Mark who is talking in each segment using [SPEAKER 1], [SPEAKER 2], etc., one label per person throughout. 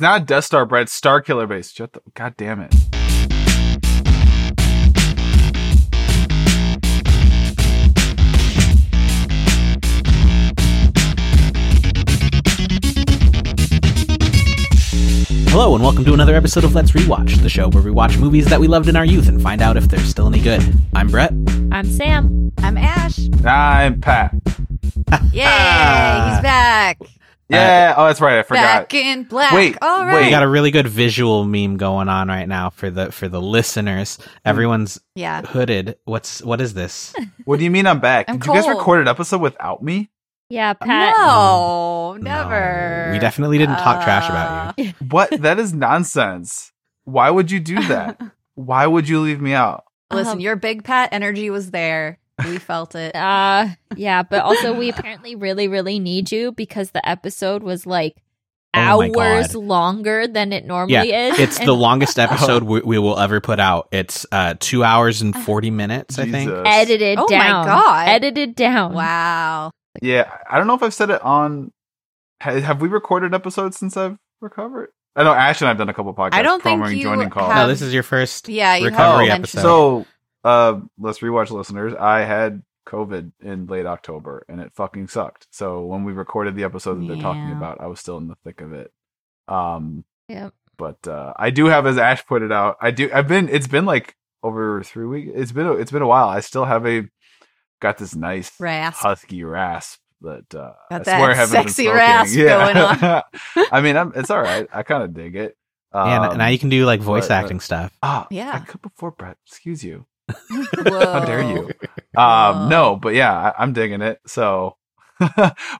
[SPEAKER 1] not Death Star, Brad. It's Star Killer base. Shut the, God damn it.
[SPEAKER 2] Hello, and welcome to another episode of Let's Rewatch, the show where we watch movies that we loved in our youth and find out if they're still any good. I'm Brett.
[SPEAKER 3] I'm Sam.
[SPEAKER 4] I'm Ash.
[SPEAKER 1] I'm Pat.
[SPEAKER 4] Yay,
[SPEAKER 2] Ah,
[SPEAKER 4] he's back.
[SPEAKER 1] Yeah. oh, that's right. I forgot.
[SPEAKER 4] Back in black.
[SPEAKER 1] Wait,
[SPEAKER 4] All
[SPEAKER 1] wait.
[SPEAKER 4] right.
[SPEAKER 2] We got a really good visual meme going on right now for the for the listeners. Everyone's
[SPEAKER 4] yeah.
[SPEAKER 2] hooded. What's what is this?
[SPEAKER 1] What do you mean I'm back?
[SPEAKER 4] I'm
[SPEAKER 1] Did you guys
[SPEAKER 4] cold.
[SPEAKER 1] record an episode without me?
[SPEAKER 3] Yeah, Pat.
[SPEAKER 4] no,
[SPEAKER 2] No,
[SPEAKER 4] never.
[SPEAKER 2] we definitely didn't talk trash about
[SPEAKER 4] you.
[SPEAKER 1] What? that is nonsense. Why would you do that? Why would you leave me out?
[SPEAKER 4] Listen,
[SPEAKER 3] Um,
[SPEAKER 4] your big pat energy was there. We felt it.
[SPEAKER 3] Uh, yeah, but also we apparently really, really need you because the episode was like
[SPEAKER 2] Oh my
[SPEAKER 3] hours
[SPEAKER 2] God.
[SPEAKER 3] longer than it normally is.
[SPEAKER 4] Uh,
[SPEAKER 2] It's
[SPEAKER 3] and
[SPEAKER 2] the longest episode we, we will ever put out. It's uh, two hours and forty minutes, I think.
[SPEAKER 1] Jesus.
[SPEAKER 3] edited
[SPEAKER 4] Oh my
[SPEAKER 3] down.
[SPEAKER 4] God.
[SPEAKER 3] Edited down.
[SPEAKER 4] Wow.
[SPEAKER 1] Yeah, I don't know if I've said it on. ha- Have we recorded episodes since I've recovered? I know Ash and I've done a couple podcasts.
[SPEAKER 4] I don't think
[SPEAKER 1] Promoting
[SPEAKER 4] you
[SPEAKER 1] joining call.
[SPEAKER 4] have-
[SPEAKER 2] No, this is your first
[SPEAKER 4] Yeah, you
[SPEAKER 2] recovery
[SPEAKER 4] haven't
[SPEAKER 2] episode.
[SPEAKER 4] mentioned
[SPEAKER 1] Oh. So, uh, let's rewatch listeners. I had COVID in late October and it fucking sucked. So when we recorded the episode that they're talking
[SPEAKER 4] Yeah.
[SPEAKER 1] about, I was still in the thick of it. Um,
[SPEAKER 3] Yep.
[SPEAKER 1] but uh, I do have, as Ash put it out, I do. I've been. It's been like over three weeks. It's been. a- It's been a while. I still have a got this nice
[SPEAKER 4] Rasp.
[SPEAKER 1] husky rasp that uh,
[SPEAKER 4] Got
[SPEAKER 1] I swear I
[SPEAKER 4] that
[SPEAKER 1] haven't
[SPEAKER 4] sexy
[SPEAKER 1] been smoking.
[SPEAKER 4] rasp
[SPEAKER 1] yeah.
[SPEAKER 4] going
[SPEAKER 1] I mean, I'm, it's all right. I kind of dig it. Um,
[SPEAKER 2] Yeah, and now you can do like voice
[SPEAKER 1] but, uh,
[SPEAKER 2] acting stuff.
[SPEAKER 1] Ah,
[SPEAKER 4] Yeah.
[SPEAKER 1] I could before Brett. Excuse you.
[SPEAKER 4] Whoa.
[SPEAKER 1] How dare you? Um,
[SPEAKER 4] Whoa.
[SPEAKER 1] no, but yeah, I, I'm digging it. So,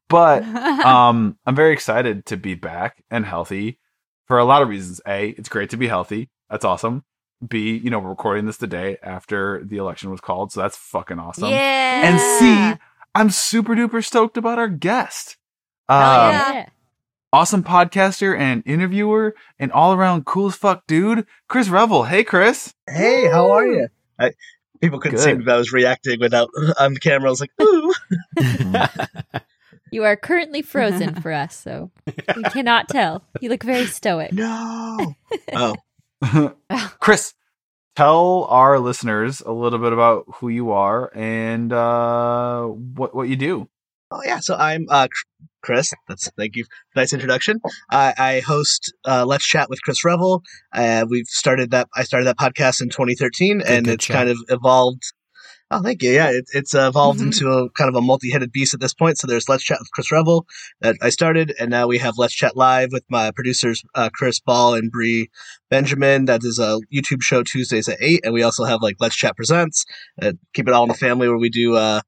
[SPEAKER 1] but um, I'm very excited to be back and healthy for a lot of reasons. A, it's great to be healthy. That's awesome. B, you know, we're recording this the day after the election was called, so that's fucking awesome.
[SPEAKER 4] yeah.
[SPEAKER 1] And C, I'm super duper stoked about our guest.
[SPEAKER 4] Hell
[SPEAKER 1] Um,
[SPEAKER 4] yeah.
[SPEAKER 1] Awesome podcaster and interviewer and all around cool as fuck dude, Chris Revel. Hey, Chris.
[SPEAKER 5] Hey, how are you? I, people couldn't see
[SPEAKER 1] Good.
[SPEAKER 5] me, but I was reacting without on camera. I was like, ooh.
[SPEAKER 2] Oh,
[SPEAKER 3] You are currently frozen for us, so we cannot tell. You look very stoic.
[SPEAKER 5] No. Oh,
[SPEAKER 1] Chris, tell our listeners a little bit about who you are and uh, what what you do.
[SPEAKER 5] oh yeah. So I'm uh, Cr- Chris. That's thank you. Nice introduction. I, I host uh, Let's Chat with Chris Revel. Uh, we've started that. I started that podcast in 2013, and
[SPEAKER 2] good
[SPEAKER 5] it's
[SPEAKER 2] chat.
[SPEAKER 5] kind of evolved. Oh, thank you. Yeah, it, it's uh, evolved
[SPEAKER 2] Mm-hmm.
[SPEAKER 4] Mhm.
[SPEAKER 5] into a kind of a multi-headed beast at this point. So there's Let's Chat with Chris Revel that I started, and now we have Let's Chat Live with my producers uh, Chris Ball and Bree Benjamin. That is a YouTube show Tuesdays at eight, and we also have like Let's Chat Presents. Uh, Keep it all in the family, where we do uh, a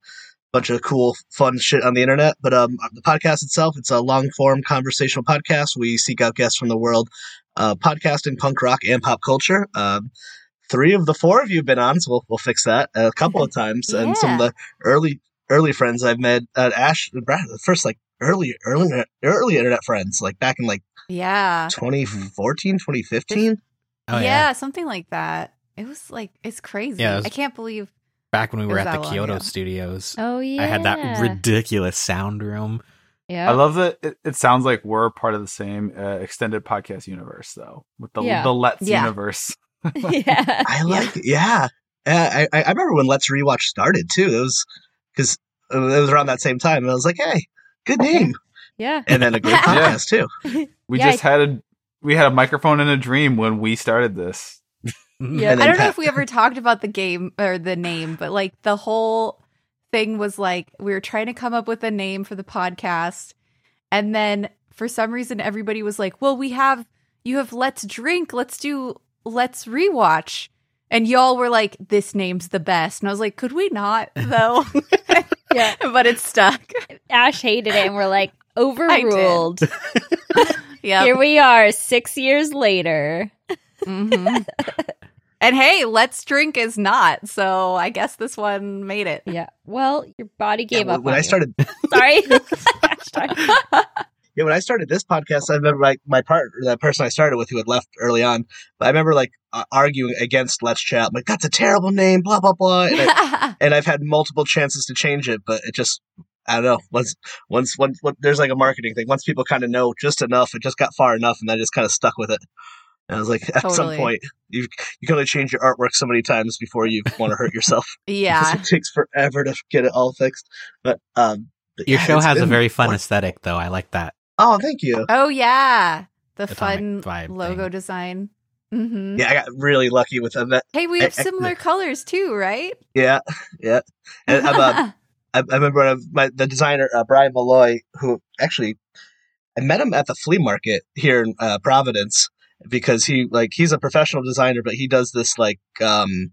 [SPEAKER 5] bunch of cool, fun shit on the internet. But um, the podcast itself, it's a long form conversational podcast. We seek out guests from the world uh, podcasting, punk rock, and pop culture. Um, three of the four of you have been on, so we'll, we'll fix that a couple of times. And some of
[SPEAKER 3] Yeah.
[SPEAKER 5] the early early friends I've met at Ash and Brad, the first like early early internet- early internet friends, like back in like
[SPEAKER 4] yeah.
[SPEAKER 5] 2014, 2015.
[SPEAKER 2] Oh yeah,
[SPEAKER 4] yeah, something like that. It was like it's crazy.
[SPEAKER 2] Yeah, it was-
[SPEAKER 4] I can't believe
[SPEAKER 2] back when we were
[SPEAKER 4] It was
[SPEAKER 2] at the
[SPEAKER 4] that long,
[SPEAKER 2] Kyoto
[SPEAKER 4] yeah.
[SPEAKER 2] studios,
[SPEAKER 3] Oh yeah.
[SPEAKER 2] I had that ridiculous sound room.
[SPEAKER 3] yeah.
[SPEAKER 1] I love that it, it sounds like we're part of the same uh, extended podcast universe, though, with the,
[SPEAKER 3] Yeah.
[SPEAKER 1] the Let's
[SPEAKER 4] Yeah.
[SPEAKER 1] universe.
[SPEAKER 3] yeah.
[SPEAKER 5] I like, yeah. yeah. I, I I remember when Let's Rewatch started too. It was because it was around that same time, and I was like, hey, good name,
[SPEAKER 3] Yeah.
[SPEAKER 5] and then a great
[SPEAKER 1] Yeah.
[SPEAKER 5] podcast too.
[SPEAKER 1] We
[SPEAKER 3] Yeah,
[SPEAKER 1] just had a we had a microphone in a dream when we started this.
[SPEAKER 3] Yeah.
[SPEAKER 5] And
[SPEAKER 4] I
[SPEAKER 5] then
[SPEAKER 4] don't know
[SPEAKER 5] Pat-
[SPEAKER 4] if we ever talked about the game or the name, but like the whole thing was like we were trying to come up with a name for the podcast. And then for some reason, everybody was like, well, we have, you have Let's Drink, let's do Let's Rewatch. And y'all were like, this name's the best. And I was like, could we not, though?
[SPEAKER 3] Yeah.
[SPEAKER 4] but it's stuck.
[SPEAKER 3] Ash hated it and we're like overruled.
[SPEAKER 4] Yeah.
[SPEAKER 3] Here we are, six years later.
[SPEAKER 4] Mhm. And hey, Let's Drink is not. So I guess this one made it.
[SPEAKER 3] Yeah. Well, your body
[SPEAKER 5] Yeah,
[SPEAKER 3] gave up.
[SPEAKER 5] when
[SPEAKER 3] on
[SPEAKER 5] I
[SPEAKER 3] you.
[SPEAKER 5] started
[SPEAKER 3] Sorry. Ash, sorry.
[SPEAKER 5] Yeah, when I started this podcast, I remember like my partner, that person I started with, who had left early on. But I remember like uh, arguing against Let's Chat, like that's a terrible name, blah blah blah. And, I, and I've had multiple chances to change it, but it just I don't know. Once, once, once, once there's like a marketing thing. Once people kind of know just enough, it just got far enough, and I just kind of stuck with it. And I was like, at some
[SPEAKER 4] Totally.
[SPEAKER 5] point, you you gotta change your artwork so many times before you want to hurt yourself. 'Cause
[SPEAKER 4] Yeah.
[SPEAKER 5] it takes forever to get it all fixed. But um, but
[SPEAKER 2] Your
[SPEAKER 5] yeah,
[SPEAKER 2] show
[SPEAKER 5] it's
[SPEAKER 2] has a
[SPEAKER 5] been
[SPEAKER 2] very fun
[SPEAKER 5] fun.
[SPEAKER 2] aesthetic, though. I like that.
[SPEAKER 5] Oh, thank you.
[SPEAKER 4] Oh yeah. The
[SPEAKER 2] Atomic
[SPEAKER 4] fun
[SPEAKER 2] vibe
[SPEAKER 4] logo
[SPEAKER 2] thing.
[SPEAKER 4] design. hmm
[SPEAKER 5] Yeah, I got really lucky with that.
[SPEAKER 4] Hey, we have
[SPEAKER 5] I- I-
[SPEAKER 4] similar colors too, right?
[SPEAKER 5] Yeah,
[SPEAKER 1] Uh,
[SPEAKER 5] yeah. And I'm a I, I remember when I, my, the designer uh, Brian Malloy, who actually I met him at the flea market here in uh, Providence because he like he's a professional designer, but he does this like um,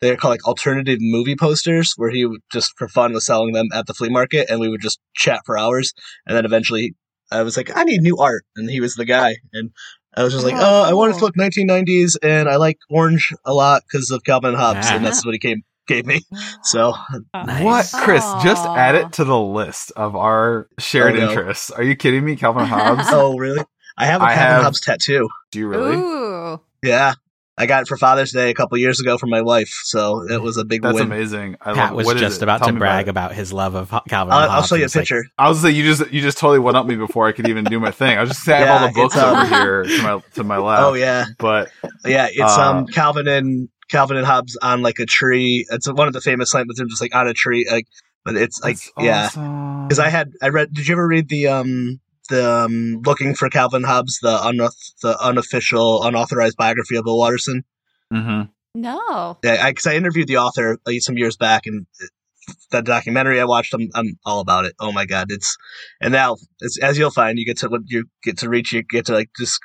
[SPEAKER 5] they're called like alternative movie posters where he would just for fun was selling them at the flea market, and we would just chat for hours, and then eventually I was like, I need new art, and he was the guy, and I was just like,
[SPEAKER 4] Oh,
[SPEAKER 5] oh, I want it to
[SPEAKER 4] cool.
[SPEAKER 5] look 1990s, and I like orange a lot because of Calvin and Hobbes, and that's what he came gave me. So
[SPEAKER 2] Nice.
[SPEAKER 1] What, Chris? Just add
[SPEAKER 4] Aw.
[SPEAKER 1] it to the list of our shared
[SPEAKER 5] Oh, no.
[SPEAKER 1] interests. Are you kidding me, Calvin Hobbes?
[SPEAKER 5] oh, really? I have a
[SPEAKER 1] I
[SPEAKER 5] Calvin
[SPEAKER 1] have-
[SPEAKER 5] Hobbes tattoo.
[SPEAKER 1] Do you really?
[SPEAKER 4] Ooh.
[SPEAKER 5] Yeah. I got it for Father's Day a couple years ago from my wife, so it was a big
[SPEAKER 1] That's
[SPEAKER 5] win.
[SPEAKER 1] amazing. I love
[SPEAKER 2] Pat
[SPEAKER 1] it.
[SPEAKER 2] was
[SPEAKER 1] What is it?
[SPEAKER 2] just about
[SPEAKER 1] Tell
[SPEAKER 2] to
[SPEAKER 1] me
[SPEAKER 2] brag
[SPEAKER 1] it.
[SPEAKER 2] about, his love of Ho- Calvin.
[SPEAKER 5] I'll,
[SPEAKER 2] and
[SPEAKER 5] I'll show
[SPEAKER 2] Hobbes.
[SPEAKER 5] you a
[SPEAKER 2] It's like,
[SPEAKER 5] picture.
[SPEAKER 1] I was gonna say you just you just totally went up me before I could even do my thing. I was just saying I have all the
[SPEAKER 5] Yeah,
[SPEAKER 1] books
[SPEAKER 5] it's,
[SPEAKER 1] over
[SPEAKER 4] um,
[SPEAKER 1] here to my to my left.
[SPEAKER 5] oh yeah,
[SPEAKER 1] but
[SPEAKER 5] yeah. It's
[SPEAKER 1] Uh,
[SPEAKER 5] um Calvin and Calvin and Hobbes on like a tree. It's one of the famous slams. It's just like on a tree. Like, but it's like
[SPEAKER 1] that's
[SPEAKER 5] yeah.
[SPEAKER 1] awesome.
[SPEAKER 5] Because I had I read. Did you ever read the um the um, looking for Calvin Hobbes the unoth- the unofficial unauthorized biography of Bill Watterson?
[SPEAKER 1] Mhm.
[SPEAKER 4] No.
[SPEAKER 5] Yeah, because I, interviewed the author like, some years back, and uh, that documentary I watched, I'm, I'm all about it. Oh my god, it's and now it's, as you'll find, you get to what you get to reach, you get to like just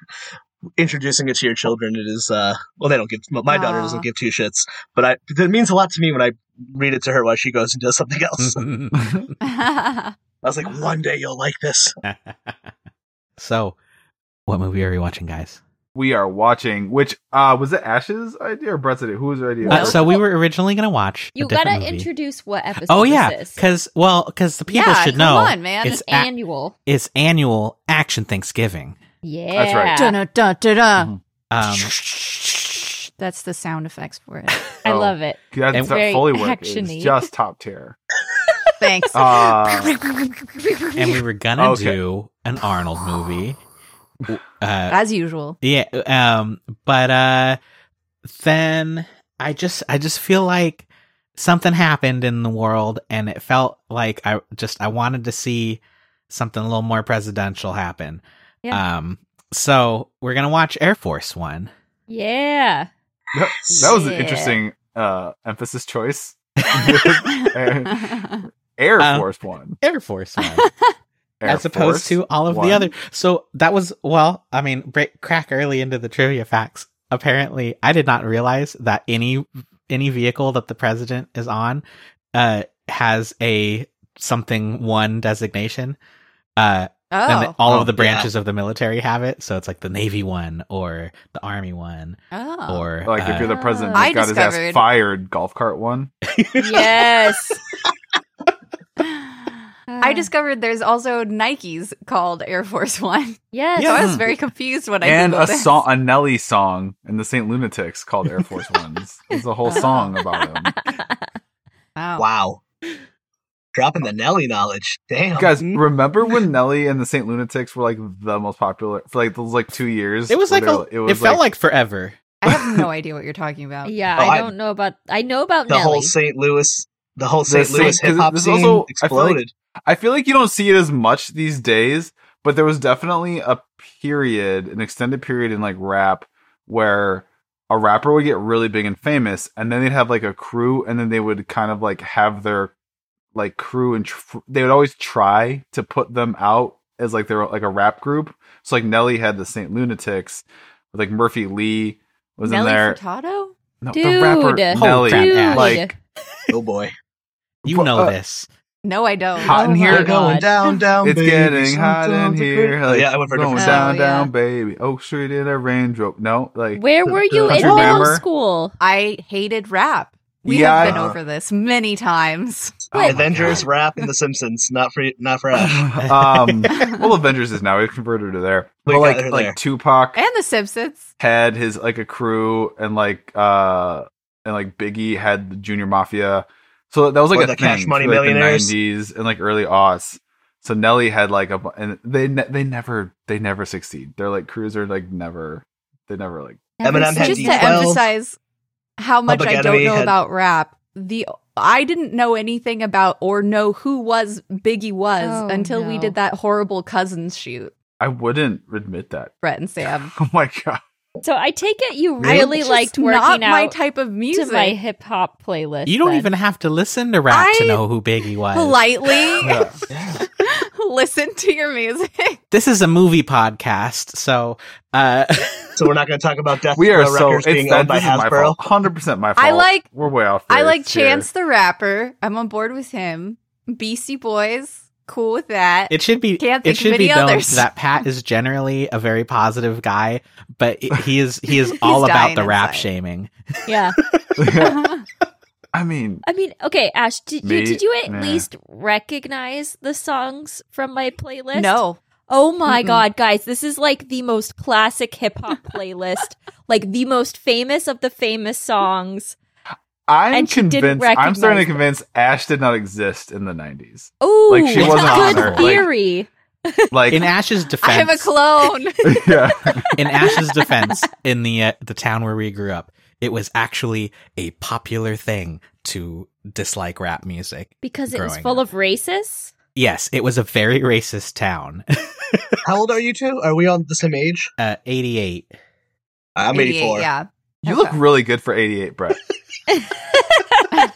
[SPEAKER 5] introducing it to your children. It is uh, well, they don't give my daughter
[SPEAKER 4] Aw.
[SPEAKER 5] doesn't give two shits, but I it means a lot to me when I read it to her while she goes and does something else.
[SPEAKER 1] Mm-hmm.
[SPEAKER 5] I was like, one day you'll like this.
[SPEAKER 2] so, what movie are you watching, guys?
[SPEAKER 1] We are watching. Which uh was it Ash's idea or Brett's idea? Who was your idea?
[SPEAKER 2] Uh, so we were originally going to watch. a
[SPEAKER 3] you
[SPEAKER 2] different
[SPEAKER 3] gotta
[SPEAKER 2] movie.
[SPEAKER 3] introduce what episode.
[SPEAKER 2] Oh yeah,
[SPEAKER 3] this is.
[SPEAKER 2] because well, because the people
[SPEAKER 4] yeah,
[SPEAKER 2] should
[SPEAKER 4] come
[SPEAKER 2] know
[SPEAKER 4] on, man.
[SPEAKER 2] it's a-
[SPEAKER 3] annual.
[SPEAKER 2] it's annual Action Thanksgiving.
[SPEAKER 3] Yeah,
[SPEAKER 1] right.
[SPEAKER 4] Dun, dun, dun, dun, dun.
[SPEAKER 2] Um,
[SPEAKER 4] That's the sound effects for it.
[SPEAKER 3] I
[SPEAKER 1] Oh.
[SPEAKER 3] love it.
[SPEAKER 1] You have to
[SPEAKER 2] And
[SPEAKER 1] start
[SPEAKER 3] very
[SPEAKER 1] fully work.
[SPEAKER 3] action-y.
[SPEAKER 1] It's just top tier.
[SPEAKER 4] Thanks.
[SPEAKER 1] Uh,
[SPEAKER 2] and we were gonna
[SPEAKER 1] Okay.
[SPEAKER 2] do an Arnold movie. Uh,
[SPEAKER 4] As usual.
[SPEAKER 2] Yeah. Um. But uh, then I just I just feel like something happened in the world, and it felt like I just I wanted to see something a little more presidential happen.
[SPEAKER 3] Yeah.
[SPEAKER 2] Um. So we're gonna watch Air Force One.
[SPEAKER 3] Yeah,
[SPEAKER 1] that, that was an
[SPEAKER 3] Yeah.
[SPEAKER 1] interesting uh emphasis choice. Air
[SPEAKER 4] Oh.
[SPEAKER 1] Air
[SPEAKER 2] Um,
[SPEAKER 1] Force One.
[SPEAKER 2] Air Force One.
[SPEAKER 1] Air
[SPEAKER 2] as opposed
[SPEAKER 1] Force
[SPEAKER 2] to all of
[SPEAKER 1] One.
[SPEAKER 2] the other. So that was well, I mean, break, crack early into the trivia facts. Apparently, I did not realize that any any vehicle that the president is on uh has a something one designation. Uh, and
[SPEAKER 4] oh.
[SPEAKER 2] all
[SPEAKER 5] Oh,
[SPEAKER 2] of the branches of the military have it, so it's like the Navy one or the Army one
[SPEAKER 4] Oh.
[SPEAKER 2] or
[SPEAKER 1] Like
[SPEAKER 2] uh,
[SPEAKER 1] if you're the president
[SPEAKER 3] Oh.
[SPEAKER 1] that
[SPEAKER 4] I
[SPEAKER 1] got his ass
[SPEAKER 4] discovered-
[SPEAKER 1] fired, golf cart one.
[SPEAKER 3] yes.
[SPEAKER 4] I discovered there's also Nikes called Air Force One.
[SPEAKER 3] Uh, yes.
[SPEAKER 4] So I was
[SPEAKER 1] Mm.
[SPEAKER 4] very confused when I
[SPEAKER 1] and
[SPEAKER 4] Googled
[SPEAKER 1] a
[SPEAKER 4] this.
[SPEAKER 1] song, a Nelly song, and the Saint Lunatics called Air Force Ones. There's a whole song about him.
[SPEAKER 4] Wow.
[SPEAKER 5] Wow, dropping the Nelly knowledge. Damn,
[SPEAKER 1] Oh. Guys,
[SPEAKER 2] Mm-hmm.
[SPEAKER 1] remember when Nelly and the Saint Lunatics were like the most popular for like those like two years?
[SPEAKER 2] it was
[SPEAKER 1] where
[SPEAKER 2] like
[SPEAKER 1] they
[SPEAKER 2] a,
[SPEAKER 1] were-
[SPEAKER 2] it, felt like forever.
[SPEAKER 4] I have no idea what you're talking about.
[SPEAKER 3] Yeah,
[SPEAKER 5] Oh,
[SPEAKER 3] I
[SPEAKER 5] I-
[SPEAKER 3] don't know about. I know about
[SPEAKER 5] the
[SPEAKER 3] Nelly.
[SPEAKER 5] whole St. Louis, the whole
[SPEAKER 1] The
[SPEAKER 5] St. Louis
[SPEAKER 1] Saint- 'cause
[SPEAKER 5] hip hop
[SPEAKER 1] this
[SPEAKER 5] scene
[SPEAKER 1] also- I feel like-
[SPEAKER 5] exploded.
[SPEAKER 1] I feel like you don't see it as much these days, but there was definitely a period, an extended period in like rap where a rapper would get really big and famous and then they'd have like a crew and then they would kind of like have their like crew and tr- they would always try to put them out as like they're like a rap group. So like Nelly had the Saint Lunatics, like Murphy Lee was
[SPEAKER 4] Nelly
[SPEAKER 1] in there.
[SPEAKER 4] Furtado?
[SPEAKER 1] No, the
[SPEAKER 3] Dude.
[SPEAKER 1] rapper
[SPEAKER 2] Holy
[SPEAKER 1] Nelly,
[SPEAKER 2] crap, Ash.
[SPEAKER 1] like
[SPEAKER 5] oh boy.
[SPEAKER 2] You
[SPEAKER 1] But,
[SPEAKER 2] know
[SPEAKER 1] uh,
[SPEAKER 2] this.
[SPEAKER 4] No, I don't.
[SPEAKER 1] Hot in
[SPEAKER 3] Oh
[SPEAKER 1] here
[SPEAKER 3] my
[SPEAKER 1] going
[SPEAKER 3] God.
[SPEAKER 5] down, down.
[SPEAKER 1] It's
[SPEAKER 5] baby,
[SPEAKER 1] getting hot in
[SPEAKER 5] sometimes a
[SPEAKER 1] here.
[SPEAKER 5] great-
[SPEAKER 1] Like,
[SPEAKER 5] Oh, yeah, I went for a
[SPEAKER 1] going
[SPEAKER 5] different
[SPEAKER 4] song.
[SPEAKER 1] down, down,
[SPEAKER 4] Oh, yeah.
[SPEAKER 1] baby. Oak Street in a raindrop. No, like
[SPEAKER 3] Where were you in
[SPEAKER 1] Country
[SPEAKER 3] middle
[SPEAKER 1] grammar.
[SPEAKER 3] school?
[SPEAKER 4] I hated rap. We
[SPEAKER 1] Yeah,
[SPEAKER 4] have been
[SPEAKER 5] I-
[SPEAKER 4] over this many times.
[SPEAKER 1] Oh my
[SPEAKER 5] Avengers,
[SPEAKER 2] God.
[SPEAKER 5] rap, and The Simpsons. Not for not for us.
[SPEAKER 1] um, well, Avengers is now we've converted to there. But
[SPEAKER 5] We got
[SPEAKER 1] like,
[SPEAKER 5] her
[SPEAKER 1] like
[SPEAKER 5] there.
[SPEAKER 1] Tupac
[SPEAKER 5] Eh.
[SPEAKER 4] And The Simpsons.
[SPEAKER 1] had his like a crew, and like uh, and like Biggie had the Junior Mafia, So that was like
[SPEAKER 5] Or
[SPEAKER 1] a
[SPEAKER 5] the
[SPEAKER 1] thing
[SPEAKER 5] Cash Money
[SPEAKER 1] for, like, the
[SPEAKER 5] Millionaires.
[SPEAKER 1] 90s and like early aughts. So Nelly had like a bu- and they ne- they never they never succeed. They're like crews are like never they never like
[SPEAKER 5] Eminem had
[SPEAKER 4] just to
[SPEAKER 5] D12.
[SPEAKER 4] emphasize how much
[SPEAKER 5] Public
[SPEAKER 4] I don't
[SPEAKER 5] Enemy
[SPEAKER 4] know
[SPEAKER 5] had-
[SPEAKER 4] about rap. The I didn't know anything about or know who was Biggie was
[SPEAKER 3] Oh,
[SPEAKER 4] until we
[SPEAKER 3] no.
[SPEAKER 4] did that horrible cousins shoot.
[SPEAKER 1] I wouldn't admit that.
[SPEAKER 4] Brett and Sam.
[SPEAKER 1] Oh my god.
[SPEAKER 3] So I take it you
[SPEAKER 5] Really?
[SPEAKER 3] really
[SPEAKER 4] Just
[SPEAKER 3] liked working
[SPEAKER 4] not
[SPEAKER 3] out
[SPEAKER 4] my type of
[SPEAKER 3] to
[SPEAKER 4] music.
[SPEAKER 3] my hip hop playlist.
[SPEAKER 2] You don't
[SPEAKER 3] then.
[SPEAKER 2] even have to listen to rap to
[SPEAKER 4] I
[SPEAKER 2] know who Biggie was.
[SPEAKER 4] Politely
[SPEAKER 1] Yeah.
[SPEAKER 4] listen to your music.
[SPEAKER 2] this is a movie podcast, so uh
[SPEAKER 5] So we're not going to talk about Death
[SPEAKER 1] We are
[SPEAKER 5] Row
[SPEAKER 1] so
[SPEAKER 5] Records
[SPEAKER 1] it's
[SPEAKER 5] being
[SPEAKER 1] that,
[SPEAKER 5] owned by
[SPEAKER 1] this is my
[SPEAKER 5] Hasbro.
[SPEAKER 1] fault. 100% my fault.
[SPEAKER 4] I like-
[SPEAKER 1] We're way off.
[SPEAKER 4] I
[SPEAKER 1] base
[SPEAKER 4] like
[SPEAKER 1] here.
[SPEAKER 4] Chance the rapper. I'm on board with him. Beastie Boys, cool with that.
[SPEAKER 2] it should be
[SPEAKER 4] Can't think
[SPEAKER 2] it
[SPEAKER 4] of
[SPEAKER 2] should be
[SPEAKER 4] any
[SPEAKER 2] known
[SPEAKER 4] others.
[SPEAKER 2] that Pat is generally a very positive guy, but he is he is all about
[SPEAKER 4] dying
[SPEAKER 2] the rap
[SPEAKER 4] inside.
[SPEAKER 2] shaming.
[SPEAKER 3] Yeah.
[SPEAKER 1] I mean,
[SPEAKER 3] I mean, okay, Ash, did
[SPEAKER 1] Me?
[SPEAKER 3] you did you at
[SPEAKER 1] Nah.
[SPEAKER 3] least recognize the songs from my playlist?
[SPEAKER 4] no,
[SPEAKER 3] Oh my
[SPEAKER 4] Mm-mm.
[SPEAKER 3] god, guys, this is like the most classic hip hop playlist, like the most famous of the famous songs.
[SPEAKER 1] I'm
[SPEAKER 3] And she didn't
[SPEAKER 1] convinced. I'm starting
[SPEAKER 3] recognize
[SPEAKER 1] to convince Ash did not exist in the 90s.
[SPEAKER 3] Oh,
[SPEAKER 1] Like, she
[SPEAKER 2] wasn't on her,
[SPEAKER 3] good
[SPEAKER 1] like-
[SPEAKER 3] theory.
[SPEAKER 1] Like,
[SPEAKER 2] In Ash's
[SPEAKER 4] I am a
[SPEAKER 2] defense,
[SPEAKER 4] clone.
[SPEAKER 1] yeah,
[SPEAKER 2] in Ash's defense, in the uh, the town where we grew up, it was actually a popular thing to dislike rap music.
[SPEAKER 3] because it was
[SPEAKER 2] growing
[SPEAKER 3] full
[SPEAKER 2] up.
[SPEAKER 3] of racists.
[SPEAKER 2] Yes, it was a very racist town.
[SPEAKER 5] How old are you two? Are we all the same age?
[SPEAKER 2] Uh, 88.
[SPEAKER 5] I'm
[SPEAKER 4] 88,
[SPEAKER 5] 84.
[SPEAKER 4] Yeah.
[SPEAKER 1] you look
[SPEAKER 4] Okay.
[SPEAKER 1] really good for 88, Brett.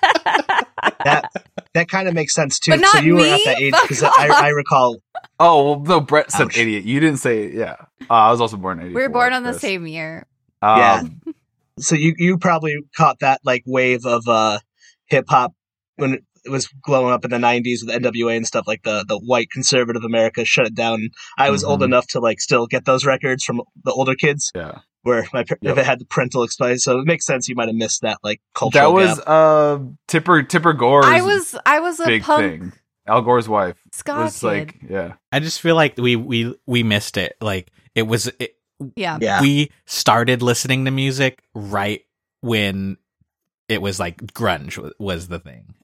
[SPEAKER 5] That that kind of makes sense too.
[SPEAKER 4] But
[SPEAKER 5] so
[SPEAKER 4] not
[SPEAKER 5] you were
[SPEAKER 4] me?
[SPEAKER 5] at that age
[SPEAKER 4] Fuck
[SPEAKER 5] because I,
[SPEAKER 4] off.
[SPEAKER 5] I recall.
[SPEAKER 1] Oh well, no, Brett said
[SPEAKER 5] Ouch.
[SPEAKER 1] 88. You didn't say yeah. Uh, I was also born in 84.
[SPEAKER 4] We were born on the
[SPEAKER 1] Chris.
[SPEAKER 4] same year.
[SPEAKER 1] Um,
[SPEAKER 5] Yeah. So you you probably caught that like wave of uh hip hop when it was glowing up in the 90s with NWA and stuff like the the white conservative America shut it down. I was old
[SPEAKER 1] Mhm.
[SPEAKER 5] enough to like still get those records from the older kids
[SPEAKER 1] yeah.
[SPEAKER 5] where my par-
[SPEAKER 1] Yep.
[SPEAKER 5] if it had the parental exposure. So it makes sense you might have missed that like cultural
[SPEAKER 1] that was
[SPEAKER 5] gap.
[SPEAKER 1] uh Tipper Tipper Gore's
[SPEAKER 4] I was I was a
[SPEAKER 1] big
[SPEAKER 4] punk
[SPEAKER 1] thing. Al Gore's wife
[SPEAKER 4] ska
[SPEAKER 1] was
[SPEAKER 4] kid.
[SPEAKER 1] like yeah.
[SPEAKER 2] I just feel like we we we missed it. Like it was it,
[SPEAKER 4] yeah.
[SPEAKER 5] yeah.
[SPEAKER 2] we started listening to music right when it was like grunge wa- was the thing.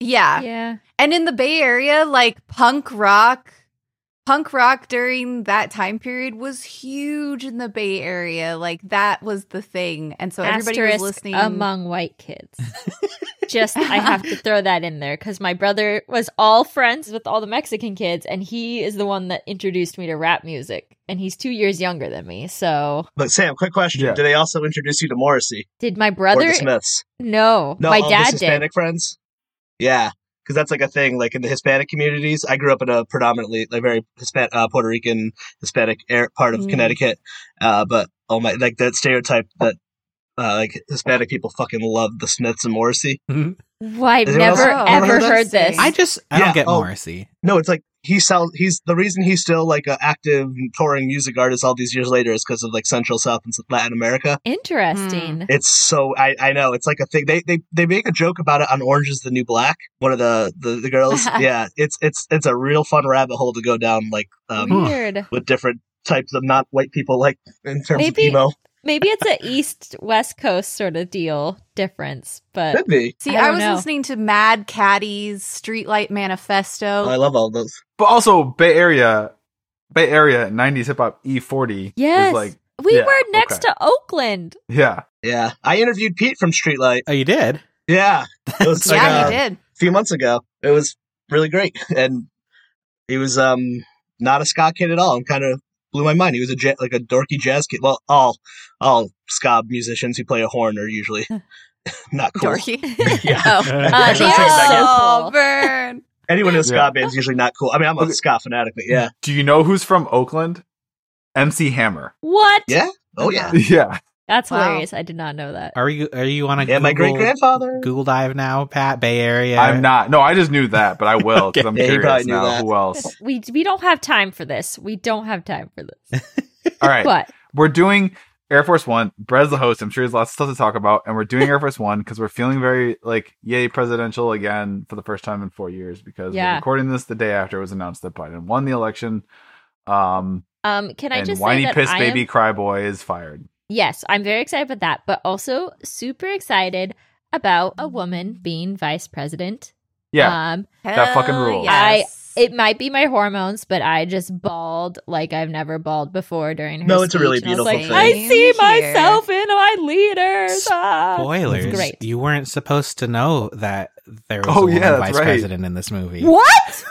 [SPEAKER 4] yeah,
[SPEAKER 3] yeah.
[SPEAKER 4] And in the Bay Area, like punk rock, punk rock during that time period was huge in the Bay Area. Like that was the thing, and so everybody was
[SPEAKER 3] Asterisk
[SPEAKER 4] listening.
[SPEAKER 3] among white kids. Just I have to throw that in there because my brother was all friends with all the Mexican kids, and he is the one that introduced me to rap music. And he's two years younger than me. So
[SPEAKER 5] But Sam, quick question:
[SPEAKER 1] Yeah.
[SPEAKER 5] Did they also introduce you to Morrissey
[SPEAKER 3] did my
[SPEAKER 5] or
[SPEAKER 3] brother?
[SPEAKER 5] the Smiths?
[SPEAKER 3] No,
[SPEAKER 5] No,
[SPEAKER 3] my
[SPEAKER 5] all
[SPEAKER 3] dad
[SPEAKER 5] his
[SPEAKER 3] did.
[SPEAKER 5] Hispanic friends. Yeah, because that's like a thing. Like in the Hispanic communities, I grew up in a predominantly like very Hispanic, uh, Puerto Rican Hispanic air, part of
[SPEAKER 3] Mm-hmm.
[SPEAKER 4] Mm.
[SPEAKER 5] Connecticut. Uh, but oh my, like that stereotype that uh, like Hispanic people fucking love the Smiths and Morrissey.
[SPEAKER 3] Well, I've
[SPEAKER 5] Is anyone
[SPEAKER 3] never
[SPEAKER 4] else-
[SPEAKER 3] ever
[SPEAKER 5] anyone else-
[SPEAKER 3] heard this.
[SPEAKER 2] I just I
[SPEAKER 5] Yeah,
[SPEAKER 2] don't get
[SPEAKER 5] oh.
[SPEAKER 2] Morrissey.
[SPEAKER 5] No, it's like he sells. He's the reason he's still like an active touring music artist all these years later is because of like Central South and Latin America.
[SPEAKER 3] Interesting.
[SPEAKER 5] It's so I, I know it's like a thing. They, they they make a joke about it on Orange is the New Black. One of the the, the girls. yeah, it's it's it's a real fun rabbit hole to go down. Like
[SPEAKER 4] Hmm.
[SPEAKER 5] um,
[SPEAKER 4] Mm-hmm.
[SPEAKER 3] Weird.
[SPEAKER 5] with different types of not white people like in terms
[SPEAKER 3] Maybe-
[SPEAKER 5] of emo.
[SPEAKER 3] Maybe it's a East West Coast sort of deal difference, but
[SPEAKER 5] Could be.
[SPEAKER 4] See,
[SPEAKER 3] I
[SPEAKER 4] I,
[SPEAKER 3] don't
[SPEAKER 4] was
[SPEAKER 3] know.
[SPEAKER 4] listening to Mad Caddies, Streetlight Manifesto.
[SPEAKER 5] I love all those.
[SPEAKER 1] But also Bay Area, Bay Area 90s hip hop E40
[SPEAKER 3] yes,
[SPEAKER 1] is like
[SPEAKER 3] we
[SPEAKER 1] yeah,
[SPEAKER 3] were next
[SPEAKER 1] okay.
[SPEAKER 3] to Oakland.
[SPEAKER 1] yeah.
[SPEAKER 5] Yeah, I interviewed Pete from Streetlight.
[SPEAKER 2] Oh, you did.
[SPEAKER 5] Yeah, it was
[SPEAKER 2] like,
[SPEAKER 4] yeah,
[SPEAKER 2] uh,
[SPEAKER 4] you did.
[SPEAKER 5] a few months ago. It was really great, and he was um not a ska kid at all. And kind of blew my mind. He was a ja- like a dorky jazz kid. Well, all all ska musicians who play a horn are usually not cool.
[SPEAKER 4] Dorky.
[SPEAKER 5] Yeah.
[SPEAKER 4] Oh,
[SPEAKER 3] Uh,
[SPEAKER 5] I should
[SPEAKER 3] they
[SPEAKER 5] say
[SPEAKER 3] are
[SPEAKER 5] that again.
[SPEAKER 3] so
[SPEAKER 4] Oh,
[SPEAKER 3] cool.
[SPEAKER 4] burn.
[SPEAKER 5] Anyone in a ska
[SPEAKER 1] Yeah.
[SPEAKER 5] band's usually not cool. I mean, I'm a
[SPEAKER 1] Okay.
[SPEAKER 5] ska fanatic, but yeah,
[SPEAKER 1] Do you know who's from Oakland? MC Hammer.
[SPEAKER 3] What?
[SPEAKER 5] yeah, oh yeah,
[SPEAKER 1] Yeah.
[SPEAKER 3] That's
[SPEAKER 4] Wow.
[SPEAKER 3] hilarious. I did not know that.
[SPEAKER 2] Are you are you on a
[SPEAKER 5] yeah. My
[SPEAKER 2] Google-
[SPEAKER 5] great grandfather.
[SPEAKER 2] Google dive now, Pat Bay Area?
[SPEAKER 1] I'm not. No, I just knew that, but I will because I'm
[SPEAKER 5] Yeah, you probably
[SPEAKER 1] curious
[SPEAKER 5] knew
[SPEAKER 1] now.
[SPEAKER 5] that.
[SPEAKER 1] Who else?
[SPEAKER 3] We we don't have time for this. We don't have time for this.
[SPEAKER 1] All right.
[SPEAKER 3] But
[SPEAKER 1] we're doing Air Force One. Brad's the host. I'm sure there's lots of stuff to talk about, and we're doing Air Force One because we're feeling very like yay presidential again for the first time in four years because
[SPEAKER 3] Yeah.
[SPEAKER 1] we're recording this the day after it was announced that Biden won the election. Um,
[SPEAKER 3] um, can I
[SPEAKER 1] and
[SPEAKER 3] just say
[SPEAKER 1] whiny
[SPEAKER 3] that
[SPEAKER 1] piss
[SPEAKER 3] I am-
[SPEAKER 1] baby cry boy is fired.
[SPEAKER 3] yes, I'm very excited about that, but also super excited about a woman being vice president.
[SPEAKER 1] Yeah.
[SPEAKER 3] Um,
[SPEAKER 1] That fucking
[SPEAKER 4] Hell
[SPEAKER 1] rules.
[SPEAKER 3] I-
[SPEAKER 4] yes.
[SPEAKER 3] it might be my hormones, but I just bawled like I've never bawled before during her.
[SPEAKER 5] No, it's a really
[SPEAKER 3] speech, and I was
[SPEAKER 5] beautiful
[SPEAKER 3] like,
[SPEAKER 4] thing.
[SPEAKER 3] I see
[SPEAKER 4] Same here.
[SPEAKER 3] myself in my leaders. Ah.
[SPEAKER 2] Spoilers.
[SPEAKER 3] It's great.
[SPEAKER 2] You weren't supposed to know that there was
[SPEAKER 1] Oh,
[SPEAKER 2] a woman
[SPEAKER 1] yeah, that's
[SPEAKER 2] vice
[SPEAKER 1] right.
[SPEAKER 2] president in this movie.
[SPEAKER 3] What?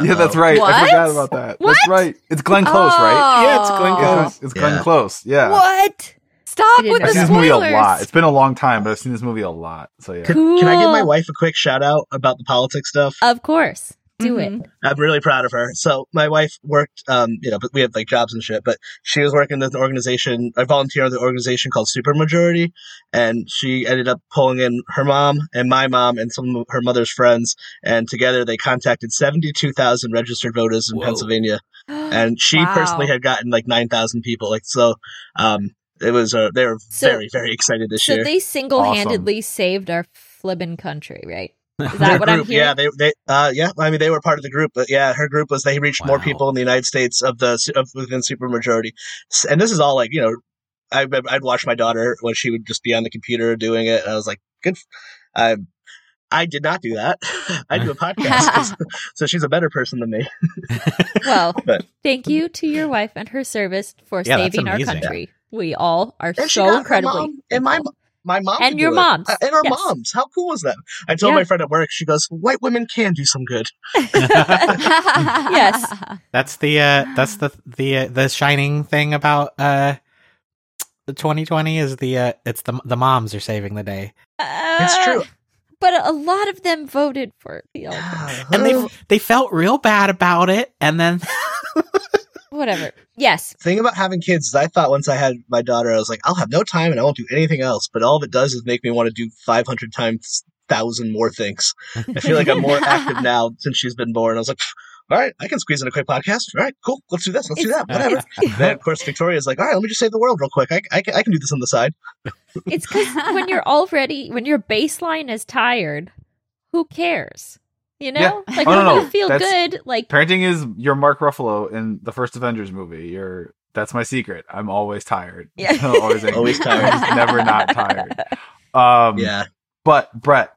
[SPEAKER 1] yeah, that's right. I
[SPEAKER 4] What?
[SPEAKER 1] forgot about that. That's
[SPEAKER 3] What?
[SPEAKER 1] right. It's Glenn Close, right? Yeah, it's Glenn
[SPEAKER 4] Oh.
[SPEAKER 1] Close. It's Glenn
[SPEAKER 5] Yeah.
[SPEAKER 1] Close. Yeah.
[SPEAKER 3] What? I
[SPEAKER 4] Stop
[SPEAKER 3] didn't
[SPEAKER 4] with
[SPEAKER 1] I've
[SPEAKER 4] the
[SPEAKER 1] seen
[SPEAKER 3] know
[SPEAKER 1] this
[SPEAKER 3] that.
[SPEAKER 1] movie a
[SPEAKER 4] spoilers.
[SPEAKER 1] lot. It's been a long time, but I've seen this movie a lot. So yeah.
[SPEAKER 5] Can, can I give my
[SPEAKER 3] Cool.
[SPEAKER 5] wife a quick shout out about the politics stuff?
[SPEAKER 3] Of course. Do
[SPEAKER 4] Mhm.
[SPEAKER 3] it.
[SPEAKER 5] I'm really proud of her. So my wife worked, um, you know, but we have like jobs and shit. But she was working with an organization. I volunteer with an organization called Supermajority, and she ended up pulling in her mom and my mom and some of her mother's friends, and together they contacted seventy-two thousand registered voters in
[SPEAKER 2] Whoa.
[SPEAKER 5] Pennsylvania, and she
[SPEAKER 4] Wow.
[SPEAKER 5] personally had gotten like nine thousand people. Like so, um, it was uh, they were
[SPEAKER 3] So-
[SPEAKER 5] very very excited this
[SPEAKER 3] So
[SPEAKER 5] year.
[SPEAKER 3] they single handedly saved our flippin' country, right? Is
[SPEAKER 5] Their
[SPEAKER 3] that what I'm
[SPEAKER 5] group, yeah,
[SPEAKER 3] hearing?
[SPEAKER 5] they, they, uh, yeah. I mean, they were part of the group, but yeah, her group was they reached more
[SPEAKER 2] Wow.
[SPEAKER 5] people in the United States of the su- of within supermajority, S- and this is all like you know, I I'd watch my daughter when she would just be on the computer doing it, and I was like, good. f- I I did not do that. I do a podcast, so she's a better person than me.
[SPEAKER 3] Well,
[SPEAKER 5] But-
[SPEAKER 3] thank you to your wife and her service for
[SPEAKER 2] Yeah, that's
[SPEAKER 3] saving our
[SPEAKER 2] amazing.
[SPEAKER 3] country. We all are
[SPEAKER 5] And she
[SPEAKER 3] so
[SPEAKER 5] got her
[SPEAKER 3] incredibly.
[SPEAKER 5] mom and my
[SPEAKER 3] thankful.
[SPEAKER 5] My mom
[SPEAKER 3] And
[SPEAKER 5] could
[SPEAKER 3] your
[SPEAKER 5] do it.
[SPEAKER 3] moms.
[SPEAKER 5] Uh, and our
[SPEAKER 3] Yes.
[SPEAKER 5] moms. How cool was that? I told
[SPEAKER 3] Yeah.
[SPEAKER 5] my friend at work. She goes, "White women can do some good."
[SPEAKER 3] Yes.
[SPEAKER 2] That's the uh that's the the uh, the shining thing about uh 2020 is the uh it's the the moms are saving the day.
[SPEAKER 5] It's true.
[SPEAKER 3] Uh, But a lot of them voted for the elder.
[SPEAKER 2] And they they felt real bad about it and then
[SPEAKER 3] Whatever. Yes.
[SPEAKER 5] thing about having kids is I thought once I had my daughter, I was like, I'll have no time and I won't do anything else. But all it does is make me want to do 500 times, thousand more things. I feel like I'm more active now since she's been born. I was like, "Pff, all right, I can squeeze in a quick podcast. All right, cool. Let's do this. Let's do that. Whatever. then, of course, Victoria's like, all right, let me just save the world real quick. I, I, can, I can do this on the side.
[SPEAKER 3] It's because when you're already, when your baseline is tired, who cares? You know? Like,
[SPEAKER 1] Oh,
[SPEAKER 3] when
[SPEAKER 1] no, no.
[SPEAKER 3] you feel
[SPEAKER 1] That's-
[SPEAKER 3] good, like,
[SPEAKER 1] Parenting is your Mark Ruffalo in the first Avengers movie. You're that's my secret. I'm always tired.
[SPEAKER 3] Yeah.
[SPEAKER 1] always, angry.
[SPEAKER 5] Always tired.
[SPEAKER 1] Never not tired. Um,
[SPEAKER 5] Yeah.
[SPEAKER 1] But Brett,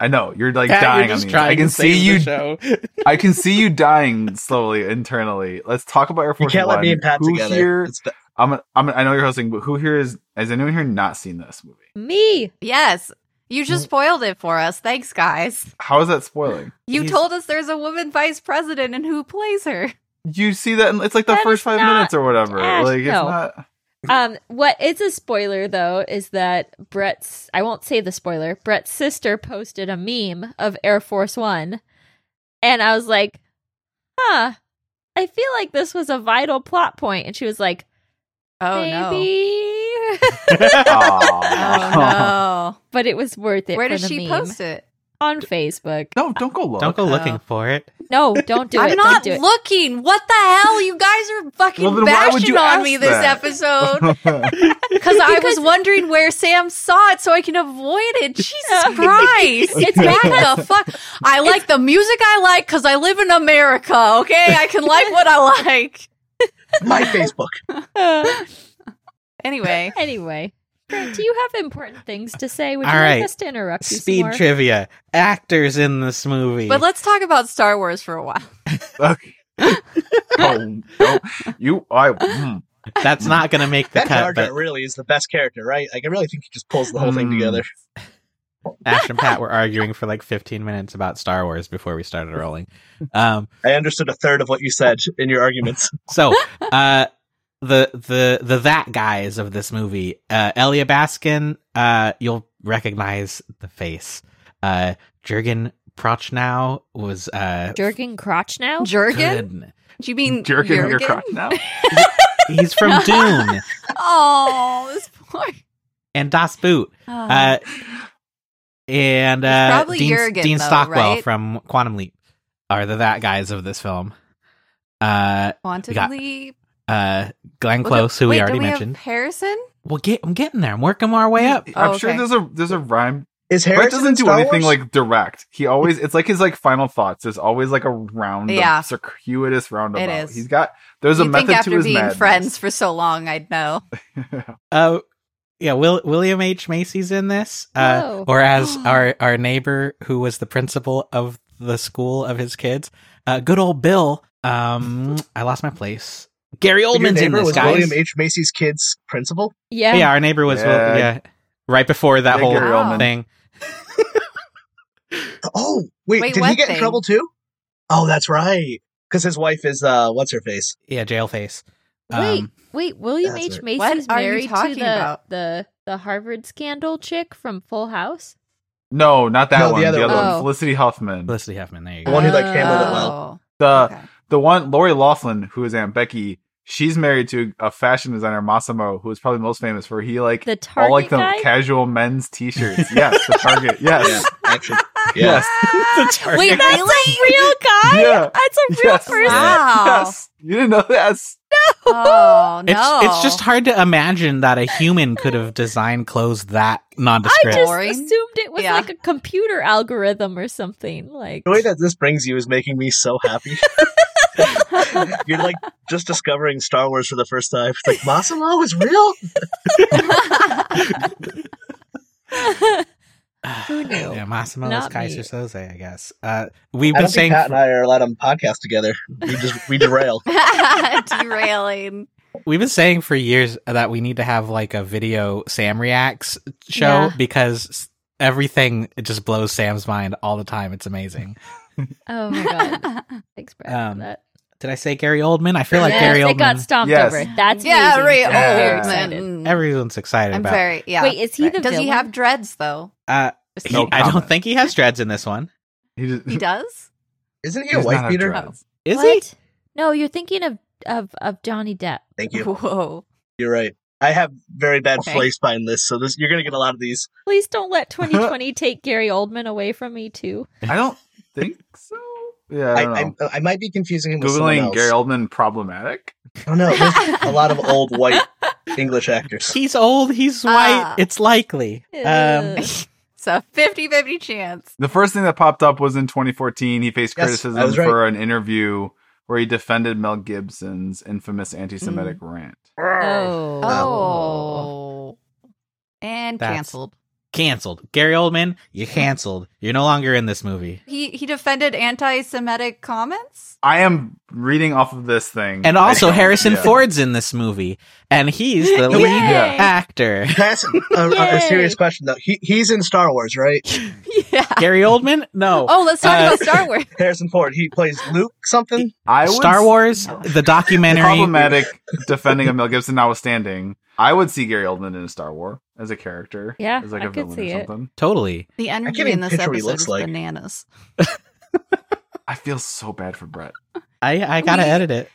[SPEAKER 1] I know you're like
[SPEAKER 2] Pat,
[SPEAKER 1] dying
[SPEAKER 2] you're
[SPEAKER 1] on
[SPEAKER 2] just
[SPEAKER 1] these.
[SPEAKER 2] trying
[SPEAKER 1] I can
[SPEAKER 2] to
[SPEAKER 1] see
[SPEAKER 2] save
[SPEAKER 1] you.
[SPEAKER 2] the show.
[SPEAKER 1] I can see you dying slowly internally. Let's talk about Air
[SPEAKER 5] You
[SPEAKER 1] Force
[SPEAKER 5] can't let me
[SPEAKER 1] One.
[SPEAKER 5] and Pat
[SPEAKER 1] Who
[SPEAKER 5] together.
[SPEAKER 1] here-
[SPEAKER 5] It's ba-
[SPEAKER 1] I'm. gonna- I'm. gonna- I know you're hosting, but who here is? Has anyone here not seen this movie?
[SPEAKER 3] me.
[SPEAKER 4] yes. You just
[SPEAKER 5] Mm.
[SPEAKER 4] spoiled it for us. Thanks, guys.
[SPEAKER 1] How is that spoiling?
[SPEAKER 4] You
[SPEAKER 2] He's-
[SPEAKER 4] told us there's a woman vice president and who plays her.
[SPEAKER 1] You see that? In, it's like the
[SPEAKER 3] That
[SPEAKER 1] first
[SPEAKER 3] is
[SPEAKER 1] five
[SPEAKER 3] not-
[SPEAKER 1] minutes or whatever.
[SPEAKER 3] Ash,
[SPEAKER 1] like it's
[SPEAKER 3] no.
[SPEAKER 1] not.
[SPEAKER 3] Um, what is a spoiler though is that Brett's I won't say the spoiler, Brett's sister posted a meme of Air Force One, and I was like, huh, I feel like this was a vital plot point. And she was like,
[SPEAKER 4] Oh no.
[SPEAKER 3] maybe
[SPEAKER 1] Aw.
[SPEAKER 4] Oh
[SPEAKER 3] But it was worth
[SPEAKER 4] no.
[SPEAKER 3] it.
[SPEAKER 4] Where
[SPEAKER 3] for
[SPEAKER 4] does
[SPEAKER 3] the meme.
[SPEAKER 4] she post it?
[SPEAKER 3] On Facebook.
[SPEAKER 1] No, don't go look.
[SPEAKER 2] Don't go looking
[SPEAKER 4] Oh.
[SPEAKER 2] for it.
[SPEAKER 3] No, don't do
[SPEAKER 4] I'm
[SPEAKER 3] it.
[SPEAKER 4] not
[SPEAKER 3] don't do it.
[SPEAKER 4] looking. What the hell? You guys are fucking
[SPEAKER 1] Well, then why would
[SPEAKER 4] bashing
[SPEAKER 1] you
[SPEAKER 4] on
[SPEAKER 1] ask
[SPEAKER 4] me this
[SPEAKER 1] that?
[SPEAKER 4] episode. Because I was
[SPEAKER 3] Because-
[SPEAKER 4] wondering where Sam saw it so I can avoid it. Jesus Christ.
[SPEAKER 3] It's
[SPEAKER 4] back the fuck. I like the music I like because I live in America, okay? I can like what I like.
[SPEAKER 5] my Facebook.
[SPEAKER 3] Uh,
[SPEAKER 4] Anyway.
[SPEAKER 3] anyway. Brett, do you have important things to say? Would you
[SPEAKER 2] All
[SPEAKER 3] like
[SPEAKER 2] right.
[SPEAKER 3] us to interrupt you? some
[SPEAKER 2] Speed
[SPEAKER 3] more?
[SPEAKER 2] trivia. Actors in this movie.
[SPEAKER 4] But let's talk about Star Wars for a while.
[SPEAKER 1] Okay. oh, no. you. I. mm.
[SPEAKER 2] That's not going to make the
[SPEAKER 5] That
[SPEAKER 2] cut,
[SPEAKER 5] character
[SPEAKER 2] but
[SPEAKER 5] really is the best character, right? Like, I really think he just pulls the whole thing
[SPEAKER 1] Hmm.
[SPEAKER 5] together.
[SPEAKER 2] Ash and Pat were arguing for like 15 minutes about Star Wars before we started rolling. Um
[SPEAKER 5] I understood a third of what you said in your arguments.
[SPEAKER 2] So, uh, the the the that guys of this movie, uh, Elia Baskin, uh, you'll recognize the face. Uh, Jurgen Prochnow was uh,
[SPEAKER 3] Jerking crotch now?
[SPEAKER 4] Jurgen?
[SPEAKER 2] good.
[SPEAKER 4] Do you mean
[SPEAKER 1] Jerking
[SPEAKER 4] Jurgen?
[SPEAKER 1] your crotch now.
[SPEAKER 2] He's from Dune
[SPEAKER 4] Oh, this poor.
[SPEAKER 2] and Das Boot,
[SPEAKER 4] Ah.
[SPEAKER 2] uh, and uh,
[SPEAKER 4] It's probably
[SPEAKER 2] Dean,
[SPEAKER 4] Jurgen,
[SPEAKER 2] Dean
[SPEAKER 4] though,
[SPEAKER 2] Stockwell
[SPEAKER 4] right?
[SPEAKER 2] from Quantum Leap are the that guys of this film. Uh,
[SPEAKER 4] Quantum
[SPEAKER 2] we got-
[SPEAKER 4] Leap.
[SPEAKER 2] uh, Glenn
[SPEAKER 4] Well,
[SPEAKER 2] Close, who
[SPEAKER 4] wait,
[SPEAKER 2] we
[SPEAKER 4] don't
[SPEAKER 2] already
[SPEAKER 4] have
[SPEAKER 2] mentioned.
[SPEAKER 4] Harrison?
[SPEAKER 2] Well, get I'm getting there. I'm working my way up.
[SPEAKER 1] I'm
[SPEAKER 4] Oh,
[SPEAKER 1] sure
[SPEAKER 4] okay.
[SPEAKER 1] there's a there's a rhyme.
[SPEAKER 5] Is
[SPEAKER 1] Brett
[SPEAKER 5] Harrison in
[SPEAKER 1] doesn't do
[SPEAKER 5] Star
[SPEAKER 1] anything
[SPEAKER 5] Wars?
[SPEAKER 1] like direct. He always it's like his like final thoughts. There's always like a round,
[SPEAKER 4] Yeah.
[SPEAKER 1] yeah. circuitous roundabout.
[SPEAKER 4] It is.
[SPEAKER 1] He's got there's a
[SPEAKER 4] You'd
[SPEAKER 1] method
[SPEAKER 4] think after
[SPEAKER 1] to his
[SPEAKER 4] being
[SPEAKER 1] madness.
[SPEAKER 4] friends for so long, I'd know.
[SPEAKER 2] Uh, yeah, Will, William H. Macy's in this, uh,
[SPEAKER 3] Oh.
[SPEAKER 2] or as our our neighbor who was the principal of the school of his kids, uh, good old Bill. Um, I lost my place. Gary
[SPEAKER 5] Your
[SPEAKER 2] Oldman's in
[SPEAKER 5] neighbor
[SPEAKER 2] this,
[SPEAKER 5] was
[SPEAKER 2] guys.
[SPEAKER 5] William H. Macy's kid's principal.
[SPEAKER 3] Yeah.
[SPEAKER 2] yeah, our neighbor was Will-
[SPEAKER 1] Yeah.
[SPEAKER 2] yeah. Right before that
[SPEAKER 1] Yeah,
[SPEAKER 2] whole
[SPEAKER 1] Gary
[SPEAKER 4] Oldman.
[SPEAKER 2] thing,
[SPEAKER 5] Oh, wait,
[SPEAKER 4] Wait,
[SPEAKER 5] did
[SPEAKER 4] what
[SPEAKER 5] he get
[SPEAKER 4] thing?
[SPEAKER 5] in trouble too? Oh, that's right. Because his wife is uh, what's her face?
[SPEAKER 2] yeah, jailface.
[SPEAKER 3] Wait,
[SPEAKER 2] Um,
[SPEAKER 3] wait. William
[SPEAKER 5] that's
[SPEAKER 3] H.
[SPEAKER 5] right.
[SPEAKER 3] Macy's
[SPEAKER 4] What are you
[SPEAKER 3] married to
[SPEAKER 4] talking
[SPEAKER 3] the,
[SPEAKER 4] about?
[SPEAKER 3] the the Harvard scandal chick from Full House.
[SPEAKER 1] No, not that
[SPEAKER 5] No, the
[SPEAKER 1] one. The
[SPEAKER 5] other
[SPEAKER 1] other,
[SPEAKER 3] one.
[SPEAKER 1] one.
[SPEAKER 3] Oh.
[SPEAKER 1] Felicity Huffman.
[SPEAKER 2] Felicity Huffman. There you
[SPEAKER 5] The
[SPEAKER 2] go.
[SPEAKER 5] one who like
[SPEAKER 3] Oh.
[SPEAKER 5] handled it well.
[SPEAKER 1] the
[SPEAKER 4] Oh, okay.
[SPEAKER 1] the one Lori Laughlin, who is Aunt Becky. She's married to a fashion designer Massimo, who is probably most famous for he like
[SPEAKER 3] The
[SPEAKER 1] all
[SPEAKER 3] Target
[SPEAKER 1] like the
[SPEAKER 3] guy.
[SPEAKER 1] casual men's t-shirts. yes, the Target.
[SPEAKER 5] Yeah,
[SPEAKER 1] Yes.
[SPEAKER 5] actually,
[SPEAKER 1] Yes.
[SPEAKER 4] Wait,
[SPEAKER 3] That's
[SPEAKER 4] really?
[SPEAKER 3] a real guy.
[SPEAKER 1] Yeah.
[SPEAKER 3] That's a real
[SPEAKER 1] Yes.
[SPEAKER 3] person.
[SPEAKER 4] Wow.
[SPEAKER 1] Yes. You didn't know that.
[SPEAKER 4] Oh
[SPEAKER 2] It's
[SPEAKER 4] no!
[SPEAKER 2] it's just hard to imagine that a human could have designed clothes that
[SPEAKER 3] I
[SPEAKER 2] nondescript.
[SPEAKER 3] just
[SPEAKER 4] Boring.
[SPEAKER 3] assumed it was
[SPEAKER 4] Yeah.
[SPEAKER 3] like a computer algorithm or something. Like
[SPEAKER 5] The way that this brings you is making me so happy. You're like just discovering Star Wars for the first time. It's like Massimo is real.
[SPEAKER 3] Who knew?
[SPEAKER 2] Yeah, Massimo is
[SPEAKER 3] Not
[SPEAKER 2] Kaiser
[SPEAKER 3] me.
[SPEAKER 2] Soze, I guess. Uh, we've
[SPEAKER 5] I
[SPEAKER 2] been
[SPEAKER 5] don't think
[SPEAKER 2] saying
[SPEAKER 5] Pat and I are allowed on podcasts together. We just we derail.
[SPEAKER 4] derailing.
[SPEAKER 2] we've been saying for years that we need to have like a video Sam reacts show
[SPEAKER 3] Yeah.
[SPEAKER 2] because s- everything it just blows Sam's mind all the time. It's amazing.
[SPEAKER 3] Oh my god! Thanks, Brad,
[SPEAKER 2] Um,
[SPEAKER 3] for that.
[SPEAKER 2] Did I say Gary Oldman? I feel like
[SPEAKER 3] yes,
[SPEAKER 2] Gary
[SPEAKER 3] it got
[SPEAKER 2] Oldman.
[SPEAKER 3] stomped
[SPEAKER 1] Yes.
[SPEAKER 3] over. That's
[SPEAKER 4] yeah, Oh,
[SPEAKER 3] amazing.
[SPEAKER 4] Ray
[SPEAKER 3] I'm
[SPEAKER 1] Yeah.
[SPEAKER 3] very excited.
[SPEAKER 4] Oldman.
[SPEAKER 2] Everyone's excited
[SPEAKER 4] Mm. I'm
[SPEAKER 2] about.
[SPEAKER 4] very yeah.
[SPEAKER 3] Wait, is he the
[SPEAKER 4] does he
[SPEAKER 3] villain?
[SPEAKER 4] have dreads though?
[SPEAKER 2] Uh,
[SPEAKER 4] Just
[SPEAKER 2] he-
[SPEAKER 1] No
[SPEAKER 2] I don't
[SPEAKER 1] comment.
[SPEAKER 2] think he has dreads in this one.
[SPEAKER 1] He just
[SPEAKER 4] he does. Oh,
[SPEAKER 5] Isn't he
[SPEAKER 1] he's
[SPEAKER 5] a wife
[SPEAKER 1] not
[SPEAKER 5] beater?
[SPEAKER 1] dress.
[SPEAKER 2] Is he?
[SPEAKER 3] What? No, you're thinking of of of Johnny Depp.
[SPEAKER 5] Thank you.
[SPEAKER 1] Oh,
[SPEAKER 4] Whoa!
[SPEAKER 5] You're right. I have very bad
[SPEAKER 4] Okay.
[SPEAKER 5] place spine lists, so this, you're gonna get a lot of these.
[SPEAKER 3] Please don't let 2020 take Gary Oldman away from me too.
[SPEAKER 1] I don't think so. Yeah, I
[SPEAKER 5] I,
[SPEAKER 1] don't know.
[SPEAKER 5] I, I, might be confusing him with someone
[SPEAKER 1] Googling
[SPEAKER 5] else.
[SPEAKER 1] Gary Oldman problematic.
[SPEAKER 5] I don't know. There's a lot of old white English actors.
[SPEAKER 2] He's old. He's white.
[SPEAKER 4] Ah.
[SPEAKER 2] it's likely. Um,
[SPEAKER 3] Ugh.
[SPEAKER 4] So 50-50 chance.
[SPEAKER 1] The first thing that popped up was in 2014. He faced
[SPEAKER 5] Yes, I
[SPEAKER 1] criticism
[SPEAKER 5] was right.
[SPEAKER 1] for an interview where he defended Mel Gibson's infamous anti-Semitic
[SPEAKER 3] Mm.
[SPEAKER 1] rant.
[SPEAKER 3] oh.
[SPEAKER 4] Oh. And
[SPEAKER 2] That's-
[SPEAKER 4] canceled.
[SPEAKER 2] canceled. Gary Oldman, you canceled. You're no longer in this movie.
[SPEAKER 4] He he defended anti-Semitic comments.
[SPEAKER 1] I am reading off of this thing,
[SPEAKER 2] And also, Harrison
[SPEAKER 1] Yeah.
[SPEAKER 2] Ford's in this movie, and he's the
[SPEAKER 3] Yay!
[SPEAKER 2] lead actor.
[SPEAKER 5] Can I ask a, a, a
[SPEAKER 3] Yay.
[SPEAKER 5] serious question though? He, he's in Star Wars, right?
[SPEAKER 4] Yeah.
[SPEAKER 2] Gary Oldman? No.
[SPEAKER 4] Oh, let's talk
[SPEAKER 2] Uh,
[SPEAKER 4] about Star Wars.
[SPEAKER 5] Harrison Ford. He plays Luke something.
[SPEAKER 1] I would
[SPEAKER 2] Star Wars,
[SPEAKER 4] No.
[SPEAKER 2] the documentary.
[SPEAKER 1] problematic defending of Mel Gibson notwithstanding. I would see Gary Oldman in a Star War as a character.
[SPEAKER 3] Yeah,
[SPEAKER 1] as like
[SPEAKER 3] I
[SPEAKER 1] a
[SPEAKER 3] could
[SPEAKER 1] villain
[SPEAKER 3] see
[SPEAKER 1] or
[SPEAKER 3] it.
[SPEAKER 1] something.
[SPEAKER 2] totally.
[SPEAKER 4] The energy
[SPEAKER 5] even
[SPEAKER 4] in this
[SPEAKER 5] picture what he
[SPEAKER 4] episode
[SPEAKER 5] looks
[SPEAKER 4] is
[SPEAKER 5] like.
[SPEAKER 4] bananas.
[SPEAKER 1] I feel so bad for Brett.
[SPEAKER 2] I, I gotta
[SPEAKER 3] We-
[SPEAKER 2] edit it.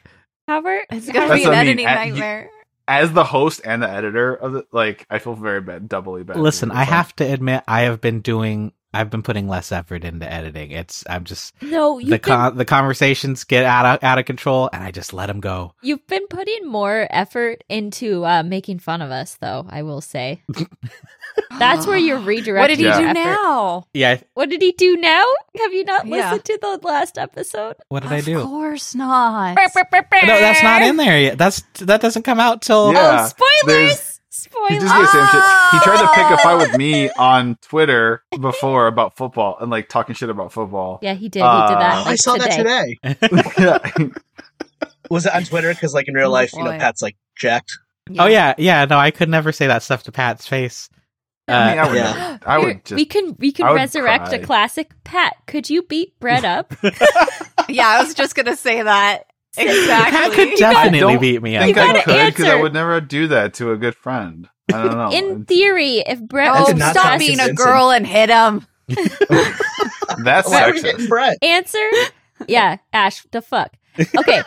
[SPEAKER 3] However,
[SPEAKER 4] It's gonna
[SPEAKER 1] That's
[SPEAKER 4] be an
[SPEAKER 1] what I mean.
[SPEAKER 4] editing
[SPEAKER 1] At- you-
[SPEAKER 4] nightmare.
[SPEAKER 1] As the host and the editor of the like, I feel very bad, doubly bad.
[SPEAKER 2] Listen,
[SPEAKER 1] because
[SPEAKER 2] I
[SPEAKER 1] it's like-
[SPEAKER 2] have to admit, I have been doing. I've been putting less effort into editing. It's I'm just
[SPEAKER 3] no, you've
[SPEAKER 2] the
[SPEAKER 3] been
[SPEAKER 2] con- the conversations get out of out of control, and I just let them go.
[SPEAKER 3] you've been putting more effort into uh, making fun of us, though. I will say that's where you're redirecting.
[SPEAKER 4] What did he
[SPEAKER 1] Yeah.
[SPEAKER 4] do
[SPEAKER 3] your effort.
[SPEAKER 4] now?
[SPEAKER 2] Yeah,
[SPEAKER 3] What did he do now? Have you not
[SPEAKER 4] Yeah.
[SPEAKER 3] listened to the last episode?
[SPEAKER 2] what did I do? Oh,
[SPEAKER 4] Of course not.
[SPEAKER 2] No, that's not in there yet. That's that doesn't come out till
[SPEAKER 1] Yeah.
[SPEAKER 3] Oh, spoilers!
[SPEAKER 1] there's- He
[SPEAKER 3] Spoilers.
[SPEAKER 1] just gets same shit. He tried to pick a fight with me on Twitter before about football and like talking shit about football.
[SPEAKER 3] yeah, he did. He did
[SPEAKER 1] Uh,
[SPEAKER 3] that.
[SPEAKER 5] Oh,
[SPEAKER 3] like,
[SPEAKER 5] I saw that today.
[SPEAKER 1] Yeah.
[SPEAKER 5] Was it on Twitter? Because like in real
[SPEAKER 4] Oh,
[SPEAKER 5] life, you know,
[SPEAKER 4] boy.
[SPEAKER 5] Pat's like jacked.
[SPEAKER 2] Oh yeah, yeah. No, I could never say that stuff to Pat's face.
[SPEAKER 1] I mean,
[SPEAKER 2] Uh,
[SPEAKER 1] I would,
[SPEAKER 5] Yeah.
[SPEAKER 1] never- I
[SPEAKER 3] Here,
[SPEAKER 1] would just.
[SPEAKER 3] we can we
[SPEAKER 1] I
[SPEAKER 3] can
[SPEAKER 1] would
[SPEAKER 3] resurrect
[SPEAKER 1] cry.
[SPEAKER 3] a classic. Pat, could you beat Brett up?
[SPEAKER 4] yeah, I was just gonna say that.
[SPEAKER 2] Pat
[SPEAKER 4] Exactly.
[SPEAKER 2] could
[SPEAKER 1] I
[SPEAKER 2] definitely
[SPEAKER 1] don't
[SPEAKER 2] beat me
[SPEAKER 1] I
[SPEAKER 2] up.
[SPEAKER 1] think
[SPEAKER 3] You
[SPEAKER 1] I
[SPEAKER 3] gotta
[SPEAKER 1] could because I
[SPEAKER 3] answer.
[SPEAKER 1] would never do that to a good friend. I don't know.
[SPEAKER 3] in
[SPEAKER 1] It's-
[SPEAKER 3] theory, if Brett
[SPEAKER 5] That
[SPEAKER 4] oh,
[SPEAKER 5] did not
[SPEAKER 4] stop
[SPEAKER 5] sound
[SPEAKER 4] being a
[SPEAKER 5] convincing.
[SPEAKER 4] girl and hit him.
[SPEAKER 1] that's
[SPEAKER 5] Why are we getting
[SPEAKER 1] sexist.
[SPEAKER 5] Brett?
[SPEAKER 3] answer, yeah, Ash, the fuck. Okay,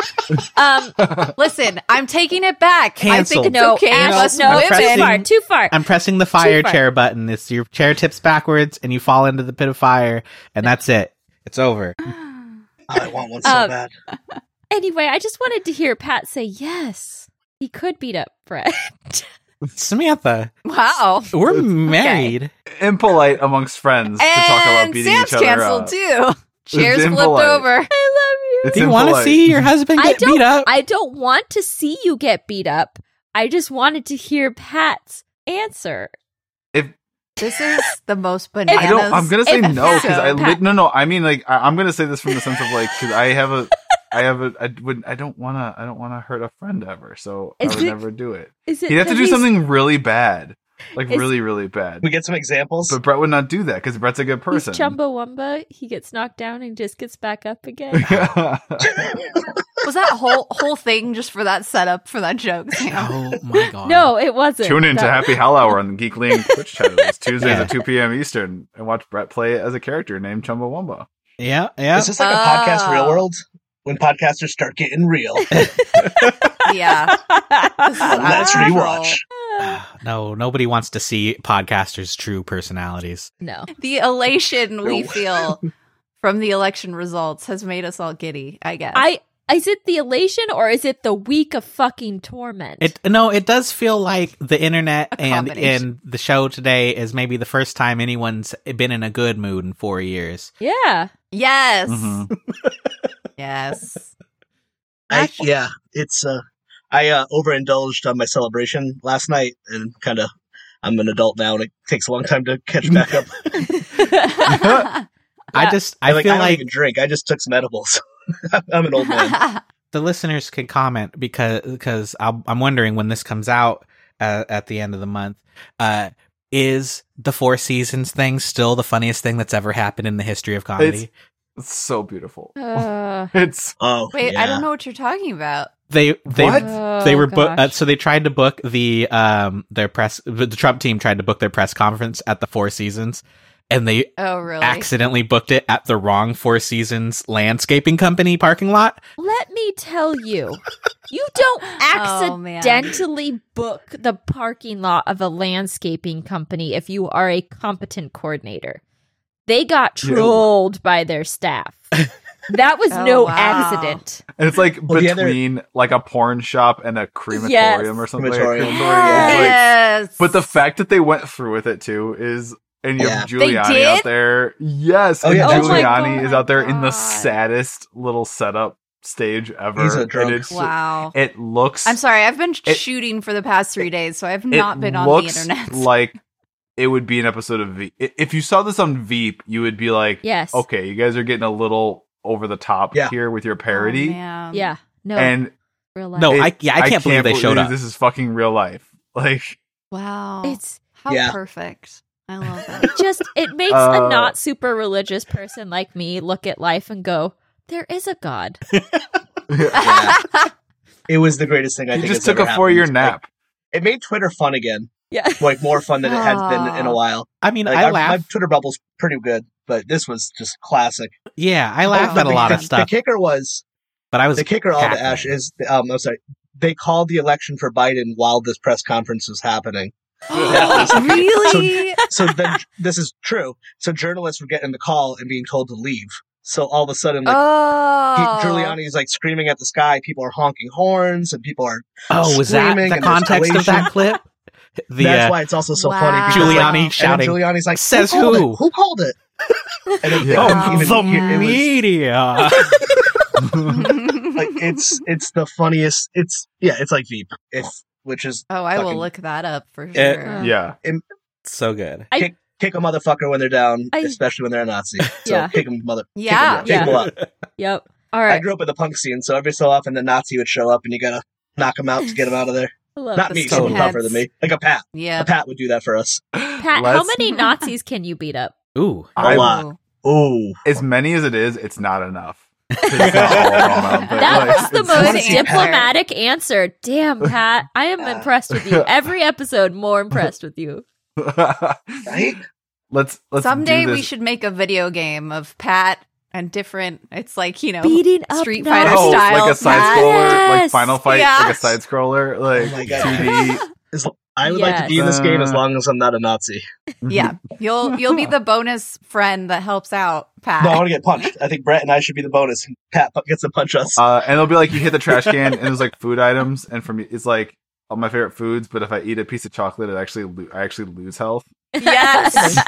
[SPEAKER 3] um,
[SPEAKER 4] Listen, I'm taking it back. I
[SPEAKER 2] Canceled.
[SPEAKER 4] think it's
[SPEAKER 3] no,
[SPEAKER 4] okay.
[SPEAKER 2] No,
[SPEAKER 3] Ash,
[SPEAKER 4] Us
[SPEAKER 3] no,
[SPEAKER 2] I'm
[SPEAKER 3] too
[SPEAKER 2] pressing-
[SPEAKER 3] far,
[SPEAKER 4] women.
[SPEAKER 3] too far.
[SPEAKER 2] I'm pressing the fire
[SPEAKER 3] far.
[SPEAKER 2] chair button. It's your chair tips backwards and you fall into the pit of fire and that's it. It's over.
[SPEAKER 5] Oh, I want one so
[SPEAKER 3] Uh,
[SPEAKER 5] bad.
[SPEAKER 3] Anyway, I just wanted to hear Pat say yes. He could beat up Brett.
[SPEAKER 2] Samantha,
[SPEAKER 4] Wow.
[SPEAKER 2] we're married.
[SPEAKER 1] Impolite amongst friends to talk about
[SPEAKER 4] And
[SPEAKER 1] beating
[SPEAKER 4] Sam's
[SPEAKER 1] each other
[SPEAKER 4] canceled
[SPEAKER 1] up.
[SPEAKER 4] too. Chairs flipped
[SPEAKER 1] impolite.
[SPEAKER 4] over.
[SPEAKER 3] I love you.
[SPEAKER 1] It's
[SPEAKER 2] Do you want to
[SPEAKER 1] impolite.
[SPEAKER 2] see your husband
[SPEAKER 3] I
[SPEAKER 2] get beat
[SPEAKER 3] don't-
[SPEAKER 2] up?
[SPEAKER 3] I don't want to see you get beat up. I just wanted to hear Pat's answer.
[SPEAKER 1] If
[SPEAKER 4] This is the most bananas.
[SPEAKER 1] I don't, I'm gonna say
[SPEAKER 3] if-
[SPEAKER 1] no because I
[SPEAKER 4] episode.
[SPEAKER 1] li- no no. I mean like I, I'm gonna say this from the sense of like because I have a I have a I would I don't wanna I don't wanna hurt a friend ever, so I
[SPEAKER 3] Is
[SPEAKER 1] would
[SPEAKER 3] it-
[SPEAKER 1] never do it.
[SPEAKER 3] Is it
[SPEAKER 1] He'd have to
[SPEAKER 3] 'cause
[SPEAKER 1] do
[SPEAKER 3] he's-
[SPEAKER 1] something really bad, like
[SPEAKER 3] Is-
[SPEAKER 1] really really bad.
[SPEAKER 5] We get some examples.
[SPEAKER 1] But Brett would not do that because Brett's a good person.
[SPEAKER 3] He's Chumbawamba. He gets knocked down and just gets back up again.
[SPEAKER 4] Was that whole whole thing just for that setup for that joke? Sam?
[SPEAKER 2] Oh my god.
[SPEAKER 3] no, it wasn't.
[SPEAKER 1] Tune in to
[SPEAKER 3] That-
[SPEAKER 1] Happy Hell Hour on the Geekly and Twitch channels Tuesdays
[SPEAKER 2] Yeah.
[SPEAKER 1] at 2 p.m. Eastern and watch Brett play as a character named Chumbawamba.
[SPEAKER 2] Yeah, yeah.
[SPEAKER 5] Is this like a podcast
[SPEAKER 4] Oh.
[SPEAKER 5] real world? When podcasters start getting real,
[SPEAKER 4] Yeah.
[SPEAKER 5] let's rewatch.
[SPEAKER 2] no, nobody wants to see podcasters' true personalities.
[SPEAKER 3] no.
[SPEAKER 4] The elation we
[SPEAKER 5] No.
[SPEAKER 4] feel from the election results has made us all giddy, I guess.
[SPEAKER 3] I is it the elation or is it the week of fucking torment?
[SPEAKER 2] It no, it does feel like the internet
[SPEAKER 4] A
[SPEAKER 2] and
[SPEAKER 4] combination.
[SPEAKER 2] and the show today is maybe the first time anyone's been in a good mood in four years.
[SPEAKER 3] yeah.
[SPEAKER 4] yes.
[SPEAKER 1] Mhm.
[SPEAKER 4] Yes.
[SPEAKER 5] I, yeah, it's. Uh, I uh, overindulged on my celebration last night, and kind of. I'm an adult now, and it takes a long time to catch back up.
[SPEAKER 2] I
[SPEAKER 3] Yeah.
[SPEAKER 2] just
[SPEAKER 5] I
[SPEAKER 2] I
[SPEAKER 5] like.
[SPEAKER 2] feel
[SPEAKER 5] I don't
[SPEAKER 2] like
[SPEAKER 5] even drink. I just took some edibles. I'm an old man.
[SPEAKER 2] the listeners can comment because because I'll, I'm wondering when this comes out uh, at the end of the month. Uh, is the Four Seasons thing still the funniest thing that's ever happened in the history of comedy?
[SPEAKER 1] It's- It's so beautiful.
[SPEAKER 3] Uh,
[SPEAKER 1] It's
[SPEAKER 5] Oh
[SPEAKER 4] Wait, I
[SPEAKER 5] yeah.
[SPEAKER 4] don't know what you're talking about.
[SPEAKER 2] they they
[SPEAKER 1] What?
[SPEAKER 2] they
[SPEAKER 3] oh,
[SPEAKER 2] were bo- uh,
[SPEAKER 3] gosh.
[SPEAKER 2] so they tried to book the um their press the Trump team tried to book their press conference at the Four Seasons, and they
[SPEAKER 4] Oh, really?
[SPEAKER 2] accidentally booked it at the wrong Four Seasons landscaping company parking lot.
[SPEAKER 3] Let me tell you, you don't
[SPEAKER 4] Oh, man.
[SPEAKER 3] accidentally book the parking lot of a landscaping company if you are a competent coordinator. They got
[SPEAKER 1] Yeah.
[SPEAKER 3] trolled by their staff. That was
[SPEAKER 4] Oh,
[SPEAKER 3] no
[SPEAKER 4] wow.
[SPEAKER 3] accident.
[SPEAKER 1] and it's like
[SPEAKER 5] Well, the other-
[SPEAKER 1] between like a porn shop and a crematorium or something.
[SPEAKER 5] Crematorium.
[SPEAKER 4] Yes.
[SPEAKER 1] But the fact that they went through with it too is, and you have
[SPEAKER 4] They
[SPEAKER 1] Giuliani
[SPEAKER 4] did?
[SPEAKER 1] out there. Yes,
[SPEAKER 5] Oh,
[SPEAKER 1] and
[SPEAKER 5] yeah.
[SPEAKER 3] Oh my
[SPEAKER 1] Giuliani
[SPEAKER 3] God.
[SPEAKER 1] is out there in the
[SPEAKER 4] God.
[SPEAKER 1] saddest little setup stage ever.
[SPEAKER 5] He's a
[SPEAKER 1] and
[SPEAKER 5] drunk.
[SPEAKER 1] it's-
[SPEAKER 4] wow.
[SPEAKER 1] It looks.
[SPEAKER 4] I'm sorry, I've been
[SPEAKER 1] It-
[SPEAKER 4] shooting for the past three days, so I've
[SPEAKER 1] it
[SPEAKER 4] not been on the
[SPEAKER 1] looks
[SPEAKER 4] internet.
[SPEAKER 1] Like it would be an episode of Veep. I- If you saw this on Veep, you would be like,
[SPEAKER 3] Yes.
[SPEAKER 1] okay, you guys are getting a little over the top
[SPEAKER 5] Yeah.
[SPEAKER 1] here with your
[SPEAKER 4] Oh,
[SPEAKER 1] parody."
[SPEAKER 4] man.
[SPEAKER 3] Yeah. No.
[SPEAKER 1] and
[SPEAKER 3] real life.
[SPEAKER 2] No,
[SPEAKER 1] It-
[SPEAKER 2] I yeah I can't, believe they showed up.
[SPEAKER 1] This is fucking real life. Like,
[SPEAKER 4] Wow.
[SPEAKER 3] It's
[SPEAKER 4] How
[SPEAKER 5] Yeah.
[SPEAKER 4] perfect. I love that.
[SPEAKER 3] just it makes
[SPEAKER 1] Uh,
[SPEAKER 3] a not super religious person like me look at life and go, "There is a god."
[SPEAKER 5] It was the greatest thing I
[SPEAKER 1] he
[SPEAKER 5] think.
[SPEAKER 1] just
[SPEAKER 5] that's
[SPEAKER 1] took
[SPEAKER 5] ever
[SPEAKER 1] a four-year
[SPEAKER 5] happened. Like,
[SPEAKER 1] nap.
[SPEAKER 5] it made Twitter fun again,
[SPEAKER 3] Yeah.
[SPEAKER 5] like more fun than it has been
[SPEAKER 4] Aw.
[SPEAKER 5] in a while.
[SPEAKER 2] I mean,
[SPEAKER 5] Like,
[SPEAKER 2] I
[SPEAKER 5] our-
[SPEAKER 2] laugh.
[SPEAKER 5] My Twitter bubble's pretty good, but this was just classic.
[SPEAKER 2] yeah, I laugh
[SPEAKER 5] But
[SPEAKER 2] at a
[SPEAKER 5] Oh, the-
[SPEAKER 2] lot
[SPEAKER 5] the,
[SPEAKER 2] of stuff,
[SPEAKER 5] The kicker was
[SPEAKER 2] but I was
[SPEAKER 5] the kicker on the
[SPEAKER 2] cackling.
[SPEAKER 5] ash is um, I'm sorry. They called the election for Biden while this press conference was happening.
[SPEAKER 4] really?
[SPEAKER 5] So then this is true. So journalists were getting the call and being told to leave. So all of a sudden, like he,
[SPEAKER 4] oh.
[SPEAKER 5] Giuliani's like screaming at the sky. People are honking horns and people are.
[SPEAKER 2] Oh, was that
[SPEAKER 5] screaming
[SPEAKER 2] the
[SPEAKER 5] and there's
[SPEAKER 2] context of that clip? The
[SPEAKER 5] that's
[SPEAKER 2] uh,
[SPEAKER 5] why it's also so
[SPEAKER 4] Wow.
[SPEAKER 5] funny. because, like,
[SPEAKER 2] Giuliani
[SPEAKER 4] And
[SPEAKER 5] And then
[SPEAKER 2] shouting,
[SPEAKER 5] Giuliani's like,
[SPEAKER 2] Says
[SPEAKER 5] who? Called
[SPEAKER 2] who?" Oh,
[SPEAKER 5] it? Who called it? And it,
[SPEAKER 1] Yeah.
[SPEAKER 5] they
[SPEAKER 4] Wow.
[SPEAKER 5] couldn't
[SPEAKER 2] "The
[SPEAKER 5] even hear- it was-
[SPEAKER 2] media."
[SPEAKER 5] like it's it's the funniest. It's yeah, it's like Veep. If which is
[SPEAKER 4] Oh, I will
[SPEAKER 5] fucking-
[SPEAKER 4] look that up for
[SPEAKER 2] Yeah.
[SPEAKER 4] sure.
[SPEAKER 1] yeah.
[SPEAKER 2] so good.
[SPEAKER 5] kick a motherfucker when they're down,
[SPEAKER 3] I-
[SPEAKER 5] especially when they're a Nazi. So
[SPEAKER 3] Yeah.
[SPEAKER 5] kick 'em mother.
[SPEAKER 4] Ah, Yeah.
[SPEAKER 5] kick 'em down, kick 'em up.
[SPEAKER 3] Yep. All
[SPEAKER 5] I
[SPEAKER 3] right.
[SPEAKER 5] grew up in the punk scene, so every so often the Nazi would show up, and you gotta knock him out to get him out of there.
[SPEAKER 3] I love
[SPEAKER 5] Not
[SPEAKER 3] this.
[SPEAKER 5] me,
[SPEAKER 4] the
[SPEAKER 5] someone tougher
[SPEAKER 4] skinheads.
[SPEAKER 5] than me, like a Pat.
[SPEAKER 4] Yeah.
[SPEAKER 5] A Pat would do that for us.
[SPEAKER 3] Pat, how
[SPEAKER 1] Let's-
[SPEAKER 3] many Nazis can you beat up?
[SPEAKER 2] Ooh,
[SPEAKER 1] I-
[SPEAKER 5] lot. Ooh,
[SPEAKER 1] as many as it is, it's not enough. It's not all of them, but,
[SPEAKER 3] That
[SPEAKER 1] like,
[SPEAKER 3] was the
[SPEAKER 1] it's-
[SPEAKER 4] it's-
[SPEAKER 3] most
[SPEAKER 4] it's-
[SPEAKER 3] diplomatic answer. Damn, Pat. I am
[SPEAKER 5] Yeah.
[SPEAKER 3] impressed with you. Every episode, more impressed with you.
[SPEAKER 5] right?
[SPEAKER 1] let's let's
[SPEAKER 4] Someday
[SPEAKER 1] do
[SPEAKER 4] we
[SPEAKER 1] this.
[SPEAKER 4] should make a video game of Pat and different. It's like you know.
[SPEAKER 3] Beating up
[SPEAKER 4] Street Fighter
[SPEAKER 1] Oh,
[SPEAKER 4] style
[SPEAKER 1] like a side
[SPEAKER 4] Pat.
[SPEAKER 1] scroller, like
[SPEAKER 3] Yes.
[SPEAKER 1] Final Fight, like a
[SPEAKER 4] Yes.
[SPEAKER 1] side scroller,
[SPEAKER 5] Oh
[SPEAKER 1] like
[SPEAKER 5] my God.
[SPEAKER 1] 2D.
[SPEAKER 5] I would like to be in this game as long as I'm not a Nazi.
[SPEAKER 1] Mm-hmm.
[SPEAKER 4] Yeah, you'll you'll be the bonus friend that helps out Pat.
[SPEAKER 5] No, I want to get punched. I think Brett and I should be the bonus. Pat pu- gets to punch us.
[SPEAKER 1] Uh, and it'll be like you hit the trash can, and there's like food items, and for me, it's like all my favorite foods. But if I eat a piece of chocolate, it actually lo- I actually lose health.
[SPEAKER 3] Yes.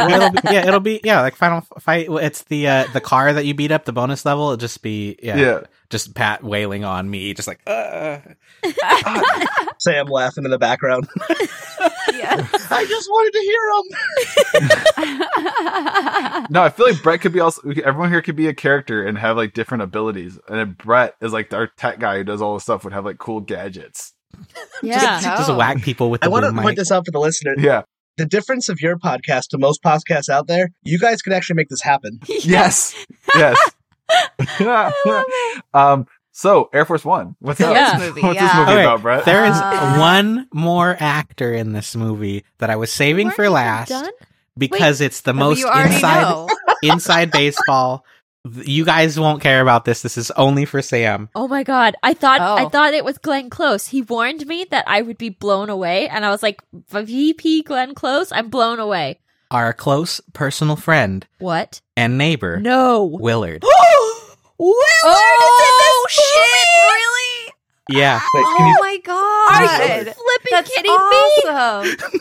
[SPEAKER 2] Well, it'll be, yeah, it'll be yeah, like final F- fight. well, It's the uh, the car that you beat up, the bonus level. It'll just be yeah,
[SPEAKER 1] yeah.
[SPEAKER 2] just Pat wailing on me, just like uh.
[SPEAKER 5] Sam laughing in the background.
[SPEAKER 4] yeah.
[SPEAKER 5] I just wanted to hear him.
[SPEAKER 1] No, I feel like Brett could be also. we could- Everyone here could be a character and have like different abilities. And then Brett is like our tech guy who does all this stuff. Would have like cool gadgets.
[SPEAKER 3] yeah.
[SPEAKER 2] just
[SPEAKER 4] Oh.
[SPEAKER 2] whack people with the
[SPEAKER 5] I want to
[SPEAKER 2] boom mic.
[SPEAKER 5] point this out for the listener.
[SPEAKER 1] Yeah.
[SPEAKER 5] The difference of your podcast to most podcasts out there, you guys could actually make this happen.
[SPEAKER 1] Yes. Yes. um. So Air Force One. What's up?
[SPEAKER 3] Yeah.
[SPEAKER 4] This movie,
[SPEAKER 1] What's this
[SPEAKER 4] yeah.
[SPEAKER 1] movie
[SPEAKER 2] Okay,
[SPEAKER 1] about, Brett?
[SPEAKER 2] There is
[SPEAKER 3] Ah.
[SPEAKER 4] Uh.
[SPEAKER 2] one more actor in this movie that I was saving
[SPEAKER 3] Weren't
[SPEAKER 2] for
[SPEAKER 3] you
[SPEAKER 2] last
[SPEAKER 3] done?
[SPEAKER 2] because it's the
[SPEAKER 4] But
[SPEAKER 2] most
[SPEAKER 4] you already
[SPEAKER 2] inside
[SPEAKER 4] know.
[SPEAKER 2] inside baseball. Th- You guys won't care about this. This is only for Sam.
[SPEAKER 3] Oh my god. I thought I
[SPEAKER 4] Oh.
[SPEAKER 3] thought it was Glenn Close. He warned me that I would be blown away and I was like VP Glenn Close, I'm blown away.
[SPEAKER 2] Our close personal friend
[SPEAKER 3] What?
[SPEAKER 2] and neighbor
[SPEAKER 3] No.
[SPEAKER 2] Willard.
[SPEAKER 4] Oh shit! Really?
[SPEAKER 2] yeah.
[SPEAKER 5] Wait, can
[SPEAKER 4] Oh
[SPEAKER 5] you,
[SPEAKER 4] my god!
[SPEAKER 3] Are you flipping
[SPEAKER 4] That's
[SPEAKER 3] kidding me?
[SPEAKER 4] awesome.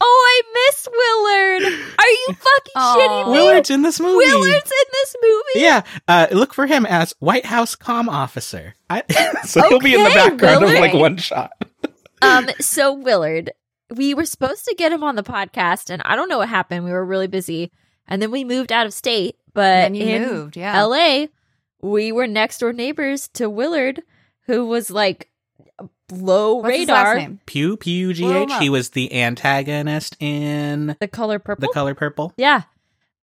[SPEAKER 3] Oh, I miss Willard. Are you fucking
[SPEAKER 4] Aw.
[SPEAKER 3] shitting me?
[SPEAKER 2] Willard's in this movie.
[SPEAKER 3] Willard's in this movie.
[SPEAKER 2] Yeah, uh, look for him as White House comm officer. I, so he'll be in the
[SPEAKER 3] Okay,
[SPEAKER 2] background of like
[SPEAKER 3] Willard.
[SPEAKER 2] one shot.
[SPEAKER 3] Um, so Willard, we were supposed to get him on the podcast, and I don't know what happened. We were really busy, and then we moved out of state. But
[SPEAKER 4] and you
[SPEAKER 3] in
[SPEAKER 4] moved, yeah.
[SPEAKER 3] L.A., we were next door neighbors to Willard, who was like low
[SPEAKER 4] What's his
[SPEAKER 3] radar.
[SPEAKER 4] last name?
[SPEAKER 2] Pew Pew G
[SPEAKER 4] Blow
[SPEAKER 2] H.
[SPEAKER 4] him up.
[SPEAKER 2] He was the antagonist in
[SPEAKER 3] The color purple.
[SPEAKER 2] The Color Purple.
[SPEAKER 3] yeah.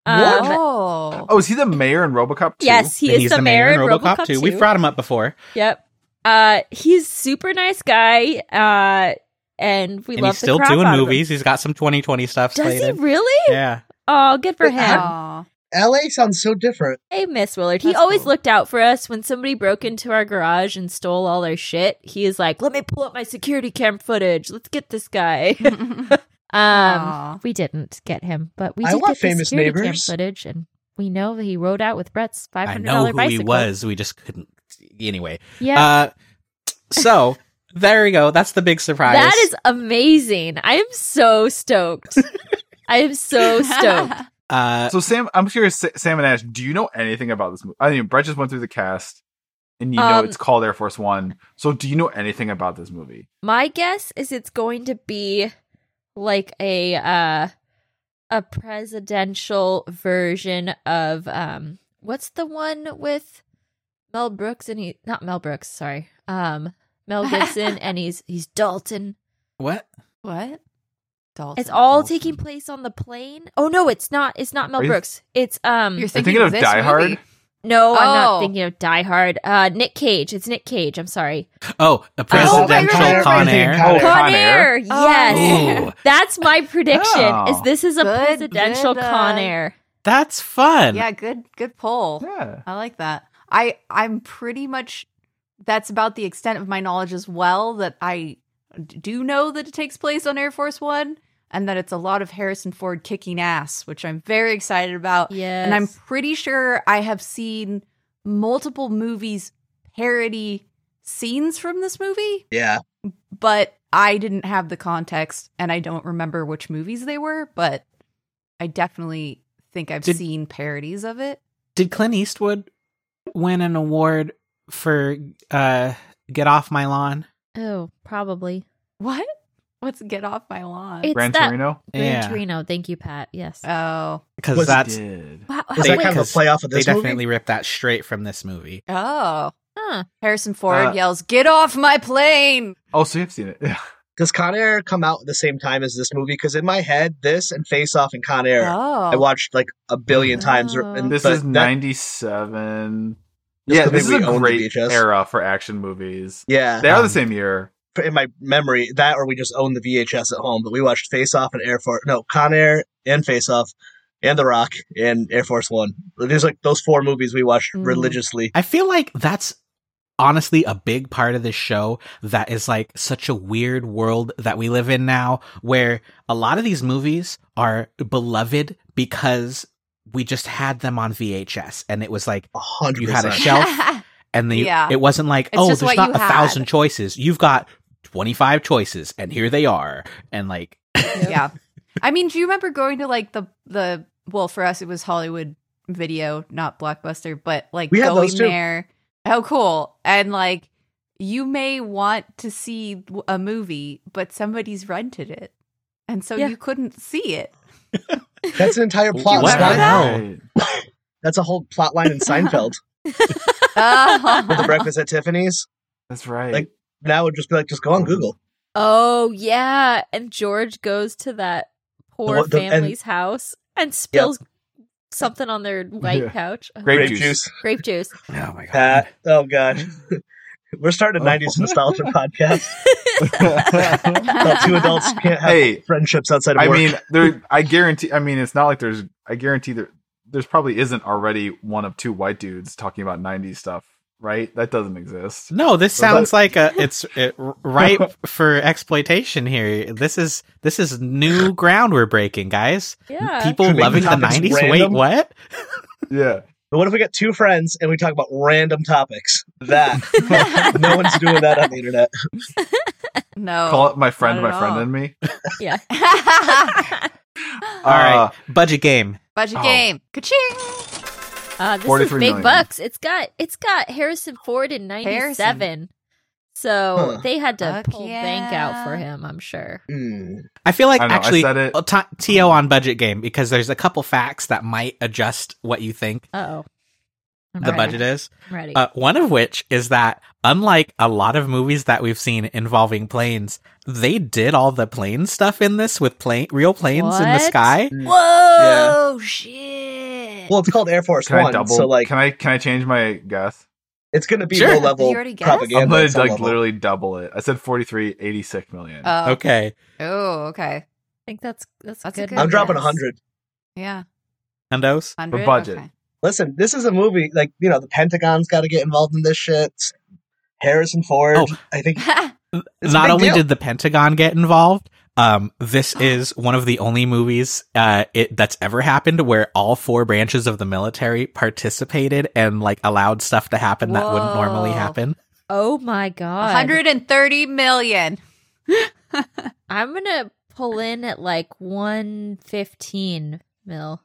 [SPEAKER 2] What?
[SPEAKER 3] Um,
[SPEAKER 4] oh,
[SPEAKER 1] oh, is he the mayor in RoboCop? Too?
[SPEAKER 3] yes, he
[SPEAKER 2] And
[SPEAKER 3] is the, mayor in RoboCop,
[SPEAKER 2] too.
[SPEAKER 3] 2.
[SPEAKER 2] We've brought him up before,
[SPEAKER 3] Yep. Uh, he's super nice guy. Uh, and we
[SPEAKER 2] and
[SPEAKER 3] love
[SPEAKER 2] he's
[SPEAKER 3] the
[SPEAKER 2] still
[SPEAKER 3] crap
[SPEAKER 2] doing
[SPEAKER 3] out of him.
[SPEAKER 2] movies. He's got some 2020 stuff
[SPEAKER 3] Does
[SPEAKER 2] slated.
[SPEAKER 3] he really?
[SPEAKER 2] Yeah,
[SPEAKER 3] Oh, good for
[SPEAKER 5] But
[SPEAKER 3] him.
[SPEAKER 4] Aw.
[SPEAKER 5] LA sounds so different.
[SPEAKER 3] Hey, Miss Willard. He
[SPEAKER 4] That's
[SPEAKER 3] always
[SPEAKER 4] cool.
[SPEAKER 3] looked out for us. When somebody broke into our garage and stole all our shit, he is like, let me pull up my security cam footage. Let's get this guy. um,
[SPEAKER 4] Aw.
[SPEAKER 3] we didn't get him, but we
[SPEAKER 5] I
[SPEAKER 3] did
[SPEAKER 5] want
[SPEAKER 3] get the
[SPEAKER 5] famous
[SPEAKER 3] security cam
[SPEAKER 5] neighbors.
[SPEAKER 3] footage, and we know that he rode out with Brett's $500
[SPEAKER 2] I know who
[SPEAKER 3] bicycle.
[SPEAKER 2] he was. We just couldn't. Anyway,
[SPEAKER 3] Yeah.
[SPEAKER 2] uh, so there we go. That's the big surprise.
[SPEAKER 3] that is amazing. I am so stoked. I am so stoked.
[SPEAKER 2] Uh,
[SPEAKER 1] So Sam, I'm curious, Sa- Sam and Ash, do you know anything about this movie? I mean, Brett just went through the cast, and you know
[SPEAKER 3] Um,
[SPEAKER 1] it's called Air Force One. So do you know anything about this movie?
[SPEAKER 3] My guess is it's going to be like a uh a presidential version of um what's the one with Mel Brooks and he not Mel Brooks, sorry. Um Mel Gibson and he's he's Dalton.
[SPEAKER 2] what?
[SPEAKER 4] what? Dalton.
[SPEAKER 3] It's all
[SPEAKER 1] Dalton.
[SPEAKER 3] taking place on the plane. Oh no, it's not. It's not Mel
[SPEAKER 1] Are you-
[SPEAKER 3] Brooks. It's um
[SPEAKER 4] You're
[SPEAKER 1] I'm
[SPEAKER 4] thinking,
[SPEAKER 1] thinking of
[SPEAKER 4] this
[SPEAKER 1] Die Hard.
[SPEAKER 4] movie.
[SPEAKER 3] no, I'm
[SPEAKER 4] Oh.
[SPEAKER 3] not thinking of Die Hard. Uh Nick Cage. It's Nick Cage. I'm sorry.
[SPEAKER 2] Oh, a
[SPEAKER 3] Oh, right, right,
[SPEAKER 2] presidential
[SPEAKER 4] right, right.
[SPEAKER 2] con air.
[SPEAKER 1] Oh,
[SPEAKER 3] Con,
[SPEAKER 1] Con Air.
[SPEAKER 3] Air. Yes.
[SPEAKER 4] Oh.
[SPEAKER 2] Ooh,
[SPEAKER 3] That's my prediction.
[SPEAKER 1] Oh.
[SPEAKER 3] Is this is a
[SPEAKER 4] Good,
[SPEAKER 3] presidential
[SPEAKER 4] good, uh,
[SPEAKER 3] con air?
[SPEAKER 2] that's fun.
[SPEAKER 4] Yeah, good, good poll.
[SPEAKER 1] Yeah.
[SPEAKER 4] I like that. I I'm pretty much that's about the extent of my knowledge as well that I d- do know that it takes place on Air Force 1 and that it's a lot of Harrison Ford kicking ass, which I'm very excited about.
[SPEAKER 3] Yes.
[SPEAKER 4] And I'm pretty sure I have seen multiple movies parody scenes from this movie,
[SPEAKER 5] Yeah.
[SPEAKER 4] but I didn't have the context and I don't remember which movies they were, but I definitely think I've
[SPEAKER 2] Did-
[SPEAKER 4] seen parodies of it.
[SPEAKER 2] Did Clint Eastwood win an award for uh, "Get Off My Lawn"?
[SPEAKER 3] Oh, probably.
[SPEAKER 4] What? What's get off my lawn?
[SPEAKER 3] It's
[SPEAKER 1] Gran
[SPEAKER 3] that
[SPEAKER 1] Torino.
[SPEAKER 3] Gran
[SPEAKER 2] Yeah.
[SPEAKER 3] Torino. Thank you, Pat. Yes.
[SPEAKER 4] oh.
[SPEAKER 2] Because
[SPEAKER 5] Was it
[SPEAKER 2] that's
[SPEAKER 1] Did.
[SPEAKER 3] Uh, wow.
[SPEAKER 5] Is
[SPEAKER 2] They-
[SPEAKER 5] that kind of a
[SPEAKER 2] because
[SPEAKER 5] playoff of
[SPEAKER 2] they
[SPEAKER 5] this
[SPEAKER 2] definitely
[SPEAKER 5] movie?
[SPEAKER 2] ripped that straight from this movie.
[SPEAKER 4] Oh.
[SPEAKER 3] Huh.
[SPEAKER 4] Harrison Ford
[SPEAKER 1] Uh,
[SPEAKER 4] yells, "Get off my plane!"
[SPEAKER 1] Oh, so you've seen it? Yeah.
[SPEAKER 5] Does Con Air come out at the same time as this movie? Because in my head, this and Face Off and Con Air,
[SPEAKER 4] Oh.
[SPEAKER 5] I watched like a billion times.
[SPEAKER 3] Oh.
[SPEAKER 5] And,
[SPEAKER 1] This
[SPEAKER 5] but
[SPEAKER 1] is
[SPEAKER 5] that-
[SPEAKER 1] '97.
[SPEAKER 5] This
[SPEAKER 1] Yeah,
[SPEAKER 5] could be
[SPEAKER 1] this is
[SPEAKER 5] we
[SPEAKER 1] a
[SPEAKER 5] owned the
[SPEAKER 1] great
[SPEAKER 5] VHS.
[SPEAKER 1] era for action movies.
[SPEAKER 5] Yeah.
[SPEAKER 1] They are the
[SPEAKER 2] Um,
[SPEAKER 1] same year.
[SPEAKER 5] in my memory, that or we just owned the VHS at home, but we watched Face Off and Air Force, no, Con Air and Face Off and The Rock and Air Force One. There's like those four movies we watched
[SPEAKER 3] Mm.
[SPEAKER 5] religiously.
[SPEAKER 2] I feel like that's honestly a big part of this show that is like such a weird world that we live in now where a lot of these movies are beloved because we just had them on VHS and it was like
[SPEAKER 5] A hundred
[SPEAKER 2] you had a
[SPEAKER 5] percent.
[SPEAKER 2] shelf and the
[SPEAKER 4] Yeah.
[SPEAKER 2] it wasn't like
[SPEAKER 4] It's
[SPEAKER 2] oh
[SPEAKER 4] just
[SPEAKER 2] there's
[SPEAKER 4] what
[SPEAKER 2] not
[SPEAKER 4] you
[SPEAKER 2] a thousand
[SPEAKER 4] had."
[SPEAKER 2] choices you've got 25 choices and here they are and like
[SPEAKER 4] yeah. I mean, do you remember going to like the the well for us it was Hollywood Video, not Blockbuster, but like
[SPEAKER 5] We had
[SPEAKER 4] going
[SPEAKER 5] those too.
[SPEAKER 4] there. Oh, cool! And like you may want to see w- a movie, but somebody's rented it, and so
[SPEAKER 3] Yeah.
[SPEAKER 4] you couldn't see it.
[SPEAKER 5] That's an entire plot.
[SPEAKER 2] What?
[SPEAKER 5] Scott.
[SPEAKER 2] hell?
[SPEAKER 1] Right.
[SPEAKER 5] That's a whole plot line in Seinfeld with the
[SPEAKER 4] Oh,
[SPEAKER 5] breakfast at Tiffany's.
[SPEAKER 1] That's right.
[SPEAKER 5] Like- Now it would just be like, just go on Google.
[SPEAKER 3] Oh yeah, and George goes to that poor
[SPEAKER 5] one- the- and-
[SPEAKER 3] family's house and spills something on their white
[SPEAKER 1] Yeah.
[SPEAKER 3] couch. Uh,
[SPEAKER 1] Grape juice.
[SPEAKER 3] Grape juice.
[SPEAKER 2] Oh my god.
[SPEAKER 5] Pat. Oh god. We're starting a
[SPEAKER 1] Oh.
[SPEAKER 5] 90s nostalgia podcast. About two adults can't have
[SPEAKER 1] hey,
[SPEAKER 5] friendships outside of
[SPEAKER 1] I
[SPEAKER 5] work.
[SPEAKER 1] mean, there. I guarantee. I mean, it's not like there's. I guarantee there. There's probably isn't already one of two white dudes talking about '90s stuff, right? That doesn't exist.
[SPEAKER 2] No, this
[SPEAKER 1] So that-
[SPEAKER 2] sounds like a it's it, ripe for exploitation here. This is this is new ground we're breaking, guys.
[SPEAKER 3] Yeah.
[SPEAKER 2] People
[SPEAKER 5] Should we
[SPEAKER 2] loving the
[SPEAKER 5] make topics
[SPEAKER 2] 90s. Wait,
[SPEAKER 5] random?
[SPEAKER 2] what?
[SPEAKER 1] Yeah.
[SPEAKER 5] but what if we got two friends and we talk about random topics? That no one's doing that on the internet.
[SPEAKER 4] no.
[SPEAKER 1] Call it my friend,
[SPEAKER 4] Oh, not
[SPEAKER 1] my
[SPEAKER 4] at
[SPEAKER 1] friend,
[SPEAKER 4] all.
[SPEAKER 1] and me.
[SPEAKER 3] yeah.
[SPEAKER 1] Uh,
[SPEAKER 2] All right. Budget game.
[SPEAKER 4] Budget
[SPEAKER 1] Oh.
[SPEAKER 4] game. Ka-ching!
[SPEAKER 3] Uh, this is
[SPEAKER 1] 43
[SPEAKER 3] big
[SPEAKER 1] million.
[SPEAKER 3] bucks. It's got it's got Harrison Ford in '97, so
[SPEAKER 5] Huh.
[SPEAKER 3] they had to
[SPEAKER 4] Fuck
[SPEAKER 3] pull bank out for
[SPEAKER 4] yeah.
[SPEAKER 3] him. I'm sure.
[SPEAKER 5] Hmm.
[SPEAKER 2] I feel like
[SPEAKER 1] I know, I
[SPEAKER 2] actually
[SPEAKER 1] said it.
[SPEAKER 2] uh, ta- TO on budget game because there's a couple facts that might adjust what you think
[SPEAKER 3] Oh,
[SPEAKER 2] the budget is.
[SPEAKER 3] I'm ready.
[SPEAKER 2] Uh, one of which is that, unlike a lot of movies that we've seen involving planes, they did all the plane stuff in this with plane, real planes in the
[SPEAKER 3] What?
[SPEAKER 2] sky.
[SPEAKER 3] Whoa, shit!
[SPEAKER 5] Well, it's called Air Force
[SPEAKER 1] Can I
[SPEAKER 5] One,
[SPEAKER 1] double?
[SPEAKER 5] so like
[SPEAKER 1] can I can I change my guess?
[SPEAKER 5] it's going to be
[SPEAKER 2] Sure.
[SPEAKER 5] low level
[SPEAKER 4] You already guessed?
[SPEAKER 1] I'm
[SPEAKER 5] propaganda.
[SPEAKER 1] gonna
[SPEAKER 5] at some
[SPEAKER 1] like
[SPEAKER 5] level.
[SPEAKER 1] literally double it. I said 43, 86 million.
[SPEAKER 4] Oh, okay.
[SPEAKER 2] Okay,
[SPEAKER 4] Oh, okay.
[SPEAKER 3] I think that's that's,
[SPEAKER 4] That's a
[SPEAKER 3] good.
[SPEAKER 4] good
[SPEAKER 5] I'm dropping a
[SPEAKER 4] guess.
[SPEAKER 5] hundred.
[SPEAKER 4] Yeah.
[SPEAKER 2] Endos.
[SPEAKER 4] 100?
[SPEAKER 1] budget.
[SPEAKER 4] Okay.
[SPEAKER 5] Listen, this is a movie like you know the Pentagon's got to get involved in this shit. Harrison Ford.
[SPEAKER 2] Oh.
[SPEAKER 5] I think It's a
[SPEAKER 2] Not
[SPEAKER 5] big
[SPEAKER 2] only
[SPEAKER 5] deal.
[SPEAKER 2] did the Pentagon get involved, um, this is one of the only movies uh, it, that's ever happened where all four branches of the military participated and like allowed stuff to happen that wouldn't normally
[SPEAKER 4] Whoa.
[SPEAKER 2] happen.
[SPEAKER 3] Oh my god!
[SPEAKER 4] 130 million.
[SPEAKER 3] I'm gonna pull in at like 115 mil.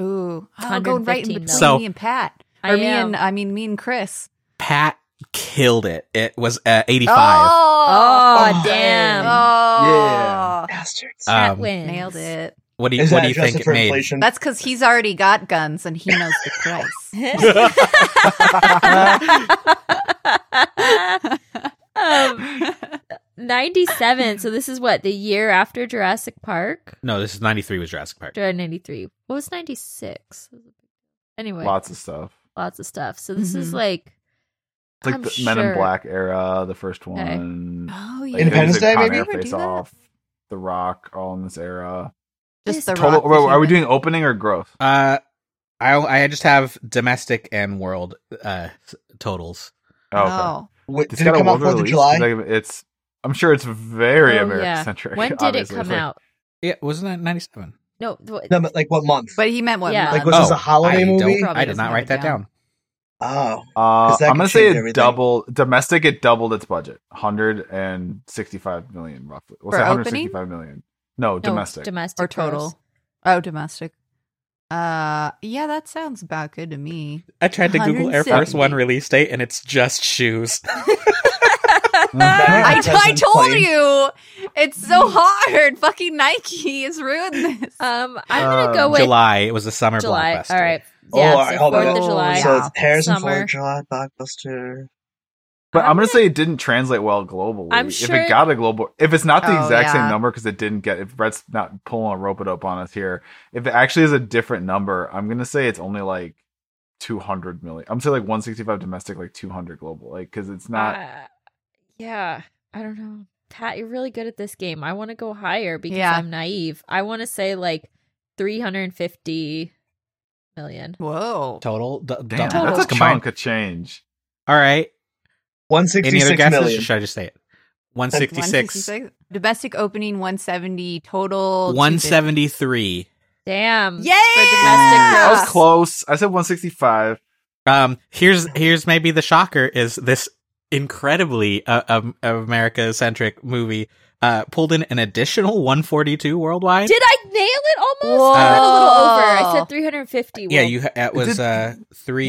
[SPEAKER 4] Ooh. Oh, going right in
[SPEAKER 3] 115
[SPEAKER 4] between
[SPEAKER 2] though.
[SPEAKER 4] me and Pat.
[SPEAKER 3] I
[SPEAKER 4] Or me
[SPEAKER 3] am.
[SPEAKER 4] and, I mean, me and Chris.
[SPEAKER 2] Pat killed it. It was uh, 85.
[SPEAKER 4] Oh,
[SPEAKER 3] Oh, damn.
[SPEAKER 4] Oh.
[SPEAKER 5] bastards.
[SPEAKER 2] Uh,
[SPEAKER 3] Cat
[SPEAKER 2] Um,
[SPEAKER 3] wins.
[SPEAKER 4] Nailed it.
[SPEAKER 2] What do you,
[SPEAKER 5] is
[SPEAKER 2] what do you
[SPEAKER 5] that adjusted
[SPEAKER 2] think it
[SPEAKER 5] for
[SPEAKER 2] made?
[SPEAKER 5] inflation?
[SPEAKER 4] That's because he's already got guns and he knows the price.
[SPEAKER 3] um, 97. So this is what the year after Jurassic Park.
[SPEAKER 2] No, this is 93 was Jurassic Park.
[SPEAKER 3] Jurassic 93. What was 96? Anyway, lots,
[SPEAKER 1] Lots of stuff.
[SPEAKER 3] of stuff. So this is
[SPEAKER 4] Mhm.
[SPEAKER 3] like
[SPEAKER 1] It's like
[SPEAKER 3] I'm
[SPEAKER 1] the Men in
[SPEAKER 3] sure-
[SPEAKER 1] Black era, the first one.
[SPEAKER 4] Oh,
[SPEAKER 1] Like,
[SPEAKER 4] yeah.
[SPEAKER 5] Independence
[SPEAKER 1] they did
[SPEAKER 5] Day,
[SPEAKER 1] Con
[SPEAKER 5] maybe?
[SPEAKER 1] Air
[SPEAKER 4] We would
[SPEAKER 1] Face
[SPEAKER 4] do that.
[SPEAKER 1] Off, The Rock, all in this era.
[SPEAKER 4] Just the
[SPEAKER 1] Total,
[SPEAKER 4] rock.
[SPEAKER 1] wait, are we
[SPEAKER 4] human.
[SPEAKER 1] doing opening or growth?
[SPEAKER 2] Uh, I I just have domestic and world uh s- totals.
[SPEAKER 1] Oh, okay.
[SPEAKER 4] Oh.
[SPEAKER 5] Wait,
[SPEAKER 1] It's
[SPEAKER 5] did it
[SPEAKER 1] got a
[SPEAKER 5] come out
[SPEAKER 1] world
[SPEAKER 5] Fourth of
[SPEAKER 1] release.
[SPEAKER 5] July?
[SPEAKER 1] Like, It's. I'm sure it's very
[SPEAKER 3] Oh, yeah.
[SPEAKER 1] American centric.
[SPEAKER 3] when did it come out?
[SPEAKER 2] Yeah, wasn't that 97?
[SPEAKER 3] No, th-
[SPEAKER 5] No, but like what month?
[SPEAKER 4] But he meant what?
[SPEAKER 3] Yeah.
[SPEAKER 5] Like
[SPEAKER 4] month.
[SPEAKER 5] was
[SPEAKER 2] Oh,
[SPEAKER 5] this a holiday
[SPEAKER 2] I
[SPEAKER 5] movie?
[SPEAKER 2] Don't,
[SPEAKER 4] Probably
[SPEAKER 2] I did not
[SPEAKER 4] doesn't
[SPEAKER 2] write that
[SPEAKER 4] have it
[SPEAKER 2] down.
[SPEAKER 4] down.
[SPEAKER 5] Oh,
[SPEAKER 1] Uh,
[SPEAKER 5] that
[SPEAKER 1] I'm
[SPEAKER 5] could
[SPEAKER 1] gonna say
[SPEAKER 5] change
[SPEAKER 1] it
[SPEAKER 5] everything.
[SPEAKER 1] double domestic. It doubled its budget, hundred and sixty-five million roughly. What's
[SPEAKER 4] For
[SPEAKER 1] that? Hundred
[SPEAKER 4] opening?
[SPEAKER 1] sixty-five million. No,
[SPEAKER 3] no,
[SPEAKER 1] domestic.
[SPEAKER 3] domestic
[SPEAKER 4] Or total. Oh, domestic. Uh, yeah, that sounds about good to me.
[SPEAKER 2] I tried to Google Air Force
[SPEAKER 4] 170.
[SPEAKER 2] One release date, and it's just shoes.
[SPEAKER 1] Mhm.
[SPEAKER 4] I,
[SPEAKER 5] President's
[SPEAKER 4] I told
[SPEAKER 5] plane.
[SPEAKER 4] you, it's so hard. Fucking Nike is ruined this.
[SPEAKER 3] Um, I'm gonna
[SPEAKER 1] Um,
[SPEAKER 3] go with
[SPEAKER 2] July. It was a summer
[SPEAKER 3] July.
[SPEAKER 2] blockbuster.
[SPEAKER 3] All right.
[SPEAKER 5] Oh,
[SPEAKER 3] Yeah,
[SPEAKER 5] all right,
[SPEAKER 3] so
[SPEAKER 5] hold on.
[SPEAKER 3] Fourth of July.
[SPEAKER 5] so
[SPEAKER 4] Yeah.
[SPEAKER 5] it's Harrison
[SPEAKER 3] Summer.
[SPEAKER 5] Ford, July blockbuster.
[SPEAKER 1] But I'm,
[SPEAKER 3] I'm
[SPEAKER 1] gonna
[SPEAKER 3] gonna-
[SPEAKER 1] say it didn't translate well globally.
[SPEAKER 3] I'm
[SPEAKER 1] If
[SPEAKER 3] sure-
[SPEAKER 1] it got a global, if it's not the
[SPEAKER 4] Oh,
[SPEAKER 1] exact same
[SPEAKER 4] yeah.
[SPEAKER 1] number because it didn't get, if Brett's not pulling a rope it up on us here, if it actually is a different number, I'm gonna say it's only like 200 million. I'm gonna say like 165 domestic, like 200 global, like because it's not.
[SPEAKER 3] Uh, yeah, I don't know. Pat, you're really good at this game. I want to go higher because
[SPEAKER 4] Yeah.
[SPEAKER 3] I'm naive. I want to say like 350 million.
[SPEAKER 4] Whoa.
[SPEAKER 2] Total. D-
[SPEAKER 1] damn,
[SPEAKER 2] double.
[SPEAKER 1] that's a
[SPEAKER 2] combined.
[SPEAKER 1] chunk of change.
[SPEAKER 2] All right.
[SPEAKER 5] One
[SPEAKER 2] Any
[SPEAKER 5] sixty
[SPEAKER 2] other
[SPEAKER 5] six
[SPEAKER 2] guesses?
[SPEAKER 5] million.
[SPEAKER 2] Or should I just say it? 166.
[SPEAKER 4] 166. Domestic opening 170 total. 250.
[SPEAKER 2] 173.
[SPEAKER 3] Damn.
[SPEAKER 4] Yeah!
[SPEAKER 3] For
[SPEAKER 1] I
[SPEAKER 3] domestic
[SPEAKER 1] was
[SPEAKER 4] Yes.
[SPEAKER 1] close. I said 165.
[SPEAKER 2] Um, here's here's maybe the shocker is this incredibly uh, um, America centric movie uh, pulled in an additional 142 worldwide.
[SPEAKER 3] Did I nail it almost? I went a little over. I
[SPEAKER 4] Whoa.
[SPEAKER 3] said 350.
[SPEAKER 2] yeah,
[SPEAKER 3] Well,
[SPEAKER 2] you ha- it was
[SPEAKER 1] Did-
[SPEAKER 2] uh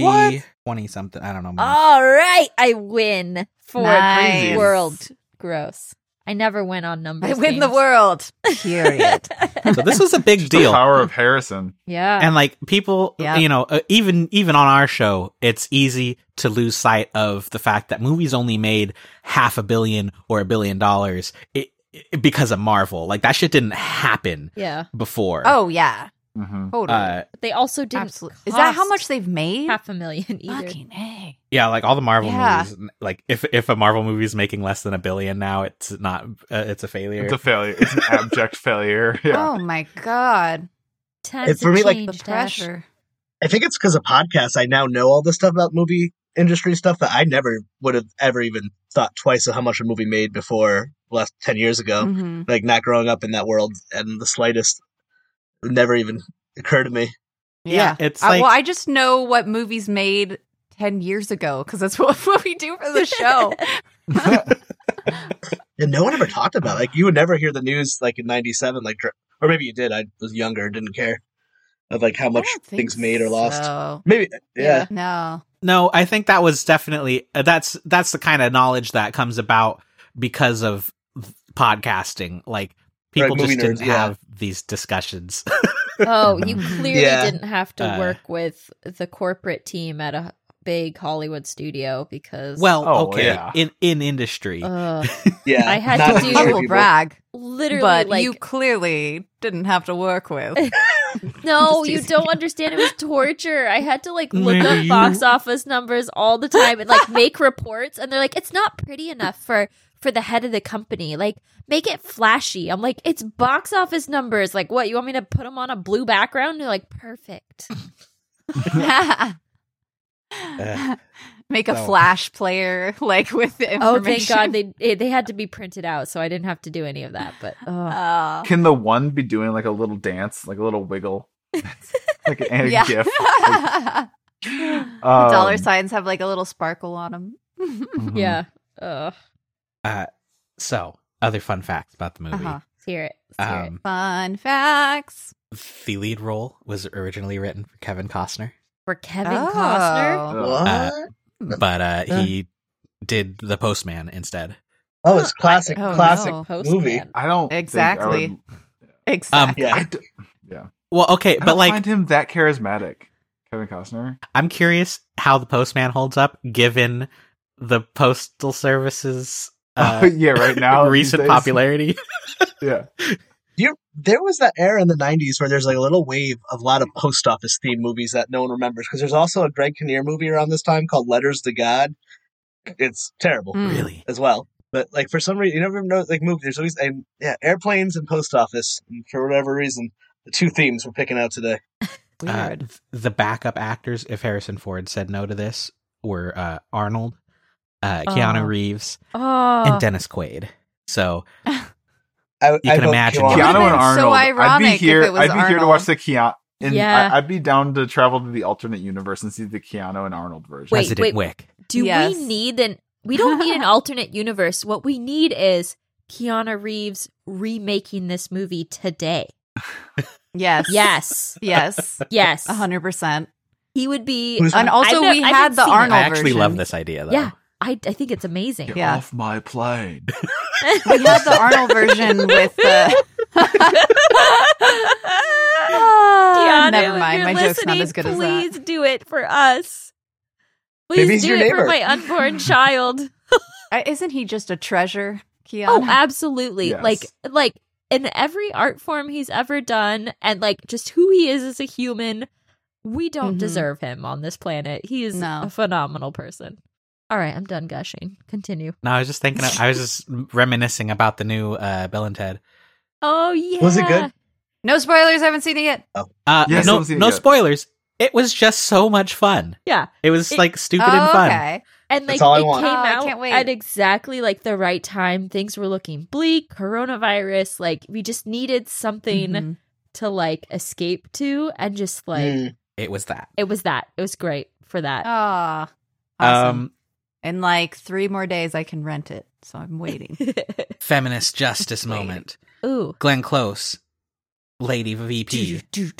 [SPEAKER 2] 320 something. I don't know. man.
[SPEAKER 3] All right, I win for
[SPEAKER 4] Nice.
[SPEAKER 3] world. Gross. I never win on numbers.
[SPEAKER 4] I win
[SPEAKER 3] games.
[SPEAKER 4] the world. Period.
[SPEAKER 3] Oh.
[SPEAKER 2] So this was a big
[SPEAKER 1] The
[SPEAKER 2] deal.
[SPEAKER 1] power of Harrison.
[SPEAKER 3] yeah.
[SPEAKER 2] and like people
[SPEAKER 4] Uh, Yeah.
[SPEAKER 2] you know uh, even even on our show it's easy to lose sight of the fact that movies only made half a billion or a billion dollars i i because of marvel like that shit didn't happen
[SPEAKER 3] yeah.
[SPEAKER 2] before
[SPEAKER 4] oh yeah,
[SPEAKER 1] hmm
[SPEAKER 4] totally.
[SPEAKER 2] uh
[SPEAKER 3] But they also didn't.
[SPEAKER 4] Absolutely. Is that how
[SPEAKER 3] cost
[SPEAKER 4] much they've made?
[SPEAKER 3] Half a million either.
[SPEAKER 4] Fucking a.
[SPEAKER 2] yeah like all the marvel
[SPEAKER 4] Yeah.
[SPEAKER 2] movies like if if a marvel movie is making less than a billion now it's not uh, it's a failure
[SPEAKER 1] It's a failure. It's an abject failure. Yeah.
[SPEAKER 4] Oh my god,
[SPEAKER 3] Times
[SPEAKER 5] for
[SPEAKER 3] have
[SPEAKER 5] me, like,
[SPEAKER 4] the
[SPEAKER 3] changed, Ash.
[SPEAKER 4] pressure.
[SPEAKER 5] I think it's because of podcasts. I now know all this stuff about movie industry stuff that I never would have ever even thought twice of how much a movie made before last ten years ago.
[SPEAKER 4] Mhm.
[SPEAKER 5] Like not growing up in that world and the slightest it never even occurred to me.
[SPEAKER 2] Yeah, it's
[SPEAKER 4] I-
[SPEAKER 2] like-
[SPEAKER 4] Uh, well, I just know what movies made ten years ago because that's what, what we do for the show.
[SPEAKER 3] Oh,
[SPEAKER 5] And no one ever talked about it. like you would never hear the news like in '97, like dr- or maybe you did. I was younger, didn't care of like how
[SPEAKER 4] I
[SPEAKER 5] much
[SPEAKER 4] don't think
[SPEAKER 5] things made or lost.
[SPEAKER 4] so.
[SPEAKER 5] Maybe yeah.
[SPEAKER 4] No.
[SPEAKER 2] No, I think that was definitely uh, that's that's the kind of knowledge that comes about because of th- podcasting. Like people
[SPEAKER 5] movie
[SPEAKER 2] just didn't
[SPEAKER 5] nerds, yeah.
[SPEAKER 2] have these discussions.
[SPEAKER 3] Oh, you clearly
[SPEAKER 5] Yeah.
[SPEAKER 3] didn't have to
[SPEAKER 2] Uh,
[SPEAKER 3] work with the corporate team at a big Hollywood studio because
[SPEAKER 2] well,
[SPEAKER 1] Oh,
[SPEAKER 2] okay,
[SPEAKER 1] yeah.
[SPEAKER 2] in in industry,
[SPEAKER 3] ugh,
[SPEAKER 5] Yeah,
[SPEAKER 3] I had
[SPEAKER 5] not
[SPEAKER 3] to
[SPEAKER 5] the
[SPEAKER 3] do-
[SPEAKER 5] industry
[SPEAKER 4] Humble
[SPEAKER 5] people.
[SPEAKER 4] brag,
[SPEAKER 3] literally
[SPEAKER 4] but
[SPEAKER 3] like
[SPEAKER 4] you clearly didn't have to work with.
[SPEAKER 3] no,
[SPEAKER 4] Just
[SPEAKER 3] you
[SPEAKER 4] teasing.
[SPEAKER 3] don't understand. It was torture. I had to like look
[SPEAKER 2] Maybe
[SPEAKER 3] up
[SPEAKER 2] you-
[SPEAKER 3] box office numbers all the time and like make reports. And they're like, it's not pretty enough for for the head of the company. Like, make it flashy. I'm like, it's box office numbers. Like, what you want me to put them on a blue background? And they're like, perfect. Oh,
[SPEAKER 4] Make a
[SPEAKER 2] No.
[SPEAKER 4] flash player like with the
[SPEAKER 3] Oh,
[SPEAKER 4] information.
[SPEAKER 3] thank God they it- they had to be printed out, so I didn't have to do any of that. But oh, ugh.
[SPEAKER 4] Uh,
[SPEAKER 1] Can the one be doing like a little dance, like a little wiggle, like an, a
[SPEAKER 4] yeah.
[SPEAKER 1] gif?
[SPEAKER 4] The
[SPEAKER 1] Um,
[SPEAKER 4] dollar signs have like a little sparkle on them.
[SPEAKER 1] mhm.
[SPEAKER 3] yeah, Oh, ugh.
[SPEAKER 2] so other fun facts about the movie.
[SPEAKER 4] Uh-huh.
[SPEAKER 3] Let's hear it. Let's hear it.
[SPEAKER 2] Um,
[SPEAKER 4] Fun facts.
[SPEAKER 2] the lead role was originally written for Kevin Costner,
[SPEAKER 3] For Kevin Costner,
[SPEAKER 4] oh.
[SPEAKER 1] Ugh.
[SPEAKER 5] What?
[SPEAKER 2] Uh, but uh,
[SPEAKER 5] Yeah.
[SPEAKER 2] he did the Postman instead.
[SPEAKER 5] oh, it's classic,
[SPEAKER 4] Oh,
[SPEAKER 5] classic
[SPEAKER 4] no.
[SPEAKER 5] movie.
[SPEAKER 3] Postman.
[SPEAKER 1] I don't think
[SPEAKER 4] Exactly.
[SPEAKER 1] I would-
[SPEAKER 4] Exactly.
[SPEAKER 5] Yeah.
[SPEAKER 1] I d-
[SPEAKER 2] Well, okay,
[SPEAKER 1] I
[SPEAKER 2] but
[SPEAKER 1] don't
[SPEAKER 2] like
[SPEAKER 1] find him that charismatic, Kevin Costner.
[SPEAKER 2] I'm curious how the Postman holds up given the postal service's uh,
[SPEAKER 1] yeah, right now these
[SPEAKER 2] recent
[SPEAKER 1] days.
[SPEAKER 2] popularity.
[SPEAKER 1] Yeah,
[SPEAKER 5] You, there was that era in the '90s where there's like a little wave of a lot of post office themed movies that no one remembers because there's also a Greg Kinnear movie around this time called Letters to God. It's terrible
[SPEAKER 3] Hmm.
[SPEAKER 4] Mm.
[SPEAKER 2] Really?
[SPEAKER 5] as well, but like for some reason you never know like movie. There's always and yeah, airplanes and post office and for whatever reason. The two themes we're picking out today.
[SPEAKER 2] Uh,
[SPEAKER 4] Weird.
[SPEAKER 2] th- the backup actors, if Harrison Ford said no to this, were uh, Arnold, uh, Keanu
[SPEAKER 3] Oh.
[SPEAKER 2] Reeves,
[SPEAKER 3] Oh,
[SPEAKER 2] and Dennis Quaid. So
[SPEAKER 5] I,
[SPEAKER 2] You
[SPEAKER 5] I
[SPEAKER 2] can
[SPEAKER 5] vote
[SPEAKER 2] imagine
[SPEAKER 5] Keanu.
[SPEAKER 4] Keanu
[SPEAKER 1] Keanu and
[SPEAKER 4] been so
[SPEAKER 1] Arnold. I'd
[SPEAKER 4] ironic
[SPEAKER 1] be
[SPEAKER 4] if
[SPEAKER 1] here.
[SPEAKER 4] it was
[SPEAKER 1] I'd be here to watch
[SPEAKER 4] Arnold.
[SPEAKER 1] the Keanu. And
[SPEAKER 3] Yeah.
[SPEAKER 1] I, I'd be down to travel to the alternate universe and see the Keanu and Arnold version.
[SPEAKER 3] Wait,
[SPEAKER 2] President Wick.
[SPEAKER 3] do
[SPEAKER 4] Yes.
[SPEAKER 3] we need an? We don't need an alternate universe. What we need is Keanu Reeves remaking this movie today.
[SPEAKER 4] Yes.
[SPEAKER 3] Yes,
[SPEAKER 4] Yes.
[SPEAKER 3] yes,
[SPEAKER 4] A hundred percent.
[SPEAKER 3] he would be.
[SPEAKER 5] Who's-
[SPEAKER 4] And also,
[SPEAKER 3] I've nev-
[SPEAKER 4] we
[SPEAKER 3] I
[SPEAKER 4] had
[SPEAKER 3] haven't
[SPEAKER 4] the
[SPEAKER 3] seen it.
[SPEAKER 4] Arnold.
[SPEAKER 2] I actually
[SPEAKER 4] version.
[SPEAKER 2] love this idea though.
[SPEAKER 3] Yeah. I, I think it's amazing.
[SPEAKER 1] Get
[SPEAKER 4] Yeah.
[SPEAKER 1] off my plane.
[SPEAKER 4] We had the Arnold version with the.
[SPEAKER 3] Keanu,
[SPEAKER 4] Ah, Never
[SPEAKER 3] if
[SPEAKER 4] mind.
[SPEAKER 3] you're
[SPEAKER 4] My joke's not
[SPEAKER 3] listening,
[SPEAKER 4] as good as that.
[SPEAKER 3] please do it for us. Please
[SPEAKER 5] Maybe he's
[SPEAKER 3] do
[SPEAKER 5] your
[SPEAKER 3] it for
[SPEAKER 5] neighbor.
[SPEAKER 3] my unborn child.
[SPEAKER 4] I- Uh, Isn't he just a treasure, Keanu?
[SPEAKER 3] Oh, absolutely.
[SPEAKER 1] Yes.
[SPEAKER 3] Like like in every art form he's ever done and like just who he is as a human, we don't
[SPEAKER 4] Mhm.
[SPEAKER 3] deserve him on this planet. He is
[SPEAKER 4] No.
[SPEAKER 3] a phenomenal person. All right, I'm done gushing. Continue.
[SPEAKER 2] No, I was just thinking. I was just reminiscing about the new uh, Bill and Ted.
[SPEAKER 3] Oh yeah.
[SPEAKER 5] Was it good?
[SPEAKER 4] no spoilers. I haven't seen it yet.
[SPEAKER 2] Uh,
[SPEAKER 1] Yes, I
[SPEAKER 2] no,
[SPEAKER 1] haven't seen it
[SPEAKER 2] no
[SPEAKER 1] yet.
[SPEAKER 2] spoilers. It was just so much fun.
[SPEAKER 3] Yeah.
[SPEAKER 2] it was
[SPEAKER 3] It-
[SPEAKER 2] like stupid
[SPEAKER 4] oh,
[SPEAKER 2] and fun.
[SPEAKER 4] okay.
[SPEAKER 3] And like
[SPEAKER 5] That's all I
[SPEAKER 3] it
[SPEAKER 5] want.
[SPEAKER 3] came
[SPEAKER 4] Oh, I
[SPEAKER 3] out
[SPEAKER 4] can't wait.
[SPEAKER 3] at exactly like the right time. Things were looking bleak, coronavirus, like we just needed something
[SPEAKER 4] Mhm.
[SPEAKER 3] to like escape to and just like
[SPEAKER 5] Mm.
[SPEAKER 2] It was that.
[SPEAKER 4] Oh,
[SPEAKER 3] it was that. It was great for that.
[SPEAKER 4] Ah, awesome.
[SPEAKER 2] Um,
[SPEAKER 4] In like three more days, I can rent it. So I'm waiting.
[SPEAKER 2] Feminist justice moment.
[SPEAKER 3] Ooh.
[SPEAKER 2] Glenn Close, Lady VP,
[SPEAKER 4] to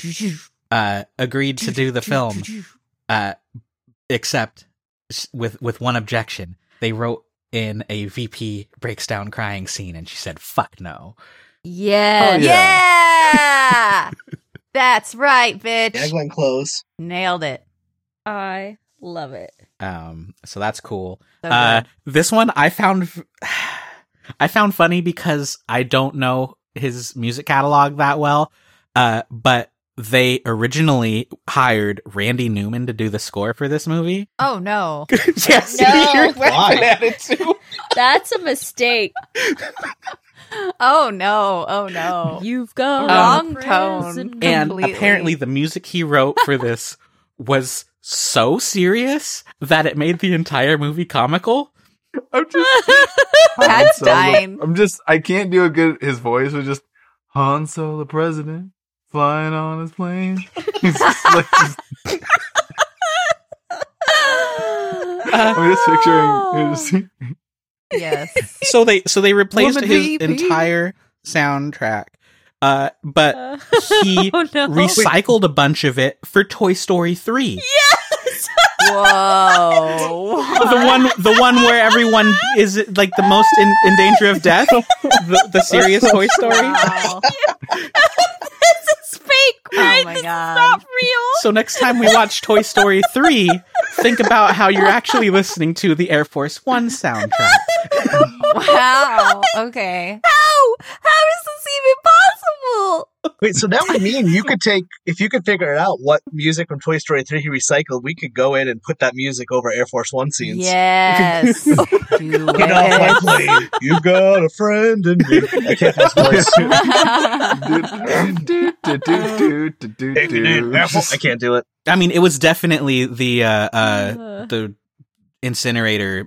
[SPEAKER 2] uh, agreed to do the film, uh, except s- with with one objection. They wrote in a VP breaks down crying scene, and she said, "Fuck no."
[SPEAKER 1] Oh,
[SPEAKER 3] Yes.
[SPEAKER 4] Yeah. That's right, bitch.
[SPEAKER 5] Yeah, Glenn Close.
[SPEAKER 4] Nailed it.
[SPEAKER 3] I love it.
[SPEAKER 2] Um, so that's cool.
[SPEAKER 4] So
[SPEAKER 2] Uh,
[SPEAKER 4] good.
[SPEAKER 2] this one I found I found funny because I don't know his music catalog that well. Uh, but they originally hired Randy Newman to do the score for this movie.
[SPEAKER 4] oh no.
[SPEAKER 2] yes,
[SPEAKER 3] No.
[SPEAKER 2] you're laughing
[SPEAKER 5] Why?
[SPEAKER 2] at it too.
[SPEAKER 3] That's a mistake.
[SPEAKER 4] Oh no. Oh no.
[SPEAKER 3] You've gone
[SPEAKER 1] Um,
[SPEAKER 4] Wrong
[SPEAKER 3] to
[SPEAKER 4] tone.
[SPEAKER 3] prison.
[SPEAKER 2] And
[SPEAKER 4] Completely.
[SPEAKER 2] apparently, the music he wrote for this was so serious that it made the entire movie comical.
[SPEAKER 1] I'm just
[SPEAKER 4] That's
[SPEAKER 1] Han Solo-
[SPEAKER 4] dying.
[SPEAKER 1] I'm just I can't do a good his voice was just Han Solo president flying on his plane. It's just like- I'm just picturing it was-
[SPEAKER 4] yes.
[SPEAKER 2] So they so they replaced
[SPEAKER 4] Woman
[SPEAKER 2] his
[SPEAKER 4] VP.
[SPEAKER 2] entire soundtrack, uh, but
[SPEAKER 3] Uh,
[SPEAKER 2] he
[SPEAKER 3] oh, no.
[SPEAKER 2] recycled a bunch of it for Toy Story 3.
[SPEAKER 4] Whoa.
[SPEAKER 2] The one the one where everyone is like the most in, in danger of death. The, the serious Toy Story.
[SPEAKER 4] Wow.
[SPEAKER 3] this is fake, right?
[SPEAKER 4] Oh my
[SPEAKER 3] this
[SPEAKER 4] God.
[SPEAKER 3] is not real.
[SPEAKER 2] So next time we watch Toy Story 3, think about how you're actually listening to the Air Force 1 soundtrack.
[SPEAKER 4] Wow. Okay.
[SPEAKER 3] How? How is this even possible?
[SPEAKER 5] Wait, so that would mean you could take if you could figure out what music from Toy Story three he recycled, we could go in and put that music over Air Force One scenes.
[SPEAKER 4] Yes. Do
[SPEAKER 5] Get off my
[SPEAKER 4] it.
[SPEAKER 5] plane. You got a friend in me. I can't do his voice.
[SPEAKER 1] do, do, do, do, do, do,
[SPEAKER 5] Take me
[SPEAKER 1] do.
[SPEAKER 5] in, Air Force- I can't do it.
[SPEAKER 2] I mean, it was definitely the uh, uh the incinerator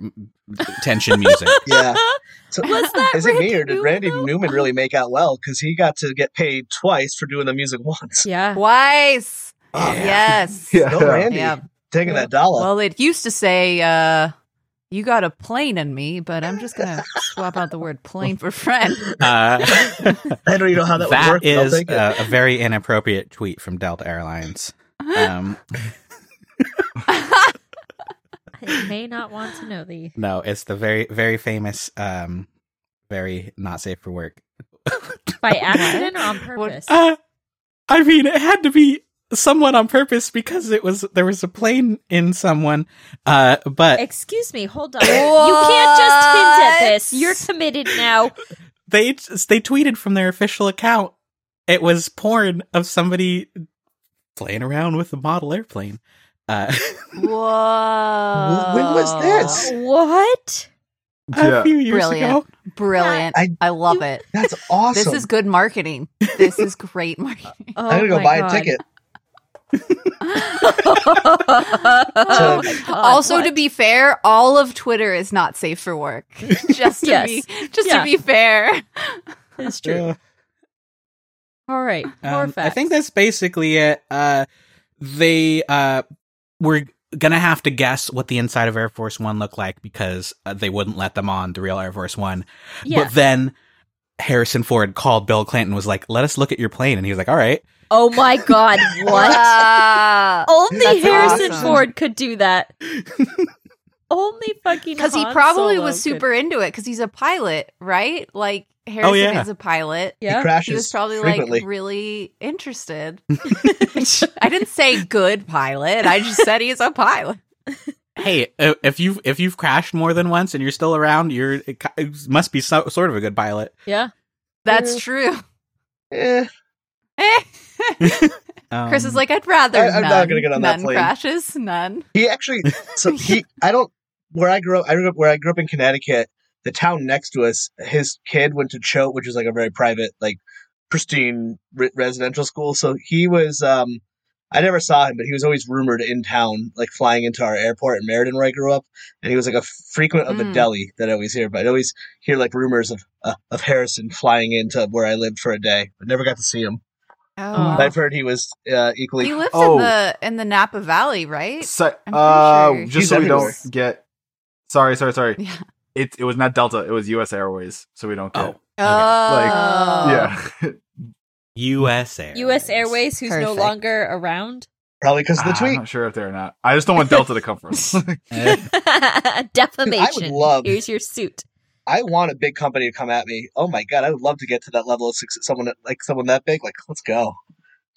[SPEAKER 2] tension music.
[SPEAKER 5] Yeah. So,
[SPEAKER 3] Was that
[SPEAKER 5] is it me or
[SPEAKER 3] Randy
[SPEAKER 5] did Randy
[SPEAKER 3] Newman,
[SPEAKER 5] Newman,
[SPEAKER 3] though?
[SPEAKER 5] really make out well? Because he got to get paid twice for doing the music once.
[SPEAKER 3] yeah.
[SPEAKER 4] Twice.
[SPEAKER 5] Oh,
[SPEAKER 4] Yes.
[SPEAKER 1] Yeah.
[SPEAKER 5] No Randy
[SPEAKER 4] Yeah.
[SPEAKER 5] taking that dollar.
[SPEAKER 4] Well, it used to say, uh, you got a plane in me, but I'm just going to swap out the word plane for friend.
[SPEAKER 2] Uh,
[SPEAKER 5] I don't even know how that, would
[SPEAKER 2] that
[SPEAKER 5] work. but I'll
[SPEAKER 2] is
[SPEAKER 5] take it.
[SPEAKER 2] uh, a very inappropriate tweet from Delta Airlines. Um,
[SPEAKER 3] I may not want to know thee.
[SPEAKER 2] no, it's the very, very famous, um, very not safe for work.
[SPEAKER 3] By accident or on purpose?
[SPEAKER 2] Uh, I mean, it had to be somewhat on purpose because it was there was a plane in someone. Uh, but
[SPEAKER 3] Excuse me, hold on. You can't just hint at this.
[SPEAKER 4] What?
[SPEAKER 3] You're committed now.
[SPEAKER 2] they they tweeted from their official account. It was porn of somebody playing around with a model airplane. Uh,
[SPEAKER 4] Whoa.
[SPEAKER 5] When was this?
[SPEAKER 3] What?
[SPEAKER 2] a
[SPEAKER 1] Yeah.
[SPEAKER 2] few years
[SPEAKER 4] Brilliant.
[SPEAKER 2] ago.
[SPEAKER 4] Brilliant. I,
[SPEAKER 5] I-
[SPEAKER 4] love it.
[SPEAKER 5] That's awesome.
[SPEAKER 4] This is good marketing. This is great marketing.
[SPEAKER 3] Oh
[SPEAKER 5] I'm gonna go
[SPEAKER 3] my
[SPEAKER 5] buy
[SPEAKER 3] God.
[SPEAKER 5] a ticket.
[SPEAKER 3] Oh my God,
[SPEAKER 4] also,
[SPEAKER 3] what?
[SPEAKER 4] to be fair, all of Twitter is not safe for work. Just to
[SPEAKER 3] Yes.
[SPEAKER 4] be, just
[SPEAKER 3] Yeah.
[SPEAKER 4] to be fair.
[SPEAKER 3] It's true.
[SPEAKER 2] Uh,
[SPEAKER 3] All right. More
[SPEAKER 2] Um,
[SPEAKER 3] facts.
[SPEAKER 2] I think that's basically it. Uh, they uh, were gonna have to guess what the inside of Air Force One looked like because uh, they wouldn't let them on the real Air Force One.
[SPEAKER 3] yeah.
[SPEAKER 2] But then Harrison Ford called Bill Clinton, was like, "Let us look at your plane," and he was like, "All right."
[SPEAKER 3] oh my God. What?
[SPEAKER 4] Wow.
[SPEAKER 3] Only
[SPEAKER 4] That's
[SPEAKER 3] Harrison
[SPEAKER 4] awesome.
[SPEAKER 3] Ford could do that. Only fucking
[SPEAKER 4] because he
[SPEAKER 3] Han
[SPEAKER 4] probably
[SPEAKER 3] Solo
[SPEAKER 4] was
[SPEAKER 3] could.
[SPEAKER 4] super into it because he's a pilot, right? Like
[SPEAKER 5] Oh,
[SPEAKER 4] Harrison
[SPEAKER 2] yeah.
[SPEAKER 4] is a pilot.
[SPEAKER 5] He
[SPEAKER 3] Yeah.
[SPEAKER 5] crashes
[SPEAKER 4] He was probably
[SPEAKER 5] frequently.
[SPEAKER 4] like really interested. I didn't say good pilot. I just said he's a pilot.
[SPEAKER 2] Hey, uh, if you have if you've crashed more than once and you're still around, you're it ki- it must be so, sort of a good pilot.
[SPEAKER 3] Yeah.
[SPEAKER 4] That's true.
[SPEAKER 5] Eh,
[SPEAKER 4] Eh.
[SPEAKER 2] Um,
[SPEAKER 4] Chris is like, I'd rather
[SPEAKER 5] I- I'm
[SPEAKER 4] none,
[SPEAKER 5] not gonna get on that
[SPEAKER 4] none
[SPEAKER 5] plane.
[SPEAKER 4] crashes, none.
[SPEAKER 5] he actually. So he. I don't. Where I grew up, I grew up where I grew up in Connecticut. The town next to us, his kid went to Choate, which is like a very private, like pristine re- residential school. So he was. um I never saw him, but he was always rumored in town, like flying into our airport in Meriden, where I grew up. And he was like a frequent of the
[SPEAKER 4] Mm.
[SPEAKER 5] deli that I always hear. But I always hear like rumors of uh, of Harrison flying into where I lived for a day, but never got to see him.
[SPEAKER 4] Oh,
[SPEAKER 5] Um, I've heard he was uh, equally
[SPEAKER 4] he lives
[SPEAKER 1] Oh.
[SPEAKER 4] in the in the Napa Valley, right?
[SPEAKER 1] So,
[SPEAKER 4] I'm pretty
[SPEAKER 1] uh,
[SPEAKER 4] sure.
[SPEAKER 1] just
[SPEAKER 5] He's
[SPEAKER 1] so we
[SPEAKER 5] everywhere.
[SPEAKER 1] don't get Sorry, sorry, sorry.
[SPEAKER 4] Yeah.
[SPEAKER 1] It it was not Delta. It was U.S. Airways. So we don't get.
[SPEAKER 2] Oh,
[SPEAKER 4] Oh,
[SPEAKER 1] Yeah.
[SPEAKER 2] U.S. Airways.
[SPEAKER 3] U.S. Airways, who's no
[SPEAKER 4] Perfect.
[SPEAKER 3] longer around.
[SPEAKER 5] Probably because of the
[SPEAKER 1] I'm
[SPEAKER 5] tweet.
[SPEAKER 1] not sure if they're not. I just don't want Delta to come for us.
[SPEAKER 2] Eh,
[SPEAKER 3] Defamation.
[SPEAKER 5] love-
[SPEAKER 3] Here's your suit.
[SPEAKER 5] I want a big company to come at me. Oh my god, I would love to get to that level of success. Someone that- like someone that big. Like, let's go.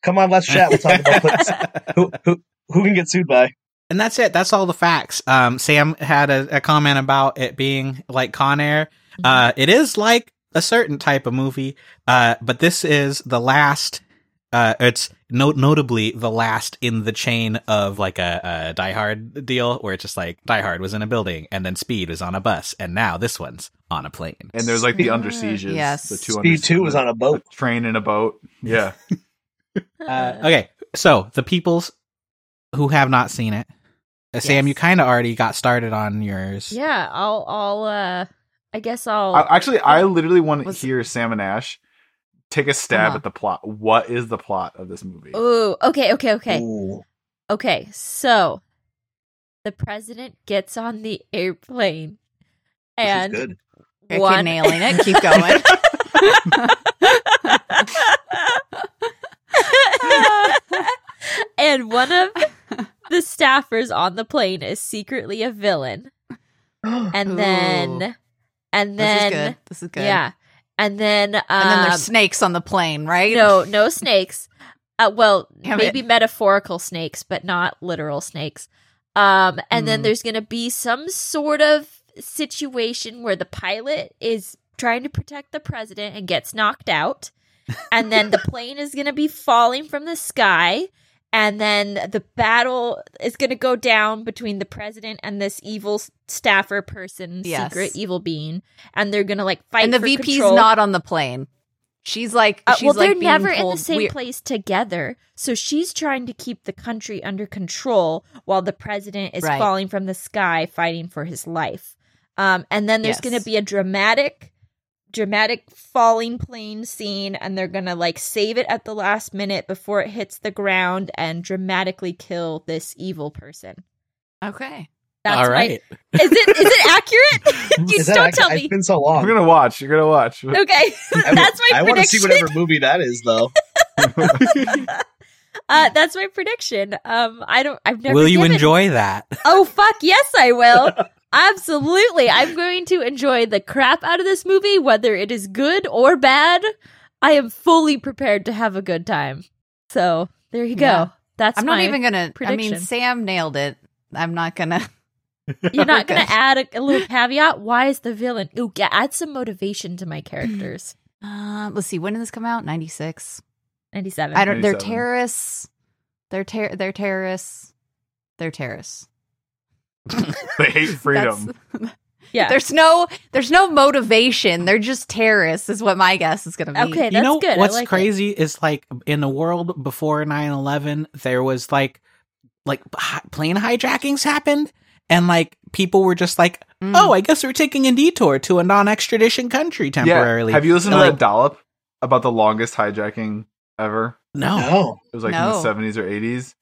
[SPEAKER 5] Come on, let's chat. We'll talk about clips. who, who who can get sued by?
[SPEAKER 2] and that's it. That's all the facts. Um, Sam had a, a comment about it being like Con Air. Uh, it is like a certain type of movie, uh, but this is the last. Uh, it's no- notably the last in the chain of like a, a Die Hard deal, where it's just like Die Hard was in a building, and then Speed was on a bus, and now this one's on a plane.
[SPEAKER 1] and there's like the
[SPEAKER 4] Yeah.
[SPEAKER 1] under sieges.
[SPEAKER 4] Yes.
[SPEAKER 1] The two
[SPEAKER 5] Speed two was on a boat.
[SPEAKER 1] train and a boat. Yeah.
[SPEAKER 2] Uh, okay, so the peoples who have not seen it, Uh, Sam,
[SPEAKER 3] Yes.
[SPEAKER 2] you kind of already got started on yours.
[SPEAKER 3] Yeah, I'll, I'll, uh, I guess I'll.
[SPEAKER 1] I, actually, I literally want to
[SPEAKER 4] Oh, Was-
[SPEAKER 1] hear Sam and Ash take a stab
[SPEAKER 4] Uh-huh. Oh.
[SPEAKER 1] at the plot. What is the plot of this movie?
[SPEAKER 3] Ooh, okay, okay, okay.
[SPEAKER 5] Ooh.
[SPEAKER 3] Okay, so the president gets on the airplane
[SPEAKER 5] This is
[SPEAKER 3] and
[SPEAKER 5] good.
[SPEAKER 4] Okay,
[SPEAKER 3] one-
[SPEAKER 4] keep nailing it. Keep going.
[SPEAKER 3] and one of the staffers on the plane is secretly a villain. And
[SPEAKER 4] Ooh.
[SPEAKER 3] then and then
[SPEAKER 4] this is good. This is good.
[SPEAKER 3] Yeah. And then um
[SPEAKER 4] And then there's snakes on the plane, right?
[SPEAKER 3] no no snakes. Uh, well,
[SPEAKER 4] Damn
[SPEAKER 3] maybe
[SPEAKER 4] it.
[SPEAKER 3] metaphorical snakes, but not literal snakes. Um, and then
[SPEAKER 4] Mm.
[SPEAKER 3] there's going to be some sort of situation where the pilot is trying to protect the president and gets knocked out. And then the plane is going to be falling from the sky. And then the battle is going to go down between the president and this evil s- staffer person,
[SPEAKER 4] Yes.
[SPEAKER 3] secret evil being. And they're going to like fight.
[SPEAKER 4] And the
[SPEAKER 3] for
[SPEAKER 4] VP's
[SPEAKER 3] control.
[SPEAKER 4] not on the plane. She's like,
[SPEAKER 3] Uh,
[SPEAKER 4] she's
[SPEAKER 3] well,
[SPEAKER 4] like
[SPEAKER 3] they're
[SPEAKER 4] being
[SPEAKER 3] never in the
[SPEAKER 4] pulled-
[SPEAKER 3] same
[SPEAKER 4] we're-
[SPEAKER 3] place together. So she's trying to keep the country under control while the president is
[SPEAKER 4] Right.
[SPEAKER 3] falling from the sky fighting for his life. Um, and then there's
[SPEAKER 4] Yes.
[SPEAKER 3] going to be a dramatic, dramatic falling plane scene, and they're going to like save it at the last minute before it hits the ground and dramatically kill this evil person.
[SPEAKER 4] Okay.
[SPEAKER 3] That's
[SPEAKER 2] All
[SPEAKER 3] right.
[SPEAKER 2] right.
[SPEAKER 3] Is it is it accurate? you
[SPEAKER 5] Is that
[SPEAKER 3] don't
[SPEAKER 5] accurate?
[SPEAKER 3] tell
[SPEAKER 5] It's
[SPEAKER 3] me.
[SPEAKER 5] been so
[SPEAKER 1] You're
[SPEAKER 5] long.
[SPEAKER 1] gonna watch. You're gonna watch.
[SPEAKER 3] Okay,
[SPEAKER 5] I would-
[SPEAKER 3] that's my
[SPEAKER 5] I want to see
[SPEAKER 3] prediction.
[SPEAKER 5] whatever movie that is, though.
[SPEAKER 3] uh, that's my prediction. Um, I don't. I've never.
[SPEAKER 2] Will you
[SPEAKER 3] given-
[SPEAKER 2] enjoy that?
[SPEAKER 3] Oh fuck! Yes, I will. Absolutely, I'm going to enjoy the crap out of this movie, whether it is good or bad. I am fully prepared to have a good time. So there you go.
[SPEAKER 4] Yeah.
[SPEAKER 3] That's
[SPEAKER 4] I'm not
[SPEAKER 3] my-
[SPEAKER 4] even gonna. I mean,
[SPEAKER 3] prediction.
[SPEAKER 4] Sam nailed it. I'm not gonna.
[SPEAKER 3] You're not going
[SPEAKER 4] Okay.
[SPEAKER 3] to add a, a little caveat. Why is the villain? Ooh, yeah, add some motivation to my characters.
[SPEAKER 4] Uh, let's see. When did this come out? Ninety six.
[SPEAKER 3] Ninety-seven.
[SPEAKER 4] I don't. They're
[SPEAKER 1] 97.
[SPEAKER 4] terrorists. They're ter- They're terrorists. They're terrorists.
[SPEAKER 1] They hate freedom.
[SPEAKER 4] That's-
[SPEAKER 3] yeah.
[SPEAKER 4] There's no. There's no motivation. They're just terrorists. Is what my guess is gonna be.
[SPEAKER 3] Okay,
[SPEAKER 2] you
[SPEAKER 3] that's
[SPEAKER 2] know
[SPEAKER 3] good. I
[SPEAKER 2] what's
[SPEAKER 3] like it.
[SPEAKER 2] crazy is like in the world before 9-11 there was like like hi- plane hijackings happened and like people were just like
[SPEAKER 4] Mm.
[SPEAKER 2] oh i guess we're taking a detour to a non-extradition country temporarily
[SPEAKER 1] Yeah. Have you listened to
[SPEAKER 2] Like-
[SPEAKER 1] that dollop about the longest hijacking ever?
[SPEAKER 2] no
[SPEAKER 5] No.
[SPEAKER 1] It was like in
[SPEAKER 4] No.
[SPEAKER 1] the seventies or eighties.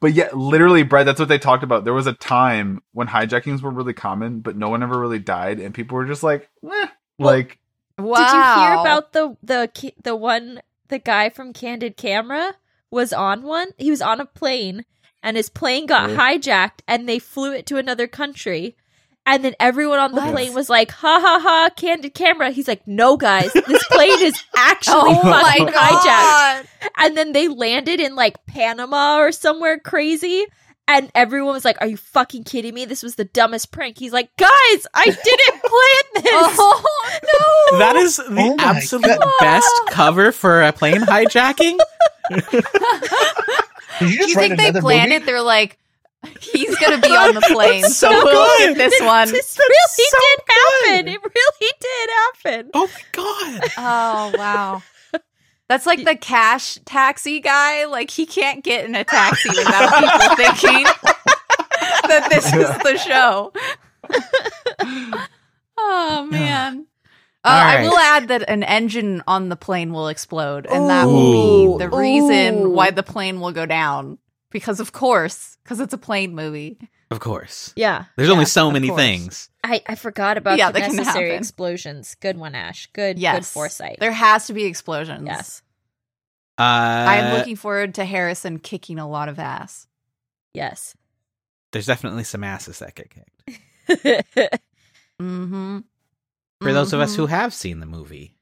[SPEAKER 1] But yet, literally, Brad, that's what they talked about. There was a time when hijackings were really common, but no one ever really died, and people were just like, eh, like,
[SPEAKER 4] Wow.
[SPEAKER 3] Did you hear about the the ki- the one the guy from Candid Camera was on one? He was on a plane and his plane got
[SPEAKER 5] Yeah.
[SPEAKER 3] hijacked and they flew it to another country. And then everyone on the
[SPEAKER 4] What?
[SPEAKER 3] plane was like, "Ha ha ha, Candid Camera." He's like, "No, guys, this plane is actually
[SPEAKER 4] Oh my
[SPEAKER 3] fucking hijacked."
[SPEAKER 4] god.
[SPEAKER 3] And then they landed in like Panama or somewhere crazy. And everyone was like, "Are you fucking kidding me? This was the dumbest prank." He's like, "Guys, I didn't plan this."
[SPEAKER 4] Oh no.
[SPEAKER 2] that is the
[SPEAKER 5] Oh my
[SPEAKER 2] absolute
[SPEAKER 5] God.
[SPEAKER 2] best cover for a plane hijacking
[SPEAKER 5] Did you just
[SPEAKER 4] you
[SPEAKER 5] write
[SPEAKER 4] think they
[SPEAKER 5] another
[SPEAKER 4] planned
[SPEAKER 5] movie?
[SPEAKER 4] it? They're like, he's gonna be on the plane,
[SPEAKER 2] That's
[SPEAKER 4] so,
[SPEAKER 2] so
[SPEAKER 4] we'll
[SPEAKER 2] good.
[SPEAKER 4] get this one.
[SPEAKER 3] This really
[SPEAKER 2] so
[SPEAKER 3] did happen.
[SPEAKER 2] good.
[SPEAKER 3] It really did happen.
[SPEAKER 2] oh my god
[SPEAKER 4] Oh wow. That's like the cash taxi guy. Like he can't get in a taxi without people thinking that this is the show. Oh man. Uh,
[SPEAKER 2] All
[SPEAKER 4] I
[SPEAKER 2] right.
[SPEAKER 4] will add that an engine on the plane will explode, and that will be
[SPEAKER 2] Ooh.
[SPEAKER 4] the reason
[SPEAKER 3] Ooh.
[SPEAKER 4] why the plane will go down. because of course, because it's a plane movie.
[SPEAKER 2] Of course.
[SPEAKER 3] Yeah.
[SPEAKER 2] There's
[SPEAKER 4] Yeah,
[SPEAKER 2] only so
[SPEAKER 4] of
[SPEAKER 2] many
[SPEAKER 4] course.
[SPEAKER 2] things.
[SPEAKER 3] I, I forgot about
[SPEAKER 4] Yeah,
[SPEAKER 3] the
[SPEAKER 4] that can
[SPEAKER 3] necessary
[SPEAKER 4] happen.
[SPEAKER 3] explosions. Good one, Ash. Good good
[SPEAKER 4] Yes.
[SPEAKER 3] foresight.
[SPEAKER 4] There has to be explosions.
[SPEAKER 3] yes.
[SPEAKER 2] Uh,
[SPEAKER 4] I'm looking forward to Harrison kicking a lot of ass.
[SPEAKER 3] Yes.
[SPEAKER 2] There's definitely some asses that get kicked.
[SPEAKER 4] Mm-hmm.
[SPEAKER 2] For those of us who have seen the movie,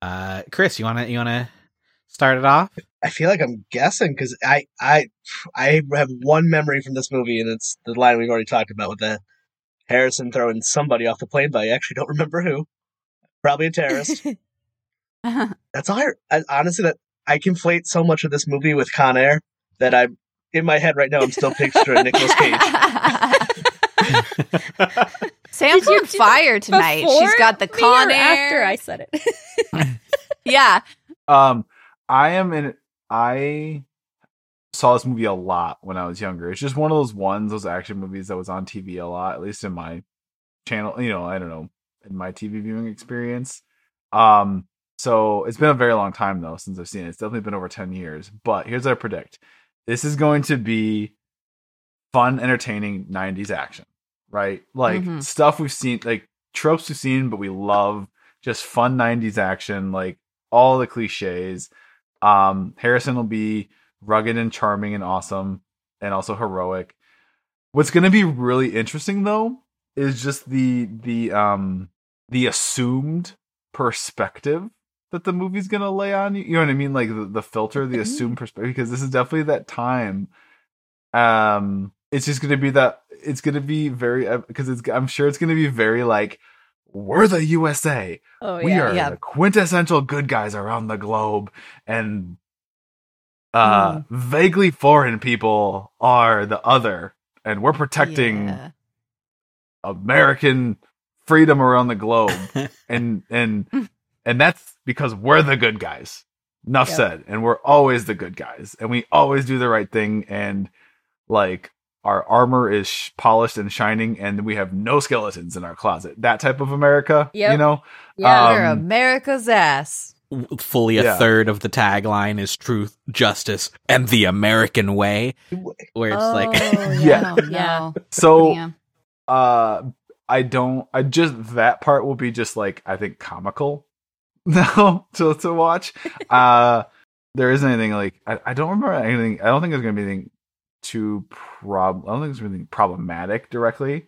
[SPEAKER 2] uh, Chris, you wanna you wanna start it off?
[SPEAKER 5] I feel like I'm guessing because I I I have one memory from this movie, and it's the line we've already talked about with the Harrison throwing somebody off the plane, but I actually don't remember who. Probably a terrorist.
[SPEAKER 4] Mm-hmm.
[SPEAKER 5] That's all. I, I honestly that I conflate so much of this movie with Con Air that I'm in my head right now. I'm still picturing Nicolas Cage.
[SPEAKER 4] Sam's
[SPEAKER 3] Did you
[SPEAKER 4] on
[SPEAKER 3] do
[SPEAKER 4] fire tonight. She's
[SPEAKER 3] Before
[SPEAKER 4] got the
[SPEAKER 3] me or
[SPEAKER 4] con
[SPEAKER 3] After
[SPEAKER 4] air.
[SPEAKER 3] I said it.
[SPEAKER 4] Yeah.
[SPEAKER 1] Um, I am in. I saw this movie a lot when I was younger. It's just one of those ones, those action movies that was on TV a lot, at least in my channel. You know, I don't know in my TV viewing experience. Um, so it's been a very long time though since I've seen it. It's definitely been over ten years. But here's what I predict: this is going to be fun, entertaining '90s action, right? Like
[SPEAKER 4] Mhm.
[SPEAKER 1] stuff we've seen, like tropes we've seen, but we love just fun '90s action, like all the cliches. Um, Harrison will be rugged and charming and awesome and also heroic. What's going to be really interesting though is just the the um the assumed perspective that the movie's going to lay on you. You know what I mean? Like the, the filter, the assumed perspective because this is definitely that time um it's just going to be that it's going to be very because it's I'm sure it's going to be very like we're the USA
[SPEAKER 3] Oh
[SPEAKER 1] we
[SPEAKER 3] yeah.
[SPEAKER 1] are
[SPEAKER 4] yeah.
[SPEAKER 1] the quintessential good guys around the globe and uh vaguely foreign people are the other and we're protecting
[SPEAKER 4] Yeah.
[SPEAKER 1] american freedom around the globe and and and that's because we're the good guys enough
[SPEAKER 3] Yep.
[SPEAKER 1] said and we're always the good guys and we always do the right thing and like our armor is sh- polished and shining and we have no skeletons in our closet that type of america you
[SPEAKER 3] Yep.
[SPEAKER 1] know
[SPEAKER 3] yeah.
[SPEAKER 1] um,
[SPEAKER 4] We're America's ass.
[SPEAKER 2] Fully a
[SPEAKER 1] Yeah.
[SPEAKER 2] third of the tagline is truth, justice, and the American way. Where it's like
[SPEAKER 4] Oh,
[SPEAKER 1] Yeah.
[SPEAKER 4] no,
[SPEAKER 3] Yeah.
[SPEAKER 4] no.
[SPEAKER 1] so
[SPEAKER 4] Yeah.
[SPEAKER 1] uh i don't i just that part will be just like i think comical now to to watch uh there isn't anything like I, I don't remember anything i don't think there's gonna be anything too prob i don't think there's anything problematic directly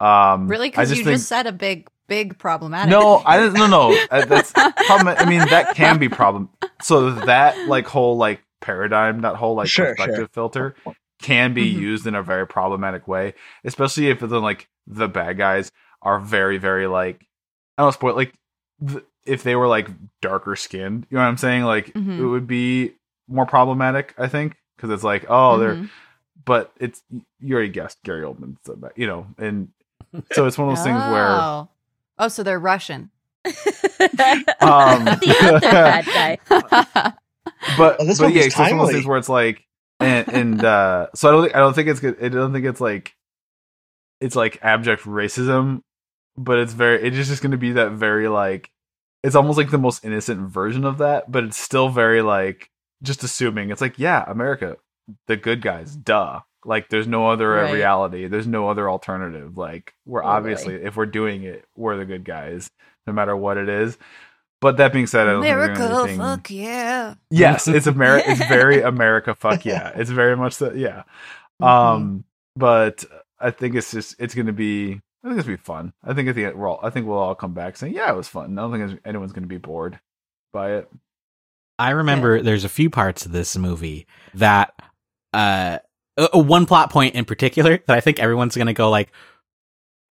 [SPEAKER 1] um
[SPEAKER 4] Really?
[SPEAKER 1] I
[SPEAKER 4] Because you
[SPEAKER 1] think-
[SPEAKER 4] just said a big, big problematic.
[SPEAKER 1] no i didn't no no Uh, that's problem i mean that can be problem so that like whole like paradigm that whole like
[SPEAKER 5] Sure,
[SPEAKER 1] perspective
[SPEAKER 5] sure. Mm-hmm.
[SPEAKER 1] filter can be
[SPEAKER 4] Mhm.
[SPEAKER 1] used in a very problematic way especially if then like the bad guys are very very like i don't spoil like th- if they were like darker skinned you know what i'm saying like
[SPEAKER 4] Mhm.
[SPEAKER 1] it would be more problematic i think because it's like oh they're
[SPEAKER 4] Mhm.
[SPEAKER 1] but it's you already guessed gary oldman said that you know and so it's one of those things where
[SPEAKER 4] Oh. Oh, so they're Russian.
[SPEAKER 1] um
[SPEAKER 3] the other bad guy.
[SPEAKER 1] but,
[SPEAKER 5] Oh, this
[SPEAKER 1] but
[SPEAKER 5] one
[SPEAKER 1] yeah,
[SPEAKER 5] was
[SPEAKER 1] it's just one of those
[SPEAKER 5] timely.
[SPEAKER 1] things where it's like, and, and uh, so I don't think I don't think it's good. I don't think it's like, it's like abject racism, but it's very. It's just going to be that very like, it's almost like the most innocent version of that, but it's still very like just assuming it's like yeah, America, the good guys, duh. Like there's no other
[SPEAKER 4] Right.
[SPEAKER 1] reality. There's no other alternative. Like we're
[SPEAKER 3] Totally.
[SPEAKER 1] obviously if we're doing it, we're the good guys, no matter what it is. But that being said, I don't think there's
[SPEAKER 4] Miracle,
[SPEAKER 1] anything-
[SPEAKER 4] fuck yeah.
[SPEAKER 1] Yes, it's America. it's very America. Fuck yeah! It's very much that. Yeah.
[SPEAKER 4] Mm-hmm.
[SPEAKER 1] Um. But I think it's just it's going to be. I think it's gonna be fun. I think at the end we're all. I think we'll all come back saying, "Yeah, it was fun." I don't think anyone's going to be bored by it.
[SPEAKER 2] I remember there's a few parts of this movie that uh uh, one plot point in particular that I think everyone's going to go like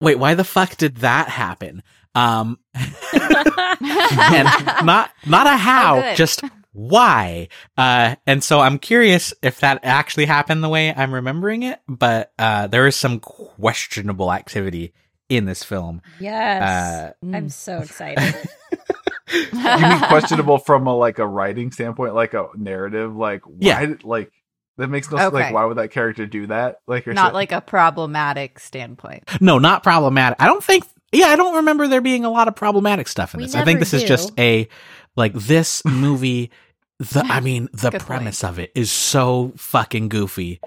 [SPEAKER 2] wait why the fuck did that happen um and not not a how
[SPEAKER 4] Oh, good.
[SPEAKER 2] just why uh and so I'm curious if that actually happened the way I'm remembering it but uh there is some questionable activity in this film
[SPEAKER 3] yes.
[SPEAKER 2] uh
[SPEAKER 3] I'm so excited.
[SPEAKER 1] You mean questionable from a like a writing standpoint, like a narrative, like why,
[SPEAKER 2] Yeah.
[SPEAKER 1] did- like that makes no sense.
[SPEAKER 4] Okay.
[SPEAKER 1] Like why would that character do that? Like or
[SPEAKER 4] Not
[SPEAKER 1] something.
[SPEAKER 4] like a problematic standpoint.
[SPEAKER 2] Uh, No, not problematic. I don't think. Yeah, I don't remember there being a lot of problematic stuff in
[SPEAKER 3] We
[SPEAKER 2] this. I think
[SPEAKER 3] never
[SPEAKER 2] this is
[SPEAKER 3] do.
[SPEAKER 2] just a like this movie the I mean the
[SPEAKER 4] Good point.
[SPEAKER 2] premise of it is so fucking goofy.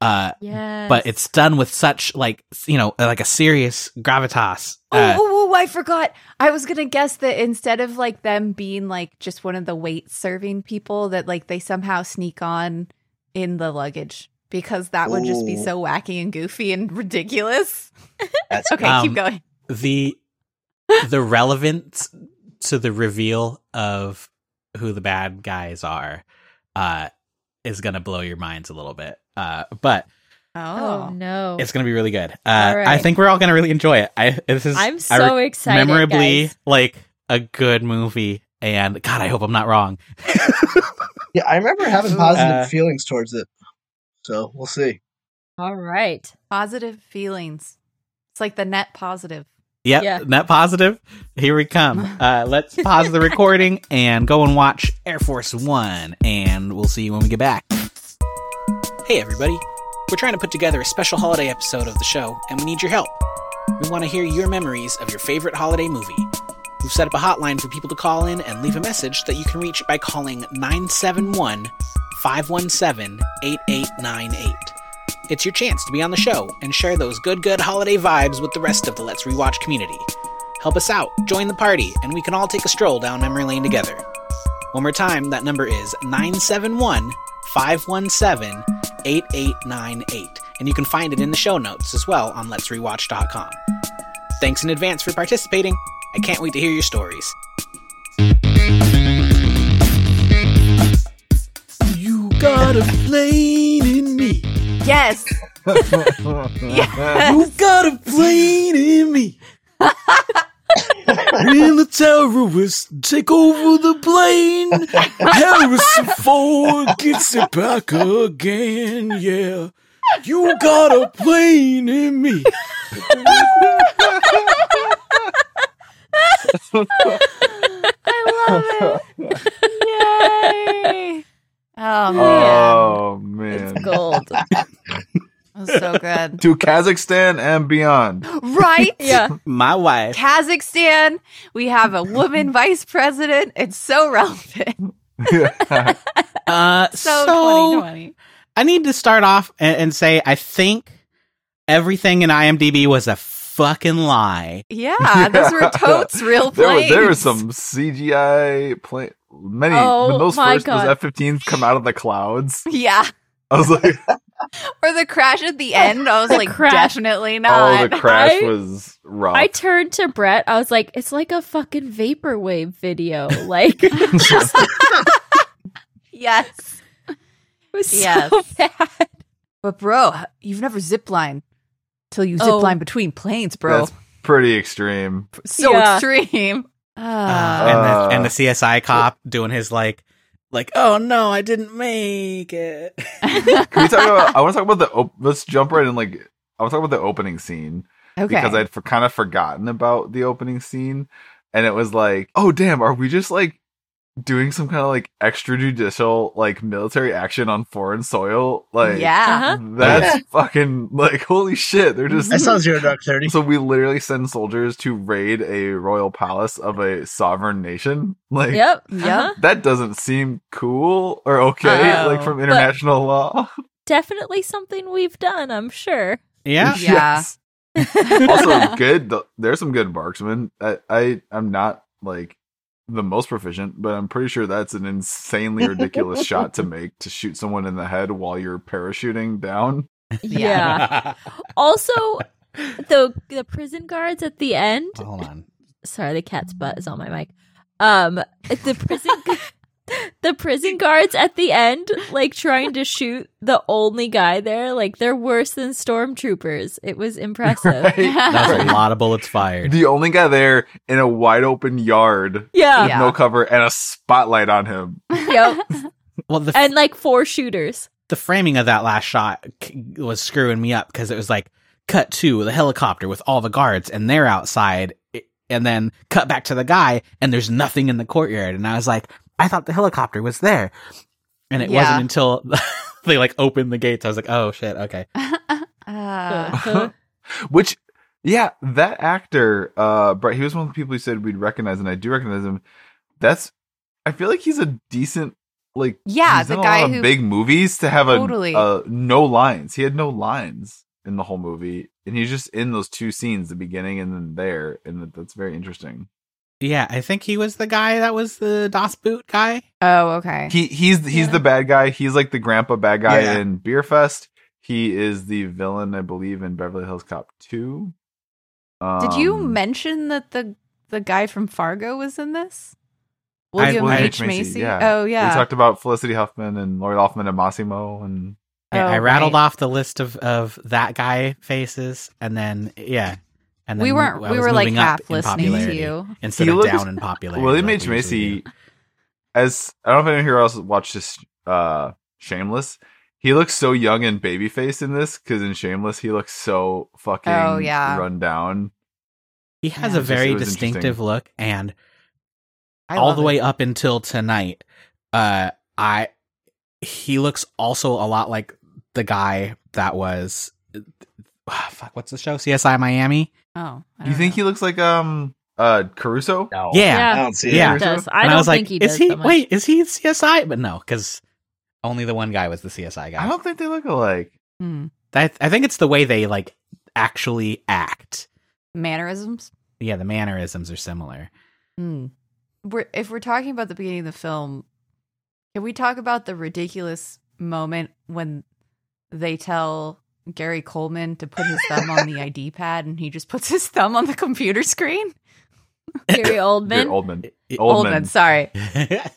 [SPEAKER 2] Uh
[SPEAKER 3] Yeah.
[SPEAKER 2] but it's done with such like s- you know like a serious gravitas.
[SPEAKER 4] Oh,
[SPEAKER 2] Uh,
[SPEAKER 4] oh, oh, I forgot. I was gonna guess that instead of like them being like just one of the wait serving people, that like they somehow sneak on in the luggage because that would just be
[SPEAKER 5] Ooh.
[SPEAKER 4] so wacky and goofy and ridiculous.
[SPEAKER 5] That's
[SPEAKER 4] Okay,
[SPEAKER 2] Um,
[SPEAKER 4] keep going.
[SPEAKER 2] the the relevance to the reveal of who the bad guys are uh is going to blow your minds a little bit. Uh but
[SPEAKER 3] oh,
[SPEAKER 4] Oh,
[SPEAKER 3] no.
[SPEAKER 2] it's going to be really good. Uh
[SPEAKER 3] All right.
[SPEAKER 2] I think we're all going to really enjoy it. I this is
[SPEAKER 3] I'm
[SPEAKER 2] I
[SPEAKER 3] so excited.
[SPEAKER 2] memorably
[SPEAKER 3] guys.
[SPEAKER 2] like a good movie and god i hope i'm not wrong
[SPEAKER 5] Yeah, I remember having positive
[SPEAKER 2] Uh,
[SPEAKER 5] feelings towards it. So we'll see.
[SPEAKER 3] All right.
[SPEAKER 4] positive feelings. It's like the net positive.
[SPEAKER 2] yep
[SPEAKER 3] Yeah.
[SPEAKER 2] net positive here we come uh let's pause the recording and go and watch air force one and we'll see you when we get back hey everybody we're trying to put together a special holiday episode of the show and we need your help we want to hear your memories of your favorite holiday movie we've set up a hotline for people to call in and leave a message that you can reach by calling 971 517 8898 It's your chance to be on the show and share those good, good holiday vibes with the rest of the Let's Rewatch community. Help us out, join the party, and we can all take a stroll down memory lane together. One more time, that number is 971 517 8898, and you can find it in the show notes as well on letsrewatch.com. Thanks in advance for participating. I can't wait to hear your stories. You got a plane in me.
[SPEAKER 4] Yes.
[SPEAKER 1] yeah.
[SPEAKER 2] You got a plane in me. When the terrorists take over the plane, Harrison Ford gets it back again. Yeah, you got a plane in me.
[SPEAKER 4] I love it. Yay. Oh man.
[SPEAKER 1] Oh man.
[SPEAKER 3] It's gold.
[SPEAKER 4] That was so good.
[SPEAKER 1] To Kazakhstan and beyond.
[SPEAKER 4] Right?
[SPEAKER 3] yeah.
[SPEAKER 2] My wife.
[SPEAKER 4] Kazakhstan, we have a woman vice president. It's so relevant.
[SPEAKER 2] Uh,
[SPEAKER 4] So, 2020.
[SPEAKER 2] I need to start off and, and say I think everything in IMDb was a fucking lie.
[SPEAKER 4] Yeah, those were totes real
[SPEAKER 1] There were,
[SPEAKER 4] planes.
[SPEAKER 1] there were some CGI plane. Many
[SPEAKER 3] Oh,
[SPEAKER 1] when those
[SPEAKER 3] my
[SPEAKER 1] first those
[SPEAKER 3] God.
[SPEAKER 1] F-15s come out of the clouds,
[SPEAKER 4] Yeah.
[SPEAKER 1] I was like,
[SPEAKER 4] Or the crash at the end. I was like,
[SPEAKER 3] crash.
[SPEAKER 4] definitely
[SPEAKER 1] "Oh,
[SPEAKER 4] not.
[SPEAKER 1] the crash
[SPEAKER 3] I-
[SPEAKER 1] was rough."
[SPEAKER 3] I turned to Brett. I was like, it's like a fucking vaporwave video. Like, it
[SPEAKER 4] yes.
[SPEAKER 3] was
[SPEAKER 4] Yes.
[SPEAKER 3] so bad.
[SPEAKER 4] But bro, you've never ziplined till you
[SPEAKER 3] Oh.
[SPEAKER 4] zipline between planes, bro.
[SPEAKER 1] That's pretty extreme.
[SPEAKER 4] so
[SPEAKER 3] Yeah.
[SPEAKER 4] extreme.
[SPEAKER 2] Uh,
[SPEAKER 4] Uh,
[SPEAKER 2] and, the, and
[SPEAKER 1] Uh.
[SPEAKER 2] the CSI cop doing his like, like, oh no, I didn't make it.
[SPEAKER 1] Can we talk about? I want to talk about the. Op- let's jump right in. Like, I want to talk about the opening scene
[SPEAKER 4] okay.
[SPEAKER 1] because I'd for- kind of forgotten about the opening scene, and it was like, "Oh damn, are we just like doing some kind of like extrajudicial like military action on foreign soil?" Like,
[SPEAKER 4] yeah.
[SPEAKER 3] Uh-huh.
[SPEAKER 1] that's fucking like holy shit. They're just
[SPEAKER 5] I saw Zero Dark Thirty.
[SPEAKER 1] So we literally send soldiers to raid a royal palace of a sovereign nation. Like
[SPEAKER 3] Yep.
[SPEAKER 4] Yep.
[SPEAKER 3] uh-huh.
[SPEAKER 1] that doesn't seem cool or okay,
[SPEAKER 4] Oh.
[SPEAKER 1] like from international law.
[SPEAKER 3] Definitely something we've done, I'm sure.
[SPEAKER 2] Yeah.
[SPEAKER 4] Yeah.
[SPEAKER 1] Yes. also good. th- There's some good marksmen. I, I I'm not like the most proficient, but I'm pretty sure that's an insanely ridiculous shot to make to shoot someone in the head while you're parachuting down.
[SPEAKER 3] yeah. Also, the the prison guards at the end.
[SPEAKER 2] Hold on.
[SPEAKER 3] Sorry, the cat's butt is on my mic. Um, the prison the prison guards at the end, like trying to shoot the only guy there. Like they're worse than stormtroopers. It was impressive.
[SPEAKER 1] Right?
[SPEAKER 2] That's
[SPEAKER 1] Right.
[SPEAKER 2] a lot of bullets fired.
[SPEAKER 1] The only guy there in a wide open yard
[SPEAKER 3] Yeah.
[SPEAKER 4] Yeah.
[SPEAKER 1] no cover and a spotlight on him.
[SPEAKER 3] Yep.
[SPEAKER 2] Well, the,
[SPEAKER 3] And like four shooters.
[SPEAKER 2] the framing of that last shot k- was screwing me up because it was like cut to the helicopter with all the guards and they're outside, i- and then cut back to the guy and there's nothing in the courtyard. And I was like, I thought the helicopter was there, and it
[SPEAKER 4] Yeah.
[SPEAKER 2] wasn't until they like opened the gates. I was like, oh shit, okay.
[SPEAKER 4] Uh,
[SPEAKER 1] Which, yeah, that actor, uh, Brett, he was one of the people who said we'd recognize, and I do recognize him. That's, I feel like he's a decent Like
[SPEAKER 4] Yeah,
[SPEAKER 1] he's
[SPEAKER 4] the
[SPEAKER 1] in a lot
[SPEAKER 4] guy
[SPEAKER 1] of
[SPEAKER 4] who
[SPEAKER 1] big movies to have a,
[SPEAKER 4] Totally.
[SPEAKER 1] a no lines. He had no lines in the whole movie, and he's just in those two scenes, the beginning and then there, and that, that's very interesting.
[SPEAKER 2] Yeah, I think he was the guy that was the DOS boot guy.
[SPEAKER 4] Oh, okay.
[SPEAKER 1] He he's he's
[SPEAKER 3] Yeah.
[SPEAKER 1] the bad guy. He's like the grandpa bad guy
[SPEAKER 5] Yeah.
[SPEAKER 1] in Beer Fest. He is the villain, I believe, in Beverly Hills Cop Two.
[SPEAKER 4] Did you
[SPEAKER 1] Um,
[SPEAKER 4] mention that the the guy from Fargo was in this?
[SPEAKER 2] I-
[SPEAKER 4] William
[SPEAKER 2] William
[SPEAKER 1] H.
[SPEAKER 4] H. Macy.
[SPEAKER 1] Macy, yeah.
[SPEAKER 4] Oh,
[SPEAKER 1] We
[SPEAKER 4] yeah.
[SPEAKER 1] talked about Felicity Huffman and Lori Loughlin and Massimo and
[SPEAKER 2] I-
[SPEAKER 4] Oh,
[SPEAKER 2] I rattled
[SPEAKER 4] right.
[SPEAKER 2] off the list of of that guy faces, and then yeah, and then
[SPEAKER 4] we weren't.
[SPEAKER 2] I
[SPEAKER 4] We
[SPEAKER 2] was
[SPEAKER 4] were like
[SPEAKER 2] moving up
[SPEAKER 4] half
[SPEAKER 2] in
[SPEAKER 4] listening to
[SPEAKER 2] popularity
[SPEAKER 4] you.
[SPEAKER 2] instead
[SPEAKER 1] He
[SPEAKER 2] of
[SPEAKER 1] looks-
[SPEAKER 2] down in popularity.
[SPEAKER 1] William
[SPEAKER 2] like
[SPEAKER 1] H
[SPEAKER 2] we usually do.
[SPEAKER 1] Macy. As I don't know if anyone here else watched this uh, Shameless. He looks so young and babyface in this because in Shameless he looks so fucking
[SPEAKER 4] Oh, yeah.
[SPEAKER 1] run down.
[SPEAKER 2] He has
[SPEAKER 4] Yeah.
[SPEAKER 2] a very
[SPEAKER 1] It was
[SPEAKER 2] distinctive
[SPEAKER 1] interesting.
[SPEAKER 2] look, and
[SPEAKER 4] I
[SPEAKER 2] all
[SPEAKER 4] love
[SPEAKER 2] the
[SPEAKER 4] it.
[SPEAKER 2] way up until tonight, uh, I he looks also a lot like the guy that was. ah, fuck, what's the show? CSI Miami.
[SPEAKER 4] Oh, I
[SPEAKER 1] You
[SPEAKER 4] don't
[SPEAKER 1] think
[SPEAKER 4] know.
[SPEAKER 1] he looks like um uh Caruso?
[SPEAKER 5] No.
[SPEAKER 2] Yeah,
[SPEAKER 5] I
[SPEAKER 3] Yeah.
[SPEAKER 5] don't see it.
[SPEAKER 2] Yeah.
[SPEAKER 3] He does.
[SPEAKER 2] and
[SPEAKER 3] I don't
[SPEAKER 2] I was
[SPEAKER 3] think
[SPEAKER 2] like,
[SPEAKER 3] he does.
[SPEAKER 2] is he?
[SPEAKER 3] that much.
[SPEAKER 2] Wait, is he CSI? But no, because only the one guy was the CSI guy.
[SPEAKER 1] I don't think they look alike.
[SPEAKER 4] Hmm.
[SPEAKER 2] I, I think it's the way they like actually act.
[SPEAKER 4] mannerisms?
[SPEAKER 2] Yeah, the mannerisms are similar.
[SPEAKER 4] Hmm. We're, if we're talking about the beginning of the film, can we talk about the ridiculous moment when they tell Gary Coleman to put his thumb on the ID pad and he just puts his thumb on the computer screen?
[SPEAKER 3] Gary Oldman.
[SPEAKER 1] You're Oldman.
[SPEAKER 4] Oldman,
[SPEAKER 1] Oldman.
[SPEAKER 4] sorry.
[SPEAKER 2] that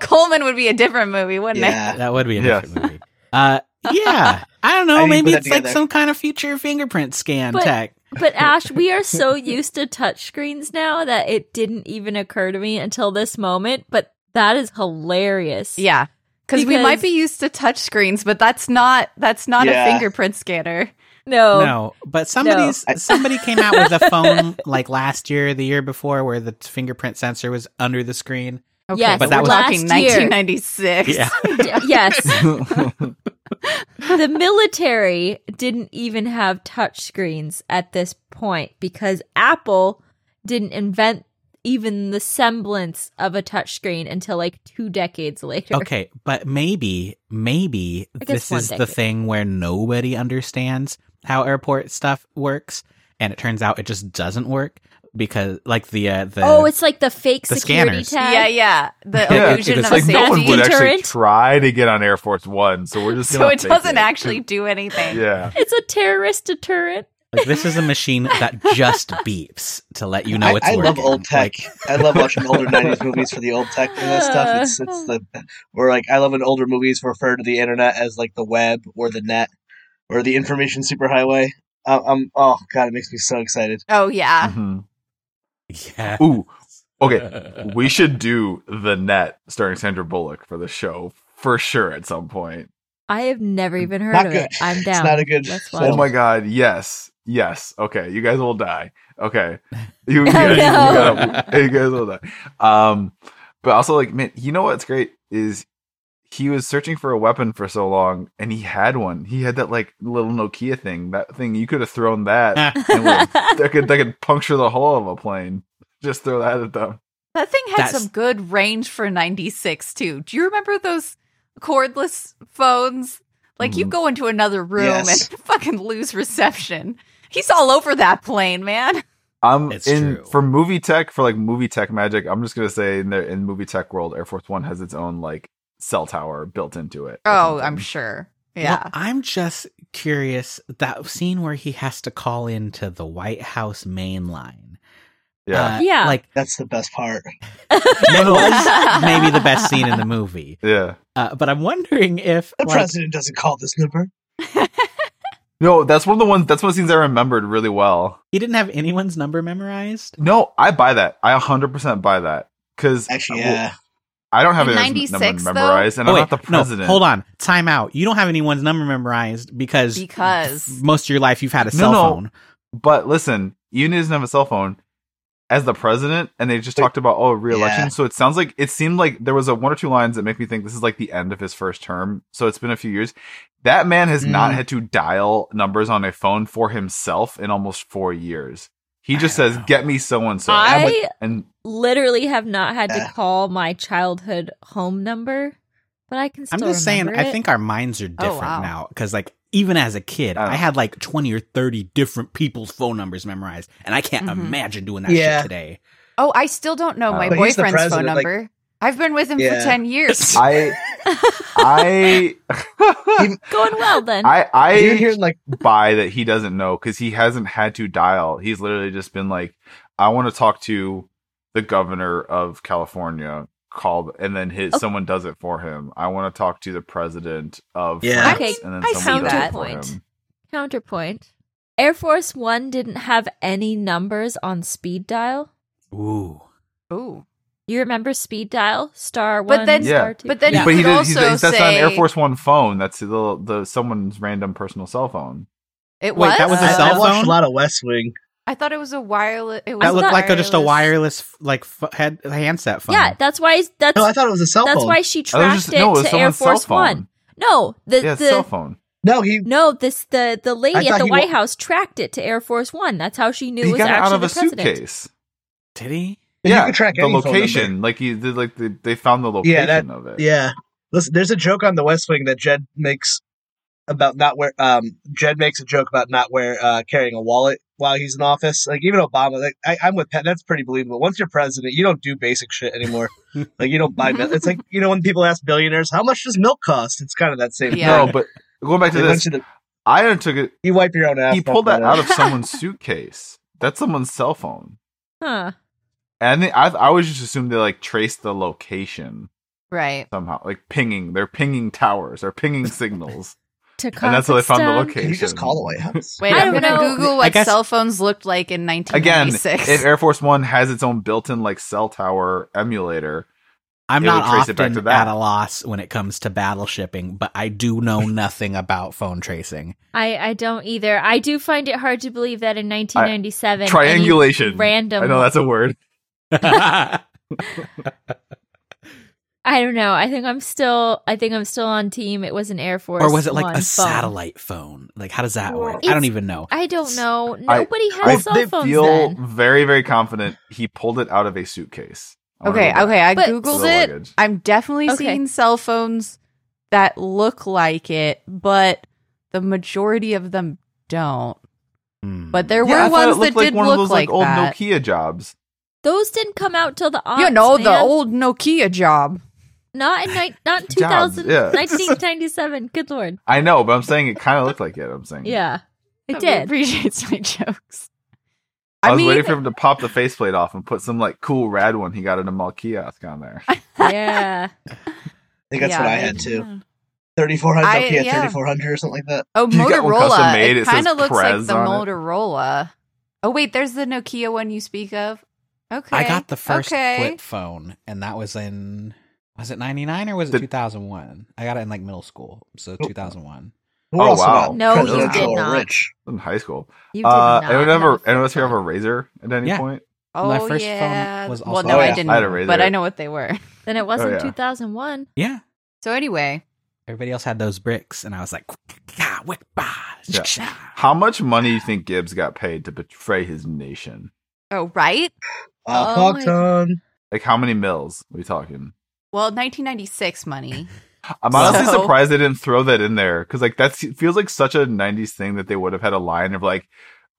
[SPEAKER 4] Coleman would be a different movie, wouldn't
[SPEAKER 5] Yeah.
[SPEAKER 2] would be a
[SPEAKER 1] Yes.
[SPEAKER 2] different movie. Uh, yeah, I don't know.
[SPEAKER 5] I didn't
[SPEAKER 2] maybe
[SPEAKER 5] put that
[SPEAKER 2] it's like
[SPEAKER 5] together.
[SPEAKER 2] some kind of future fingerprint scan
[SPEAKER 3] But-
[SPEAKER 2] tech.
[SPEAKER 3] But Ash, we are so used to touchscreens now that it didn't even occur to me until this moment. But that is hilarious.
[SPEAKER 4] it? Yeah. Cuz we might
[SPEAKER 3] Because-
[SPEAKER 4] be used to touch screens, but that's not that's not
[SPEAKER 5] Yeah.
[SPEAKER 4] a fingerprint scanner.
[SPEAKER 3] No.
[SPEAKER 2] No, but somebody's
[SPEAKER 5] I-
[SPEAKER 2] somebody came out with a phone like last year, the year before, where the fingerprint sensor was under the screen.
[SPEAKER 4] Okay,
[SPEAKER 3] Yes,
[SPEAKER 4] but
[SPEAKER 2] But that
[SPEAKER 4] we're
[SPEAKER 2] was-
[SPEAKER 4] talking
[SPEAKER 3] last year.
[SPEAKER 4] 1996.
[SPEAKER 3] D- yes.
[SPEAKER 1] Oldman.
[SPEAKER 3] the military didn't even have touchscreens at this point because Apple didn't invent even the semblance of a touchscreen until like two decades later.
[SPEAKER 2] Okay, but maybe, maybe
[SPEAKER 3] I guess
[SPEAKER 2] this
[SPEAKER 3] one
[SPEAKER 2] is the
[SPEAKER 3] decade.
[SPEAKER 2] thing where nobody understands how airport stuff works, and it turns out it just doesn't work because, like the uh, the
[SPEAKER 3] oh, it's like the fake
[SPEAKER 2] the
[SPEAKER 3] security
[SPEAKER 2] scanners.
[SPEAKER 3] tag.
[SPEAKER 4] Yeah, yeah. The
[SPEAKER 2] Yeah,
[SPEAKER 4] illusion
[SPEAKER 2] it's
[SPEAKER 4] of
[SPEAKER 1] like
[SPEAKER 4] safety.
[SPEAKER 1] no one would actually
[SPEAKER 3] Deterrent.
[SPEAKER 1] try to get on Air Force One, so we're just
[SPEAKER 4] so
[SPEAKER 1] gonna
[SPEAKER 4] it
[SPEAKER 1] fake
[SPEAKER 4] doesn't actually do anything.
[SPEAKER 1] Yeah,
[SPEAKER 3] It's a terrorist deterrent.
[SPEAKER 2] like, this is a machine that just beeps to let you know
[SPEAKER 5] I,
[SPEAKER 2] it's.
[SPEAKER 5] I love
[SPEAKER 2] working.
[SPEAKER 5] old tech.
[SPEAKER 2] Like,
[SPEAKER 5] I love watching older '90s movies for the old tech and that stuff. It's it's the or like I love when older movies refer to the internet as like the web or the net or the information superhighway. I, I'm oh god, it makes me so excited.
[SPEAKER 4] Oh
[SPEAKER 3] Hmm.
[SPEAKER 4] yeah.
[SPEAKER 1] Mhm.
[SPEAKER 2] yeah.
[SPEAKER 1] Ooh, okay. we should do the net starring Sandra Bullock for the show for sure at some point.
[SPEAKER 3] I have never even heard
[SPEAKER 5] Not
[SPEAKER 3] of
[SPEAKER 5] good.
[SPEAKER 3] it. I'm down.
[SPEAKER 5] not a good
[SPEAKER 3] Let's
[SPEAKER 5] film.
[SPEAKER 1] Oh
[SPEAKER 3] watch
[SPEAKER 1] my god, yes, yes. Okay, you guys will die. Okay, you, you,
[SPEAKER 3] Oh,
[SPEAKER 1] guys,
[SPEAKER 3] no.
[SPEAKER 1] you, gotta- you guys will die. Um, but also like, man, you know what's great is he was searching for a weapon for so long, and he had one. He had that like little Nokia thing. That thing you could have thrown that.
[SPEAKER 2] Oh
[SPEAKER 1] and would've-
[SPEAKER 3] it.
[SPEAKER 1] that could that could puncture the hull of a plane. Just throw that at them.
[SPEAKER 4] That thing had
[SPEAKER 2] That's-
[SPEAKER 4] some good range for 96 too. Do you remember those cordless phones? Like you
[SPEAKER 1] Mhm.
[SPEAKER 4] go into another room
[SPEAKER 5] Yes.
[SPEAKER 4] and fucking lose reception. He's all over that plane, man.
[SPEAKER 1] I'm
[SPEAKER 2] It's
[SPEAKER 1] in
[SPEAKER 2] true.
[SPEAKER 1] for movie tech for like movie tech magic. I'm just gonna say in the in movie tech world, Air Force One has its own like cell tower built into it. or
[SPEAKER 4] Oh, I'm
[SPEAKER 1] something.
[SPEAKER 4] sure.
[SPEAKER 2] Well,
[SPEAKER 4] Yeah.
[SPEAKER 2] I'm just curious that scene where he has to call into the White House main line.
[SPEAKER 1] Yeah,
[SPEAKER 2] Uh,
[SPEAKER 3] Yeah.
[SPEAKER 2] Like
[SPEAKER 5] That's the best part.
[SPEAKER 2] it was maybe the best scene in the movie.
[SPEAKER 1] yeah.
[SPEAKER 2] Uh, but I'm wondering if
[SPEAKER 5] The
[SPEAKER 2] like,
[SPEAKER 5] president doesn't call this number.
[SPEAKER 1] No, that's one of the ones. That's one of the scenes I remembered really well.
[SPEAKER 2] he didn't have anyone's number memorized.
[SPEAKER 1] No, I buy that. I 100 percent buy that because
[SPEAKER 2] Uh,
[SPEAKER 5] Actually, yeah.
[SPEAKER 1] I don't have
[SPEAKER 4] In
[SPEAKER 1] anyone's
[SPEAKER 4] 96
[SPEAKER 1] number memorized, and I'm
[SPEAKER 2] Oh,
[SPEAKER 1] not the
[SPEAKER 2] wait, no,
[SPEAKER 1] president.
[SPEAKER 2] hold on. Time out. You don't have anyone's number memorized because
[SPEAKER 4] Because
[SPEAKER 2] most of your life you've had a
[SPEAKER 1] No,
[SPEAKER 2] cell
[SPEAKER 1] no.
[SPEAKER 2] phone.
[SPEAKER 1] But listen, even he doesn't have a cell phone as the president, and they just
[SPEAKER 5] Wait.
[SPEAKER 1] talked about oh reelection.
[SPEAKER 5] Yeah.
[SPEAKER 1] So it sounds like it seemed like there was a one or two lines that make me think this is like the end of his first term. So it's been a few years. That man has not
[SPEAKER 5] Mm.
[SPEAKER 1] had to dial numbers on a phone for himself in almost four years. He just says, "Get me so and so,"
[SPEAKER 5] I'm with-
[SPEAKER 3] I
[SPEAKER 1] and
[SPEAKER 3] literally have not had to
[SPEAKER 5] Yeah.
[SPEAKER 3] call my childhood home number, but I can still
[SPEAKER 2] I'm just saying,
[SPEAKER 3] remember
[SPEAKER 2] I
[SPEAKER 3] it. Oh,
[SPEAKER 2] think our minds are different
[SPEAKER 4] wow.
[SPEAKER 2] now. Because, like, even as a kid,
[SPEAKER 1] Oh.
[SPEAKER 2] I had like 20 or 30 different people's phone numbers memorized. And I can't
[SPEAKER 4] Mhm.
[SPEAKER 3] Mm-hmm.
[SPEAKER 2] imagine doing that
[SPEAKER 5] Yeah.
[SPEAKER 2] shit today.
[SPEAKER 4] Oh, I still don't know
[SPEAKER 1] Uh,
[SPEAKER 4] my
[SPEAKER 1] But
[SPEAKER 5] he's the
[SPEAKER 4] boyfriend's phone
[SPEAKER 5] president, like-
[SPEAKER 4] number. I've been with him
[SPEAKER 5] Yeah.
[SPEAKER 4] for 10 years.
[SPEAKER 1] I, I,
[SPEAKER 3] Going well then.
[SPEAKER 1] I,
[SPEAKER 5] You
[SPEAKER 1] I
[SPEAKER 5] hear like
[SPEAKER 1] buy that he doesn't know because he hasn't had to dial. He's literally just been like, "I want to talk to the governor of California." Called and then his
[SPEAKER 3] Okay.
[SPEAKER 1] someone does it for him. I want to talk to the president of
[SPEAKER 5] Yeah.
[SPEAKER 1] France,
[SPEAKER 3] Okay,
[SPEAKER 1] and then
[SPEAKER 3] I
[SPEAKER 1] someone
[SPEAKER 3] see
[SPEAKER 1] does
[SPEAKER 3] that.
[SPEAKER 1] it for
[SPEAKER 3] Point.
[SPEAKER 1] him.
[SPEAKER 3] Counterpoint. Air Force One didn't have any numbers on speed dial.
[SPEAKER 2] Ooh.
[SPEAKER 4] Ooh.
[SPEAKER 3] You remember speed dial? Star
[SPEAKER 4] But
[SPEAKER 3] one,
[SPEAKER 4] then-
[SPEAKER 1] Yeah.
[SPEAKER 3] star two.
[SPEAKER 4] but then
[SPEAKER 3] Yeah.
[SPEAKER 1] but he
[SPEAKER 4] could
[SPEAKER 1] did, he's,
[SPEAKER 4] also
[SPEAKER 1] that's not an Air
[SPEAKER 4] say-
[SPEAKER 1] Force One phone. That's the the someone's random personal cell phone.
[SPEAKER 4] It
[SPEAKER 2] Wait,
[SPEAKER 4] was?
[SPEAKER 2] that was a
[SPEAKER 5] I,
[SPEAKER 2] cell
[SPEAKER 5] I watched
[SPEAKER 2] phone?
[SPEAKER 5] a lot of West Wing.
[SPEAKER 4] I thought it was a wireless. It was
[SPEAKER 2] That looked
[SPEAKER 4] not-
[SPEAKER 2] like a, just a wireless, f- like, f- head handset phone.
[SPEAKER 3] yeah, that's why that's
[SPEAKER 5] No, I thought it was a cell
[SPEAKER 3] that's
[SPEAKER 5] phone.
[SPEAKER 3] why she
[SPEAKER 1] Oh, it was
[SPEAKER 3] tracked
[SPEAKER 1] just-
[SPEAKER 3] it,
[SPEAKER 1] no, it was
[SPEAKER 3] to Air
[SPEAKER 1] someone's cell
[SPEAKER 3] Force
[SPEAKER 1] phone.
[SPEAKER 3] One. No, the
[SPEAKER 1] yeah, it's
[SPEAKER 3] the
[SPEAKER 1] cell phone.
[SPEAKER 5] no, he
[SPEAKER 3] no this the the
[SPEAKER 5] I
[SPEAKER 3] lady
[SPEAKER 5] thought
[SPEAKER 3] at the
[SPEAKER 5] he
[SPEAKER 3] White
[SPEAKER 5] wa-
[SPEAKER 3] House tracked it to Air Force One. That's how she knew
[SPEAKER 1] he
[SPEAKER 3] it was
[SPEAKER 1] got it
[SPEAKER 3] actually
[SPEAKER 1] out of
[SPEAKER 3] the
[SPEAKER 1] a
[SPEAKER 3] president.
[SPEAKER 1] suitcase.
[SPEAKER 2] Did he?
[SPEAKER 5] you
[SPEAKER 1] yeah,
[SPEAKER 5] could track
[SPEAKER 1] the
[SPEAKER 5] any phone
[SPEAKER 1] location. Like he did, like they, they found the location
[SPEAKER 5] Yeah, that-
[SPEAKER 1] of it.
[SPEAKER 5] Yeah. Listen, there's a joke on The West Wing that Jed makes about not where um Jed makes a joke about not wear uh carrying a wallet while he's in office. Like even Obama, like I, I'm with Pat. That's pretty believable. Once you're president, you don't do basic shit anymore. like you don't buy. mil- It's like you know when people ask billionaires how much does milk cost. It's kind of that same.
[SPEAKER 4] Yeah.
[SPEAKER 1] No, but going back to
[SPEAKER 5] They want
[SPEAKER 1] this,
[SPEAKER 5] you, to,
[SPEAKER 1] I undertook it.
[SPEAKER 5] you wipe your own ass.
[SPEAKER 1] He pulled that out of someone's suitcase. That's someone's cell phone.
[SPEAKER 3] Huh.
[SPEAKER 1] And they, I, I always just assumed they like traced the location
[SPEAKER 4] Right.
[SPEAKER 1] somehow, like pinging. They're pinging towers. They're pinging signals,
[SPEAKER 3] To
[SPEAKER 1] and that's how they found the
[SPEAKER 3] Kazakhstan?
[SPEAKER 1] location.
[SPEAKER 5] Can you just call the White House?
[SPEAKER 4] Wait,
[SPEAKER 3] I
[SPEAKER 4] I'm
[SPEAKER 3] don't
[SPEAKER 4] gonna
[SPEAKER 3] know.
[SPEAKER 4] Google
[SPEAKER 2] I
[SPEAKER 4] what
[SPEAKER 2] guess-
[SPEAKER 4] cell phones looked like in
[SPEAKER 1] Again,
[SPEAKER 4] 1996.
[SPEAKER 1] if Air Force One has its own built-in like cell tower emulator,
[SPEAKER 2] I'm
[SPEAKER 1] It
[SPEAKER 2] not
[SPEAKER 1] would trace it back
[SPEAKER 2] often
[SPEAKER 1] to that.
[SPEAKER 2] at a loss when it comes to battleshipping, but I do know nothing about phone tracing.
[SPEAKER 3] I, I don't either. I do find it hard to believe that in 1997 any
[SPEAKER 1] triangulation.
[SPEAKER 3] random
[SPEAKER 1] I know that's a word.
[SPEAKER 3] I don't know. I think I'm still. I think I'm still on team. It was an Air Force,
[SPEAKER 2] or was it like a
[SPEAKER 3] One phone.
[SPEAKER 2] satellite phone? Like, how does that
[SPEAKER 3] Well,
[SPEAKER 2] work? I
[SPEAKER 3] it's-
[SPEAKER 2] don't even know.
[SPEAKER 3] I don't know.
[SPEAKER 1] I-
[SPEAKER 3] Nobody
[SPEAKER 1] I
[SPEAKER 3] has cell phones
[SPEAKER 1] feel
[SPEAKER 3] then.
[SPEAKER 1] very, very confident. He pulled it out of a suitcase. I wanna
[SPEAKER 4] okay,
[SPEAKER 1] go back
[SPEAKER 4] okay, I
[SPEAKER 3] But-
[SPEAKER 1] to the
[SPEAKER 4] googled it.
[SPEAKER 1] luggage.
[SPEAKER 4] I'm definitely
[SPEAKER 3] Okay.
[SPEAKER 4] seeing cell phones that look like it, but the majority of them don't.
[SPEAKER 2] Hmm.
[SPEAKER 4] But there
[SPEAKER 1] yeah, I thought it
[SPEAKER 4] were ones that
[SPEAKER 1] looked like
[SPEAKER 4] did
[SPEAKER 1] one
[SPEAKER 4] look
[SPEAKER 1] of those
[SPEAKER 4] like,
[SPEAKER 1] like, old
[SPEAKER 4] that.
[SPEAKER 1] Nokia jobs.
[SPEAKER 3] Those didn't come out till the aughts,
[SPEAKER 4] you know, the
[SPEAKER 3] man.
[SPEAKER 4] old Nokia job.
[SPEAKER 3] Not in ni- not in
[SPEAKER 1] Jobs,
[SPEAKER 3] 2000,
[SPEAKER 1] yeah.
[SPEAKER 3] 1997. Good lord.
[SPEAKER 1] I know, but I'm saying it kind of looked like it. I'm saying,
[SPEAKER 3] Yeah, it
[SPEAKER 4] Nobody
[SPEAKER 3] did.
[SPEAKER 4] Appreciates my jokes.
[SPEAKER 1] I,
[SPEAKER 4] I,
[SPEAKER 1] was
[SPEAKER 4] mean,
[SPEAKER 1] waiting for him to pop the faceplate off and put some like cool rad one he got at a mall kiosk on there.
[SPEAKER 3] Yeah.
[SPEAKER 5] I think that's
[SPEAKER 4] yeah,
[SPEAKER 5] what I
[SPEAKER 4] I-
[SPEAKER 5] had too. 3400
[SPEAKER 4] I-
[SPEAKER 5] Nokia
[SPEAKER 4] yeah.
[SPEAKER 5] 3400 or something like that.
[SPEAKER 4] Oh,
[SPEAKER 1] You got one custom
[SPEAKER 4] Motorola.
[SPEAKER 1] made,
[SPEAKER 4] It,
[SPEAKER 1] it says
[SPEAKER 4] kind of looks like
[SPEAKER 1] Prez
[SPEAKER 4] the
[SPEAKER 1] on it.
[SPEAKER 4] Motorola. Oh wait, there's the Nokia one you speak of. Okay,
[SPEAKER 2] I got the first
[SPEAKER 4] okay.
[SPEAKER 2] flip phone, and that was in was it '99 or was
[SPEAKER 1] The-
[SPEAKER 2] it 2001? I got it in like middle school, so 2001
[SPEAKER 5] We're
[SPEAKER 1] Oh,
[SPEAKER 5] also
[SPEAKER 1] wow.
[SPEAKER 5] not
[SPEAKER 3] No, you
[SPEAKER 5] presidential
[SPEAKER 3] did
[SPEAKER 5] or
[SPEAKER 3] not.
[SPEAKER 5] rich.
[SPEAKER 1] in high school.
[SPEAKER 3] You did
[SPEAKER 1] Uh,
[SPEAKER 3] not.
[SPEAKER 1] anyone ever, anyone else here have
[SPEAKER 4] phone.
[SPEAKER 1] a razor at any
[SPEAKER 2] Yeah.
[SPEAKER 1] point?
[SPEAKER 4] Oh
[SPEAKER 2] My first phone
[SPEAKER 4] yeah.
[SPEAKER 2] was
[SPEAKER 4] well,
[SPEAKER 2] also-
[SPEAKER 4] no,
[SPEAKER 5] Oh,
[SPEAKER 4] I
[SPEAKER 5] yeah.
[SPEAKER 4] didn't.
[SPEAKER 1] I had a razor.
[SPEAKER 4] But I know what they were.
[SPEAKER 3] Then it wasn't
[SPEAKER 1] Oh, yeah.
[SPEAKER 3] 2001.
[SPEAKER 2] Yeah,
[SPEAKER 4] So anyway,
[SPEAKER 2] everybody else had those bricks, and I was like, "Ka, wick, bah,
[SPEAKER 1] Yeah.
[SPEAKER 2] sha."
[SPEAKER 1] How much money do you think Gibbs got paid to betray his nation?
[SPEAKER 4] oh right.
[SPEAKER 5] Uh,
[SPEAKER 3] Oh my
[SPEAKER 5] fuck ton.
[SPEAKER 1] Like how many mills are we talking?
[SPEAKER 4] Well, 1996 money.
[SPEAKER 1] I'm honestly
[SPEAKER 4] So-
[SPEAKER 1] surprised they didn't throw that in there because like that feels like such a '90s thing that they would have had a line of like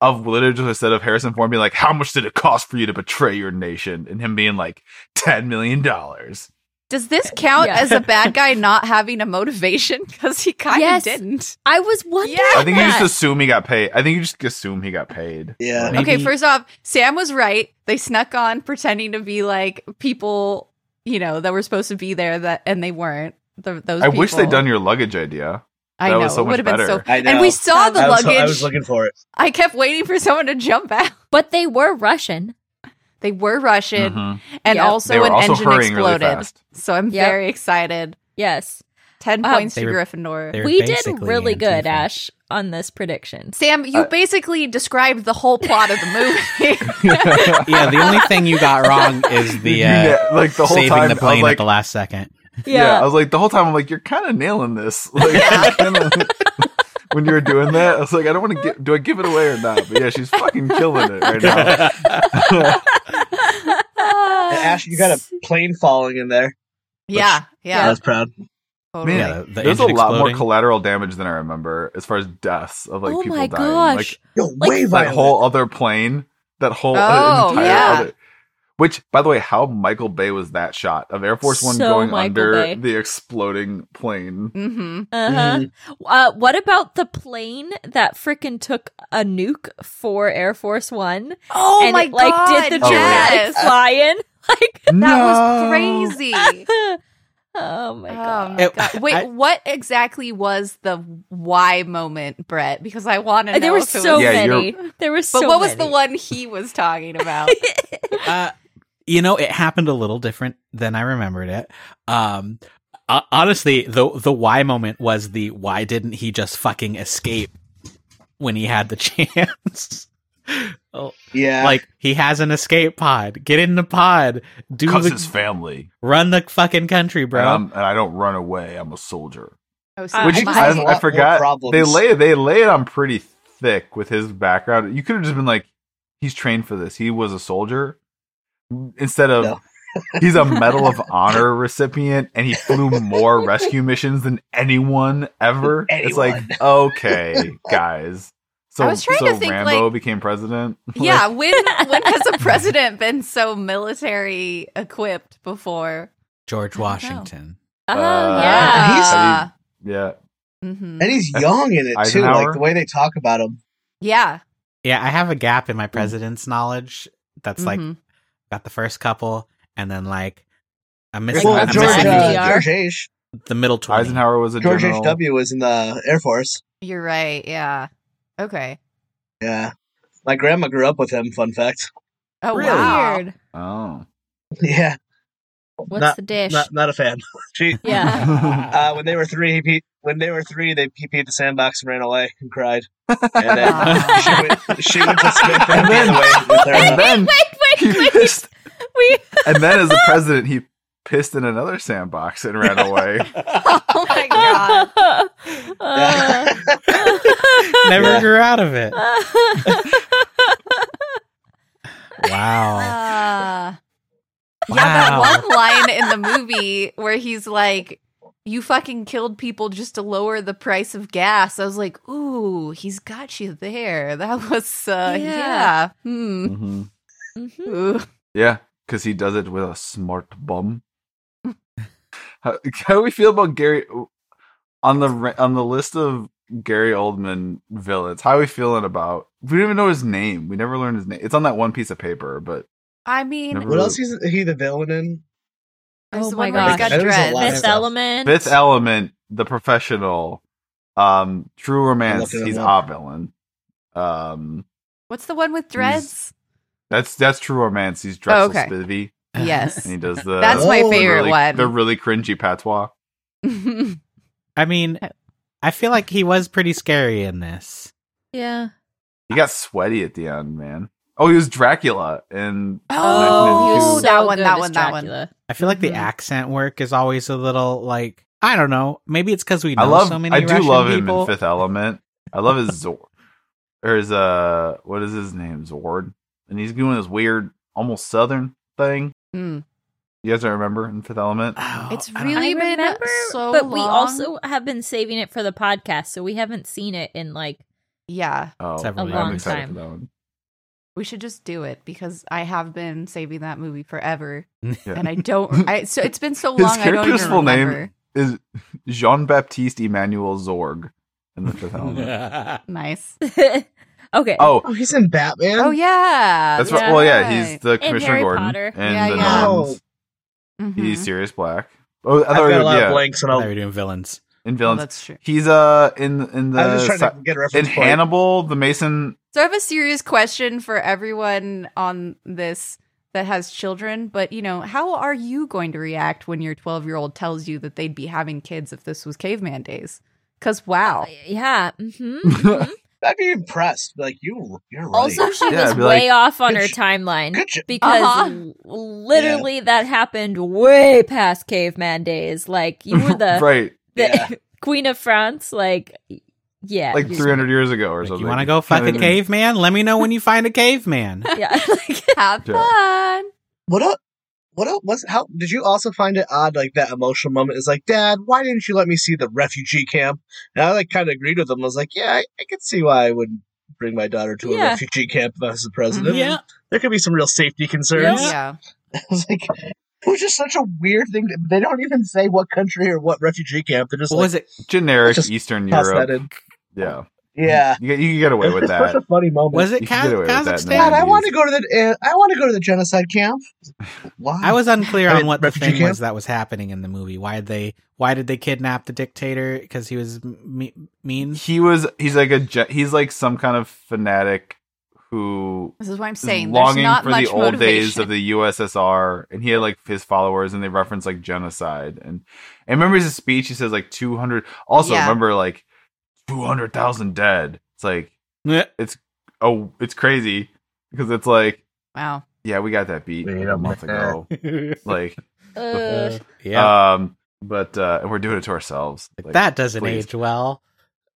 [SPEAKER 1] of literally just instead of Harrison Ford being like, "How much did it cost for you to betray your nation?" and him being like, 10 million dollars."
[SPEAKER 4] Does this count
[SPEAKER 3] Yeah.
[SPEAKER 4] as a bad guy not having a motivation? Because he kind of
[SPEAKER 3] Yes.
[SPEAKER 4] didn't.
[SPEAKER 3] I was wondering.
[SPEAKER 4] Yeah.
[SPEAKER 1] I think you just
[SPEAKER 3] that.
[SPEAKER 1] assume he got paid. I think you just assume he got paid.
[SPEAKER 5] Yeah.
[SPEAKER 2] Maybe-
[SPEAKER 4] Okay, first off, Sam was right. They snuck on pretending to be like people, you know, that were supposed to be there that and they weren't. Th- those
[SPEAKER 1] I wish
[SPEAKER 4] people.
[SPEAKER 1] they'd done your luggage idea.
[SPEAKER 4] I
[SPEAKER 1] that
[SPEAKER 4] know
[SPEAKER 1] was so
[SPEAKER 4] it would
[SPEAKER 1] much
[SPEAKER 4] have been so.
[SPEAKER 1] better.
[SPEAKER 5] I know.
[SPEAKER 4] And we saw the
[SPEAKER 5] I was,
[SPEAKER 4] luggage.
[SPEAKER 5] I was looking for it.
[SPEAKER 4] I kept waiting for someone to jump out.
[SPEAKER 3] But they were Russian.
[SPEAKER 4] They were Russian,
[SPEAKER 1] Mhm.
[SPEAKER 3] Yep.
[SPEAKER 4] and
[SPEAKER 1] They
[SPEAKER 4] also
[SPEAKER 1] were
[SPEAKER 4] Mm-hmm. an
[SPEAKER 1] also
[SPEAKER 4] engine
[SPEAKER 1] hurrying really
[SPEAKER 4] exploded.
[SPEAKER 1] fast.
[SPEAKER 4] so I'm
[SPEAKER 3] Yep.
[SPEAKER 4] very excited.
[SPEAKER 3] Yes.
[SPEAKER 4] Ten
[SPEAKER 3] Um,
[SPEAKER 4] points
[SPEAKER 2] They
[SPEAKER 4] to
[SPEAKER 2] were-
[SPEAKER 4] Gryffindor.
[SPEAKER 2] They're
[SPEAKER 3] We did
[SPEAKER 2] basically
[SPEAKER 3] really good,
[SPEAKER 2] Antifa.
[SPEAKER 3] Ash, on this prediction.
[SPEAKER 4] Sam, you
[SPEAKER 1] Uh,
[SPEAKER 4] basically described the whole plot of the movie.
[SPEAKER 2] yeah, the only thing you got wrong is the uh,
[SPEAKER 1] Yeah, like the whole
[SPEAKER 2] saving
[SPEAKER 1] time
[SPEAKER 2] the
[SPEAKER 1] I was
[SPEAKER 2] plane
[SPEAKER 1] like,
[SPEAKER 2] at the last second.
[SPEAKER 1] yeah. I was like the whole time I'm like, you're kind of nailing this. Like, you're kinda- when you were doing that. I was like, I don't want to get. Do I give it away or not? But yeah, she's fucking killing it right now. Uh,
[SPEAKER 3] Uh,
[SPEAKER 5] And Ash, you got a plane falling in there.
[SPEAKER 4] yeah,
[SPEAKER 5] I
[SPEAKER 4] yeah,
[SPEAKER 5] was proud.
[SPEAKER 4] totally.
[SPEAKER 1] Man,
[SPEAKER 2] Yeah, the- the
[SPEAKER 1] There's a
[SPEAKER 2] engine
[SPEAKER 1] lot more
[SPEAKER 2] exploding.
[SPEAKER 1] collateral damage than I remember as far as deaths of like
[SPEAKER 3] oh
[SPEAKER 1] people
[SPEAKER 3] my
[SPEAKER 1] dying.
[SPEAKER 3] gosh.
[SPEAKER 5] Yo,
[SPEAKER 3] Like,
[SPEAKER 5] way
[SPEAKER 1] Like that
[SPEAKER 5] violent.
[SPEAKER 1] whole other plane, that whole uh,
[SPEAKER 4] Oh,
[SPEAKER 1] entire
[SPEAKER 4] yeah.
[SPEAKER 1] other- which, by the way, how Michael Bay was that shot of Air Force One
[SPEAKER 3] So
[SPEAKER 1] going
[SPEAKER 3] Michael
[SPEAKER 1] under
[SPEAKER 3] Bay.
[SPEAKER 1] the exploding plane?
[SPEAKER 4] Mm-hmm.
[SPEAKER 3] uh-huh.
[SPEAKER 1] Mm.
[SPEAKER 3] Uh What about the plane that frickin' took a nuke for Air Force One
[SPEAKER 4] Oh
[SPEAKER 3] and it, like did the
[SPEAKER 1] Oh,
[SPEAKER 3] dramatic
[SPEAKER 1] yes.
[SPEAKER 3] flying? Like,
[SPEAKER 4] That
[SPEAKER 1] No.
[SPEAKER 4] was crazy.
[SPEAKER 3] oh my
[SPEAKER 4] Oh
[SPEAKER 3] god!
[SPEAKER 4] my
[SPEAKER 2] It-
[SPEAKER 4] god! Wait,
[SPEAKER 2] I-
[SPEAKER 4] what exactly was the why moment, Brett? Because I want to know.
[SPEAKER 3] there were
[SPEAKER 4] if it
[SPEAKER 3] so
[SPEAKER 4] was-
[SPEAKER 1] Yeah, you're-
[SPEAKER 3] many. There were so.
[SPEAKER 4] But what was the
[SPEAKER 3] many.
[SPEAKER 4] one he was talking about?
[SPEAKER 2] uh, you know, it happened a little different than I remembered it. Um, uh, honestly, the the why moment was the why didn't he just fucking escape when he had the chance? Oh,
[SPEAKER 5] Yeah.
[SPEAKER 2] like he has an escape pod. Get in the pod. Do
[SPEAKER 1] Cause um,
[SPEAKER 2] the,
[SPEAKER 1] his family,
[SPEAKER 2] run the fucking country, bro.
[SPEAKER 1] and, I'm- and I don't run away. I'm a soldier.
[SPEAKER 4] Oh,
[SPEAKER 3] Uh,
[SPEAKER 1] Which
[SPEAKER 3] I just
[SPEAKER 1] I,
[SPEAKER 3] have a
[SPEAKER 1] I
[SPEAKER 5] lot more
[SPEAKER 1] forgot.
[SPEAKER 5] problems.
[SPEAKER 1] They lay they lay it on pretty thick with his background. You could have just been like, he's trained for this. He was a soldier. Instead of
[SPEAKER 5] No.
[SPEAKER 1] he's a Medal of Honor recipient and he flew more rescue missions than anyone ever. It's like, okay, guys. So,
[SPEAKER 4] I was trying
[SPEAKER 1] so
[SPEAKER 4] to think,
[SPEAKER 1] Rambo
[SPEAKER 4] like-
[SPEAKER 1] became president.
[SPEAKER 4] yeah, when when has a president been so military equipped before?
[SPEAKER 2] George
[SPEAKER 4] I don't know.
[SPEAKER 2] Washington.
[SPEAKER 3] Oh
[SPEAKER 1] Uh,
[SPEAKER 3] yeah.
[SPEAKER 1] Yeah. yeah.
[SPEAKER 4] mhm.
[SPEAKER 5] and he's young in it too.
[SPEAKER 1] Eisenhower?
[SPEAKER 5] Like the way they talk about him.
[SPEAKER 4] yeah,
[SPEAKER 2] Yeah, I have a gap in my president's knowledge. That's like
[SPEAKER 4] mhm.
[SPEAKER 2] got the first couple, and then like I'm
[SPEAKER 5] Well,
[SPEAKER 2] missing,
[SPEAKER 3] Well,
[SPEAKER 2] I'm
[SPEAKER 5] George,
[SPEAKER 2] missing
[SPEAKER 3] Georgia.
[SPEAKER 5] uh, George H.
[SPEAKER 2] the middle twenty.
[SPEAKER 1] Eisenhower was a
[SPEAKER 5] George
[SPEAKER 1] general.
[SPEAKER 5] H. W. was in the Air Force.
[SPEAKER 4] you're right. Yeah. Okay.
[SPEAKER 5] Yeah. My grandma grew up with him. Fun fact.
[SPEAKER 4] Oh
[SPEAKER 2] Really?
[SPEAKER 4] wow.
[SPEAKER 3] Weird.
[SPEAKER 1] Oh.
[SPEAKER 5] Yeah.
[SPEAKER 3] What's
[SPEAKER 5] Not-
[SPEAKER 3] the dish?
[SPEAKER 5] Not not a fan. she
[SPEAKER 3] yeah.
[SPEAKER 5] uh, when they were three, he peed, when they were three, they pee peed the sandbox and ran away and cried. And then she went, she went to Smith and ran away. With her,
[SPEAKER 1] and
[SPEAKER 5] uh,
[SPEAKER 1] then
[SPEAKER 3] Wait,
[SPEAKER 1] he
[SPEAKER 3] wait, wait.
[SPEAKER 1] pissed
[SPEAKER 3] We
[SPEAKER 1] And then, as the president, he pissed in another sandbox and ran away.
[SPEAKER 4] Oh my god.
[SPEAKER 3] Uh,
[SPEAKER 2] Never
[SPEAKER 5] Yeah.
[SPEAKER 2] grew out of it. Wow.
[SPEAKER 4] Uh, Yeah,
[SPEAKER 2] Wow.
[SPEAKER 4] that one line in the movie where he's like, "You fucking killed people just to lower the price of gas." I was like, "Ooh, he's got you there." That was, uh,
[SPEAKER 3] Yeah.
[SPEAKER 4] yeah. Hmm.
[SPEAKER 1] Mhm.
[SPEAKER 3] mhm.
[SPEAKER 4] Ooh.
[SPEAKER 1] Yeah, because he does it with a smart bum. how, how do we feel about Gary on the ra- on the list of Gary Oldman villains? How are we feeling about? We don't even know his name. We never learned his name. It's on that one piece of paper, but
[SPEAKER 4] I mean,
[SPEAKER 1] Never
[SPEAKER 5] what else is he the villain in?
[SPEAKER 4] there's
[SPEAKER 3] Oh
[SPEAKER 4] the
[SPEAKER 3] my
[SPEAKER 4] one where he's
[SPEAKER 3] gosh.
[SPEAKER 4] got
[SPEAKER 5] That was a
[SPEAKER 4] dreads.
[SPEAKER 5] lot of
[SPEAKER 3] Fifth
[SPEAKER 5] stuff.
[SPEAKER 3] Element.
[SPEAKER 1] Fifth Element, The Professional, um, True Romance.
[SPEAKER 5] looking it
[SPEAKER 1] He's a
[SPEAKER 5] up.
[SPEAKER 1] villain. Um,
[SPEAKER 4] What's the one with dreads?
[SPEAKER 1] that's that's True Romance. He's Drexel
[SPEAKER 4] Oh, okay.
[SPEAKER 1] Spivey,
[SPEAKER 4] Yes.
[SPEAKER 1] and he does the
[SPEAKER 4] That's
[SPEAKER 5] my
[SPEAKER 1] uh, the
[SPEAKER 4] favorite
[SPEAKER 1] really-
[SPEAKER 4] one.
[SPEAKER 1] The really cringy patois.
[SPEAKER 2] I mean, I feel like he was pretty scary in this.
[SPEAKER 3] Yeah.
[SPEAKER 1] He got sweaty at the end, man. Oh, he was Dracula and
[SPEAKER 4] Oh,
[SPEAKER 1] he was
[SPEAKER 4] that one, that one, that one.
[SPEAKER 2] I feel like the
[SPEAKER 4] Mhm.
[SPEAKER 2] accent work is always a little like I don't know. Maybe it's because we know
[SPEAKER 1] I love.
[SPEAKER 2] so many.
[SPEAKER 1] I do
[SPEAKER 2] Russian
[SPEAKER 1] love him
[SPEAKER 2] people.
[SPEAKER 1] in Fifth Element. I love his Zord, or his uh, what is his name? Zord, and he's doing this weird, almost southern thing.
[SPEAKER 4] Mm.
[SPEAKER 1] You guys don't remember in Fifth Element?
[SPEAKER 2] Oh,
[SPEAKER 4] It's
[SPEAKER 2] I don't-
[SPEAKER 4] really-
[SPEAKER 3] I
[SPEAKER 4] been
[SPEAKER 3] remember,
[SPEAKER 4] so
[SPEAKER 3] but we
[SPEAKER 4] long.
[SPEAKER 3] also have been saving it for the podcast, so we haven't seen it in like.
[SPEAKER 4] Yeah,
[SPEAKER 1] Oh,
[SPEAKER 2] Several
[SPEAKER 1] I'm
[SPEAKER 2] years.
[SPEAKER 1] excited
[SPEAKER 3] A
[SPEAKER 1] for that one.
[SPEAKER 4] we should just do it because I have been saving that movie forever,
[SPEAKER 1] Yeah.
[SPEAKER 4] and I don't. I so it's been so
[SPEAKER 1] His
[SPEAKER 4] long. I don't
[SPEAKER 1] character's
[SPEAKER 4] even
[SPEAKER 1] full name-
[SPEAKER 4] remember.
[SPEAKER 1] Is Jean Baptiste Emmanuel Zorg in the Fifth Element?
[SPEAKER 4] Nice.
[SPEAKER 3] okay.
[SPEAKER 1] Oh,
[SPEAKER 5] Oh, he's in Batman.
[SPEAKER 4] Oh yeah,
[SPEAKER 1] that's
[SPEAKER 3] Yeah.
[SPEAKER 1] right. Well, yeah, he's the
[SPEAKER 3] And
[SPEAKER 1] Commissioner
[SPEAKER 3] Harry
[SPEAKER 1] Gordon
[SPEAKER 3] Potter.
[SPEAKER 1] and
[SPEAKER 4] Yeah,
[SPEAKER 1] the
[SPEAKER 4] yeah.
[SPEAKER 1] nuns.
[SPEAKER 4] Mhm.
[SPEAKER 1] He's Sirius Black. Oh, I
[SPEAKER 5] Oh, mm-hmm. I've
[SPEAKER 1] thought
[SPEAKER 5] got
[SPEAKER 1] he
[SPEAKER 5] a
[SPEAKER 1] was-
[SPEAKER 5] lot of
[SPEAKER 1] yeah,
[SPEAKER 5] blanks, and
[SPEAKER 2] I thought we were
[SPEAKER 5] I'll,
[SPEAKER 2] doing villains.
[SPEAKER 1] in
[SPEAKER 4] Oh,
[SPEAKER 1] villains.
[SPEAKER 4] that's true.
[SPEAKER 1] He's uh in in
[SPEAKER 5] I was
[SPEAKER 1] the
[SPEAKER 5] just trying to
[SPEAKER 1] si- Uh,
[SPEAKER 5] get a
[SPEAKER 1] in
[SPEAKER 5] reference point.
[SPEAKER 1] Hannibal, the Mason.
[SPEAKER 4] So I have a serious question for everyone on this that has children, but you know, how are you going to react when your 12-year-old tells you that they'd be having kids if this was caveman days? Cuz wow.
[SPEAKER 3] Yeah. hmm
[SPEAKER 5] I'd be impressed. Like you, you're right.
[SPEAKER 3] Also, she
[SPEAKER 1] Yeah,
[SPEAKER 3] was
[SPEAKER 1] I'd be like,
[SPEAKER 3] way off on
[SPEAKER 5] good
[SPEAKER 3] her
[SPEAKER 5] sh-
[SPEAKER 3] timeline
[SPEAKER 5] Good job.
[SPEAKER 3] because
[SPEAKER 4] Uh-huh.
[SPEAKER 3] l- literally that happened way past caveman days. Like you were the
[SPEAKER 1] right.
[SPEAKER 3] the
[SPEAKER 5] Yeah.
[SPEAKER 3] Queen of France. Like Yeah.
[SPEAKER 1] like
[SPEAKER 3] you're-
[SPEAKER 1] 300 years ago or
[SPEAKER 2] Like,
[SPEAKER 1] something.
[SPEAKER 2] you want to go fuck a
[SPEAKER 1] Kinda-
[SPEAKER 2] caveman? Let me know when you find a caveman.
[SPEAKER 3] Yeah. Like,
[SPEAKER 4] Have
[SPEAKER 1] Yeah.
[SPEAKER 4] fun.
[SPEAKER 5] What up? What up? Was how did you also find it odd? Like that emotional moment is like, Dad, why didn't you let me see the refugee camp? And I like kind of agreed with him. I was like, Yeah, I, I could see why I wouldn't bring my daughter to a
[SPEAKER 3] Yeah.
[SPEAKER 5] refugee camp if I was the president.
[SPEAKER 2] Yeah.
[SPEAKER 5] There could be some real safety concerns.
[SPEAKER 2] Yeah.
[SPEAKER 5] I was like, it was just such a weird thing. To, they don't even say what country or what refugee camp. They're just
[SPEAKER 2] What
[SPEAKER 5] like,
[SPEAKER 2] was it?
[SPEAKER 1] generic
[SPEAKER 5] Just
[SPEAKER 1] Eastern
[SPEAKER 5] toss that
[SPEAKER 1] Europe.
[SPEAKER 5] in.
[SPEAKER 1] Yeah.
[SPEAKER 5] Yeah.
[SPEAKER 1] You, get- you can get away
[SPEAKER 5] It's
[SPEAKER 1] with
[SPEAKER 5] just
[SPEAKER 1] that.
[SPEAKER 5] Such a funny moment.
[SPEAKER 2] Was it
[SPEAKER 1] You can get away
[SPEAKER 2] Kaz-
[SPEAKER 1] with that in the
[SPEAKER 5] God,
[SPEAKER 2] Kazakhstan?
[SPEAKER 5] I
[SPEAKER 1] Andes.
[SPEAKER 5] want to go to the. Uh, I want to go to the genocide camp. Why?
[SPEAKER 2] I was unclear
[SPEAKER 5] I
[SPEAKER 2] on
[SPEAKER 5] mean,
[SPEAKER 2] what the
[SPEAKER 5] refugee
[SPEAKER 2] thing
[SPEAKER 5] camp?
[SPEAKER 2] was that was happening in the movie. Why did they? Why did they kidnap the dictator? Because he was me- mean.
[SPEAKER 1] He was, he's like a, ge- he's like some kind of fanatic who
[SPEAKER 4] This is what I'm
[SPEAKER 1] is
[SPEAKER 4] saying. There's
[SPEAKER 1] longing
[SPEAKER 4] not
[SPEAKER 1] for
[SPEAKER 4] much
[SPEAKER 1] the old days
[SPEAKER 4] motivation.
[SPEAKER 1] of the USSR, and he had like his followers, and they referenced like genocide. And I remember his speech. He says like two hundred. Also
[SPEAKER 4] Yeah.
[SPEAKER 1] remember like two hundred thousand dead. It's like oh, it's crazy because it's like
[SPEAKER 4] Wow.
[SPEAKER 1] yeah, we got that beat
[SPEAKER 5] Wait
[SPEAKER 1] like,
[SPEAKER 5] a
[SPEAKER 1] a month ago. Like
[SPEAKER 3] uh,
[SPEAKER 2] yeah,
[SPEAKER 1] um, but uh, and we're doing it to ourselves. Like,
[SPEAKER 2] that doesn't
[SPEAKER 1] please.
[SPEAKER 2] age well.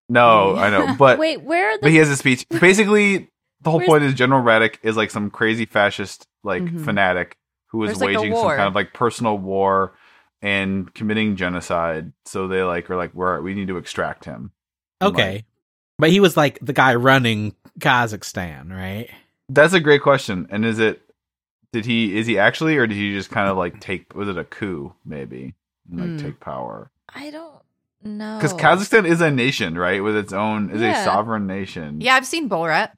[SPEAKER 1] No, I know, but
[SPEAKER 3] wait, where are the
[SPEAKER 1] but he has a speech. Basically, the whole
[SPEAKER 3] Where's-
[SPEAKER 1] point is General Radek is like some crazy fascist like
[SPEAKER 4] Mhm.
[SPEAKER 1] fanatic who is
[SPEAKER 4] There's, like, a
[SPEAKER 1] waging some
[SPEAKER 4] war.
[SPEAKER 1] kind of like personal war and committing genocide. So they like are like we're we need to extract him. And, like,
[SPEAKER 2] Okay, but he was like the guy running Kazakhstan, right?
[SPEAKER 1] that's a great question. And is it did he is he actually or did he just kind of like take was it a coup maybe and like
[SPEAKER 4] Mm.
[SPEAKER 1] take power
[SPEAKER 3] I don't know.
[SPEAKER 4] Oh.
[SPEAKER 1] because Kazakhstan is a nation right with its own is
[SPEAKER 3] Yeah.
[SPEAKER 1] a sovereign nation.
[SPEAKER 4] Yeah, I've seen Borat.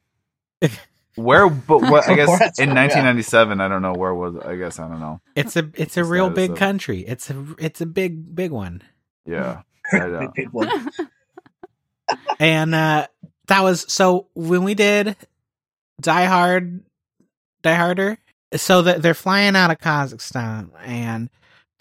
[SPEAKER 1] Where, but what? I guess
[SPEAKER 5] Where it's
[SPEAKER 1] in
[SPEAKER 5] from, yeah.
[SPEAKER 1] 1997, I don't know where was. I guess I don't know.
[SPEAKER 2] It's a it's a
[SPEAKER 1] Is
[SPEAKER 2] real
[SPEAKER 1] that- is
[SPEAKER 2] big
[SPEAKER 1] that-
[SPEAKER 2] country. It's a it's a big big one.
[SPEAKER 1] Yeah, I don't.
[SPEAKER 5] Big one.
[SPEAKER 2] and uh that was so when we did Die Hard Die Harder so that they're flying out of Kazakhstan and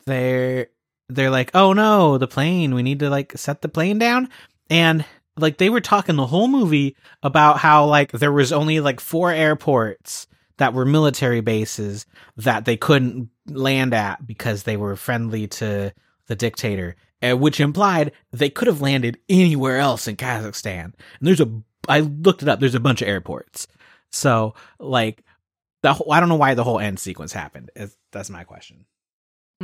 [SPEAKER 2] they're they're like oh no the plane we need to like set the plane down and like they were talking the whole movie about how like there was only like four airports that were military bases that they couldn't land at because they were friendly to the dictator, uh, which implied they could have landed anywhere else in Kazakhstan. And there's a, I looked it up. There's a bunch of airports. So like, the whole, I don't know why the whole end sequence happened. Is, that's my question.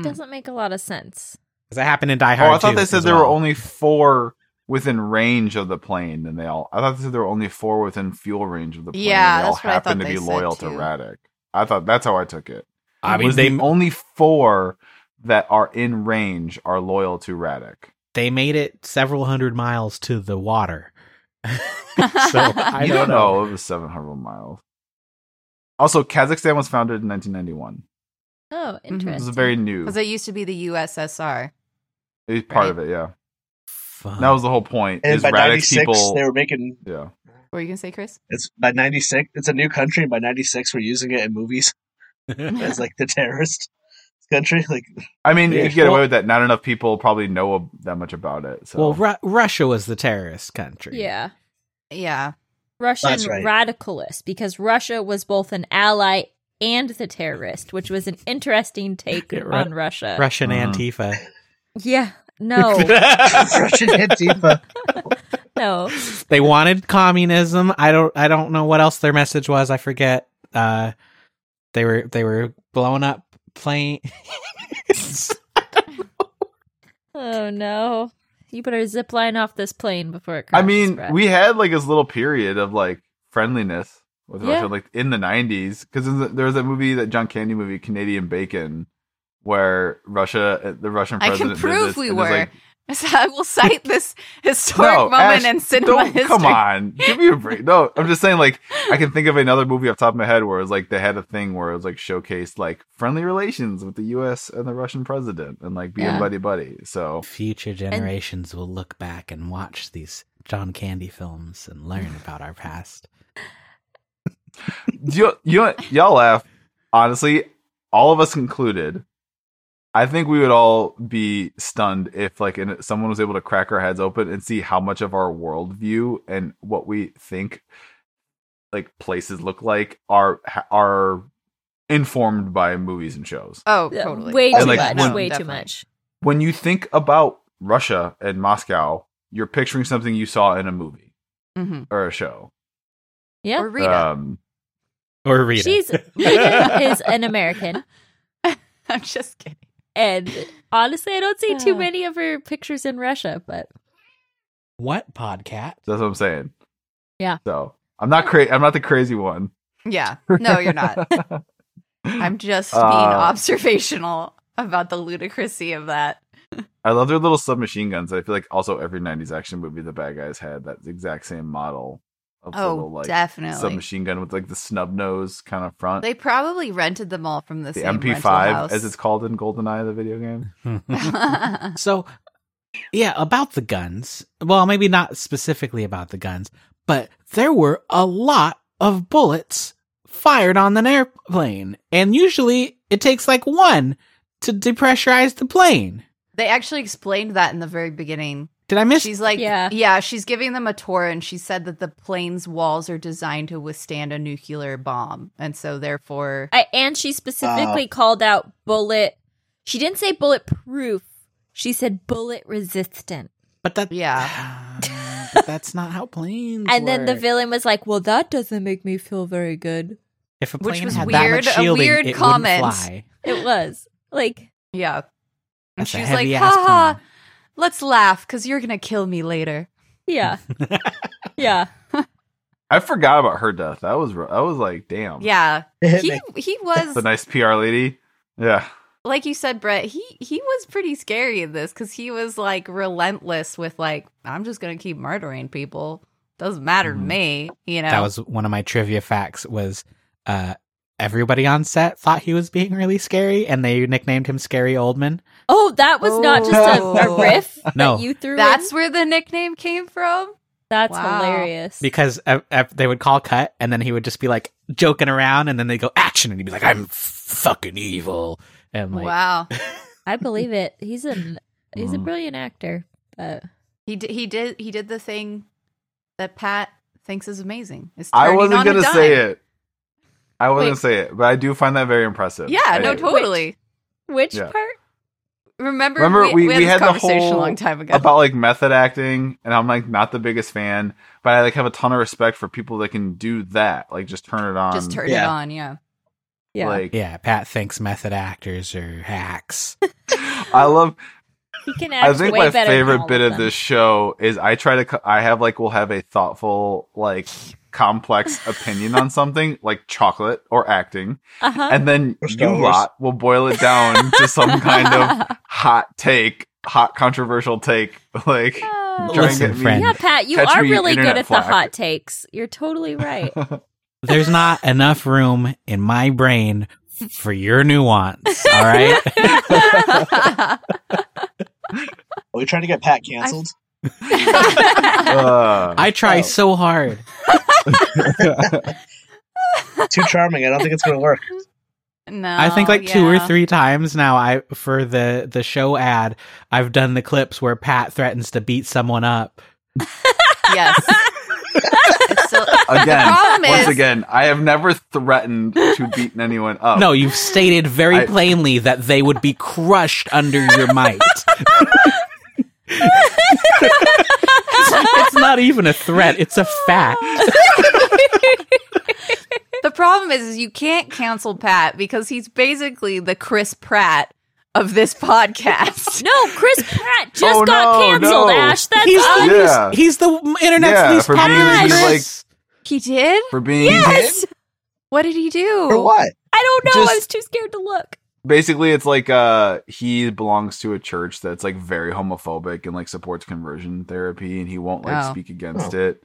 [SPEAKER 3] doesn't make a lot of sense.
[SPEAKER 2] Because that happened in Die Hard.
[SPEAKER 1] Oh, I thought
[SPEAKER 2] too,
[SPEAKER 1] they said
[SPEAKER 2] as
[SPEAKER 1] there were
[SPEAKER 2] well.
[SPEAKER 1] only four within range of the plane, and they all. I thought they said there were only four within fuel range of the plane.
[SPEAKER 4] Yeah,
[SPEAKER 1] and they all
[SPEAKER 4] that's what I
[SPEAKER 1] happened
[SPEAKER 4] thought
[SPEAKER 1] to be
[SPEAKER 4] they
[SPEAKER 1] loyal
[SPEAKER 4] said,
[SPEAKER 1] to
[SPEAKER 4] too.
[SPEAKER 1] Radek. I thought that's how I took it.
[SPEAKER 2] I mean,
[SPEAKER 1] was
[SPEAKER 2] they
[SPEAKER 1] the only four that are in range are loyal to Radek.
[SPEAKER 2] they made it several hundred miles to the water. so
[SPEAKER 1] You
[SPEAKER 2] I
[SPEAKER 1] don't
[SPEAKER 2] don't
[SPEAKER 1] know.
[SPEAKER 2] know.
[SPEAKER 1] It was 700 miles. Also, Kazakhstan was founded in 1991.
[SPEAKER 3] Oh,
[SPEAKER 1] It
[SPEAKER 3] interesting.
[SPEAKER 1] was very new.
[SPEAKER 4] Because
[SPEAKER 1] It
[SPEAKER 4] it used to be the USSR.
[SPEAKER 1] was part
[SPEAKER 4] right?
[SPEAKER 1] of it, yeah.
[SPEAKER 2] Fun.
[SPEAKER 1] That was the whole point.
[SPEAKER 5] And
[SPEAKER 1] is
[SPEAKER 5] by
[SPEAKER 1] Radek's
[SPEAKER 5] '96,
[SPEAKER 1] people?
[SPEAKER 5] they were making.
[SPEAKER 1] yeah.
[SPEAKER 4] What were you going to say, Chris?
[SPEAKER 5] It's by '96. It's a new country, and by '96, we're using it in movies as like the terrorist country. Like
[SPEAKER 1] I mean, you
[SPEAKER 5] Yeah.
[SPEAKER 1] could get away
[SPEAKER 2] Well-
[SPEAKER 1] with that. Not enough people probably know ab- that much about it. So.
[SPEAKER 2] well, Ru- Russia was the terrorist country.
[SPEAKER 3] yeah.
[SPEAKER 4] Yeah.
[SPEAKER 3] Russian
[SPEAKER 5] That's right.
[SPEAKER 3] radicalist because Russia was both an ally and the terrorist, which was an interesting take
[SPEAKER 2] Yeah, Ru-
[SPEAKER 3] on Russia.
[SPEAKER 2] Russian
[SPEAKER 1] Mhm.
[SPEAKER 2] Antifa.
[SPEAKER 3] yeah. No,
[SPEAKER 5] Russian Antifa.
[SPEAKER 3] no.
[SPEAKER 2] they wanted communism. I don't I don't know what else their message was. I forget. Uh they were they were blowing up plane
[SPEAKER 3] Oh no. You better zip line off this plane before it
[SPEAKER 1] I
[SPEAKER 3] crashes.
[SPEAKER 1] mean,
[SPEAKER 3] Brad.
[SPEAKER 1] we had like this little period of like friendliness with
[SPEAKER 3] Yeah.
[SPEAKER 1] Russia, like in the '90s, because there was that movie, that John Candy movie, Canadian Bacon, where Russia, uh, the Russian
[SPEAKER 4] I can
[SPEAKER 1] president, did
[SPEAKER 4] prove
[SPEAKER 1] this
[SPEAKER 4] we
[SPEAKER 1] and was
[SPEAKER 4] were.
[SPEAKER 1] like,
[SPEAKER 4] So I will cite this historic
[SPEAKER 1] No, Ash,
[SPEAKER 4] moment in cinema
[SPEAKER 1] Don't
[SPEAKER 4] history.
[SPEAKER 1] come on, give me a break. No, I'm just saying, like, I can think of another movie off the top of my head where it was like they had a thing where it was like showcased like friendly relations with the U.S. and the Russian president and like being
[SPEAKER 3] Yeah.
[SPEAKER 1] buddy buddy. So
[SPEAKER 2] Future generations will look back and watch these John Candy films and learn about our past.
[SPEAKER 1] you, you, y'all laugh. Honestly, all of us included, I think we would all be stunned if like in, someone was able to crack our heads open and see how much of our worldview and what we think like places look like are are informed by movies and shows.
[SPEAKER 4] Oh,
[SPEAKER 3] Yeah,
[SPEAKER 4] totally.
[SPEAKER 3] way
[SPEAKER 5] Oh,
[SPEAKER 3] too
[SPEAKER 1] like,
[SPEAKER 3] much.
[SPEAKER 1] when-
[SPEAKER 3] way
[SPEAKER 4] Definitely.
[SPEAKER 3] too much.
[SPEAKER 1] When you think about Russia and Moscow you're picturing something you saw in a movie
[SPEAKER 4] Mhm.
[SPEAKER 1] or a show.
[SPEAKER 3] Yeah.
[SPEAKER 4] Or Rita.
[SPEAKER 1] Um,
[SPEAKER 2] Or Rita.
[SPEAKER 3] She's Rita is an American.
[SPEAKER 4] I'm just kidding.
[SPEAKER 3] And honestly, I don't see too
[SPEAKER 4] Ah.
[SPEAKER 3] many of her pictures in Russia, but
[SPEAKER 2] what podcat?
[SPEAKER 1] that's what I'm saying.
[SPEAKER 3] Yeah.
[SPEAKER 1] So I'm not crazy. I'm not the crazy one.
[SPEAKER 4] Yeah. No, you're not. I'm just being
[SPEAKER 1] Uh,
[SPEAKER 4] observational about the ludicrousy of that.
[SPEAKER 1] I love their little submachine guns. I feel like also every '90s action movie, the bad guys had that exact same model of the
[SPEAKER 4] Oh,
[SPEAKER 1] little like
[SPEAKER 4] definitely.
[SPEAKER 1] submachine gun with like the snub nose kind of front.
[SPEAKER 4] They probably rented them all from the,
[SPEAKER 1] the
[SPEAKER 4] same
[SPEAKER 1] MP5
[SPEAKER 4] MP5
[SPEAKER 1] as it's called in GoldenEye, the video game.
[SPEAKER 2] so, yeah, about the guns. Well, maybe not specifically about the guns, but there were a lot of bullets fired on an airplane. And usually it takes like one to depressurize the plane.
[SPEAKER 4] they actually explained that in the very beginning.
[SPEAKER 2] Did I miss?
[SPEAKER 4] She's like,
[SPEAKER 3] Yeah.
[SPEAKER 4] yeah. she's giving them a tour, and she said that the plane's walls are designed to withstand a nuclear bomb, and so therefore,
[SPEAKER 3] I, and she specifically called out bullet. She didn't say bulletproof. She said bullet resistant.
[SPEAKER 2] but that,
[SPEAKER 4] Yeah.
[SPEAKER 2] but that's not how planes.
[SPEAKER 3] And then the
[SPEAKER 2] work.
[SPEAKER 3] villain was like, "Well, that doesn't make me feel very good."
[SPEAKER 2] if a
[SPEAKER 4] Which
[SPEAKER 2] plane
[SPEAKER 4] was
[SPEAKER 2] had
[SPEAKER 4] weird,
[SPEAKER 2] that
[SPEAKER 4] a
[SPEAKER 2] much shielding,
[SPEAKER 4] weird
[SPEAKER 2] it wouldn't
[SPEAKER 4] comment.
[SPEAKER 2] fly.
[SPEAKER 3] It was like,
[SPEAKER 4] yeah. And
[SPEAKER 2] That's a
[SPEAKER 4] she's like,
[SPEAKER 2] heavy-ass
[SPEAKER 4] haha, let's laugh because you're gonna kill me later.
[SPEAKER 3] yeah, yeah.
[SPEAKER 1] I forgot about her death. That was ro- that was like
[SPEAKER 2] Oh.
[SPEAKER 1] damn.
[SPEAKER 4] Yeah,
[SPEAKER 5] It
[SPEAKER 4] he
[SPEAKER 5] makes-
[SPEAKER 4] he
[SPEAKER 1] It's a
[SPEAKER 4] was
[SPEAKER 1] nice PR lady. Yeah.
[SPEAKER 4] like you said, Brett. He he was pretty scary in this because he was like relentless with like, I'm just gonna keep murdering people. Doesn't matter to
[SPEAKER 1] Mhm.
[SPEAKER 4] me, you know.
[SPEAKER 2] Mm. That was one of my trivia facts was uh everybody on set thought he was being really scary and they nicknamed him Scary Oldman.
[SPEAKER 3] Oh, that was not just a, a
[SPEAKER 4] Oh.
[SPEAKER 3] riff
[SPEAKER 2] No.
[SPEAKER 3] that you threw. in?
[SPEAKER 4] That's where the nickname came from.
[SPEAKER 3] that's
[SPEAKER 4] Wow.
[SPEAKER 3] hilarious.
[SPEAKER 2] Because uh, uh, they would call cut and then he would just be like joking around and then they go action and he'd be like, I'm f- fucking evil. And like,
[SPEAKER 4] wow.
[SPEAKER 3] I believe it. He's a he's a
[SPEAKER 1] Mhm.
[SPEAKER 3] brilliant actor. But
[SPEAKER 4] He did. He did. He did the thing that Pat thinks is amazing. Is
[SPEAKER 1] I
[SPEAKER 4] turning
[SPEAKER 1] wasn't
[SPEAKER 4] on a
[SPEAKER 1] gonna say
[SPEAKER 4] dime.
[SPEAKER 1] it. I wasn't
[SPEAKER 4] Wait.
[SPEAKER 1] gonna say it, but I do find that very impressive.
[SPEAKER 4] Yeah.
[SPEAKER 1] I
[SPEAKER 4] no.
[SPEAKER 1] do.
[SPEAKER 4] Totally.
[SPEAKER 3] which
[SPEAKER 1] Yeah.
[SPEAKER 3] part?
[SPEAKER 4] Remember,
[SPEAKER 1] Remember, we-
[SPEAKER 4] we, we had
[SPEAKER 1] we
[SPEAKER 4] this
[SPEAKER 1] had the
[SPEAKER 4] conversation a
[SPEAKER 1] whole-
[SPEAKER 4] long time ago.
[SPEAKER 1] About like method acting, and I'm like not the biggest fan, but I like have a ton of respect for people that can do that. Like just turn it on.
[SPEAKER 4] Just turn it
[SPEAKER 5] Yeah.
[SPEAKER 4] on. Yeah.
[SPEAKER 3] Yeah,
[SPEAKER 1] Like
[SPEAKER 2] yeah, Pat thinks method actors are hacks.
[SPEAKER 1] I love
[SPEAKER 3] he can act.
[SPEAKER 1] I think
[SPEAKER 3] way
[SPEAKER 1] my
[SPEAKER 3] better than
[SPEAKER 1] favorite
[SPEAKER 3] all
[SPEAKER 1] bit of
[SPEAKER 3] them.
[SPEAKER 1] this show is I try to, co- I have like, we'll have a thoughtful, like, complex opinion on something, like chocolate or acting.
[SPEAKER 3] Uh-huh.
[SPEAKER 1] And then
[SPEAKER 5] Or Star
[SPEAKER 1] you
[SPEAKER 5] Wars.
[SPEAKER 1] lot will boil it down to some kind of hot take, hot controversial take. Like,
[SPEAKER 4] Ah.
[SPEAKER 1] try
[SPEAKER 2] Listen,
[SPEAKER 1] and get
[SPEAKER 2] friend.
[SPEAKER 1] me.
[SPEAKER 3] Uh, Yeah, Pat, you
[SPEAKER 1] Catch
[SPEAKER 3] are
[SPEAKER 1] me
[SPEAKER 3] really good
[SPEAKER 1] internet
[SPEAKER 3] at
[SPEAKER 1] flack.
[SPEAKER 3] the hot takes. You're totally right.
[SPEAKER 2] There's not enough room in my brain for your nuance. All right.
[SPEAKER 5] Are we trying to get Pat canceled?
[SPEAKER 1] Uh,
[SPEAKER 2] I try
[SPEAKER 5] Oh.
[SPEAKER 2] so hard.
[SPEAKER 5] Too charming. I don't think it's going to work.
[SPEAKER 4] no.
[SPEAKER 2] I think like two or
[SPEAKER 4] Oh, yeah.
[SPEAKER 2] three times now I for the the show ad I've done the clips where Pat threatens to beat someone up.
[SPEAKER 4] Yes. It's still-
[SPEAKER 1] again,
[SPEAKER 4] problem
[SPEAKER 1] once
[SPEAKER 4] is-
[SPEAKER 1] again, I have never threatened to beat anyone up.
[SPEAKER 2] No, you've stated very
[SPEAKER 1] I-
[SPEAKER 2] plainly that they would be crushed under your might. it's not even a threat, it's a fact.
[SPEAKER 4] the problem is, is you can't cancel Pat because he's basically the Chris Pratt of this podcast.
[SPEAKER 3] no, Chris Pratt just
[SPEAKER 1] Oh,
[SPEAKER 3] got
[SPEAKER 1] no,
[SPEAKER 3] canceled,
[SPEAKER 1] no.
[SPEAKER 3] Ash. That's
[SPEAKER 2] He's
[SPEAKER 3] us.
[SPEAKER 2] the,
[SPEAKER 1] Yeah.
[SPEAKER 2] least, he's the internet's
[SPEAKER 1] Yeah,
[SPEAKER 2] least
[SPEAKER 1] for being
[SPEAKER 2] popular.
[SPEAKER 1] the, like,
[SPEAKER 2] Chris.
[SPEAKER 4] He did.
[SPEAKER 1] For being
[SPEAKER 4] Yes. What did he do?
[SPEAKER 5] For what?
[SPEAKER 3] I don't know. I
[SPEAKER 1] Just-
[SPEAKER 3] was too scared to look.
[SPEAKER 1] basically it's like uh he belongs to a church that's like very homophobic and like supports conversion therapy and he won't like
[SPEAKER 4] Oh.
[SPEAKER 1] speak against it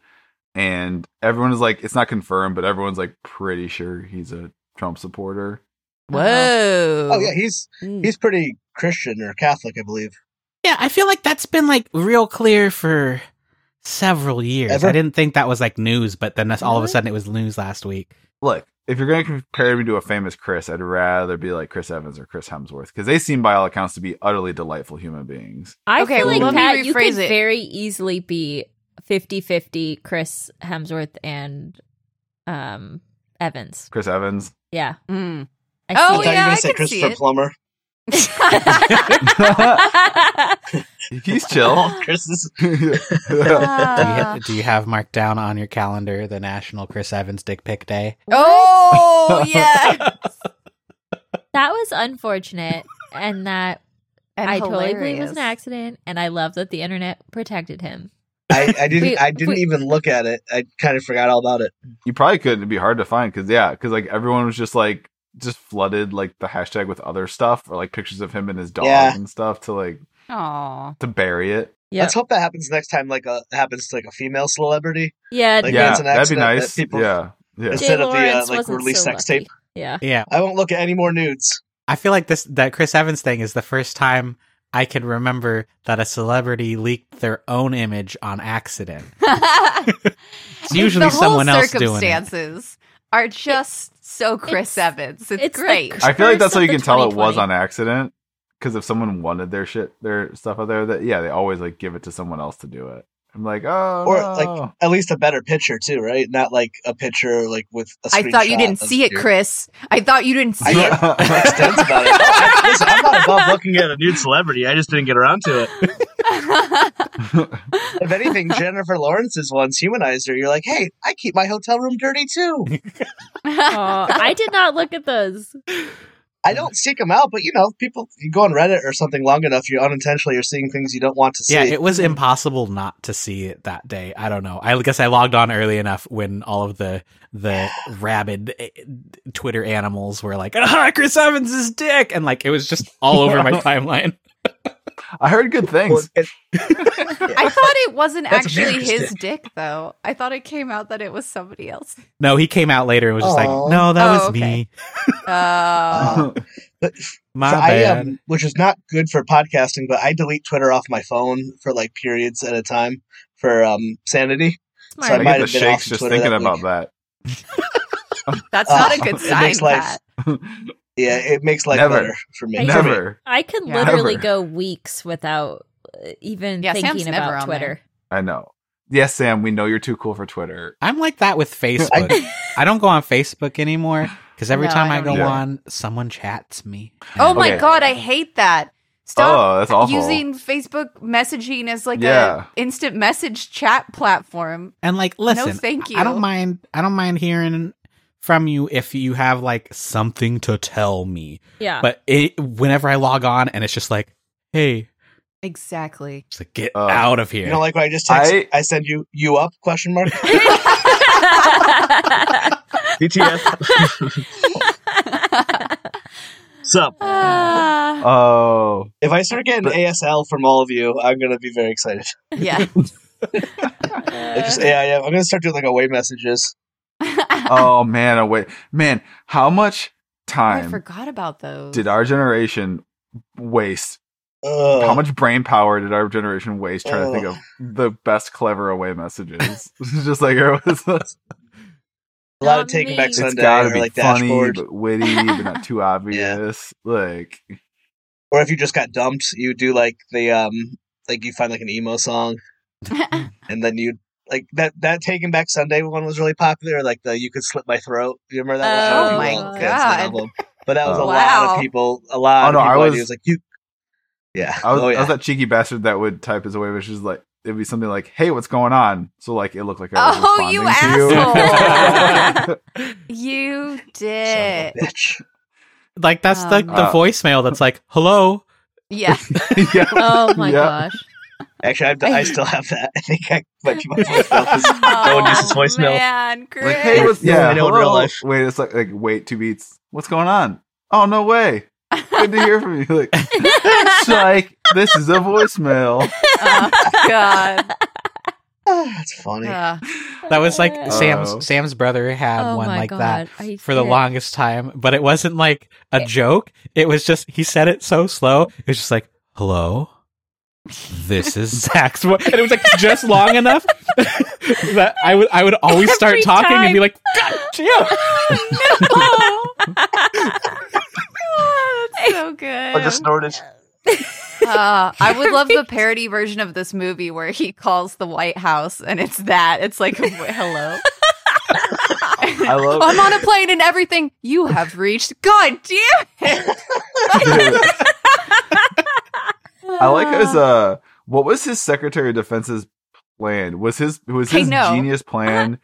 [SPEAKER 1] and everyone is like it's not confirmed but everyone's like pretty sure he's a trump supporter Uh-huh.
[SPEAKER 4] Whoa. Mm.
[SPEAKER 5] Oh yeah, he's he's pretty Christian or Catholic, I believe.
[SPEAKER 2] Yeah, I feel like that's been like real clear for several years.
[SPEAKER 5] Ever?
[SPEAKER 2] I didn't think that was like news, but then that's all of a
[SPEAKER 3] Really?
[SPEAKER 2] sudden it was news last week.
[SPEAKER 1] look if you're going to compare me to a famous chris i'd rather be like chris evans or chris hemsworth because they seem by all accounts to be utterly delightful human beings
[SPEAKER 3] I
[SPEAKER 4] Okay,
[SPEAKER 3] feel
[SPEAKER 1] well,
[SPEAKER 3] like
[SPEAKER 1] let me
[SPEAKER 3] Pat, you could
[SPEAKER 4] rephrase it.
[SPEAKER 3] very easily be 50-50 Chris Hemsworth and um Evans.
[SPEAKER 1] chris evans
[SPEAKER 3] Yeah,
[SPEAKER 4] Mm.
[SPEAKER 3] I
[SPEAKER 4] Oh,
[SPEAKER 5] I
[SPEAKER 3] see
[SPEAKER 5] thought
[SPEAKER 3] it.
[SPEAKER 5] you were
[SPEAKER 4] yeah,
[SPEAKER 5] going
[SPEAKER 4] I
[SPEAKER 5] to say
[SPEAKER 4] can see
[SPEAKER 5] Christopher
[SPEAKER 4] it.
[SPEAKER 5] Plummer.
[SPEAKER 1] He's chill.
[SPEAKER 5] Chris is
[SPEAKER 1] Yeah.
[SPEAKER 2] Do you,
[SPEAKER 4] Uh.
[SPEAKER 2] ha- do you have marked down on your calendar the National Chris Evans Dick Pic Day?
[SPEAKER 4] oh yeah,
[SPEAKER 3] that was unfortunate, and that
[SPEAKER 4] and
[SPEAKER 3] I totally believe it was
[SPEAKER 4] hilarious.
[SPEAKER 3] an accident. And I love that the internet protected him.
[SPEAKER 5] I, I didn't.
[SPEAKER 3] We-
[SPEAKER 5] I didn't
[SPEAKER 3] we-
[SPEAKER 5] even look at it. I kind of forgot all about it.
[SPEAKER 1] you probably could. It'd be hard to find because yeah, because like everyone was just like just flooded like the hashtag with other stuff or like pictures of him and his dog
[SPEAKER 5] Yeah.
[SPEAKER 1] and stuff to like
[SPEAKER 4] Aw.
[SPEAKER 1] to bury it.
[SPEAKER 3] Yeah,
[SPEAKER 5] Let's hope that happens next time. Like a happens to like a female celebrity.
[SPEAKER 3] yeah.
[SPEAKER 5] Like,
[SPEAKER 1] yeah,
[SPEAKER 5] that's an
[SPEAKER 1] that'd be
[SPEAKER 5] accident that
[SPEAKER 1] nice.
[SPEAKER 5] people-
[SPEAKER 1] yeah, yeah.
[SPEAKER 5] instead of the, uh,
[SPEAKER 3] Lawrence
[SPEAKER 5] like,
[SPEAKER 3] wasn't
[SPEAKER 5] release
[SPEAKER 3] so
[SPEAKER 5] sex
[SPEAKER 3] lucky.
[SPEAKER 5] tape.
[SPEAKER 3] Yeah,
[SPEAKER 2] Yeah,
[SPEAKER 5] I won't look at any more nudes.
[SPEAKER 2] I feel like this that Chris Evans thing is the first time I can remember that a celebrity leaked their own image on accident. It's usually
[SPEAKER 4] the whole
[SPEAKER 2] someone else doing it.
[SPEAKER 4] circumstances are just so Chris
[SPEAKER 3] it's-
[SPEAKER 4] Evans. It's,
[SPEAKER 3] it's the
[SPEAKER 4] great.
[SPEAKER 3] cr-
[SPEAKER 1] I feel like
[SPEAKER 3] Curse
[SPEAKER 1] that's how
[SPEAKER 3] of
[SPEAKER 1] you
[SPEAKER 3] the
[SPEAKER 1] can tell it was
[SPEAKER 3] 2020.
[SPEAKER 1] on accident. Because if someone wanted their shit, their stuff out there, that yeah, they always like give it to someone else to do it. I'm like, oh,
[SPEAKER 5] Or,
[SPEAKER 1] no.
[SPEAKER 5] like, At least a better picture too, right? Not like a picture like with. a
[SPEAKER 4] I thought you
[SPEAKER 5] screenshot
[SPEAKER 4] didn't
[SPEAKER 5] of
[SPEAKER 4] see it,
[SPEAKER 5] you.
[SPEAKER 4] Chris. I thought you didn't see
[SPEAKER 5] I-
[SPEAKER 4] it.
[SPEAKER 5] That's dense about it. I, listen, I'm not above looking at a nude celebrity. I just didn't get around to it. If anything, Jennifer Lawrence's one's humanized her. You're like, hey, I keep my hotel room dirty too.
[SPEAKER 3] Aw, Oh, I did not look at those.
[SPEAKER 5] I don't seek them out, but you know, people you go on Reddit or something long enough, you unintentionally are seeing things you don't want to see. hmm.
[SPEAKER 2] Yeah, it was impossible not to see it that day. I don't know. I guess I logged on early enough when all of the the rabid eh, Twitter animals were like, "Ah, Chris Evans is dick," and like it was just all over my timeline.
[SPEAKER 1] I heard good
[SPEAKER 5] Well,
[SPEAKER 1] things.
[SPEAKER 5] it-
[SPEAKER 4] I thought it wasn't
[SPEAKER 5] That's
[SPEAKER 4] actually
[SPEAKER 5] embarrassing.
[SPEAKER 4] his dick, though. I thought it came out that it was somebody else.
[SPEAKER 2] No, he came out later and was just
[SPEAKER 5] Aw.
[SPEAKER 2] like, "No, that
[SPEAKER 4] Oh,
[SPEAKER 2] was
[SPEAKER 4] okay.
[SPEAKER 2] me."
[SPEAKER 4] Uh,
[SPEAKER 5] but
[SPEAKER 2] My
[SPEAKER 5] so I
[SPEAKER 2] bad.
[SPEAKER 5] um, which is not good for podcasting, but I delete Twitter off my phone for like periods at a time for um sanity.
[SPEAKER 3] Smart.
[SPEAKER 5] So I
[SPEAKER 1] I
[SPEAKER 5] might
[SPEAKER 1] get the
[SPEAKER 5] have been off
[SPEAKER 1] shakes
[SPEAKER 5] of
[SPEAKER 1] just
[SPEAKER 5] Twitter
[SPEAKER 1] thinking
[SPEAKER 5] that
[SPEAKER 1] about
[SPEAKER 5] week.
[SPEAKER 1] that.
[SPEAKER 4] that's
[SPEAKER 5] Oh,
[SPEAKER 4] not a good
[SPEAKER 5] it
[SPEAKER 4] sign.
[SPEAKER 5] makes life-
[SPEAKER 4] Pat.
[SPEAKER 5] Yeah, it makes life
[SPEAKER 1] Never.
[SPEAKER 5] better for me.
[SPEAKER 3] Hey,
[SPEAKER 1] Never.
[SPEAKER 3] I can
[SPEAKER 4] Yeah.
[SPEAKER 3] literally
[SPEAKER 1] Never.
[SPEAKER 3] go weeks without uh, even
[SPEAKER 4] Yeah, Sam's
[SPEAKER 3] thinking
[SPEAKER 4] never
[SPEAKER 3] about
[SPEAKER 4] on there.
[SPEAKER 3] Twitter.
[SPEAKER 1] I know. Yes, Sam. We know you're too cool for Twitter.
[SPEAKER 2] I'm like that with Facebook. I don't go on Facebook anymore because every
[SPEAKER 4] No,
[SPEAKER 2] time
[SPEAKER 4] I
[SPEAKER 2] I,
[SPEAKER 4] don't
[SPEAKER 2] go
[SPEAKER 1] either.
[SPEAKER 2] on, someone chats me.
[SPEAKER 4] Oh my
[SPEAKER 1] Okay.
[SPEAKER 4] god, I hate that. Stop
[SPEAKER 1] oh, that's awful.
[SPEAKER 4] using Facebook messaging as like
[SPEAKER 1] Yeah.
[SPEAKER 4] a instant message chat platform.
[SPEAKER 2] And like, listen,
[SPEAKER 4] thank
[SPEAKER 2] I don't
[SPEAKER 4] you.
[SPEAKER 2] mind. I don't mind hearing from you if you have like something to tell me.
[SPEAKER 4] Ah.
[SPEAKER 3] Yeah.
[SPEAKER 2] But it, whenever I log on and it's just like, hey,
[SPEAKER 4] Exactly.
[SPEAKER 2] it's like, get
[SPEAKER 1] Uh,
[SPEAKER 2] out of here.
[SPEAKER 5] You know, like when I just text,
[SPEAKER 1] I-
[SPEAKER 5] I, send you you up question mark BTS. Sup?
[SPEAKER 3] Ah.
[SPEAKER 1] oh,
[SPEAKER 5] If I start getting
[SPEAKER 1] But-
[SPEAKER 5] ASL from all of you, I'm gonna be very excited.
[SPEAKER 1] Uh,
[SPEAKER 4] yeah.
[SPEAKER 5] It's just AIM. I'm gonna start doing like away messages.
[SPEAKER 1] oh man. Oh wait, man. How much
[SPEAKER 4] I
[SPEAKER 1] time
[SPEAKER 4] forgot about those.
[SPEAKER 1] did our generation waste?
[SPEAKER 5] Ugh.
[SPEAKER 1] how much brain power did our generation waste trying to think
[SPEAKER 5] Ugh.
[SPEAKER 1] of the best clever away messages? It's just like it was,
[SPEAKER 5] a lot of
[SPEAKER 3] Not
[SPEAKER 5] Taken
[SPEAKER 3] me.
[SPEAKER 5] Back
[SPEAKER 3] It's
[SPEAKER 1] it's
[SPEAKER 5] Sunday
[SPEAKER 1] got to
[SPEAKER 5] or
[SPEAKER 1] be
[SPEAKER 5] like
[SPEAKER 1] funny
[SPEAKER 5] Dashboard,
[SPEAKER 1] but witty, but not too obvious. Like,
[SPEAKER 5] or if you just got dumped, you do like the um, like you find like an emo song, and then you like that that Taken Back Sunday one was really popular. Like the You Could Slip My Throat. You remember that?
[SPEAKER 3] Oh
[SPEAKER 5] one?
[SPEAKER 3] my
[SPEAKER 5] well, that's the
[SPEAKER 4] God.
[SPEAKER 5] album. But that was
[SPEAKER 1] Oh.
[SPEAKER 5] a lot
[SPEAKER 4] Wow.
[SPEAKER 5] of people. A lot.
[SPEAKER 1] Oh, no,
[SPEAKER 5] of
[SPEAKER 1] I
[SPEAKER 5] people I
[SPEAKER 1] was-
[SPEAKER 5] was like you. Yeah.
[SPEAKER 1] I was,
[SPEAKER 5] oh
[SPEAKER 1] I was
[SPEAKER 5] yeah.
[SPEAKER 1] that cheeky bastard that would type his away messages like it'd be something like, "Hey, what's going on?" So like it looked like I was
[SPEAKER 4] Oh, you
[SPEAKER 1] responding to
[SPEAKER 4] you
[SPEAKER 5] Son
[SPEAKER 4] did.
[SPEAKER 5] of a bitch.
[SPEAKER 2] like that's
[SPEAKER 4] Oh,
[SPEAKER 2] like the,
[SPEAKER 5] Uh,
[SPEAKER 1] man.
[SPEAKER 2] voicemail that's like, hello.
[SPEAKER 4] Yeah.
[SPEAKER 1] you. yeah.
[SPEAKER 3] Oh my
[SPEAKER 1] Yeah.
[SPEAKER 3] gosh.
[SPEAKER 5] Actually, I've, I still have that. I think I might keep my voicemail 'cause no one uses
[SPEAKER 4] oh,
[SPEAKER 5] voicemail.
[SPEAKER 4] man, Chris.
[SPEAKER 1] Like, hey, what's
[SPEAKER 5] Yeah,
[SPEAKER 1] yeah?
[SPEAKER 5] I know in
[SPEAKER 1] hello?
[SPEAKER 5] real life.
[SPEAKER 1] Wait, it's like like wait two beats. What's going on? Oh no way! Good to hear from you. Like, psych. This is a voicemail.
[SPEAKER 4] oh, God.
[SPEAKER 5] That's funny.
[SPEAKER 4] Uh,
[SPEAKER 2] That was like
[SPEAKER 3] Uh,
[SPEAKER 1] Oh.
[SPEAKER 2] Sam's Sam's brother had
[SPEAKER 3] oh
[SPEAKER 2] one
[SPEAKER 3] my
[SPEAKER 2] like
[SPEAKER 3] God.
[SPEAKER 2] that
[SPEAKER 3] I
[SPEAKER 2] for the
[SPEAKER 3] can't-
[SPEAKER 2] longest time, but it wasn't like a joke. It was just he said it so slow. It was just like, "Hello, this is Zach's," vo-" and it was like just long enough that I would I would always start
[SPEAKER 3] Every
[SPEAKER 2] talking and be
[SPEAKER 3] time.
[SPEAKER 2] like, "God damn!"
[SPEAKER 3] Oh.
[SPEAKER 4] oh, that's so good.
[SPEAKER 5] I just snorted.
[SPEAKER 4] Uh, I would love the parody version of this movie where he calls the White House and it's that. It's like, hello.
[SPEAKER 1] I love.
[SPEAKER 4] Oh, I'm on a plane and everything. You have reached. God damn it.
[SPEAKER 1] Dude, I like his uh what was his Secretary of Defense's plan? Was his was
[SPEAKER 4] Hey,
[SPEAKER 1] his
[SPEAKER 4] no.
[SPEAKER 1] genius plan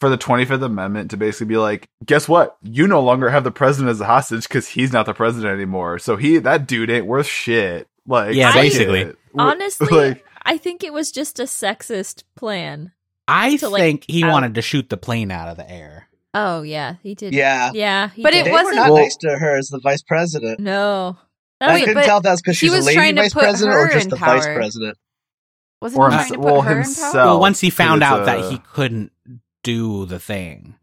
[SPEAKER 1] for the 25th amendment to basically be like, guess what? You no longer have the president as a hostage cuz he's not the president anymore. So he that dude ain't worth shit. Like
[SPEAKER 2] Yeah,
[SPEAKER 1] fuck
[SPEAKER 2] basically.
[SPEAKER 1] it.
[SPEAKER 3] Honestly,
[SPEAKER 1] like
[SPEAKER 3] I think it was just a sexist plan.
[SPEAKER 2] I
[SPEAKER 3] To,
[SPEAKER 2] think
[SPEAKER 3] like,
[SPEAKER 2] he
[SPEAKER 3] out-
[SPEAKER 2] wanted to shoot the plane out of the air.
[SPEAKER 3] Oh yeah, he did.
[SPEAKER 5] Yeah.
[SPEAKER 3] yeah, he
[SPEAKER 4] But
[SPEAKER 3] did.
[SPEAKER 4] it
[SPEAKER 5] They were
[SPEAKER 4] wasn't-
[SPEAKER 5] not
[SPEAKER 1] Well-
[SPEAKER 5] nice to her as the vice president.
[SPEAKER 3] no. That
[SPEAKER 4] Wait,
[SPEAKER 5] I
[SPEAKER 3] was-
[SPEAKER 5] couldn't
[SPEAKER 4] but
[SPEAKER 5] tell if that's because
[SPEAKER 4] he
[SPEAKER 5] she's a
[SPEAKER 4] was
[SPEAKER 5] lady
[SPEAKER 4] trying to
[SPEAKER 5] vice
[SPEAKER 4] put
[SPEAKER 5] president
[SPEAKER 4] her
[SPEAKER 5] or just
[SPEAKER 4] in
[SPEAKER 5] the vice
[SPEAKER 4] power.
[SPEAKER 5] president.
[SPEAKER 4] Wasn't
[SPEAKER 1] or,
[SPEAKER 4] he
[SPEAKER 1] hims-
[SPEAKER 4] trying to put
[SPEAKER 1] well,
[SPEAKER 4] her in power?
[SPEAKER 1] himself.
[SPEAKER 2] well, once he
[SPEAKER 1] 'cause
[SPEAKER 2] found
[SPEAKER 1] it's
[SPEAKER 2] out
[SPEAKER 1] a-
[SPEAKER 2] that he couldn't do the thing,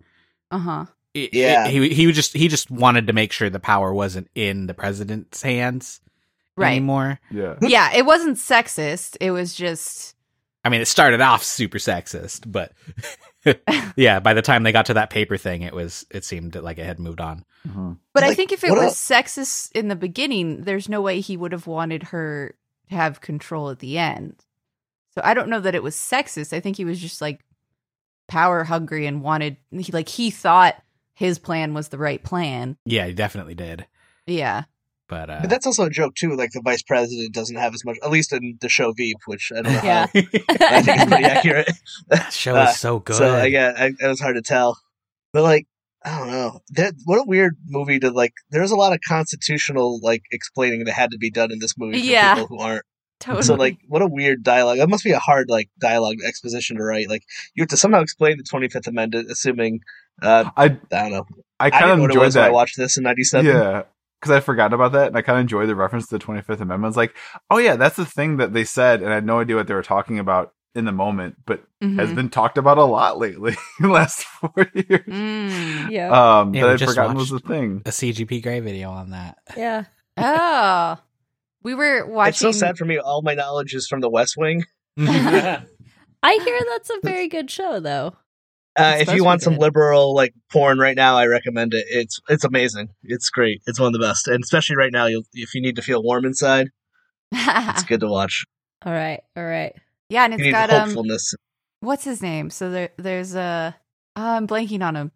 [SPEAKER 4] Uh huh.
[SPEAKER 2] it- it-
[SPEAKER 5] Yeah.
[SPEAKER 2] he he was just he just wanted to make sure the power wasn't in the president's hands
[SPEAKER 4] Right.
[SPEAKER 2] anymore.
[SPEAKER 1] yeah.
[SPEAKER 4] Yeah, it wasn't sexist. It was just
[SPEAKER 2] I mean, it started off super sexist, but yeah, by the time they got to that paper thing, it was it seemed like it had moved on.
[SPEAKER 5] Mm-hmm.
[SPEAKER 1] Mhm.
[SPEAKER 4] But I
[SPEAKER 5] Like,
[SPEAKER 4] think if it
[SPEAKER 5] what
[SPEAKER 4] was
[SPEAKER 5] else?
[SPEAKER 4] sexist in the beginning, there's no way he would have wanted her to have control at the end. So I don't know that it was sexist. I think he was just like power hungry and wanted he, like he thought his plan was the right plan.
[SPEAKER 2] Yeah, he definitely did.
[SPEAKER 4] Yeah.
[SPEAKER 2] But, uh,
[SPEAKER 5] But that's also a joke too. Like the vice president doesn't have as much, at least in the show Veep, which I don't know. how-
[SPEAKER 3] Yeah.
[SPEAKER 5] I think it's pretty accurate.
[SPEAKER 2] that show
[SPEAKER 5] Uh,
[SPEAKER 2] is so good.
[SPEAKER 5] So I, yeah, I, it was hard to tell. But like, I don't know. That what a weird movie to like. There's a lot of constitutional like explaining that had to be done in this movie for
[SPEAKER 4] Yeah.
[SPEAKER 5] people who aren't.
[SPEAKER 4] Totally.
[SPEAKER 5] So like, what a weird dialogue. That must be a hard like dialogue exposition to write. Like you have to somehow explain the 25th Amendment, assuming. Uh,
[SPEAKER 1] I
[SPEAKER 5] I don't know.
[SPEAKER 1] I
[SPEAKER 5] I,
[SPEAKER 1] kind
[SPEAKER 5] didn't
[SPEAKER 1] of
[SPEAKER 5] know what it
[SPEAKER 1] enjoyed
[SPEAKER 5] was when I
[SPEAKER 1] that
[SPEAKER 5] watched this in '97.
[SPEAKER 1] Yeah, because I forgot about that, and I kind of enjoyed the reference to the Twenty Fifth Amendment. It's like, oh yeah, that's the thing that they said, and I had no idea what they were talking about in the moment, but
[SPEAKER 4] Mhm.
[SPEAKER 3] Mm-hmm.
[SPEAKER 1] has been talked about a lot lately in the last four years.
[SPEAKER 4] Mm.
[SPEAKER 3] Mm-hmm. yeah,
[SPEAKER 1] Um,
[SPEAKER 2] Yeah, we
[SPEAKER 1] that I'd
[SPEAKER 2] just
[SPEAKER 1] forgotten was the
[SPEAKER 2] watched-
[SPEAKER 1] thing.
[SPEAKER 2] a CGP Grey video on that.
[SPEAKER 3] yeah.
[SPEAKER 4] Oh. We were watching
[SPEAKER 5] It's so sad for me. All my knowledge is from The West Wing.
[SPEAKER 2] yeah,
[SPEAKER 3] I hear that's a very good show, though. It's
[SPEAKER 5] Uh, if you
[SPEAKER 3] supposed
[SPEAKER 5] want
[SPEAKER 3] to be
[SPEAKER 5] some
[SPEAKER 3] good.
[SPEAKER 5] liberal like porn right now, I recommend it. It's it's amazing. It's great. It's one of the best, and especially right now, you'll, if you need to feel warm inside, it's good to watch.
[SPEAKER 3] All right, all right.
[SPEAKER 4] yeah, and
[SPEAKER 5] You
[SPEAKER 4] it's
[SPEAKER 5] need
[SPEAKER 4] got um
[SPEAKER 5] hopefulness.
[SPEAKER 4] what's his name? So there there's a oh, I'm blanking on him.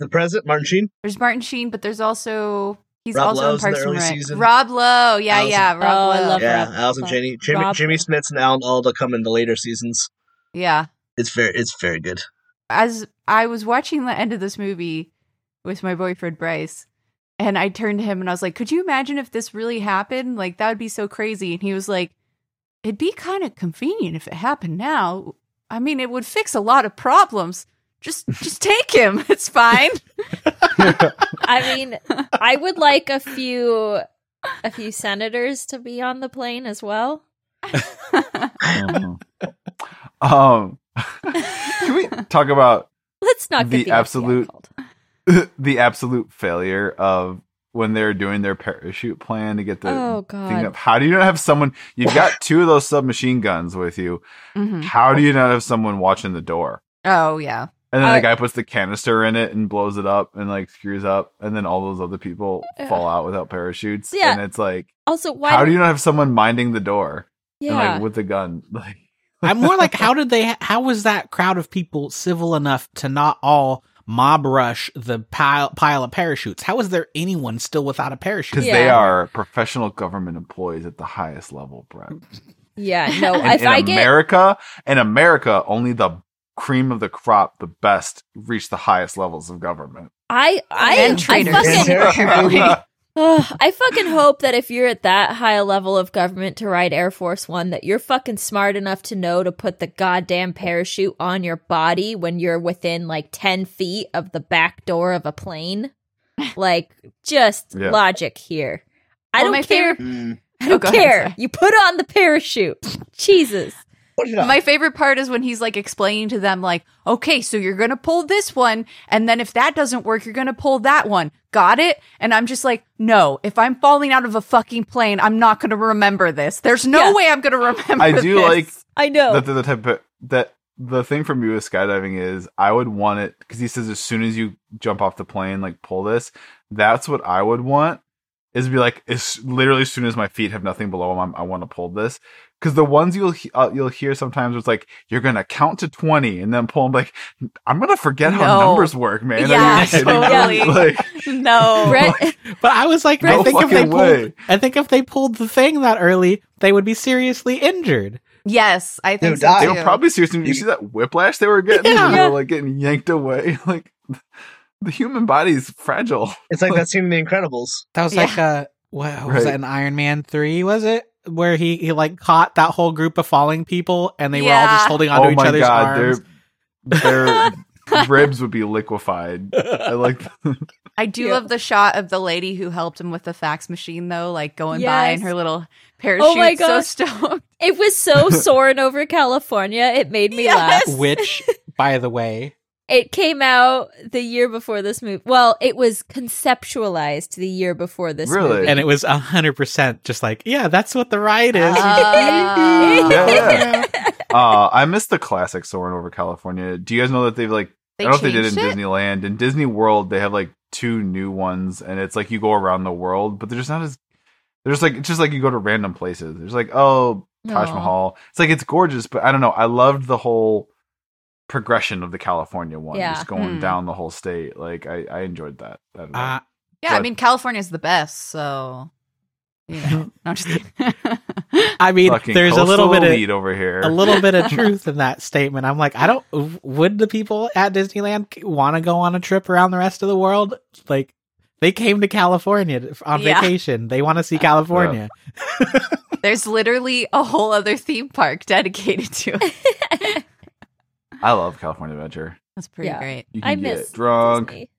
[SPEAKER 5] the president, Martin Sheen.
[SPEAKER 4] There's Martin Sheen, but there's also he's
[SPEAKER 5] Rob
[SPEAKER 4] also
[SPEAKER 5] Lowe's in
[SPEAKER 4] in
[SPEAKER 5] the
[SPEAKER 4] Parks and
[SPEAKER 5] early
[SPEAKER 4] Rec.
[SPEAKER 5] season.
[SPEAKER 4] Rob Lowe, yeah,
[SPEAKER 5] Allison-
[SPEAKER 4] yeah, Rob
[SPEAKER 3] Oh, I
[SPEAKER 4] Lowe.
[SPEAKER 3] love
[SPEAKER 5] Yeah,
[SPEAKER 3] Rob-
[SPEAKER 5] Allison
[SPEAKER 3] Rob-
[SPEAKER 5] Janney, Jimmy,
[SPEAKER 3] Rob-
[SPEAKER 5] Jimmy Smits, and Alan Alda come in the later seasons.
[SPEAKER 4] Yeah.
[SPEAKER 5] It's very it's very good.
[SPEAKER 4] As I was watching the end of this movie with my boyfriend Bryce, and I turned to him and I was like, "Could you imagine if this really happened? Like that would be so crazy." And he was like, "It'd be kind of convenient if it happened now. I mean, it would fix a lot of problems. Just just take him. It's fine."
[SPEAKER 3] I mean, I would like a few, a few senators to be on the plane as well.
[SPEAKER 1] Mhm. um, can we talk about
[SPEAKER 3] Let's not get
[SPEAKER 1] The
[SPEAKER 3] the, FBI
[SPEAKER 1] absolute-
[SPEAKER 3] called.
[SPEAKER 1] the absolute failure of when they're doing their parachute plan to get the
[SPEAKER 3] oh
[SPEAKER 1] thing
[SPEAKER 3] God,
[SPEAKER 1] up? How do you not have someone? You've got two of those submachine guns with you.
[SPEAKER 3] Mm-hmm.
[SPEAKER 5] Mm-hmm.
[SPEAKER 4] Mhm.
[SPEAKER 1] How do you not have someone watching the door?
[SPEAKER 4] Oh yeah.
[SPEAKER 1] And then
[SPEAKER 3] I-
[SPEAKER 1] the guy puts the canister in it and blows it up and like screws up, and then all those other people
[SPEAKER 3] Ugh.
[SPEAKER 1] fall out without parachutes.
[SPEAKER 3] Yeah.
[SPEAKER 1] And it's like,
[SPEAKER 3] Also, why?
[SPEAKER 1] how do you not have someone minding the door and
[SPEAKER 3] Yeah,
[SPEAKER 1] like with the gun? Like,
[SPEAKER 2] I'm more like, how did they? How was that crowd of people civil enough to not all mob rush the pile pile of parachutes? How is there anyone still without a parachute?
[SPEAKER 1] because they
[SPEAKER 3] Yeah.
[SPEAKER 1] are professional government employees at the highest level, Brett.
[SPEAKER 3] yeah. No,
[SPEAKER 1] And
[SPEAKER 3] if
[SPEAKER 1] in
[SPEAKER 3] I get
[SPEAKER 1] America, in America, only the cream of the crop, the best, reach the highest levels of government.
[SPEAKER 3] I I
[SPEAKER 4] And
[SPEAKER 3] I
[SPEAKER 4] traitors.
[SPEAKER 3] fucking
[SPEAKER 4] apparently.
[SPEAKER 3] Ugh, I fucking hope that if you're at that high a level of government to ride Air Force One, that you're fucking smart enough to know to put the goddamn parachute on your body when you're within like 10 feet of the back door of a plane. Like, just
[SPEAKER 1] Yeah.
[SPEAKER 3] logic here. I
[SPEAKER 4] Well,
[SPEAKER 3] don't
[SPEAKER 4] my
[SPEAKER 3] care. I
[SPEAKER 4] Oh,
[SPEAKER 3] don't
[SPEAKER 4] go ahead,
[SPEAKER 3] care.
[SPEAKER 4] sorry.
[SPEAKER 3] you put on the parachute. Jesus.
[SPEAKER 5] Put it on.
[SPEAKER 4] My favorite part is when he's like explaining to them, like, okay, so you're gonna pull this one, and then if that doesn't work, you're gonna pull that one. Got it? And I'm just like, no, if I'm falling out of a fucking plane, I'm not gonna remember this. There's no
[SPEAKER 3] Yeah.
[SPEAKER 4] way I'm gonna remember
[SPEAKER 1] I do
[SPEAKER 4] this.
[SPEAKER 1] like
[SPEAKER 3] I
[SPEAKER 4] Oh.
[SPEAKER 3] know.
[SPEAKER 1] that they're the type of, that the thing from you with skydiving is I would want it because he says as soon as you jump off the plane, like pull this. That's what I would want is be like as literally as soon as my feet have nothing below them, I'm, I want to pull this because the ones you'll he- uh, you'll hear sometimes it's like you're gonna count to twenty and then pull them like I'm gonna forget how
[SPEAKER 4] No.
[SPEAKER 1] numbers work, man. Are
[SPEAKER 4] Yeah,
[SPEAKER 1] you kidding me?
[SPEAKER 4] totally.
[SPEAKER 1] Like
[SPEAKER 4] No.
[SPEAKER 3] Brett,
[SPEAKER 2] But I was like,
[SPEAKER 1] No
[SPEAKER 2] I think if they
[SPEAKER 1] fucking way.
[SPEAKER 2] pulled, I think if they pulled the thing that early, they would be seriously injured.
[SPEAKER 4] Yes, I
[SPEAKER 5] They
[SPEAKER 4] think
[SPEAKER 5] would
[SPEAKER 4] so
[SPEAKER 5] die.
[SPEAKER 1] they
[SPEAKER 4] too.
[SPEAKER 1] were probably seriously. You see that whiplash they were getting?
[SPEAKER 2] Yeah.
[SPEAKER 1] They were like getting yanked away. Like the human body's fragile.
[SPEAKER 5] It's like that scene in The Incredibles.
[SPEAKER 2] That was
[SPEAKER 4] Yeah.
[SPEAKER 2] like uh what was
[SPEAKER 1] Right.
[SPEAKER 2] that in Iron Man three? Was it where he he like caught that whole group of falling people and they were all
[SPEAKER 4] Yeah.
[SPEAKER 2] just holding onto
[SPEAKER 1] oh
[SPEAKER 2] each
[SPEAKER 1] my
[SPEAKER 2] other's
[SPEAKER 1] god,
[SPEAKER 2] arms?
[SPEAKER 1] their their ribs would be liquefied. I like
[SPEAKER 4] I do
[SPEAKER 5] Yeah.
[SPEAKER 4] love the shot of the lady who helped him with the fax machine, though, like going by
[SPEAKER 3] Yes.
[SPEAKER 4] in
[SPEAKER 3] Oh
[SPEAKER 4] her little parachute. so
[SPEAKER 3] gosh.
[SPEAKER 4] stoked.
[SPEAKER 3] it was so soaring over California. It made me laugh.
[SPEAKER 4] Yes.
[SPEAKER 2] Which, by the way,
[SPEAKER 3] It came out the year before this movie. Well, it was conceptualized the year before this
[SPEAKER 1] Really?
[SPEAKER 3] movie.
[SPEAKER 2] and it was hundred percent just like, yeah, that's what the ride is.
[SPEAKER 4] Ah.
[SPEAKER 1] Yeah. uh I miss the classic soaring over California. Do you guys know that they've like
[SPEAKER 4] They
[SPEAKER 1] I don't know if they did
[SPEAKER 4] changed
[SPEAKER 1] in
[SPEAKER 4] it?
[SPEAKER 1] Disneyland. In Disney World, they have like two new ones, and it's like you go around the world, but they're just not as. They're just like it's just like you go to random places. There's like oh Taj
[SPEAKER 3] Aw.
[SPEAKER 1] Mahal. It's like it's gorgeous, but I don't know. I loved the whole progression of the California one,
[SPEAKER 3] Yeah.
[SPEAKER 1] just going
[SPEAKER 4] Hmm. down
[SPEAKER 1] down the whole state. Like I, I enjoyed that.
[SPEAKER 2] Uh,
[SPEAKER 4] Yeah, I
[SPEAKER 1] But-
[SPEAKER 4] mean California's the best, so you know. No, I'm just
[SPEAKER 2] I mean, there's a little bit of
[SPEAKER 1] lead over here.
[SPEAKER 2] a little bit of truth in that statement. I'm like, I don't. Would the people at Disneyland want to go on a trip around the rest of the world? Like, they came to California to- on
[SPEAKER 4] Yeah.
[SPEAKER 2] vacation. They want to see California.
[SPEAKER 4] There's literally a whole other theme park dedicated to it.
[SPEAKER 1] I love California Adventure.
[SPEAKER 4] That's pretty
[SPEAKER 3] Yeah.
[SPEAKER 4] great.
[SPEAKER 1] You can
[SPEAKER 3] I
[SPEAKER 1] get
[SPEAKER 3] miss
[SPEAKER 1] drunk,
[SPEAKER 3] Disney.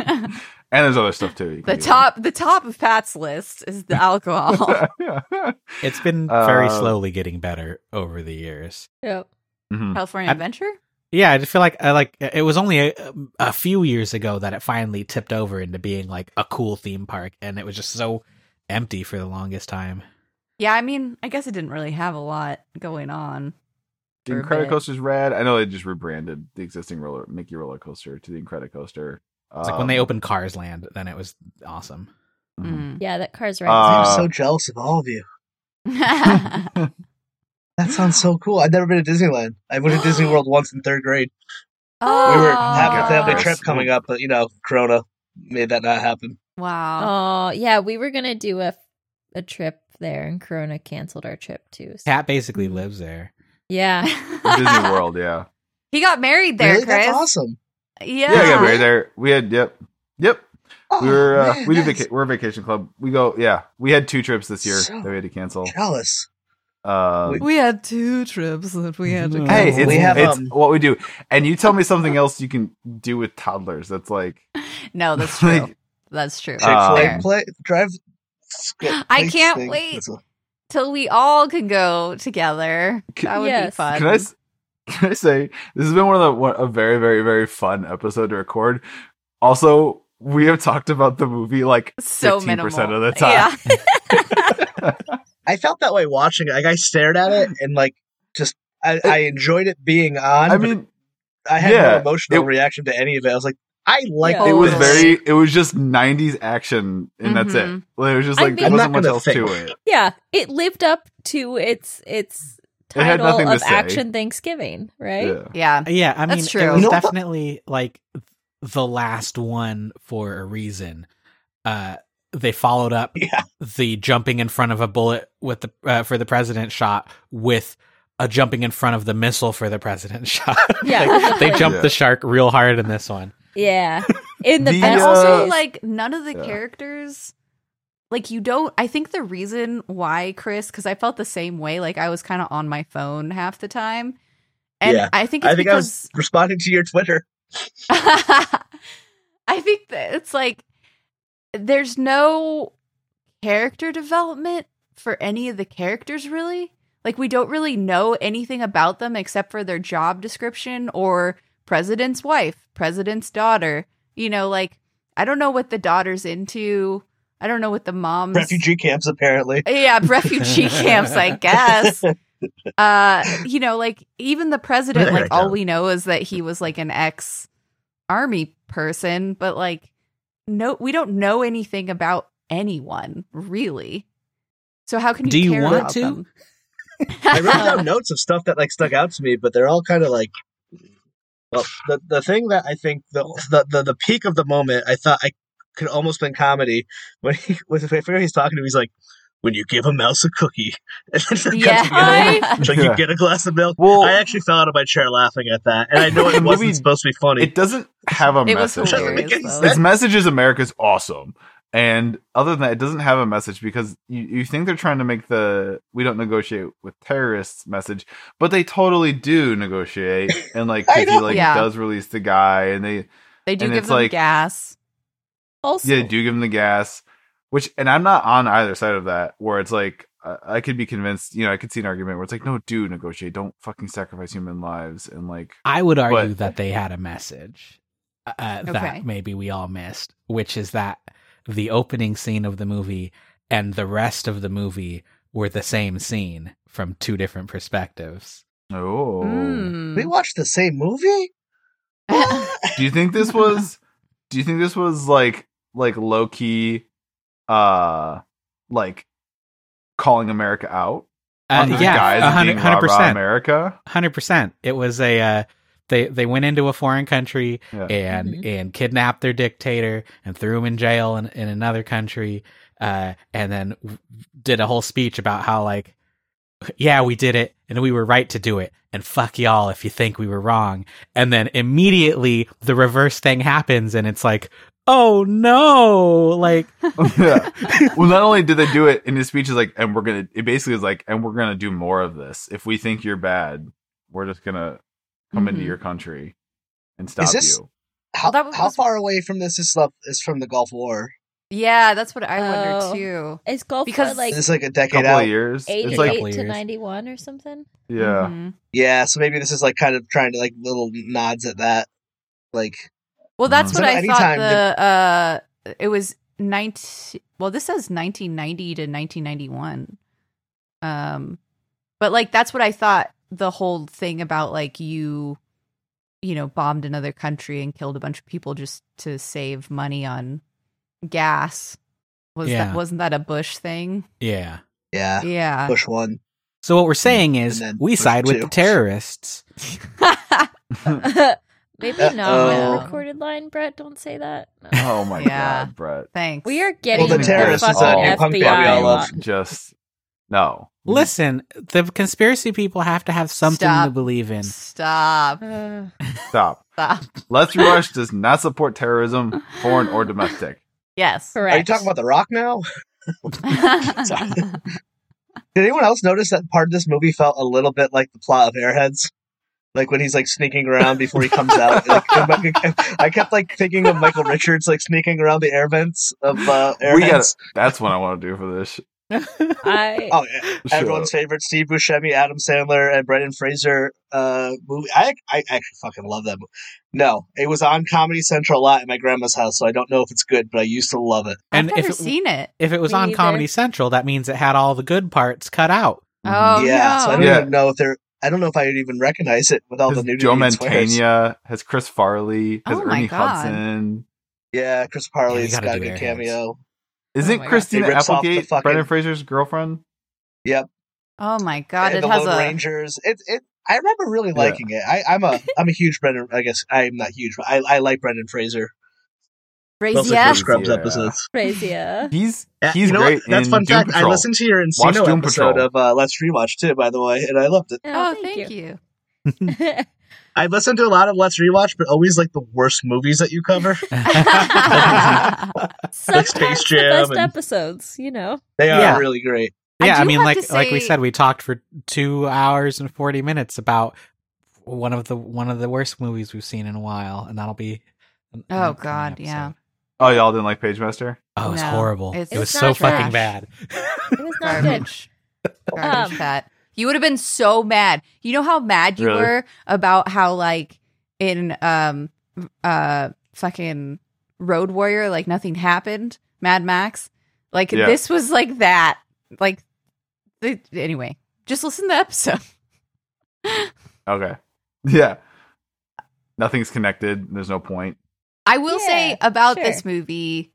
[SPEAKER 1] and there's other stuff too. You
[SPEAKER 4] the
[SPEAKER 1] can
[SPEAKER 4] top the top of Pat's list is the alcohol.
[SPEAKER 1] get. yeah.
[SPEAKER 2] It's been very
[SPEAKER 1] Uh,
[SPEAKER 2] slowly getting better over the years.
[SPEAKER 3] Yep.
[SPEAKER 1] Mhm.
[SPEAKER 4] California
[SPEAKER 2] I-
[SPEAKER 4] Adventure?
[SPEAKER 2] Yeah, I just feel like I like it was only a, a few years ago that it finally tipped over into being like a cool theme park, and it was just so empty for the longest time.
[SPEAKER 4] Yeah, I mean, I guess it didn't really have a lot going on.
[SPEAKER 1] The
[SPEAKER 4] for a bit.
[SPEAKER 1] Incredicoaster's rad. I know they just rebranded the existing roller Mickey roller coaster to the Incredicoaster.
[SPEAKER 2] It's like when
[SPEAKER 1] Um,
[SPEAKER 2] they opened Cars Land, then it was awesome.
[SPEAKER 1] Mhm.
[SPEAKER 4] Mm.
[SPEAKER 3] Yeah, that car's
[SPEAKER 1] Uh,
[SPEAKER 3] right.
[SPEAKER 5] I'm so jealous of all of you. That sounds so cool. I've never been to Disneyland. I went to Disney World once in third grade. We were having a
[SPEAKER 1] Oh.
[SPEAKER 5] family
[SPEAKER 1] Gosh.
[SPEAKER 5] trip coming up, but you know, Corona made that not happen.
[SPEAKER 4] Wow.
[SPEAKER 3] oh, yeah, we were gonna do a a trip there, and Corona canceled our trip too. so-
[SPEAKER 2] Cat basically lives there.
[SPEAKER 3] Yeah,
[SPEAKER 4] Mm.
[SPEAKER 1] Disney World, yeah.
[SPEAKER 4] He got married there,
[SPEAKER 5] really?
[SPEAKER 4] Chris.
[SPEAKER 5] That's awesome.
[SPEAKER 4] Yeah.
[SPEAKER 1] Yeah, yeah, we were there. We had yep. Yep.
[SPEAKER 5] Oh,
[SPEAKER 1] we were uh,
[SPEAKER 5] man,
[SPEAKER 1] we do
[SPEAKER 5] that's
[SPEAKER 1] vaca- we're a vacation club. We go yeah. We had two trips this year
[SPEAKER 5] So-
[SPEAKER 1] that we had to cancel.
[SPEAKER 5] jealous.
[SPEAKER 1] Uh,
[SPEAKER 5] We-
[SPEAKER 4] We had two trips that we had to
[SPEAKER 2] Hey,
[SPEAKER 1] hey,
[SPEAKER 4] cancel.
[SPEAKER 1] it's,
[SPEAKER 5] We have,
[SPEAKER 1] it's
[SPEAKER 5] um,
[SPEAKER 1] what we do. And you tell me something else you can do with toddlers that's like
[SPEAKER 4] no, Oh, that's true.
[SPEAKER 1] like-
[SPEAKER 4] that's true.
[SPEAKER 5] Chick Fil A
[SPEAKER 1] Um,
[SPEAKER 5] play drive.
[SPEAKER 4] I can't wait.
[SPEAKER 5] It's a-
[SPEAKER 4] Till we all can go together.
[SPEAKER 1] Can-
[SPEAKER 4] That would
[SPEAKER 3] Yes.
[SPEAKER 4] be fun.
[SPEAKER 1] Can I, s- can I say this has been one of the one, a very very very fun episode to record. Also, we have talked about the movie like
[SPEAKER 4] so
[SPEAKER 1] 15%
[SPEAKER 4] minimal.
[SPEAKER 1] of the time.
[SPEAKER 4] Yeah.
[SPEAKER 5] I felt that way watching it. Like I stared at it and like just I, I enjoyed it being on.
[SPEAKER 1] I
[SPEAKER 5] but
[SPEAKER 1] mean,
[SPEAKER 5] I had
[SPEAKER 1] yeah,
[SPEAKER 5] no emotional
[SPEAKER 1] it-
[SPEAKER 5] reaction to any of it. I was like, I like
[SPEAKER 3] Yeah.
[SPEAKER 5] this.
[SPEAKER 1] it was
[SPEAKER 4] Totally.
[SPEAKER 1] very it was just 90s action and that's
[SPEAKER 4] Mhm.
[SPEAKER 1] it. Like, it was just
[SPEAKER 3] I
[SPEAKER 1] like there
[SPEAKER 3] mean-
[SPEAKER 1] wasn't
[SPEAKER 5] I'm
[SPEAKER 1] much
[SPEAKER 5] not
[SPEAKER 1] else
[SPEAKER 5] gonna
[SPEAKER 1] to it.
[SPEAKER 3] yeah, it lived up to its its
[SPEAKER 1] It had
[SPEAKER 3] title
[SPEAKER 1] nothing to
[SPEAKER 3] of
[SPEAKER 1] say.
[SPEAKER 3] Action Thanksgiving, right?
[SPEAKER 1] Yeah.
[SPEAKER 4] yeah.
[SPEAKER 2] Yeah, I mean,
[SPEAKER 4] That's true.
[SPEAKER 2] it was
[SPEAKER 5] You know what?
[SPEAKER 2] definitely like the last one for a reason. Uh, they followed up
[SPEAKER 5] Yeah.
[SPEAKER 2] the jumping in front of a bullet with the uh, for the president shot with a jumping in front of the missile for the president shot.
[SPEAKER 3] Yeah.
[SPEAKER 2] Like, they jumped
[SPEAKER 1] Yeah.
[SPEAKER 2] the shark real hard in this one.
[SPEAKER 3] Yeah, in the
[SPEAKER 1] The, uh,
[SPEAKER 4] And
[SPEAKER 3] best
[SPEAKER 4] also,
[SPEAKER 3] ways.
[SPEAKER 4] like, none of the
[SPEAKER 1] Yeah.
[SPEAKER 4] characters, like, you don't. I think the reason why, Chris, because I felt the same way. Like, I was kind of on my phone half the time. And
[SPEAKER 5] Yeah.
[SPEAKER 4] I think it's
[SPEAKER 5] I think I was
[SPEAKER 4] because.
[SPEAKER 5] responding to your Twitter.
[SPEAKER 4] I think that it's like there's no character development for any of the characters really. Like we don't really know anything about them except for their job description or president's wife, president's daughter. You know, like I don't know what the daughter's into. I don't know what the mom's
[SPEAKER 5] Refugee camps apparently.
[SPEAKER 4] yeah, refugee camps, I guess. Uh, you know, like even the president,
[SPEAKER 5] There
[SPEAKER 4] like
[SPEAKER 5] you
[SPEAKER 4] all
[SPEAKER 5] go.
[SPEAKER 4] we know is that he was like an ex army person, but like no we don't know anything about anyone, really. So how can you
[SPEAKER 2] Do you
[SPEAKER 4] care
[SPEAKER 2] want
[SPEAKER 4] about
[SPEAKER 2] to?
[SPEAKER 4] them?
[SPEAKER 5] I wrote down notes of stuff that like stuck out to me, but they're all kind of like. Well, the the thing that I think the, the the the peak of the moment I thought I could almost been comedy when he when I forget who he's talking to he's like when you give a mouse a cookie and then it
[SPEAKER 4] Yeah.
[SPEAKER 5] comes together,
[SPEAKER 4] I-
[SPEAKER 5] it's like
[SPEAKER 1] Yeah.
[SPEAKER 5] you get a glass of milk.
[SPEAKER 1] Well-
[SPEAKER 5] I actually fell out of my chair laughing at that, and I know
[SPEAKER 1] The
[SPEAKER 5] it wasn't
[SPEAKER 1] movie-
[SPEAKER 5] supposed to be funny.
[SPEAKER 1] It doesn't have a
[SPEAKER 4] It was
[SPEAKER 1] message.
[SPEAKER 5] Doesn't make
[SPEAKER 4] hilarious.
[SPEAKER 5] any
[SPEAKER 4] though.
[SPEAKER 5] sense.
[SPEAKER 1] Its message is America's awesome. And other than that, it doesn't have a message because you, you think they're trying to make the we don't negotiate with terrorists message, but they totally do negotiate. And like, 'cause
[SPEAKER 5] I
[SPEAKER 1] he
[SPEAKER 5] know.
[SPEAKER 1] like
[SPEAKER 4] Yeah.
[SPEAKER 1] does release the guy and they
[SPEAKER 4] They do
[SPEAKER 1] And
[SPEAKER 4] give
[SPEAKER 1] it's
[SPEAKER 4] them
[SPEAKER 1] like-
[SPEAKER 4] gas.
[SPEAKER 3] also,
[SPEAKER 1] yeah, they do give him the gas, which, and I'm not on either side of that, where it's like, I, I could be convinced, you know, I could see an argument where it's like, no, do negotiate, don't fucking sacrifice human lives. And like,
[SPEAKER 2] I would argue
[SPEAKER 1] But-
[SPEAKER 2] that they had a message uh,
[SPEAKER 4] Okay.
[SPEAKER 2] that maybe we all missed, which is that the opening scene of the movie and the rest of the movie were the same scene from two different perspectives.
[SPEAKER 1] oh,
[SPEAKER 5] we
[SPEAKER 4] Mm.
[SPEAKER 5] watched the same movie.
[SPEAKER 1] do you think this was, do you think this was like, like low key, uh, like calling America out
[SPEAKER 2] Uh,
[SPEAKER 1] under the guise
[SPEAKER 2] yeah,
[SPEAKER 1] of being rah-rah
[SPEAKER 2] 100%.
[SPEAKER 1] America?
[SPEAKER 2] 100%. It was a uh, they they went into a foreign country
[SPEAKER 1] Yeah.
[SPEAKER 2] and
[SPEAKER 5] Mm-hmm.
[SPEAKER 3] Mhm.
[SPEAKER 2] and kidnapped their dictator and threw him in jail in, in another country uh and then w- did a whole speech about how like yeah we did it and we were right to do it and fuck y'all if you think we were wrong and then immediately the reverse thing happens and it's like oh no like
[SPEAKER 1] yeah. Well, not only did they do it in his speech, is like, and we're gonna. It basically is like, and we're gonna do more of this. If we think you're bad, we're just gonna come into
[SPEAKER 4] Mhm.
[SPEAKER 1] your country and stop
[SPEAKER 5] Mm-hmm. this-
[SPEAKER 1] you.
[SPEAKER 5] How,
[SPEAKER 4] Well, that
[SPEAKER 5] how
[SPEAKER 4] was-
[SPEAKER 5] far away from this is, the- is from the Gulf War?
[SPEAKER 4] Yeah, that's what I wonder
[SPEAKER 3] Oh.
[SPEAKER 4] too.
[SPEAKER 3] is Gulf
[SPEAKER 4] Because-
[SPEAKER 3] because like
[SPEAKER 5] It's like a
[SPEAKER 1] A
[SPEAKER 5] decade
[SPEAKER 1] couple
[SPEAKER 5] out.
[SPEAKER 1] of years. It's
[SPEAKER 3] eighty-eight
[SPEAKER 1] like,
[SPEAKER 2] Couple
[SPEAKER 3] to
[SPEAKER 2] years.
[SPEAKER 3] ninety-one or something.
[SPEAKER 1] yeah,
[SPEAKER 5] Mm-hmm.
[SPEAKER 4] Mhm.
[SPEAKER 5] Yeah, so maybe this is like kind of trying to like little nods at that. Like
[SPEAKER 4] Well, that's
[SPEAKER 1] Mhm.
[SPEAKER 4] what
[SPEAKER 5] Um, So
[SPEAKER 4] I thought.
[SPEAKER 5] anytime
[SPEAKER 4] The uh, it was nineteen. Well, this says nineteen ninety to nineteen ninety one. Um, but like that's what I thought. The whole thing about like you, you know, bombed another country and killed a bunch of people just to save money on gas. Was
[SPEAKER 2] Yeah.
[SPEAKER 4] that wasn't that a Bush thing?
[SPEAKER 2] yeah
[SPEAKER 5] yeah,
[SPEAKER 4] Yeah.
[SPEAKER 5] Bush one.
[SPEAKER 2] so what we're saying is
[SPEAKER 5] And then
[SPEAKER 2] we
[SPEAKER 5] push
[SPEAKER 2] side with
[SPEAKER 5] two.
[SPEAKER 2] the terrorists
[SPEAKER 3] Maybe
[SPEAKER 5] Uh,
[SPEAKER 3] not on
[SPEAKER 5] Uh-oh.
[SPEAKER 3] the recorded line, Brett. Don't say that. No.
[SPEAKER 1] oh my
[SPEAKER 4] Yeah.
[SPEAKER 1] god, Brett.
[SPEAKER 4] Thanks.
[SPEAKER 3] We are getting
[SPEAKER 1] the
[SPEAKER 3] the,
[SPEAKER 1] terrorists is
[SPEAKER 3] fucking
[SPEAKER 1] a new
[SPEAKER 5] punk
[SPEAKER 3] FBI
[SPEAKER 5] band we all
[SPEAKER 3] lot.
[SPEAKER 5] love.
[SPEAKER 1] Just no.
[SPEAKER 2] listen the conspiracy people have to have something to
[SPEAKER 4] Mm-hmm. Stop.
[SPEAKER 2] believe in
[SPEAKER 4] Stop.
[SPEAKER 3] Uh,
[SPEAKER 1] Stop.
[SPEAKER 4] Stop.
[SPEAKER 1] Let's Rush does not support terrorism, foreign or domestic.
[SPEAKER 4] Yes.
[SPEAKER 3] correct.
[SPEAKER 5] Are you talking about The Rock now? Did anyone else notice that part of this movie felt a little bit like the plot of Airheads? Like when he's like sneaking around before he comes out. Like, I kept like thinking of Michael Richards like sneaking around the air vents of uh,
[SPEAKER 1] We got.
[SPEAKER 5] Airheads.
[SPEAKER 1] That's what I want to do for this. sh-
[SPEAKER 3] I
[SPEAKER 5] Oh, yeah. everyone's favorite Steve Buscemi, Adam Sandler, and Brendan Fraser uh, movie. I, I actually fucking love that movie. No, it was on Comedy Central a lot at my grandma's house, so I don't know if it's good, but I used to love it.
[SPEAKER 4] I've
[SPEAKER 2] And
[SPEAKER 4] never
[SPEAKER 2] if it-
[SPEAKER 4] seen it.
[SPEAKER 2] If it was
[SPEAKER 3] Me
[SPEAKER 2] on
[SPEAKER 3] neither.
[SPEAKER 2] Comedy Central, that means it had all the good parts cut out.
[SPEAKER 4] Oh
[SPEAKER 5] yeah, so I
[SPEAKER 4] no.
[SPEAKER 5] don't
[SPEAKER 1] Yeah.
[SPEAKER 5] even know if they're. I don't know if I would even recognize it with all the
[SPEAKER 1] Has
[SPEAKER 5] new
[SPEAKER 1] Joe Mantegna has Chris Farley has
[SPEAKER 4] Oh my
[SPEAKER 1] Ernie
[SPEAKER 4] God.
[SPEAKER 1] Hudson.
[SPEAKER 5] Yeah, Chris
[SPEAKER 2] Yeah,
[SPEAKER 5] Farley's
[SPEAKER 2] you gotta
[SPEAKER 5] got a
[SPEAKER 2] do
[SPEAKER 5] good
[SPEAKER 2] Airheads.
[SPEAKER 5] cameo.
[SPEAKER 1] Isn't
[SPEAKER 3] my God.
[SPEAKER 1] Christina
[SPEAKER 5] He rips off the
[SPEAKER 1] Applegate
[SPEAKER 5] fucking-
[SPEAKER 1] Brendan Fraser's girlfriend?
[SPEAKER 4] Oh my god,
[SPEAKER 5] and
[SPEAKER 4] it
[SPEAKER 5] the
[SPEAKER 4] has
[SPEAKER 5] Lone
[SPEAKER 4] a
[SPEAKER 5] Rangers. It it. I remember really
[SPEAKER 1] Yeah.
[SPEAKER 5] liking it. I, I'm a I'm a huge Brendan. I guess I'm not huge, but I, I like Brendan Fraser.
[SPEAKER 4] raise
[SPEAKER 5] Those
[SPEAKER 1] Mostly
[SPEAKER 4] yeah.
[SPEAKER 5] are
[SPEAKER 1] Fraser.
[SPEAKER 5] good Scrubs
[SPEAKER 1] Yeah.
[SPEAKER 5] episodes.
[SPEAKER 3] crazy.
[SPEAKER 4] Oh,
[SPEAKER 3] uh,
[SPEAKER 1] He's
[SPEAKER 5] Yeah,
[SPEAKER 1] he's
[SPEAKER 5] you know
[SPEAKER 1] great.
[SPEAKER 5] What? That's
[SPEAKER 1] in
[SPEAKER 5] fun
[SPEAKER 1] Doom
[SPEAKER 5] fact. I
[SPEAKER 1] Patrol.
[SPEAKER 5] listened to your
[SPEAKER 1] Watch
[SPEAKER 5] Encino
[SPEAKER 1] Doom
[SPEAKER 5] episode
[SPEAKER 1] Patrol.
[SPEAKER 5] of uh, Let's Rewatch too, by the way, and I loved it.
[SPEAKER 4] Oh, thank you.
[SPEAKER 5] I listened to a lot of Let's Rewatch, but always like the worst movies that you cover.
[SPEAKER 2] yeah,
[SPEAKER 3] Sometimes
[SPEAKER 5] Space
[SPEAKER 3] the
[SPEAKER 5] Jam
[SPEAKER 3] best
[SPEAKER 5] and-
[SPEAKER 3] episodes, you know.
[SPEAKER 5] They are
[SPEAKER 2] Yeah.
[SPEAKER 5] really great.
[SPEAKER 2] I
[SPEAKER 4] do
[SPEAKER 2] mean,
[SPEAKER 4] have
[SPEAKER 2] like
[SPEAKER 4] to
[SPEAKER 2] like we
[SPEAKER 4] say-
[SPEAKER 2] said, we talked for two hours and forty minutes about one of the one of the worst movies we've seen in a while, and that'll be. an- an
[SPEAKER 4] Oh,
[SPEAKER 2] upcoming
[SPEAKER 4] God, yeah.
[SPEAKER 2] episode.
[SPEAKER 1] Oh, y'all didn't like Pagemaster?
[SPEAKER 2] Oh, it was
[SPEAKER 4] No,
[SPEAKER 2] horrible.
[SPEAKER 4] it's-
[SPEAKER 2] it was
[SPEAKER 3] it's
[SPEAKER 2] so
[SPEAKER 3] not
[SPEAKER 2] fucking
[SPEAKER 4] trash.
[SPEAKER 2] bad.
[SPEAKER 3] It was not good.
[SPEAKER 4] Garbage. Garbage
[SPEAKER 3] Um,
[SPEAKER 4] Pat. You would have been so mad. You know how mad you
[SPEAKER 1] Really?
[SPEAKER 4] were about how like in um uh fucking Road Warrior, like nothing happened. Mad Max. Like
[SPEAKER 1] Yeah.
[SPEAKER 4] this was like that. Like the, anyway, just listen to the episode.
[SPEAKER 1] Okay. Yeah. Nothing's connected. There's no point.
[SPEAKER 4] I will say
[SPEAKER 3] Yeah,
[SPEAKER 4] about
[SPEAKER 3] sure.
[SPEAKER 4] this movie,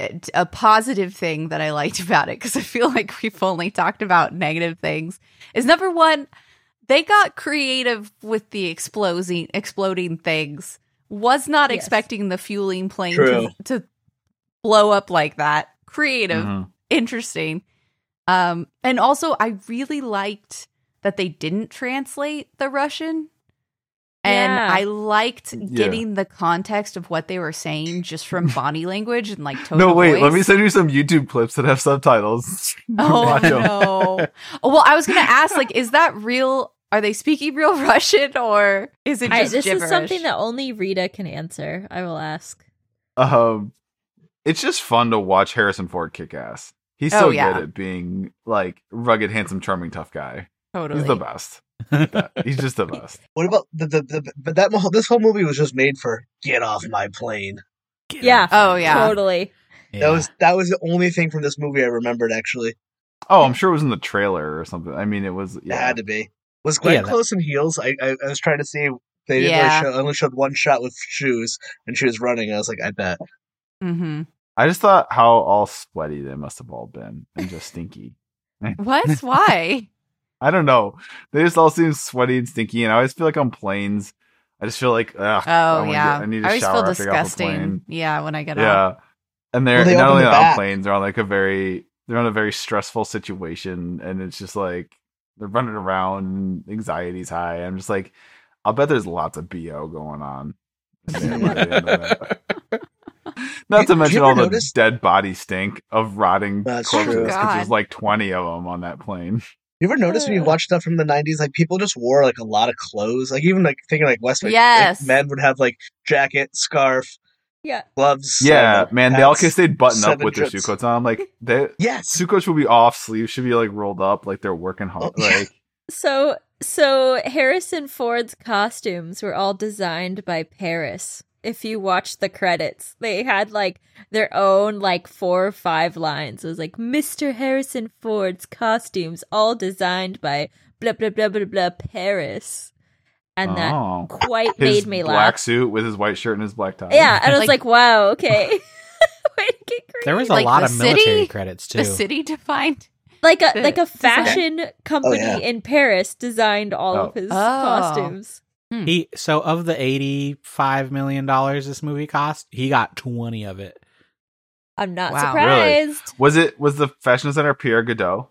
[SPEAKER 4] it- a positive thing that I liked about it because I feel like we've only talked about negative things is number one, they got creative with the exploding exploding things. Was not
[SPEAKER 3] Yes.
[SPEAKER 4] expecting the fueling plane
[SPEAKER 5] True.
[SPEAKER 4] to, to blow up like that. Creative,
[SPEAKER 1] Mhm.
[SPEAKER 4] interesting. Um, and also I really liked that they didn't translate the Russian. And
[SPEAKER 3] Yeah.
[SPEAKER 4] I liked
[SPEAKER 1] Yeah.
[SPEAKER 4] getting the context of what they were saying just from body language and like tone.
[SPEAKER 1] No,
[SPEAKER 4] of
[SPEAKER 1] wait. Let me
[SPEAKER 4] voice.
[SPEAKER 1] send you some YouTube clips that have subtitles.
[SPEAKER 4] Oh
[SPEAKER 1] Watch 'em.
[SPEAKER 4] no! Oh, Well, I was gonna ask, like, is that real? Are they speaking real Russian or is it just
[SPEAKER 3] I, this
[SPEAKER 4] gibberish?
[SPEAKER 3] is something that only Rita can answer. I will ask.
[SPEAKER 1] Um, it's just fun to watch Harrison Ford kick ass. He's so
[SPEAKER 4] Oh, yeah.
[SPEAKER 1] good at being like rugged, handsome, charming, tough guy.
[SPEAKER 4] totally?
[SPEAKER 1] He's the best. He's just the best.
[SPEAKER 5] What about the, the, the but that mo- this whole movie was just made for get off my plane.
[SPEAKER 3] Yeah.
[SPEAKER 4] Oh, yeah.
[SPEAKER 3] Totally.
[SPEAKER 5] That was that was the only thing from this movie I remembered actually.
[SPEAKER 1] Oh, I'm sure it was in the trailer or something. I mean, it was.
[SPEAKER 5] It
[SPEAKER 1] Yeah.
[SPEAKER 5] had to be. Was Glenn
[SPEAKER 2] Yeah, that-
[SPEAKER 5] Close in heels? I, I I was trying to see they didn't
[SPEAKER 4] Yeah.
[SPEAKER 5] really show, only showed one shot with shoes and she was running. I was like, I bet.
[SPEAKER 4] hmm
[SPEAKER 1] I just thought how all sweaty they must have all been and just stinky.
[SPEAKER 4] What? Why?
[SPEAKER 1] I don't know. They just all seem sweaty and stinky, and I always feel like on planes, I just feel like, ugh,
[SPEAKER 4] Oh
[SPEAKER 1] I wanna
[SPEAKER 4] yeah,
[SPEAKER 1] get- I need to
[SPEAKER 4] always
[SPEAKER 1] shower
[SPEAKER 4] feel
[SPEAKER 1] after I get off the plane.
[SPEAKER 4] disgusting. Yeah, when I get off.
[SPEAKER 1] yeah and they're
[SPEAKER 5] Well, they
[SPEAKER 1] not
[SPEAKER 5] open
[SPEAKER 1] only
[SPEAKER 5] the
[SPEAKER 1] on
[SPEAKER 5] back.
[SPEAKER 1] planes they're on like a very they're on a very stressful situation and it's just like they're running around and anxiety's high i'm just like i'll bet there's lots of bo going on in there by the end of that. not
[SPEAKER 5] Do
[SPEAKER 1] to
[SPEAKER 5] you
[SPEAKER 1] mention
[SPEAKER 5] ever
[SPEAKER 1] all the
[SPEAKER 5] notice-
[SPEAKER 1] dead body stink of rotting
[SPEAKER 5] That's
[SPEAKER 1] corpses
[SPEAKER 5] true.
[SPEAKER 1] 'cause
[SPEAKER 4] God.
[SPEAKER 1] there's like 20 of them on that plane
[SPEAKER 5] You ever notice when you
[SPEAKER 3] Uh.
[SPEAKER 5] watch stuff from the '90s, like people just wore like a lot of clothes. Like even like thinking like West Wing, like,
[SPEAKER 4] Yes.
[SPEAKER 5] men would have like jacket, scarf,
[SPEAKER 3] Yeah.
[SPEAKER 5] gloves.
[SPEAKER 1] yeah
[SPEAKER 5] uh,
[SPEAKER 1] man they all
[SPEAKER 5] hats.
[SPEAKER 1] guess they'd button up
[SPEAKER 5] seven
[SPEAKER 1] with their
[SPEAKER 5] trips.
[SPEAKER 1] suit coats on I'm like they
[SPEAKER 5] Yes,
[SPEAKER 1] suit coats should be off sleeves should be like rolled up like they're working hard
[SPEAKER 5] Oh, yeah.
[SPEAKER 1] like
[SPEAKER 3] So so Harrison Ford's costumes were all designed by Paris. If you watch the credits, they had like their own like four or five lines. It was like Mr. Harrison Ford's costumes all designed by blah blah blah blah blah Paris. And that
[SPEAKER 1] oh.
[SPEAKER 3] quite
[SPEAKER 1] his
[SPEAKER 3] made me
[SPEAKER 1] black
[SPEAKER 3] laugh.
[SPEAKER 1] suit with his white shirt and his black tie.
[SPEAKER 3] Yeah, and I was like,
[SPEAKER 4] Like-
[SPEAKER 3] wow, okay. Way to get
[SPEAKER 2] There was a
[SPEAKER 4] Like
[SPEAKER 2] lot
[SPEAKER 4] the
[SPEAKER 2] of military
[SPEAKER 4] city?
[SPEAKER 2] credits too.
[SPEAKER 4] The city defined.
[SPEAKER 3] like a
[SPEAKER 4] the
[SPEAKER 3] like a
[SPEAKER 4] design.
[SPEAKER 3] fashion company
[SPEAKER 5] Oh,
[SPEAKER 3] in Paris designed all
[SPEAKER 1] Oh.
[SPEAKER 3] of his
[SPEAKER 4] Oh.
[SPEAKER 3] costumes.
[SPEAKER 4] Hmm.
[SPEAKER 2] He so of the eighty-five million dollars this movie cost, he got twenty of it.
[SPEAKER 3] I'm not
[SPEAKER 4] Wow.
[SPEAKER 1] Really?
[SPEAKER 3] surprised.
[SPEAKER 1] Was it was the fashion designer Pierre Godot,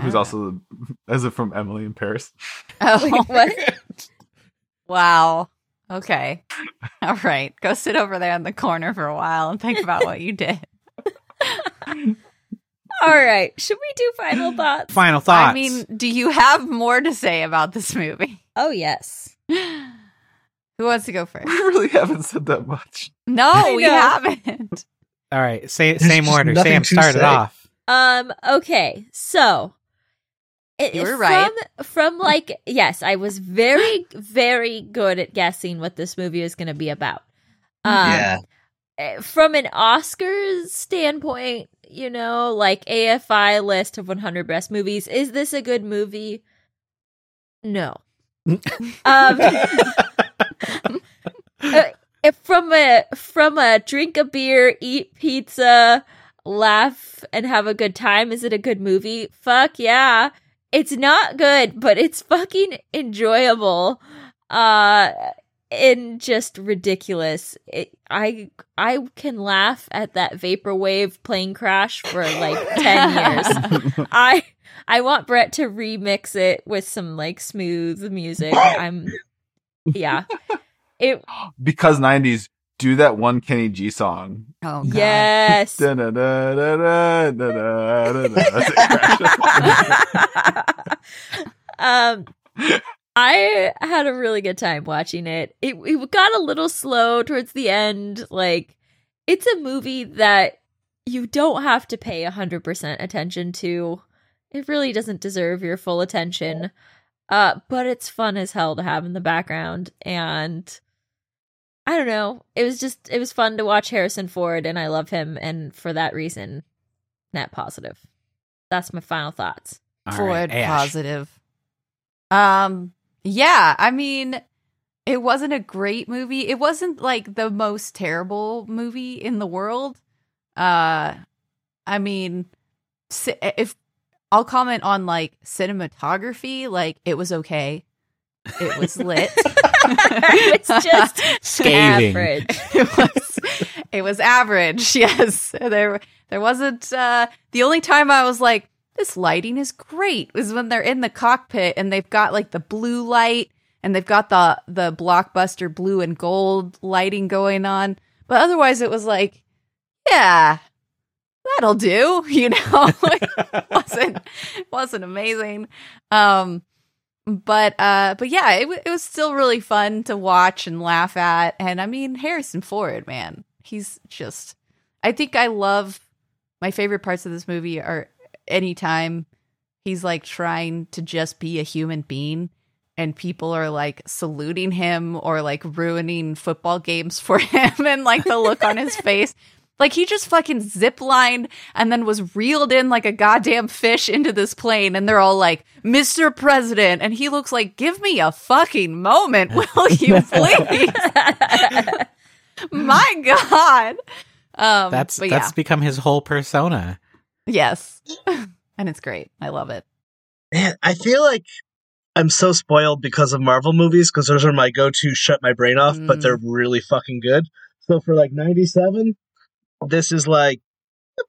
[SPEAKER 1] who's
[SPEAKER 2] Ah.
[SPEAKER 1] also the, as if from Emily in Paris?
[SPEAKER 4] Oh
[SPEAKER 3] Wait, what?
[SPEAKER 4] wow. Okay. All right. Go sit over there in the corner for a while and think about what you did.
[SPEAKER 3] All right. Should we do final thoughts?
[SPEAKER 2] Final thoughts.
[SPEAKER 4] I mean, do you have more to say about this movie?
[SPEAKER 3] Oh yes.
[SPEAKER 4] Who wants to go first?
[SPEAKER 1] We really haven't said that much.
[SPEAKER 4] No,
[SPEAKER 3] I
[SPEAKER 4] we
[SPEAKER 3] know.
[SPEAKER 4] haven't.
[SPEAKER 2] all right, say,
[SPEAKER 5] There's
[SPEAKER 2] same
[SPEAKER 5] just
[SPEAKER 2] order.
[SPEAKER 5] nothing
[SPEAKER 2] Sam
[SPEAKER 5] to
[SPEAKER 2] started
[SPEAKER 5] say.
[SPEAKER 2] off.
[SPEAKER 3] Um. Okay. So. It,
[SPEAKER 4] You were
[SPEAKER 3] from,
[SPEAKER 4] right.
[SPEAKER 3] From like, yes, I was very, very good at guessing what this movie is going to be about.
[SPEAKER 4] Hmm.
[SPEAKER 3] Um,
[SPEAKER 5] yeah.
[SPEAKER 3] eh, from an Oscars standpoint, you know, like AFI list of 100 best movies, is this a good movie? No. um, if from a from a drink a beer, eat pizza, laugh and have a good time, is it a good movie? Fuck yeah. It's not good, but it's fucking enjoyable. Uh and just ridiculous. It, I I can laugh at that vaporwave plane crash for like 10 years. I I want Brett to remix it with some like smooth music. I'm yeah. It
[SPEAKER 1] Because '90s do that one Kenny G song.
[SPEAKER 4] Oh, God.
[SPEAKER 3] yes.
[SPEAKER 1] Da-da-da-da-da, da-da-da-da. That's it, Crash.
[SPEAKER 3] um I had a really good time watching it. It it got a little slow towards the end. Like it's a movie that you don't have to pay 100% attention to. It really doesn't deserve your full attention. Uh but it's fun as hell to have in the background and I don't know. It was just it was fun to watch Harrison Ford and I love him and for that reason net positive. That's my final thoughts.
[SPEAKER 2] All
[SPEAKER 4] Ford
[SPEAKER 2] right, Ash.
[SPEAKER 4] positive. Um yeah, I mean it wasn't a great movie. It wasn't like the most terrible movie in the world, Uh, I mean, si- if I'll comment on like cinematography, like it was okay, it was lit.
[SPEAKER 3] it's just
[SPEAKER 2] Scathing.
[SPEAKER 3] average.
[SPEAKER 4] it was it was average. Yes, there there wasn't uh, the only time I was like this lighting is great was when they're in the cockpit and they've got like the blue light and they've got the the blockbuster blue and gold lighting going on. But otherwise, it was like, yeah, that'll do. You know, Like, wasn't wasn't amazing. Um, but uh but yeah it, wa it was still really fun to watch and laugh at and i mean harrison ford man he's just i think i love my favorite parts of this movie are anytime he's like trying to just be a human being and people are like saluting him or like ruining football games for him and like the look on his face like he just fucking ziplined and then was reeled in like a goddamn fish into this plane and they're all like mr president and he looks like give me a fucking moment will you please my god um
[SPEAKER 2] That's
[SPEAKER 4] but
[SPEAKER 2] that's become his whole persona.
[SPEAKER 4] yeah yes and it's great i love it
[SPEAKER 5] Man, I feel like I'm so spoiled because of Marvel movies because those are my go-to shut my brain off, but
[SPEAKER 4] Mm.
[SPEAKER 5] they're really fucking good. So for like 97, this is like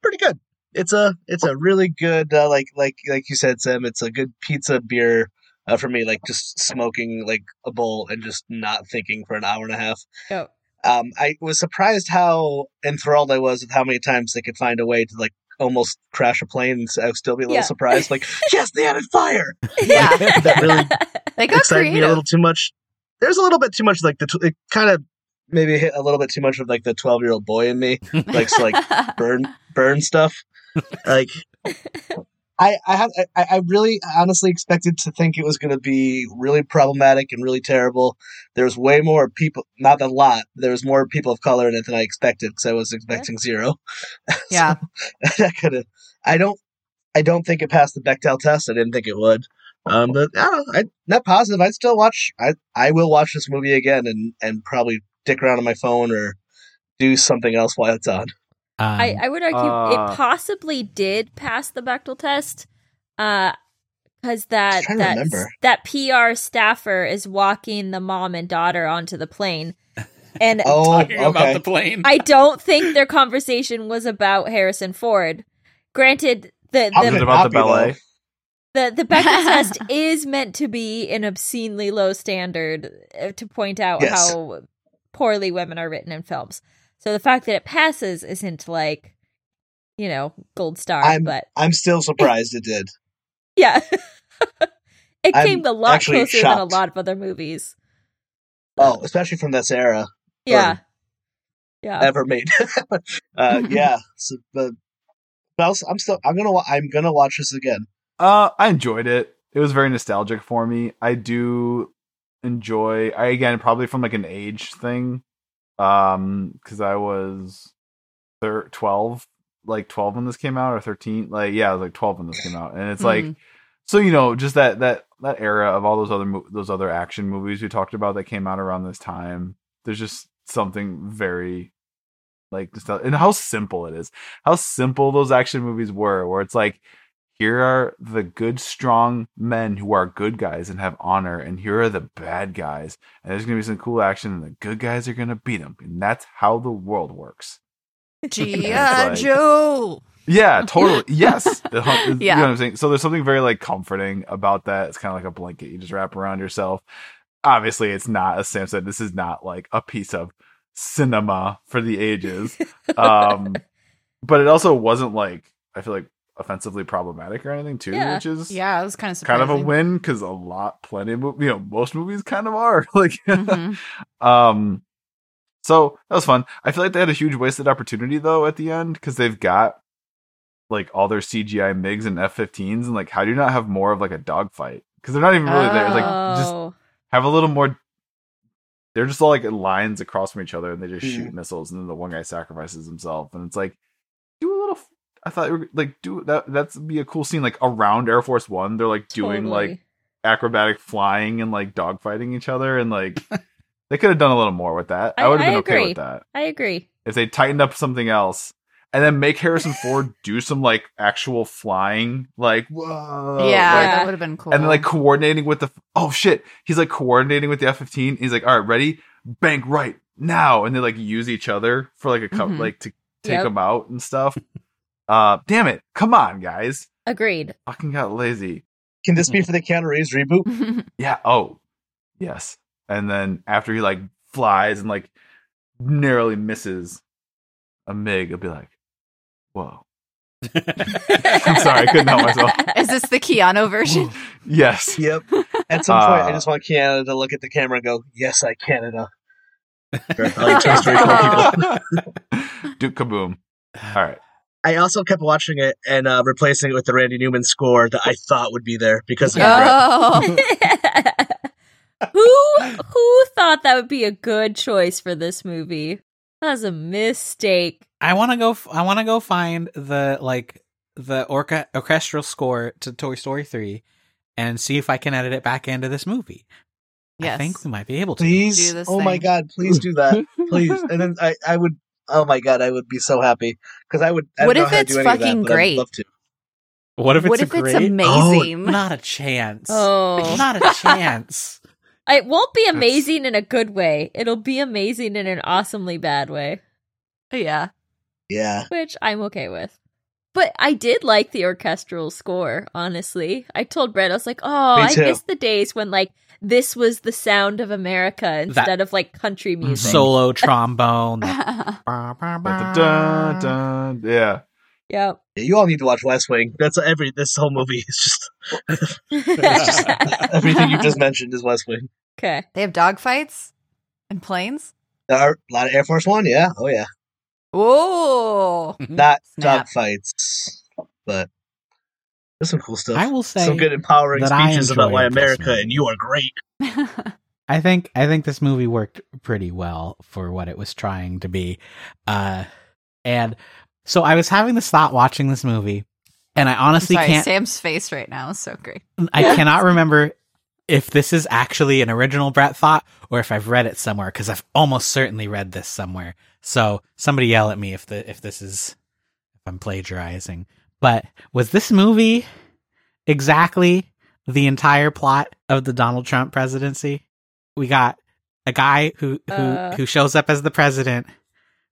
[SPEAKER 5] pretty good. It's a it's a really good uh, like like like you said, Sam. It's a good pizza beer uh, for me. Like just smoking like a bowl and just not thinking for an hour and a half.
[SPEAKER 4] oh
[SPEAKER 5] um, I was surprised how enthralled I was with how many times they could find a way to like almost crash a plane. And s- I would still be a little
[SPEAKER 3] Yeah.
[SPEAKER 5] surprised, like yes, they added fire.
[SPEAKER 4] yeah
[SPEAKER 5] That really
[SPEAKER 4] they got
[SPEAKER 5] excited me a
[SPEAKER 4] creative
[SPEAKER 5] little too much. There's a little bit too much like the tw- it kind of maybe hit a little bit too much of like the 12 year old boy in me likes like burn burn stuff. Like I I had I, I really honestly expected to think it was going to be really problematic and really terrible. There was way more people, not a lot. There was more people of color in it than I expected because I was expecting zero.
[SPEAKER 4] yeah
[SPEAKER 5] I could have. I don't. I don't think it passed the Bechdel test. I didn't think it would. Um, but I don't. know, I, net positive. I'd still watch. I I will watch this movie again and and probably dick around on my phone or do something else while it's on.
[SPEAKER 2] Um,
[SPEAKER 3] I, I would argue
[SPEAKER 1] Uh.
[SPEAKER 3] it possibly did pass the Bechtel test, because that
[SPEAKER 5] trying to
[SPEAKER 3] that
[SPEAKER 5] remember.
[SPEAKER 3] that PR staffer is walking the mom and daughter onto the plane, and
[SPEAKER 5] Oh,
[SPEAKER 2] talking about
[SPEAKER 5] okay.
[SPEAKER 2] the plane.
[SPEAKER 3] I don't think their conversation was about Harrison Ford. Granted, the
[SPEAKER 5] How
[SPEAKER 1] Is
[SPEAKER 5] could
[SPEAKER 1] it
[SPEAKER 3] the
[SPEAKER 1] about the
[SPEAKER 5] not be, though?
[SPEAKER 1] ballet?
[SPEAKER 3] the, the Bechdel test is meant to be an obscenely low standard uh, to point out
[SPEAKER 5] Yes.
[SPEAKER 3] how poorly women are written in films. So the fact that it passes isn't like, you know, gold star,
[SPEAKER 5] I'm-
[SPEAKER 3] but
[SPEAKER 5] I'm still surprised it did.
[SPEAKER 3] yeah. it
[SPEAKER 5] I'm
[SPEAKER 3] came a lot
[SPEAKER 5] actually
[SPEAKER 3] closer than a
[SPEAKER 5] shocked.
[SPEAKER 3] lot of other movies.
[SPEAKER 5] Oh, especially from this era.
[SPEAKER 3] Yeah.
[SPEAKER 5] Or-
[SPEAKER 3] Yeah.
[SPEAKER 5] ever made. uh, yeah, so, but, but also, I'm still I'm gonna wa- I'm gonna watch this again.
[SPEAKER 1] Uh, I enjoyed it. It was very nostalgic for me. I do enjoy. I again probably from like an age thing, um, because I was thir- twelve, like twelve when this came out, or thirteen. Like yeah, I was like twelve when this came out, and it's like
[SPEAKER 4] Mhm.
[SPEAKER 1] so you know just that that that era of all those other mo- those other action movies we talked about that came out around this time. There's just something very like just and how simple it is. How simple those action movies were, where it's like here are the good strong men who are good guys and have honor and here are the bad guys and there's going to be some cool action and the good guys are going to beat them and that's how the world works
[SPEAKER 4] gi
[SPEAKER 1] like-
[SPEAKER 4] joe
[SPEAKER 1] yeah totally yes The hun- you
[SPEAKER 4] Yeah.
[SPEAKER 1] know what i'm saying so there's something very like comforting about that it's kind of like a blanket you just wrap around yourself obviously it's not as sam said this is not like a piece of cinema for the ages um but it also wasn't like i feel like offensively problematic or anything too
[SPEAKER 3] Yeah.
[SPEAKER 1] which is
[SPEAKER 4] yeah it was kind of
[SPEAKER 1] kind of a
[SPEAKER 4] surprising.
[SPEAKER 1] win because a lot, plenty of mov- you know, most movies kind of are like,
[SPEAKER 3] Mm-hmm.
[SPEAKER 4] Mhm.
[SPEAKER 1] um, so that was fun. I feel like they had a huge wasted opportunity though at the end because they've got like all their CGI MIGs and F-15s, and like, how do you not have more of like a dogfight? Because they're not even really there. Like, just
[SPEAKER 3] Oh.
[SPEAKER 1] have a little more. They're just all like lines across from each other, and they just
[SPEAKER 5] Mhm.
[SPEAKER 3] Mm-hmm.
[SPEAKER 1] shoot missiles, and then the one guy sacrifices himself, and it's like, do a little. f- I thought you were, like do that. That's be a cool scene, like around Air Force One. They're like doing like
[SPEAKER 3] totally.
[SPEAKER 1] acrobatic flying and like dogfighting each other and like they could have done a little more with that. I,
[SPEAKER 3] I-
[SPEAKER 1] would have
[SPEAKER 3] I
[SPEAKER 1] been okay
[SPEAKER 3] agree.
[SPEAKER 1] with that.
[SPEAKER 3] I agree.
[SPEAKER 1] If they tightened up something else. and then make Harrison Ford do some like actual flying, like whoa,
[SPEAKER 4] yeah,
[SPEAKER 1] Oh, like,
[SPEAKER 4] that would have been cool.
[SPEAKER 1] and then like coordinating with the oh shit, he's like coordinating with the F fifteen. He's like, all right, ready, bank right now, and they like use each other for like a cup,
[SPEAKER 4] Mhm.
[SPEAKER 1] like to take
[SPEAKER 3] Mm-hmm. Yep.
[SPEAKER 1] them out and stuff. Uh, damn it, come on, guys,
[SPEAKER 3] Agreed.
[SPEAKER 1] fucking got lazy.
[SPEAKER 5] Can this be
[SPEAKER 1] Mm-hmm.
[SPEAKER 5] for the Keanu Reeves reboot?
[SPEAKER 1] Yeah. Oh, yes. And then after he like flies and like narrowly misses a mig, I'll be like, whoa. I'm sorry, I couldn't help myself.
[SPEAKER 4] is this the Keanu version?
[SPEAKER 1] Yes.
[SPEAKER 5] Yep. At some point, I
[SPEAKER 1] Uh,
[SPEAKER 5] just want Keanu to look at the camera and go, "Yes, I Canada." Like transformational people.
[SPEAKER 1] Duke Kaboom. All right.
[SPEAKER 5] I also kept watching it and uh, replacing it with the Randy Newman score that I thought would be there because of Brett.
[SPEAKER 4] oh,
[SPEAKER 3] who who thought that would be a good choice for this movie? That was a mistake.
[SPEAKER 2] I want to go. F- I want to go find the like the orca- orchestral score to Toy Story three, and see if I can edit it back into this movie. I
[SPEAKER 4] Yes.
[SPEAKER 2] think we might be able to.
[SPEAKER 5] please.
[SPEAKER 4] Do this
[SPEAKER 5] Oh my
[SPEAKER 4] thing.
[SPEAKER 5] god, please do that, please. And then I, I would. Oh my god, I would be so happy because I would. I
[SPEAKER 4] What
[SPEAKER 5] don't know
[SPEAKER 4] if
[SPEAKER 5] how to
[SPEAKER 4] it's
[SPEAKER 5] do any of that,
[SPEAKER 4] fucking
[SPEAKER 5] but I would
[SPEAKER 4] great?
[SPEAKER 5] love to.
[SPEAKER 2] What if it's
[SPEAKER 4] what
[SPEAKER 2] a
[SPEAKER 4] if
[SPEAKER 2] great?
[SPEAKER 4] it's amazing?
[SPEAKER 2] Not a chance.
[SPEAKER 3] Oh,
[SPEAKER 2] Not a chance.
[SPEAKER 3] it won't be
[SPEAKER 1] That's-
[SPEAKER 3] amazing in a good way. It'll be amazing in an awesomely bad way,
[SPEAKER 4] yeah,
[SPEAKER 5] Yeah.
[SPEAKER 3] which I'm okay with. But I did like the orchestral score, honestly. I told Brett, I was like, oh,
[SPEAKER 5] Me
[SPEAKER 3] I
[SPEAKER 5] too.
[SPEAKER 3] miss the days when, like, this was the sound of America instead of, like, country
[SPEAKER 5] Mm-hmm.
[SPEAKER 3] music.
[SPEAKER 2] Solo trombone.
[SPEAKER 1] Dun, dun, dun. Yeah.
[SPEAKER 3] Yep.
[SPEAKER 5] Yeah, You all need to watch West Wing. That's every. This whole movie is just everything you just mentioned is West Wing.
[SPEAKER 3] okay.
[SPEAKER 4] they have dog fights and planes.
[SPEAKER 5] There are a lot of Air Force One. Yeah. Oh yeah.
[SPEAKER 4] Oh,
[SPEAKER 1] Hmm.
[SPEAKER 2] Mm,
[SPEAKER 5] Not
[SPEAKER 4] Snap.
[SPEAKER 5] dog fights, but there's some cool stuff.
[SPEAKER 2] I will say
[SPEAKER 5] some good empowering
[SPEAKER 2] that I
[SPEAKER 5] speeches about
[SPEAKER 2] enjoy
[SPEAKER 5] why
[SPEAKER 2] it,
[SPEAKER 5] America
[SPEAKER 2] personally.
[SPEAKER 5] and you are great.
[SPEAKER 2] I think I think this movie worked pretty well for what it was trying to be. Uh and so I was having this thought watching this movie and I honestly
[SPEAKER 4] sorry,
[SPEAKER 2] can't
[SPEAKER 4] Sam's face right now is so great.
[SPEAKER 2] I cannot remember if this is actually an original Brett thought or if I've read it somewhere cuz I've almost certainly read this somewhere. So somebody yell at me if the if this is if I'm plagiarizing. But was this movie exactly the entire plot of the Donald Trump presidency? We got a guy who who
[SPEAKER 3] Uh.
[SPEAKER 2] who shows up as the president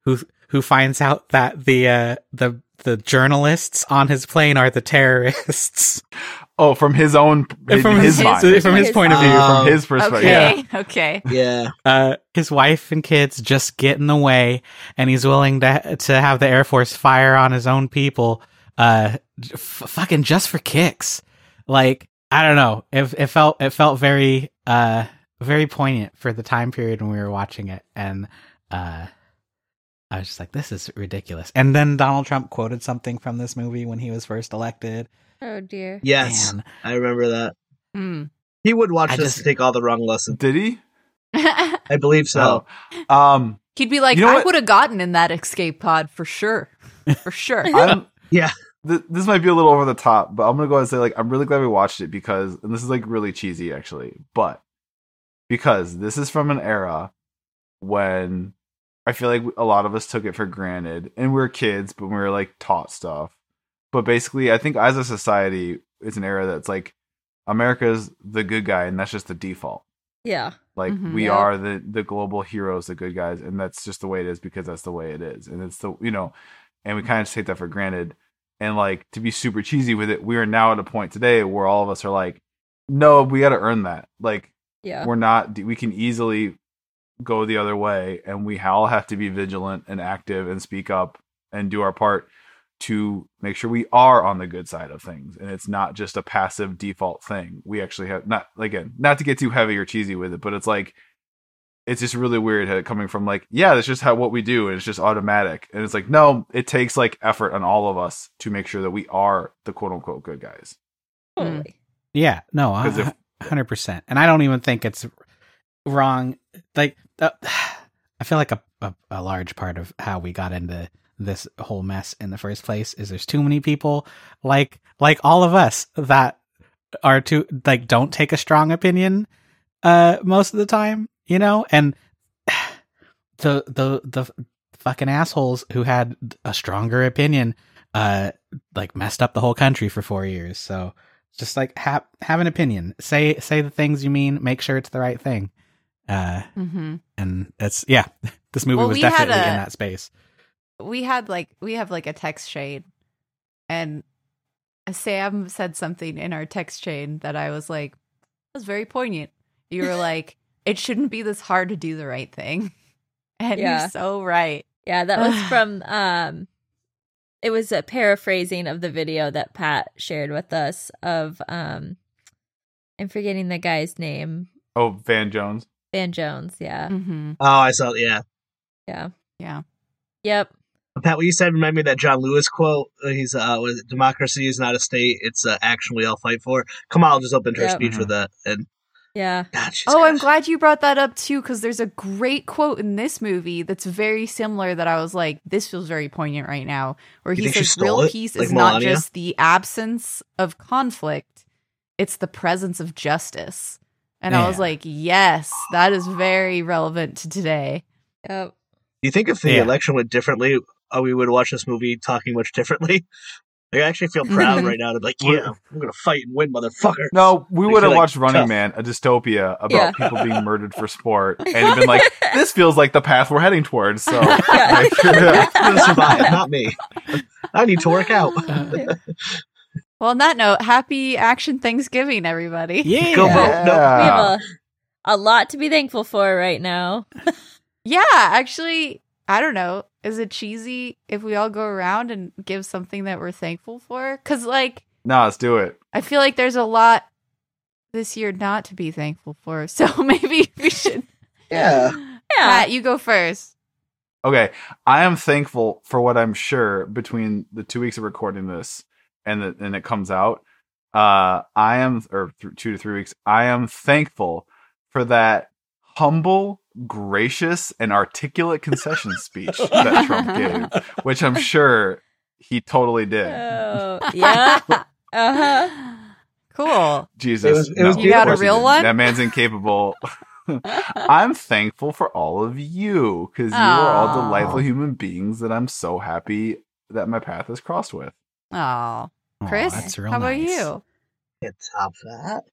[SPEAKER 2] who who finds out that the uh the the journalists on his plane are the terrorists
[SPEAKER 1] Oh, from his own,
[SPEAKER 2] from
[SPEAKER 1] his,
[SPEAKER 2] his,
[SPEAKER 1] mind,
[SPEAKER 2] from his
[SPEAKER 3] His
[SPEAKER 2] point of view,
[SPEAKER 5] mind.
[SPEAKER 1] from his perspective. Yeah.
[SPEAKER 4] Oh, Okay, okay.
[SPEAKER 5] Yeah.
[SPEAKER 2] uh, his wife and kids just get in the way, and he's willing to to have the Air Force fire on his own people, uh, j- f- fucking just for kicks. Like I don't know, it it felt it felt very uh very poignant for the time period when we were watching it, and uh. I was just like, this is ridiculous. And then Donald Trump quoted something from this movie when he was first elected.
[SPEAKER 3] Oh, dear.
[SPEAKER 5] Yes.
[SPEAKER 2] Man.
[SPEAKER 5] I remember that.
[SPEAKER 4] Mm.
[SPEAKER 5] He would watch
[SPEAKER 2] I
[SPEAKER 5] this
[SPEAKER 2] just-
[SPEAKER 5] and take all the wrong lessons.
[SPEAKER 1] Did he?
[SPEAKER 5] I believe so.
[SPEAKER 1] Oh. Um,
[SPEAKER 4] He'd be like,
[SPEAKER 1] You know
[SPEAKER 4] I
[SPEAKER 1] what?
[SPEAKER 4] would have gotten in that escape pod for sure, for sure.
[SPEAKER 1] I'm,
[SPEAKER 5] Yeah.
[SPEAKER 1] Th- this might be a little over the top, but I'm gonna go ahead and say like I'm really glad we watched it because, and this is like really cheesy actually, but because this is from an era when I feel like a lot of us took it for granted, and we were kids, but we were like taught stuff. But basically, I think as a society, it's an era that's like America's the good guy, and that's just the default.
[SPEAKER 3] Yeah.
[SPEAKER 1] Like
[SPEAKER 4] Mhm.
[SPEAKER 1] we
[SPEAKER 3] Yeah.
[SPEAKER 1] are the the global heroes, the good guys, and that's just the way it is because that's the way it is, and it's the you know, and we kind of just take that for granted. And like to be super cheesy with it, we are now at a point today where all of us are like, no, we got to earn that. Like
[SPEAKER 3] Yeah.
[SPEAKER 1] we're not, we can easily go the other way, and we all have to be vigilant and active and speak up and do our part to make sure we are on the good side of things and it's not just a passive default thing we actually have not again not to get too heavy or cheesy with it but it's like it's just really weird how it coming from like yeah that's just how what we do and it's just automatic and it's like no it takes like effort on all of us to make sure that we are the quote unquote good guys
[SPEAKER 3] Totally.
[SPEAKER 2] Yeah, no,
[SPEAKER 1] because
[SPEAKER 2] uh,
[SPEAKER 1] if
[SPEAKER 2] hundred percent. And I don't even think it's wrong. Like, uh, I feel like a, a a large part of how we got into this whole mess in the first place is there's too many people like like all of us that are too like don't take a strong opinion uh most of the time, you know, and the the the fucking assholes who had a stronger opinion, uh, like messed up the whole country for four years. So just like have have an opinion, say say the things you mean, make sure it's the right thing. Uh,
[SPEAKER 4] Mm-hmm.
[SPEAKER 2] and that's yeah, this movie
[SPEAKER 4] Well,
[SPEAKER 2] was
[SPEAKER 4] we had
[SPEAKER 2] definitely
[SPEAKER 4] a-
[SPEAKER 2] in that space.
[SPEAKER 4] we had like we have like a text chain and sam said something in our text chain that i was like that was very poignant you were like it shouldn't be this hard to do the right thing and
[SPEAKER 3] Yeah.
[SPEAKER 4] you're so right
[SPEAKER 3] Yeah, that was from um it was a paraphrasing of the video that Pat shared with us of um I'm forgetting the guy's name,
[SPEAKER 1] Oh, Van Jones.
[SPEAKER 3] Van Jones, yeah.
[SPEAKER 4] mm-hmm.
[SPEAKER 5] Oh, I saw. Yeah,
[SPEAKER 3] Yeah.
[SPEAKER 4] Yeah.
[SPEAKER 3] Yep.
[SPEAKER 5] Pat, what you said reminded me of that John Lewis quote. Uh, He's uh, was it, democracy is not a state; it's uh, action we all fight for. Kamal just opened her
[SPEAKER 3] Yep.
[SPEAKER 5] speech
[SPEAKER 1] Mhm.
[SPEAKER 5] with that, and
[SPEAKER 3] Yeah.
[SPEAKER 5] God, she's
[SPEAKER 4] oh i'm
[SPEAKER 5] good.
[SPEAKER 4] glad you brought that up too because there's a great quote in this movie that's very similar that i was like this feels very poignant right now where
[SPEAKER 5] You
[SPEAKER 4] he
[SPEAKER 5] think she
[SPEAKER 4] says
[SPEAKER 5] stole
[SPEAKER 4] real
[SPEAKER 5] it,
[SPEAKER 4] peace
[SPEAKER 5] like
[SPEAKER 4] is not
[SPEAKER 5] Melania?
[SPEAKER 4] just the absence of conflict it's the presence of justice and i was
[SPEAKER 2] Yeah.
[SPEAKER 4] like yes that is very relevant to today
[SPEAKER 3] Yep.
[SPEAKER 5] You think if the
[SPEAKER 2] Yeah.
[SPEAKER 5] election went differently, uh, we would watch this movie talking much differently. Like, I actually feel proud
[SPEAKER 4] Mhm.
[SPEAKER 5] right now to be like,
[SPEAKER 1] We're-
[SPEAKER 5] yeah, I'm gonna fight and win, motherfucker.
[SPEAKER 1] No, we
[SPEAKER 5] I
[SPEAKER 1] would
[SPEAKER 5] feel
[SPEAKER 1] have
[SPEAKER 5] like
[SPEAKER 1] watched Running
[SPEAKER 5] tough.
[SPEAKER 1] Man, a dystopia about
[SPEAKER 3] Yeah.
[SPEAKER 1] people being murdered for sport, and been like, "This feels like the path we're heading towards." So,
[SPEAKER 3] Yeah.
[SPEAKER 5] I'm gonna survive, not me. I need to work out.
[SPEAKER 4] well on that note happy action thanksgiving everybody
[SPEAKER 2] yeah,
[SPEAKER 5] Go vote.
[SPEAKER 3] We have a, a lot to be thankful for right now.
[SPEAKER 4] yeah actually i don't know is it cheesy if we all go around and give something that we're thankful for because like
[SPEAKER 1] no, let's do it.
[SPEAKER 4] I feel like there's a lot this year not to be thankful for. So maybe we should.
[SPEAKER 5] Yeah.
[SPEAKER 3] Yeah.
[SPEAKER 4] Matt, you go first.
[SPEAKER 1] Okay, I am thankful for what I'm sure between the two weeks of recording this and the, and it comes out. Uh, I am or th- two to three weeks. I am thankful for that humble, gracious, and articulate concession speech that Trump gave, which I'm sure he totally did.
[SPEAKER 3] Oh, yeah. Uh-huh.
[SPEAKER 4] Cool.
[SPEAKER 1] Jesus,
[SPEAKER 5] It was- it was
[SPEAKER 1] of
[SPEAKER 5] You got a
[SPEAKER 1] course he
[SPEAKER 4] real
[SPEAKER 1] didn't.
[SPEAKER 4] one?
[SPEAKER 1] That man's incapable. I'm thankful for all of you because you are all
[SPEAKER 4] Aw.
[SPEAKER 1] delightful human beings that I'm so happy that my path is crossed with.
[SPEAKER 4] Oh, Chris,
[SPEAKER 2] that's real
[SPEAKER 4] how
[SPEAKER 2] nice.
[SPEAKER 4] about
[SPEAKER 5] Can't top that.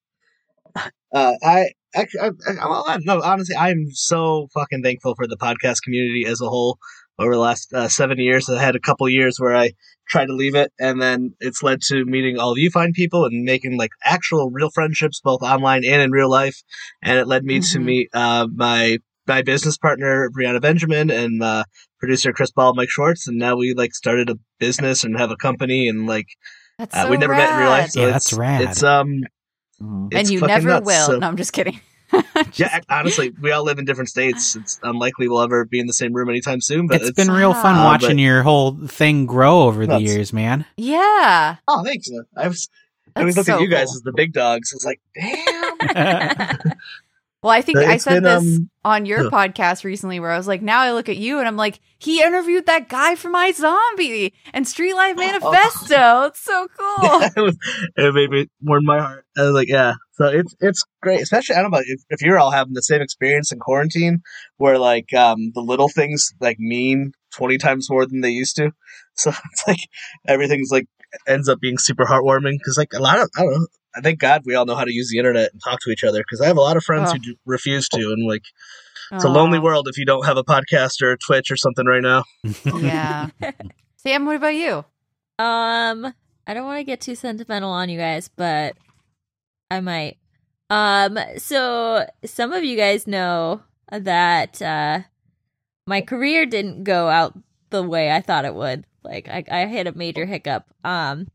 [SPEAKER 5] Uh, I actually, I, I, well, I- no, honestly, I'm so fucking thankful for the podcast community as a whole. Over the last uh, seven years, I had a couple years where I tried to leave it, and then it's led to meeting all of you fine people and making like actual real friendships, both online and in real life. And it led me to
[SPEAKER 4] Mhm.
[SPEAKER 5] meet uh, my my business partner Brianna Benjamin and uh, producer Chris Ball, Mike Schwartz, and now we like started a business and have a company and like
[SPEAKER 4] you? That's
[SPEAKER 5] uh,
[SPEAKER 4] so
[SPEAKER 5] we never met in real life,
[SPEAKER 4] rad.
[SPEAKER 5] so
[SPEAKER 2] Yeah,
[SPEAKER 5] it's,
[SPEAKER 2] that's rad.
[SPEAKER 5] It's um,
[SPEAKER 1] Mhm.
[SPEAKER 5] it's
[SPEAKER 4] and you
[SPEAKER 5] fucking
[SPEAKER 4] never
[SPEAKER 5] nuts,
[SPEAKER 4] will.
[SPEAKER 5] so-
[SPEAKER 4] No, I'm just kidding.
[SPEAKER 5] yeah, I- honestly, we all live in different states. It's unlikely we'll ever be in the same room anytime soon. But it's
[SPEAKER 2] it's been real fun
[SPEAKER 4] Wow.
[SPEAKER 5] Uh,
[SPEAKER 2] watching
[SPEAKER 5] but-
[SPEAKER 2] your whole thing grow over the
[SPEAKER 5] Nuts.
[SPEAKER 2] years, man.
[SPEAKER 4] yeah.
[SPEAKER 5] oh, thanks. man. I was I always
[SPEAKER 4] That's
[SPEAKER 5] look
[SPEAKER 4] so
[SPEAKER 5] at you guys
[SPEAKER 4] cool.
[SPEAKER 5] as the big dogs. It's like, damn.
[SPEAKER 4] Well, I think
[SPEAKER 5] But
[SPEAKER 4] I
[SPEAKER 5] it's
[SPEAKER 4] said
[SPEAKER 5] been,
[SPEAKER 4] this
[SPEAKER 5] um,
[SPEAKER 4] on your
[SPEAKER 5] yeah.
[SPEAKER 4] podcast recently where I was like, now I look at you and I'm like, he interviewed that guy for my zombie and Street
[SPEAKER 5] Oh.
[SPEAKER 4] Life Manifesto. It's so cool.
[SPEAKER 5] it, was, it made me warm my heart. I was like, yeah. So it's it's great, especially I don't know if, if you're all having the same experience in quarantine, where like um, the little things like mean twenty times more than they used to. So it's like everything's like ends up being super heartwarming because like a lot of I don't know. I thank God we all know how to use the internet and talk to each other because I have a lot of friends who
[SPEAKER 4] Ugh.
[SPEAKER 5] do, refuse to and like it's a lonely
[SPEAKER 4] Aw.
[SPEAKER 5] world if you don't have a podcast or a Twitch or something right now.
[SPEAKER 4] Yeah. Sam, what about you?
[SPEAKER 3] Um, I don't want to get too sentimental on you guys, but I might. Um, so some of you guys know that uh my career didn't go out the way I thought it would. Like I, I hit a major hiccup. Um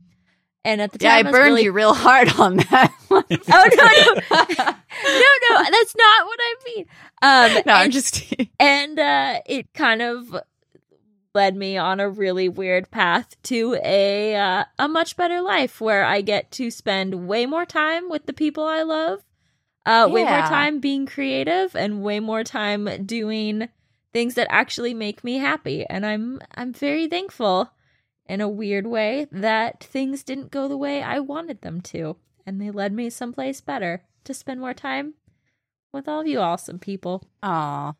[SPEAKER 3] and at the
[SPEAKER 4] Yeah,
[SPEAKER 3] time
[SPEAKER 4] I
[SPEAKER 3] was
[SPEAKER 4] burned
[SPEAKER 3] really-
[SPEAKER 4] you real hard on that. oh
[SPEAKER 3] Oh no, no. no, no, that's not what I mean. Um
[SPEAKER 4] no, I'm
[SPEAKER 3] and-
[SPEAKER 4] just kidding.
[SPEAKER 3] and uh, it kind of led me on a really weird path to a uh, a much better life where I get to spend way more time with the people I love, uh, way more
[SPEAKER 4] Yeah.
[SPEAKER 3] time being creative, and way more time doing things that actually make me happy. And I'm I'm very thankful in a weird way that things didn't go the way I wanted them to, and they led me someplace better to spend more time with all of you awesome people.
[SPEAKER 4] Aw.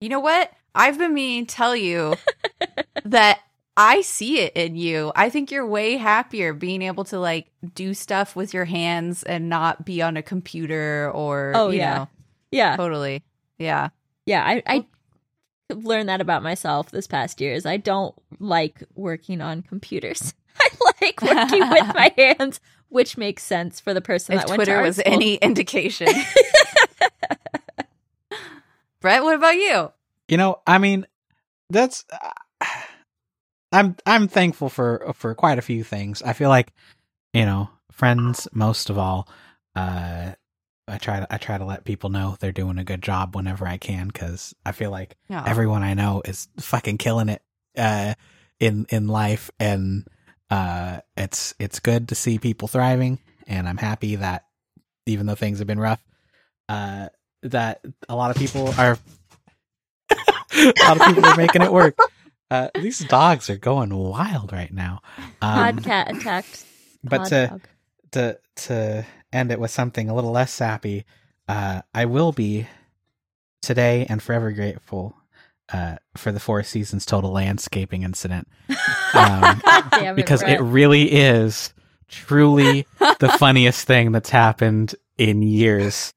[SPEAKER 4] You know what? I've been meaning to tell you that I see it in you. I think you're way happier being able to like do stuff with your hands and not be on a computer or
[SPEAKER 3] Oh,
[SPEAKER 4] you
[SPEAKER 3] yeah.
[SPEAKER 4] know.
[SPEAKER 3] Yeah.
[SPEAKER 4] Totally. Yeah.
[SPEAKER 3] Yeah. I, I learned that about myself this past year is I don't like working on computers. I like working with my hands, which makes sense for the person
[SPEAKER 4] If
[SPEAKER 3] that went to
[SPEAKER 4] Twitter
[SPEAKER 3] art
[SPEAKER 4] was
[SPEAKER 3] school.
[SPEAKER 4] any indication. Brett, what about you?
[SPEAKER 2] You know, I mean, that's uh, I'm I'm thankful for for quite a few things. I feel like, you know, friends most of all. Uh, I try to I try to let people know they're doing a good job whenever I can because I feel like
[SPEAKER 4] Yeah.
[SPEAKER 2] everyone I know is fucking killing it uh in in life and uh it's it's good to see people thriving and I'm happy that even though things have been rough uh that a lot of people are a lot of people are making it work. Uh these dogs are going wild right now. Um
[SPEAKER 3] Podcat attacked.
[SPEAKER 2] but
[SPEAKER 3] pod
[SPEAKER 2] to
[SPEAKER 3] dog.
[SPEAKER 2] to to end it with something a little less sappy, uh, I will be today and forever grateful uh, for the Four Seasons total landscaping incident um,
[SPEAKER 3] Damn it,
[SPEAKER 2] because it
[SPEAKER 3] Brett.
[SPEAKER 2] really is truly the funniest thing that's happened in years.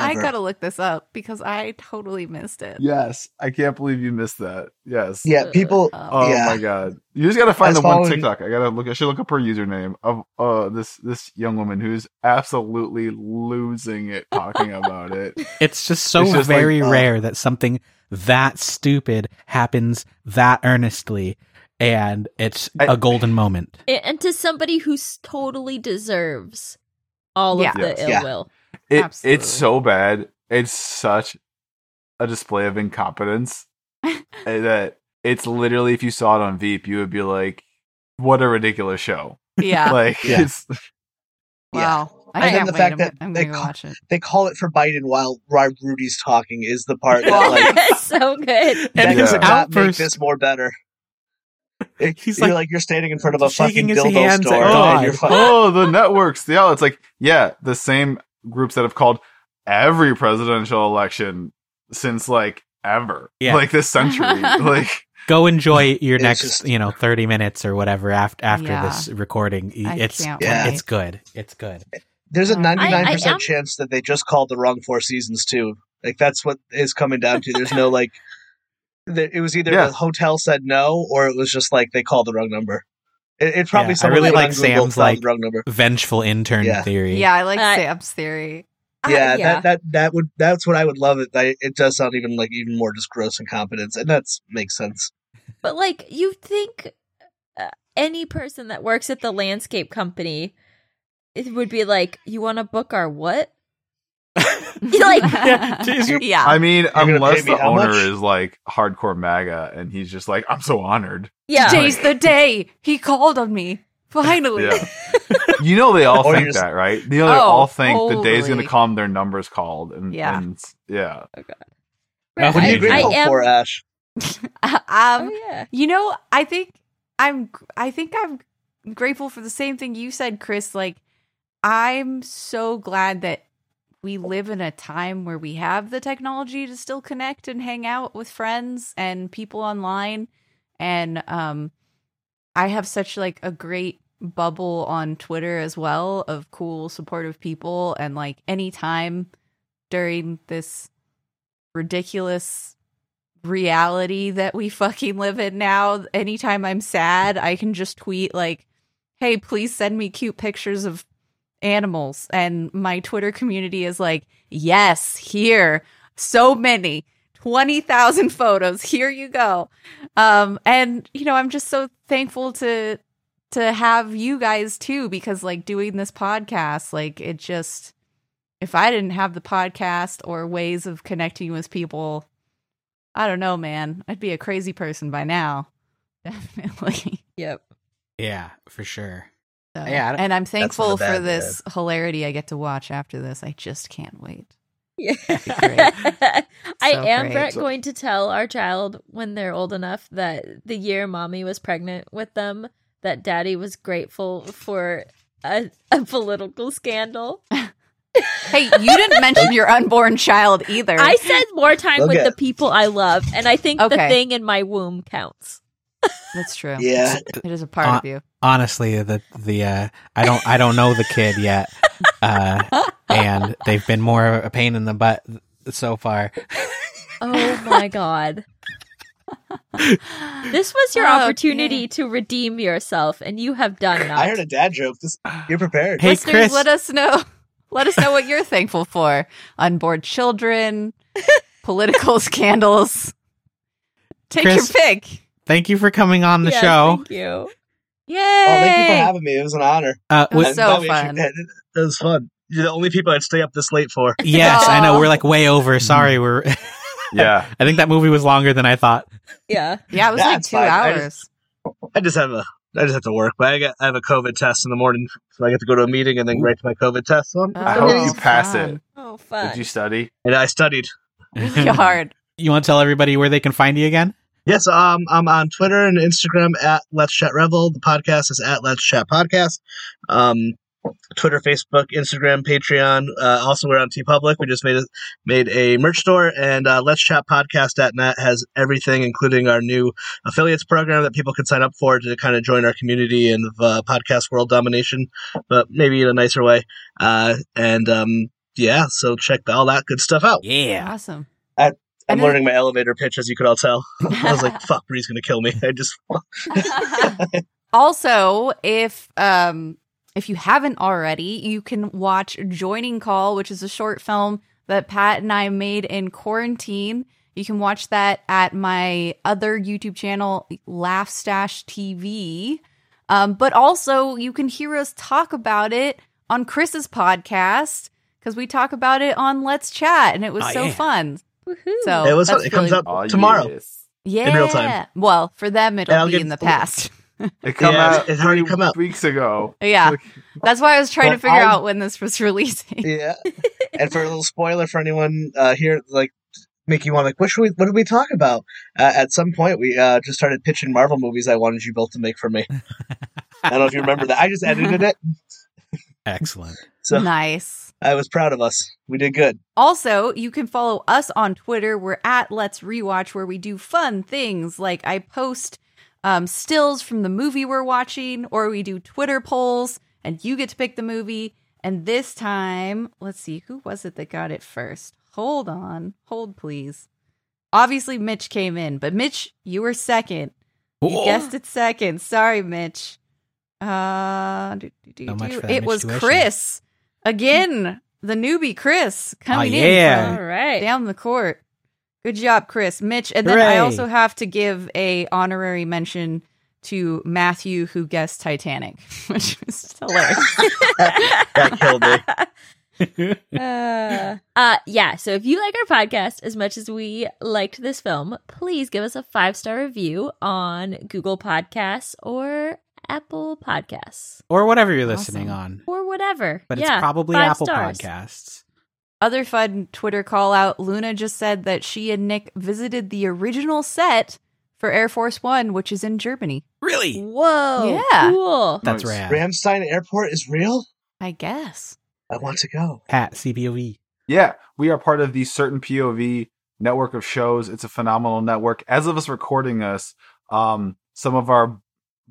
[SPEAKER 4] I
[SPEAKER 5] Ever.
[SPEAKER 4] gotta look this up because I totally missed it.
[SPEAKER 1] Yes, I can't believe you missed that. Yes.
[SPEAKER 3] Uh,
[SPEAKER 5] Yeah, people.
[SPEAKER 4] Um,
[SPEAKER 1] Oh
[SPEAKER 5] Yeah.
[SPEAKER 1] my god! You just gotta
[SPEAKER 5] I
[SPEAKER 1] find
[SPEAKER 5] was
[SPEAKER 1] the one
[SPEAKER 5] following-
[SPEAKER 1] TikTok. I gotta look. I should look up her username of uh this this young woman who's absolutely losing it talking about it.
[SPEAKER 2] It's just so
[SPEAKER 1] It's just like,
[SPEAKER 2] very
[SPEAKER 5] uh,
[SPEAKER 2] rare that something that stupid happens that earnestly, and it's
[SPEAKER 1] I-
[SPEAKER 2] a golden moment.
[SPEAKER 3] A- and to somebody who s- totally deserves all
[SPEAKER 4] Yeah.
[SPEAKER 3] of the
[SPEAKER 1] Yes.
[SPEAKER 3] ill
[SPEAKER 5] Yeah.
[SPEAKER 3] will.
[SPEAKER 1] It
[SPEAKER 4] Absolutely.
[SPEAKER 1] it's so bad. It's such a display of incompetence eh, that it's literally if you saw it on Veep, you would be like, "What a ridiculous show!"
[SPEAKER 4] yeah.
[SPEAKER 1] Like
[SPEAKER 5] Yeah.
[SPEAKER 1] it's
[SPEAKER 4] Wow. I
[SPEAKER 5] And then
[SPEAKER 4] can't
[SPEAKER 5] the
[SPEAKER 4] wait.
[SPEAKER 5] fact
[SPEAKER 4] I'm,
[SPEAKER 5] that
[SPEAKER 4] I'm
[SPEAKER 5] they
[SPEAKER 4] gonna go
[SPEAKER 5] call-
[SPEAKER 4] watch it.
[SPEAKER 5] They call it for Biden while while Rudy's talking is the part that like
[SPEAKER 3] It's so good.
[SPEAKER 5] that
[SPEAKER 1] And his
[SPEAKER 5] does not make
[SPEAKER 2] outburst-
[SPEAKER 5] this more better. It-
[SPEAKER 2] He's
[SPEAKER 5] you're
[SPEAKER 2] like-
[SPEAKER 5] like, you're standing in front of a
[SPEAKER 2] shaking
[SPEAKER 5] fucking
[SPEAKER 2] his
[SPEAKER 5] dildo
[SPEAKER 2] hands at
[SPEAKER 5] store,
[SPEAKER 2] God.
[SPEAKER 5] and you're fucking.
[SPEAKER 1] oh, the networks. Yeah, it's like, yeah, the same groups that have called every presidential election since like ever,
[SPEAKER 2] Yeah.
[SPEAKER 1] like this century. like,
[SPEAKER 2] go enjoy your
[SPEAKER 5] It's
[SPEAKER 2] next
[SPEAKER 5] just-
[SPEAKER 2] you know 30 minutes or whatever after after
[SPEAKER 4] Yeah.
[SPEAKER 2] this recording
[SPEAKER 4] I
[SPEAKER 2] it's
[SPEAKER 4] can't
[SPEAKER 5] Yeah.
[SPEAKER 4] wait.
[SPEAKER 2] it's good it's good
[SPEAKER 5] There's a
[SPEAKER 4] Um, I- I
[SPEAKER 5] 99%
[SPEAKER 3] am-
[SPEAKER 5] chance that they just called the wrong four seasons too. Like that's what is coming down to. There's no like there, it was either
[SPEAKER 1] Yeah.
[SPEAKER 5] the hotel said no or it was just like they called the wrong number. It, it
[SPEAKER 2] Yeah, I
[SPEAKER 5] probably someone
[SPEAKER 2] really
[SPEAKER 5] went
[SPEAKER 2] like
[SPEAKER 5] on Google,
[SPEAKER 2] Sam's,
[SPEAKER 5] found
[SPEAKER 2] like-
[SPEAKER 5] the wrong number.
[SPEAKER 2] vengeful intern
[SPEAKER 5] Yeah.
[SPEAKER 2] theory
[SPEAKER 4] Yeah, I like
[SPEAKER 3] Uh,
[SPEAKER 4] Sam's theory.
[SPEAKER 3] Uh,
[SPEAKER 5] yeah, that that that would that's what I would love it. I, it does sound even like even more just gross incompetence and that's makes sense.
[SPEAKER 3] But like you think uh, any person that works at the landscape company it would be like, "You want to book our what?" You're like-
[SPEAKER 2] Yeah, is your-
[SPEAKER 4] yeah.
[SPEAKER 1] I mean,
[SPEAKER 5] gonna pay
[SPEAKER 1] unless
[SPEAKER 5] me
[SPEAKER 1] the
[SPEAKER 5] how
[SPEAKER 1] owner
[SPEAKER 5] much?
[SPEAKER 1] is like hardcore MAGA and he's just like, I'm so honored.
[SPEAKER 3] Yeah.
[SPEAKER 4] Today's the day he called on me. Finally.
[SPEAKER 1] Yeah. Oh, you know, they all
[SPEAKER 5] Or
[SPEAKER 1] think
[SPEAKER 5] you're just-
[SPEAKER 1] that, right? You know, they
[SPEAKER 4] Oh,
[SPEAKER 1] all think the day's going
[SPEAKER 4] totally.
[SPEAKER 1] to come, their number's called. And
[SPEAKER 4] Yeah.
[SPEAKER 1] yeah. And, yeah.
[SPEAKER 2] What do
[SPEAKER 3] Right,
[SPEAKER 5] What
[SPEAKER 2] I-
[SPEAKER 5] are
[SPEAKER 1] I
[SPEAKER 5] you grateful
[SPEAKER 3] am-
[SPEAKER 5] for, Ash?
[SPEAKER 4] um,
[SPEAKER 3] Oh yeah.
[SPEAKER 4] you know, I think I'm I think I'm grateful for the same thing you said, Chris. Like I'm so glad that we live in a time where we have the technology to still connect and hang out with friends and people online and um I have such like a great bubble on Twitter as well of cool supportive people and like anytime during this ridiculous reality that we fucking live in now. Anytime I'm sad, I can just tweet like, "Hey, please send me cute pictures of animals." And my Twitter community is like, "Yes, here. So many. 20,000 photos. Here you go." Um and you know, I'm just so thankful to to have you guys too because like doing this podcast, like it just if I didn't have the podcast or ways of connecting with people, I don't know, man. I'd be a crazy person by now. Definitely.
[SPEAKER 3] Yep.
[SPEAKER 2] yeah for sure
[SPEAKER 4] So-
[SPEAKER 2] Yeah, I don't-
[SPEAKER 4] and I'm
[SPEAKER 5] not
[SPEAKER 4] thankful
[SPEAKER 5] a bad
[SPEAKER 4] for this hilarity I get to watch after this. I just can't wait.
[SPEAKER 3] Yeah.
[SPEAKER 4] great.
[SPEAKER 3] I
[SPEAKER 4] So
[SPEAKER 3] am
[SPEAKER 4] great.
[SPEAKER 3] Brett, going to tell our child when they're old enough that the year mommy was pregnant with them, that daddy was grateful for a, a political scandal.
[SPEAKER 4] Hey, you didn't mention your unborn child either.
[SPEAKER 3] I said more time with
[SPEAKER 5] Okay.
[SPEAKER 3] the people I love, and I think the
[SPEAKER 4] Okay.
[SPEAKER 3] thing in my womb counts.
[SPEAKER 4] That's true.
[SPEAKER 5] Yeah. Uh,
[SPEAKER 4] It is a part of you.
[SPEAKER 2] honestly the the uh i don't i don't know the kid yet uh and they've been more of a pain in the butt so far
[SPEAKER 3] Oh my god. This was your
[SPEAKER 4] Oh,
[SPEAKER 3] opportunity
[SPEAKER 4] yeah.
[SPEAKER 3] to redeem yourself, and you have done that.
[SPEAKER 5] I heard a dad joke. This, you're prepared.
[SPEAKER 2] Hey,
[SPEAKER 4] Listeners,
[SPEAKER 2] Chris.
[SPEAKER 4] let us know. Let us know what you're thankful for. Unborn children, political scandals. Take
[SPEAKER 2] Chris.
[SPEAKER 4] your pick.
[SPEAKER 2] thank you for coming on the
[SPEAKER 3] Yes,
[SPEAKER 2] show
[SPEAKER 3] Thank you.
[SPEAKER 4] Yay!
[SPEAKER 5] Oh, thank you for having me. It was an honor.
[SPEAKER 2] uh
[SPEAKER 4] It
[SPEAKER 2] w-
[SPEAKER 4] was so
[SPEAKER 5] I'm glad we
[SPEAKER 4] fun.
[SPEAKER 5] actually did it. It was fun. You're the only people I'd stay up this late for.
[SPEAKER 2] yes i know
[SPEAKER 4] Aw.
[SPEAKER 2] we're like way
[SPEAKER 5] Mm-hmm.
[SPEAKER 2] over sorry we're
[SPEAKER 1] Yeah.
[SPEAKER 2] i think that movie was longer than i thought
[SPEAKER 3] Yeah.
[SPEAKER 4] yeah, it was like
[SPEAKER 5] That's
[SPEAKER 4] two
[SPEAKER 5] fine. I
[SPEAKER 4] hours.
[SPEAKER 5] just- I just have a I just have to work, but I got I have a COVID test in the morning, so I get to go to a meeting and then write my COVID test. So I'm-
[SPEAKER 1] I hope
[SPEAKER 4] Oh,
[SPEAKER 1] you pass
[SPEAKER 4] fun.
[SPEAKER 1] it.
[SPEAKER 3] Oh, fun.
[SPEAKER 1] Did you study?
[SPEAKER 5] and I studied.
[SPEAKER 4] Really hard.
[SPEAKER 2] you want to tell everybody where they can find you again
[SPEAKER 5] Yes, um, I'm on Twitter and Instagram at Let's Chat Revel. The podcast is at Let's Chat Podcast. Um, Twitter, Facebook, Instagram, Patreon. Uh, also, we're on T Public. We just made a, made a merch store, and uh, Let's Chat Podcast.net has everything, including our new affiliates program that people can sign up for to kind of join our community and uh, podcast world domination, but maybe in a nicer way. Uh, and um, yeah, so check all that good stuff out.
[SPEAKER 2] yeah
[SPEAKER 4] Awesome.
[SPEAKER 5] I'm
[SPEAKER 4] And I-
[SPEAKER 5] learning my elevator pitch, as you could all tell. I was like, "Fuck, Bree's gonna kill me." I just
[SPEAKER 4] also, if um if you haven't already, you can watch Joining Call, which is a short film that Pat and I made in quarantine. You can watch that at my other YouTube channel, Laugh Stash TV. Um, but also, you can hear us talk about it on Chris's podcast because we talk about it on Let's Chat, and it was
[SPEAKER 5] Ah,
[SPEAKER 2] Oh,
[SPEAKER 4] so
[SPEAKER 2] yeah.
[SPEAKER 4] fun.
[SPEAKER 3] Woohoo.
[SPEAKER 4] So
[SPEAKER 5] it was.
[SPEAKER 4] that's
[SPEAKER 5] Fun. It comes
[SPEAKER 4] really-
[SPEAKER 5] out
[SPEAKER 1] Oh,
[SPEAKER 5] tomorrow.
[SPEAKER 1] yes.
[SPEAKER 4] Yeah,
[SPEAKER 5] real time.
[SPEAKER 4] Well, for them, it'll
[SPEAKER 5] And I'll
[SPEAKER 4] be
[SPEAKER 5] get-
[SPEAKER 4] in the past.
[SPEAKER 1] It come
[SPEAKER 5] Yeah,
[SPEAKER 1] out
[SPEAKER 5] it's already
[SPEAKER 1] three
[SPEAKER 5] come out.
[SPEAKER 1] weeks ago.
[SPEAKER 4] yeah,
[SPEAKER 1] Like,
[SPEAKER 4] That's why I was trying
[SPEAKER 5] But
[SPEAKER 4] to figure
[SPEAKER 5] I-
[SPEAKER 4] out when this was releasing.
[SPEAKER 5] Yeah. and for a little spoiler for anyone uh, here, like make you want like, what should we? What did we talk about? Uh, at some point, we uh, just started pitching Marvel movies I wanted you both to make for me. I don't know if you remember that. I just edited it,
[SPEAKER 2] excellent
[SPEAKER 5] so
[SPEAKER 4] Nice.
[SPEAKER 5] I was proud of us. We did good.
[SPEAKER 4] Also, you can follow us on Twitter. We're at Let's Rewatch, where we do fun things like I post um, stills from the movie we're watching, or we do Twitter polls, and you get to pick the movie. And this time, let's see, who was it that got it first? Hold on. Hold, please. Obviously, Mitch came in, but Mitch, you were second. You
[SPEAKER 2] Oh.
[SPEAKER 4] guessed it second. Sorry, Mitch. Uh, do, do, do,
[SPEAKER 2] So much
[SPEAKER 4] do.
[SPEAKER 2] for that
[SPEAKER 4] it
[SPEAKER 2] Mitch
[SPEAKER 4] was
[SPEAKER 2] tuition.
[SPEAKER 4] Chris again, the newbie Chris coming
[SPEAKER 2] Oh,
[SPEAKER 4] in
[SPEAKER 2] yeah.
[SPEAKER 3] All right.
[SPEAKER 4] from down the court. Good job, Chris. Mitch, and then
[SPEAKER 2] Hooray.
[SPEAKER 4] I also have to give a honorary mention to Matthew who guessed Titanic, which was hilarious.
[SPEAKER 5] That killed me.
[SPEAKER 3] uh, uh, yeah. So if you like our podcast as much as we liked this film, please give us a five star review on Google Podcasts or Apple Podcasts
[SPEAKER 2] or whatever you're listening on
[SPEAKER 3] or whatever.
[SPEAKER 2] but
[SPEAKER 3] Yeah,
[SPEAKER 2] it's probably
[SPEAKER 3] five
[SPEAKER 2] apple
[SPEAKER 3] stars.
[SPEAKER 2] podcasts
[SPEAKER 4] Other fun Twitter call out: Luna just said that she and Nick visited the original set for Air Force One, which is in Germany.
[SPEAKER 3] Mm.
[SPEAKER 2] really
[SPEAKER 3] Whoa.
[SPEAKER 4] Yeah.
[SPEAKER 3] Cool.
[SPEAKER 2] that's
[SPEAKER 1] Nice.
[SPEAKER 2] rad
[SPEAKER 5] Ramstein Airport is real.
[SPEAKER 4] I guess.
[SPEAKER 5] I want to go.
[SPEAKER 2] at cpov
[SPEAKER 1] Yeah, we are part of the Certain POV network of shows. It's a phenomenal network. As of us recording us, um, some of our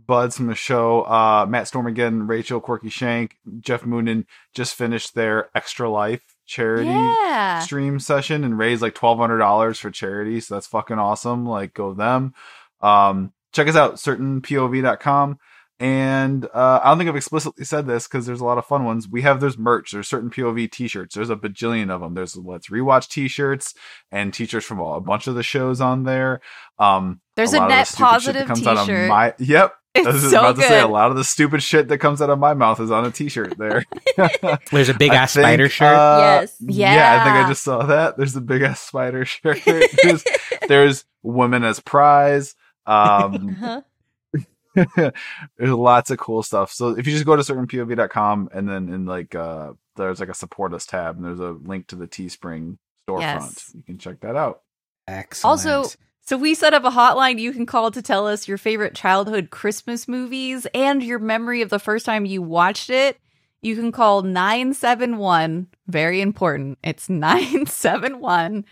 [SPEAKER 1] buds from the show, uh, Matt Stormigan, Rachel Quirky Shank, Jeff Moonen, just finished their Extra Life charity
[SPEAKER 4] Yeah.
[SPEAKER 1] stream session and raised like twelve hundred dollars for charity. So that's fucking awesome. Like go them. Um, check us out, certainpov.com. And uh, I don't think I've explicitly said this because there's a lot of fun ones. We have there's merch. There's certain POV T-shirts. There's a bajillion of them. There's let's rewatch T-shirts and T-shirts from all, a bunch of the shows on there. Um,
[SPEAKER 4] There's a,
[SPEAKER 1] lot of the
[SPEAKER 4] net
[SPEAKER 1] stupid shit
[SPEAKER 4] positive
[SPEAKER 1] that comes
[SPEAKER 4] t-shirt.
[SPEAKER 1] out of my yep. I was
[SPEAKER 4] it's
[SPEAKER 1] just
[SPEAKER 4] so
[SPEAKER 1] about to say a
[SPEAKER 4] good.
[SPEAKER 1] lot of the stupid shit that comes out of my mouth is on a T-shirt there.
[SPEAKER 2] there's a big
[SPEAKER 1] I
[SPEAKER 2] ass
[SPEAKER 1] think,
[SPEAKER 2] spider shirt
[SPEAKER 1] uh,
[SPEAKER 3] Yes.
[SPEAKER 1] Yeah, I think I
[SPEAKER 4] Yeah.
[SPEAKER 1] just saw that. There's a big ass spider shirt. There's, there's women as prize. Um,
[SPEAKER 3] Uh-huh.
[SPEAKER 1] there's lots of cool stuff. So if you just go to certainpov.com and then in like uh, there's like a support us tab and there's a link to the Teespring storefront.
[SPEAKER 4] Yes.
[SPEAKER 1] You can check that out.
[SPEAKER 2] Excellent.
[SPEAKER 4] Also- So we set up a hotline you can call to tell us your favorite childhood Christmas movies and your memory of the first time you watched it. you can call 971, very important. It's 971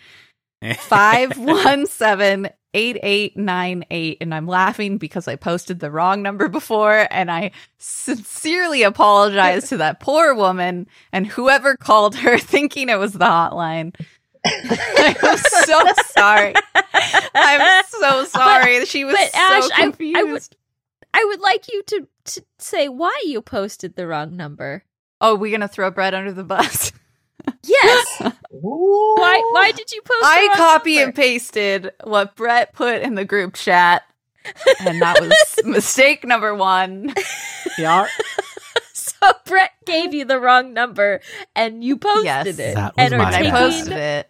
[SPEAKER 4] 517 8898. And I'm laughing because I posted the wrong number before. And I sincerely apologize to that poor woman and whoever called her thinking it was the hotline. I'm so sorry. I'm so sorry. she was
[SPEAKER 3] but
[SPEAKER 4] so
[SPEAKER 3] Ash, I- I would-
[SPEAKER 4] confused.
[SPEAKER 3] I would like you to, to say why you posted the wrong number.
[SPEAKER 4] oh, we're going to throw Brett under the bus.
[SPEAKER 3] Yes. why why did you post the
[SPEAKER 4] I
[SPEAKER 3] wrong
[SPEAKER 4] copy
[SPEAKER 3] number?
[SPEAKER 4] and pasted what Brett put in the group chat, and that was mistake number one.
[SPEAKER 2] Yeah.
[SPEAKER 3] So Brett gave you the wrong number and you posted
[SPEAKER 4] Yes.
[SPEAKER 3] it.
[SPEAKER 2] That was
[SPEAKER 3] and are
[SPEAKER 2] my
[SPEAKER 4] And I
[SPEAKER 3] taking
[SPEAKER 2] bad.
[SPEAKER 4] posted it,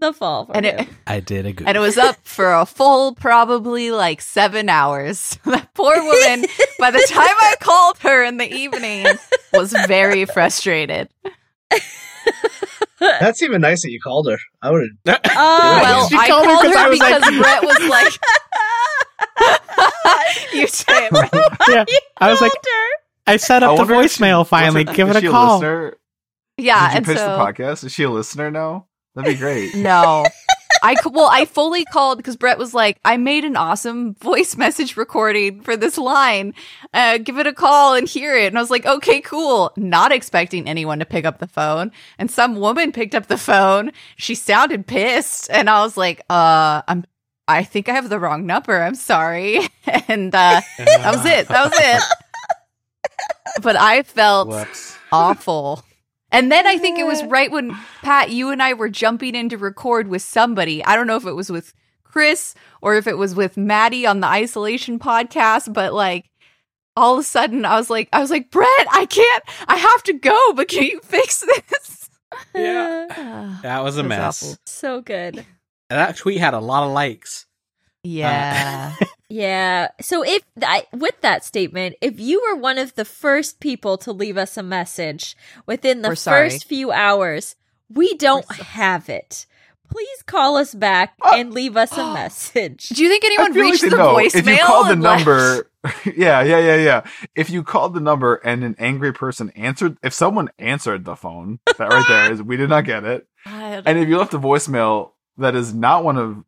[SPEAKER 3] the fall for
[SPEAKER 4] and
[SPEAKER 3] it.
[SPEAKER 4] it
[SPEAKER 2] I did a good.
[SPEAKER 4] and it was up for a full, probably like seven hours. that poor woman. by the time I called her in the evening, was very frustrated.
[SPEAKER 5] That's even nice that you called her. I would have.
[SPEAKER 3] Oh,
[SPEAKER 4] Well,
[SPEAKER 2] She
[SPEAKER 4] I
[SPEAKER 2] called her
[SPEAKER 4] called her,
[SPEAKER 2] 'cause I was
[SPEAKER 4] because
[SPEAKER 2] like-
[SPEAKER 4] Brett was like, "You say it, Brett.
[SPEAKER 2] yeah. I was like, I set
[SPEAKER 1] I
[SPEAKER 2] up the
[SPEAKER 1] wonder if she-
[SPEAKER 2] voicemail finally.
[SPEAKER 1] what's her-
[SPEAKER 2] Give
[SPEAKER 1] is
[SPEAKER 2] it a
[SPEAKER 1] she
[SPEAKER 2] call.
[SPEAKER 1] listener?
[SPEAKER 4] yeah."
[SPEAKER 1] Did you
[SPEAKER 4] and
[SPEAKER 1] pitch
[SPEAKER 4] so,
[SPEAKER 1] the podcast? Is she a listener now? That'd be great.
[SPEAKER 4] No. I c- well, I fully called because Brett was like, I made an awesome voice message recording for this line. Uh, give it a call and hear it. And I was like, okay, cool. Not expecting anyone to pick up the phone. And some woman picked up the phone. She sounded pissed, and I was like, uh, I'm. I think I have the wrong number. I'm sorry. And uh, that was it. That was it. But I felt
[SPEAKER 2] Whoops.
[SPEAKER 4] awful. And then I think it was right when Pat, you and I were jumping in to record with somebody. I don't know if it was with Chris or if it was with Maddie on the isolation podcast, but like all of a sudden I was like, I was like, Brett, I can't, I have to go, but can you fix this? Yeah.
[SPEAKER 2] That was a
[SPEAKER 4] That's
[SPEAKER 2] mess.
[SPEAKER 4] awful.
[SPEAKER 3] so good.
[SPEAKER 2] And That tweet had a lot of likes.
[SPEAKER 4] Yeah.
[SPEAKER 3] Yeah. So if I, with that statement, if you were one of the first people to leave us a message within the
[SPEAKER 4] We're sorry.
[SPEAKER 3] first few hours, we don't have it. Please call us back
[SPEAKER 2] Oh.
[SPEAKER 3] and leave us a message.
[SPEAKER 4] Do you think anyone
[SPEAKER 1] I feel
[SPEAKER 4] reached
[SPEAKER 1] they
[SPEAKER 4] the
[SPEAKER 1] know.
[SPEAKER 4] voicemail?
[SPEAKER 1] If you called the
[SPEAKER 4] and left?
[SPEAKER 1] number, yeah, yeah, yeah, yeah. If you called the number and an angry person answered, if someone answered the phone, that right there is we did not get it.
[SPEAKER 4] God.
[SPEAKER 1] And if you left a voicemail that is not one of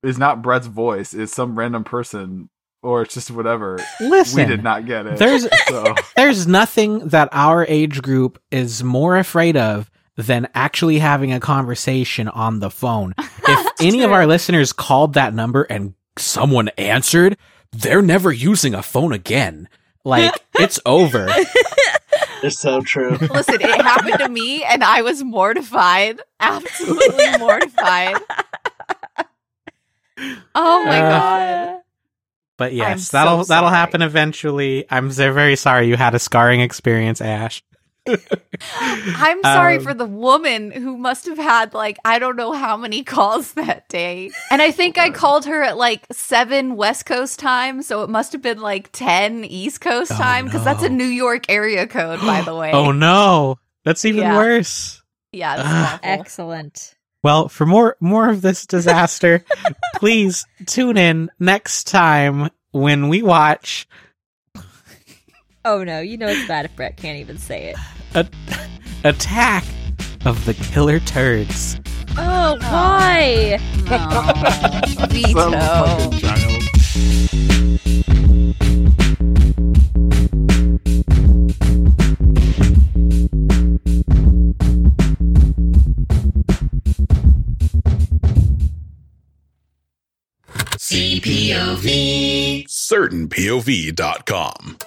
[SPEAKER 1] is not Brett's voice, is some random person or it's just whatever,
[SPEAKER 2] Listen,
[SPEAKER 1] we did not get it.
[SPEAKER 2] there's-
[SPEAKER 1] so
[SPEAKER 2] there's nothing that our age group is more afraid of than actually having a conversation on the phone. If any of our listeners called that number and someone answered, they're never using a phone again. Like it's over.
[SPEAKER 5] It's so true.
[SPEAKER 4] Listen, it happened to me and I was mortified. Absolutely mortified. Oh my
[SPEAKER 2] Uh,
[SPEAKER 4] god.
[SPEAKER 2] But yes,
[SPEAKER 4] so
[SPEAKER 2] that'll that'll
[SPEAKER 4] sorry.
[SPEAKER 2] happen eventually. I'm so very sorry you had a scarring experience, Ash.
[SPEAKER 4] I'm sorry
[SPEAKER 2] Um,
[SPEAKER 4] for the woman who must have had like I don't know how many calls that day. And I think I called her at like 7 West Coast time, so it must have been like 10 East Coast
[SPEAKER 2] Oh,
[SPEAKER 4] time cuz that's a
[SPEAKER 2] no.
[SPEAKER 4] New York area code by the way.
[SPEAKER 2] Oh no, that's even
[SPEAKER 4] Yeah.
[SPEAKER 2] worse.
[SPEAKER 4] Yeah, it's
[SPEAKER 2] Ugh.
[SPEAKER 4] awful.
[SPEAKER 3] Excellent.
[SPEAKER 2] Well, for more more of this disaster, please tune in next time when we watch
[SPEAKER 3] Oh no, you know it's bad if Brett can't even say it.
[SPEAKER 2] a- Attack of the Killer Turds.
[SPEAKER 3] Oh, why?
[SPEAKER 4] No.
[SPEAKER 1] some
[SPEAKER 4] Veto.
[SPEAKER 1] fucking child.
[SPEAKER 6] CPOV. CertainPOV.com.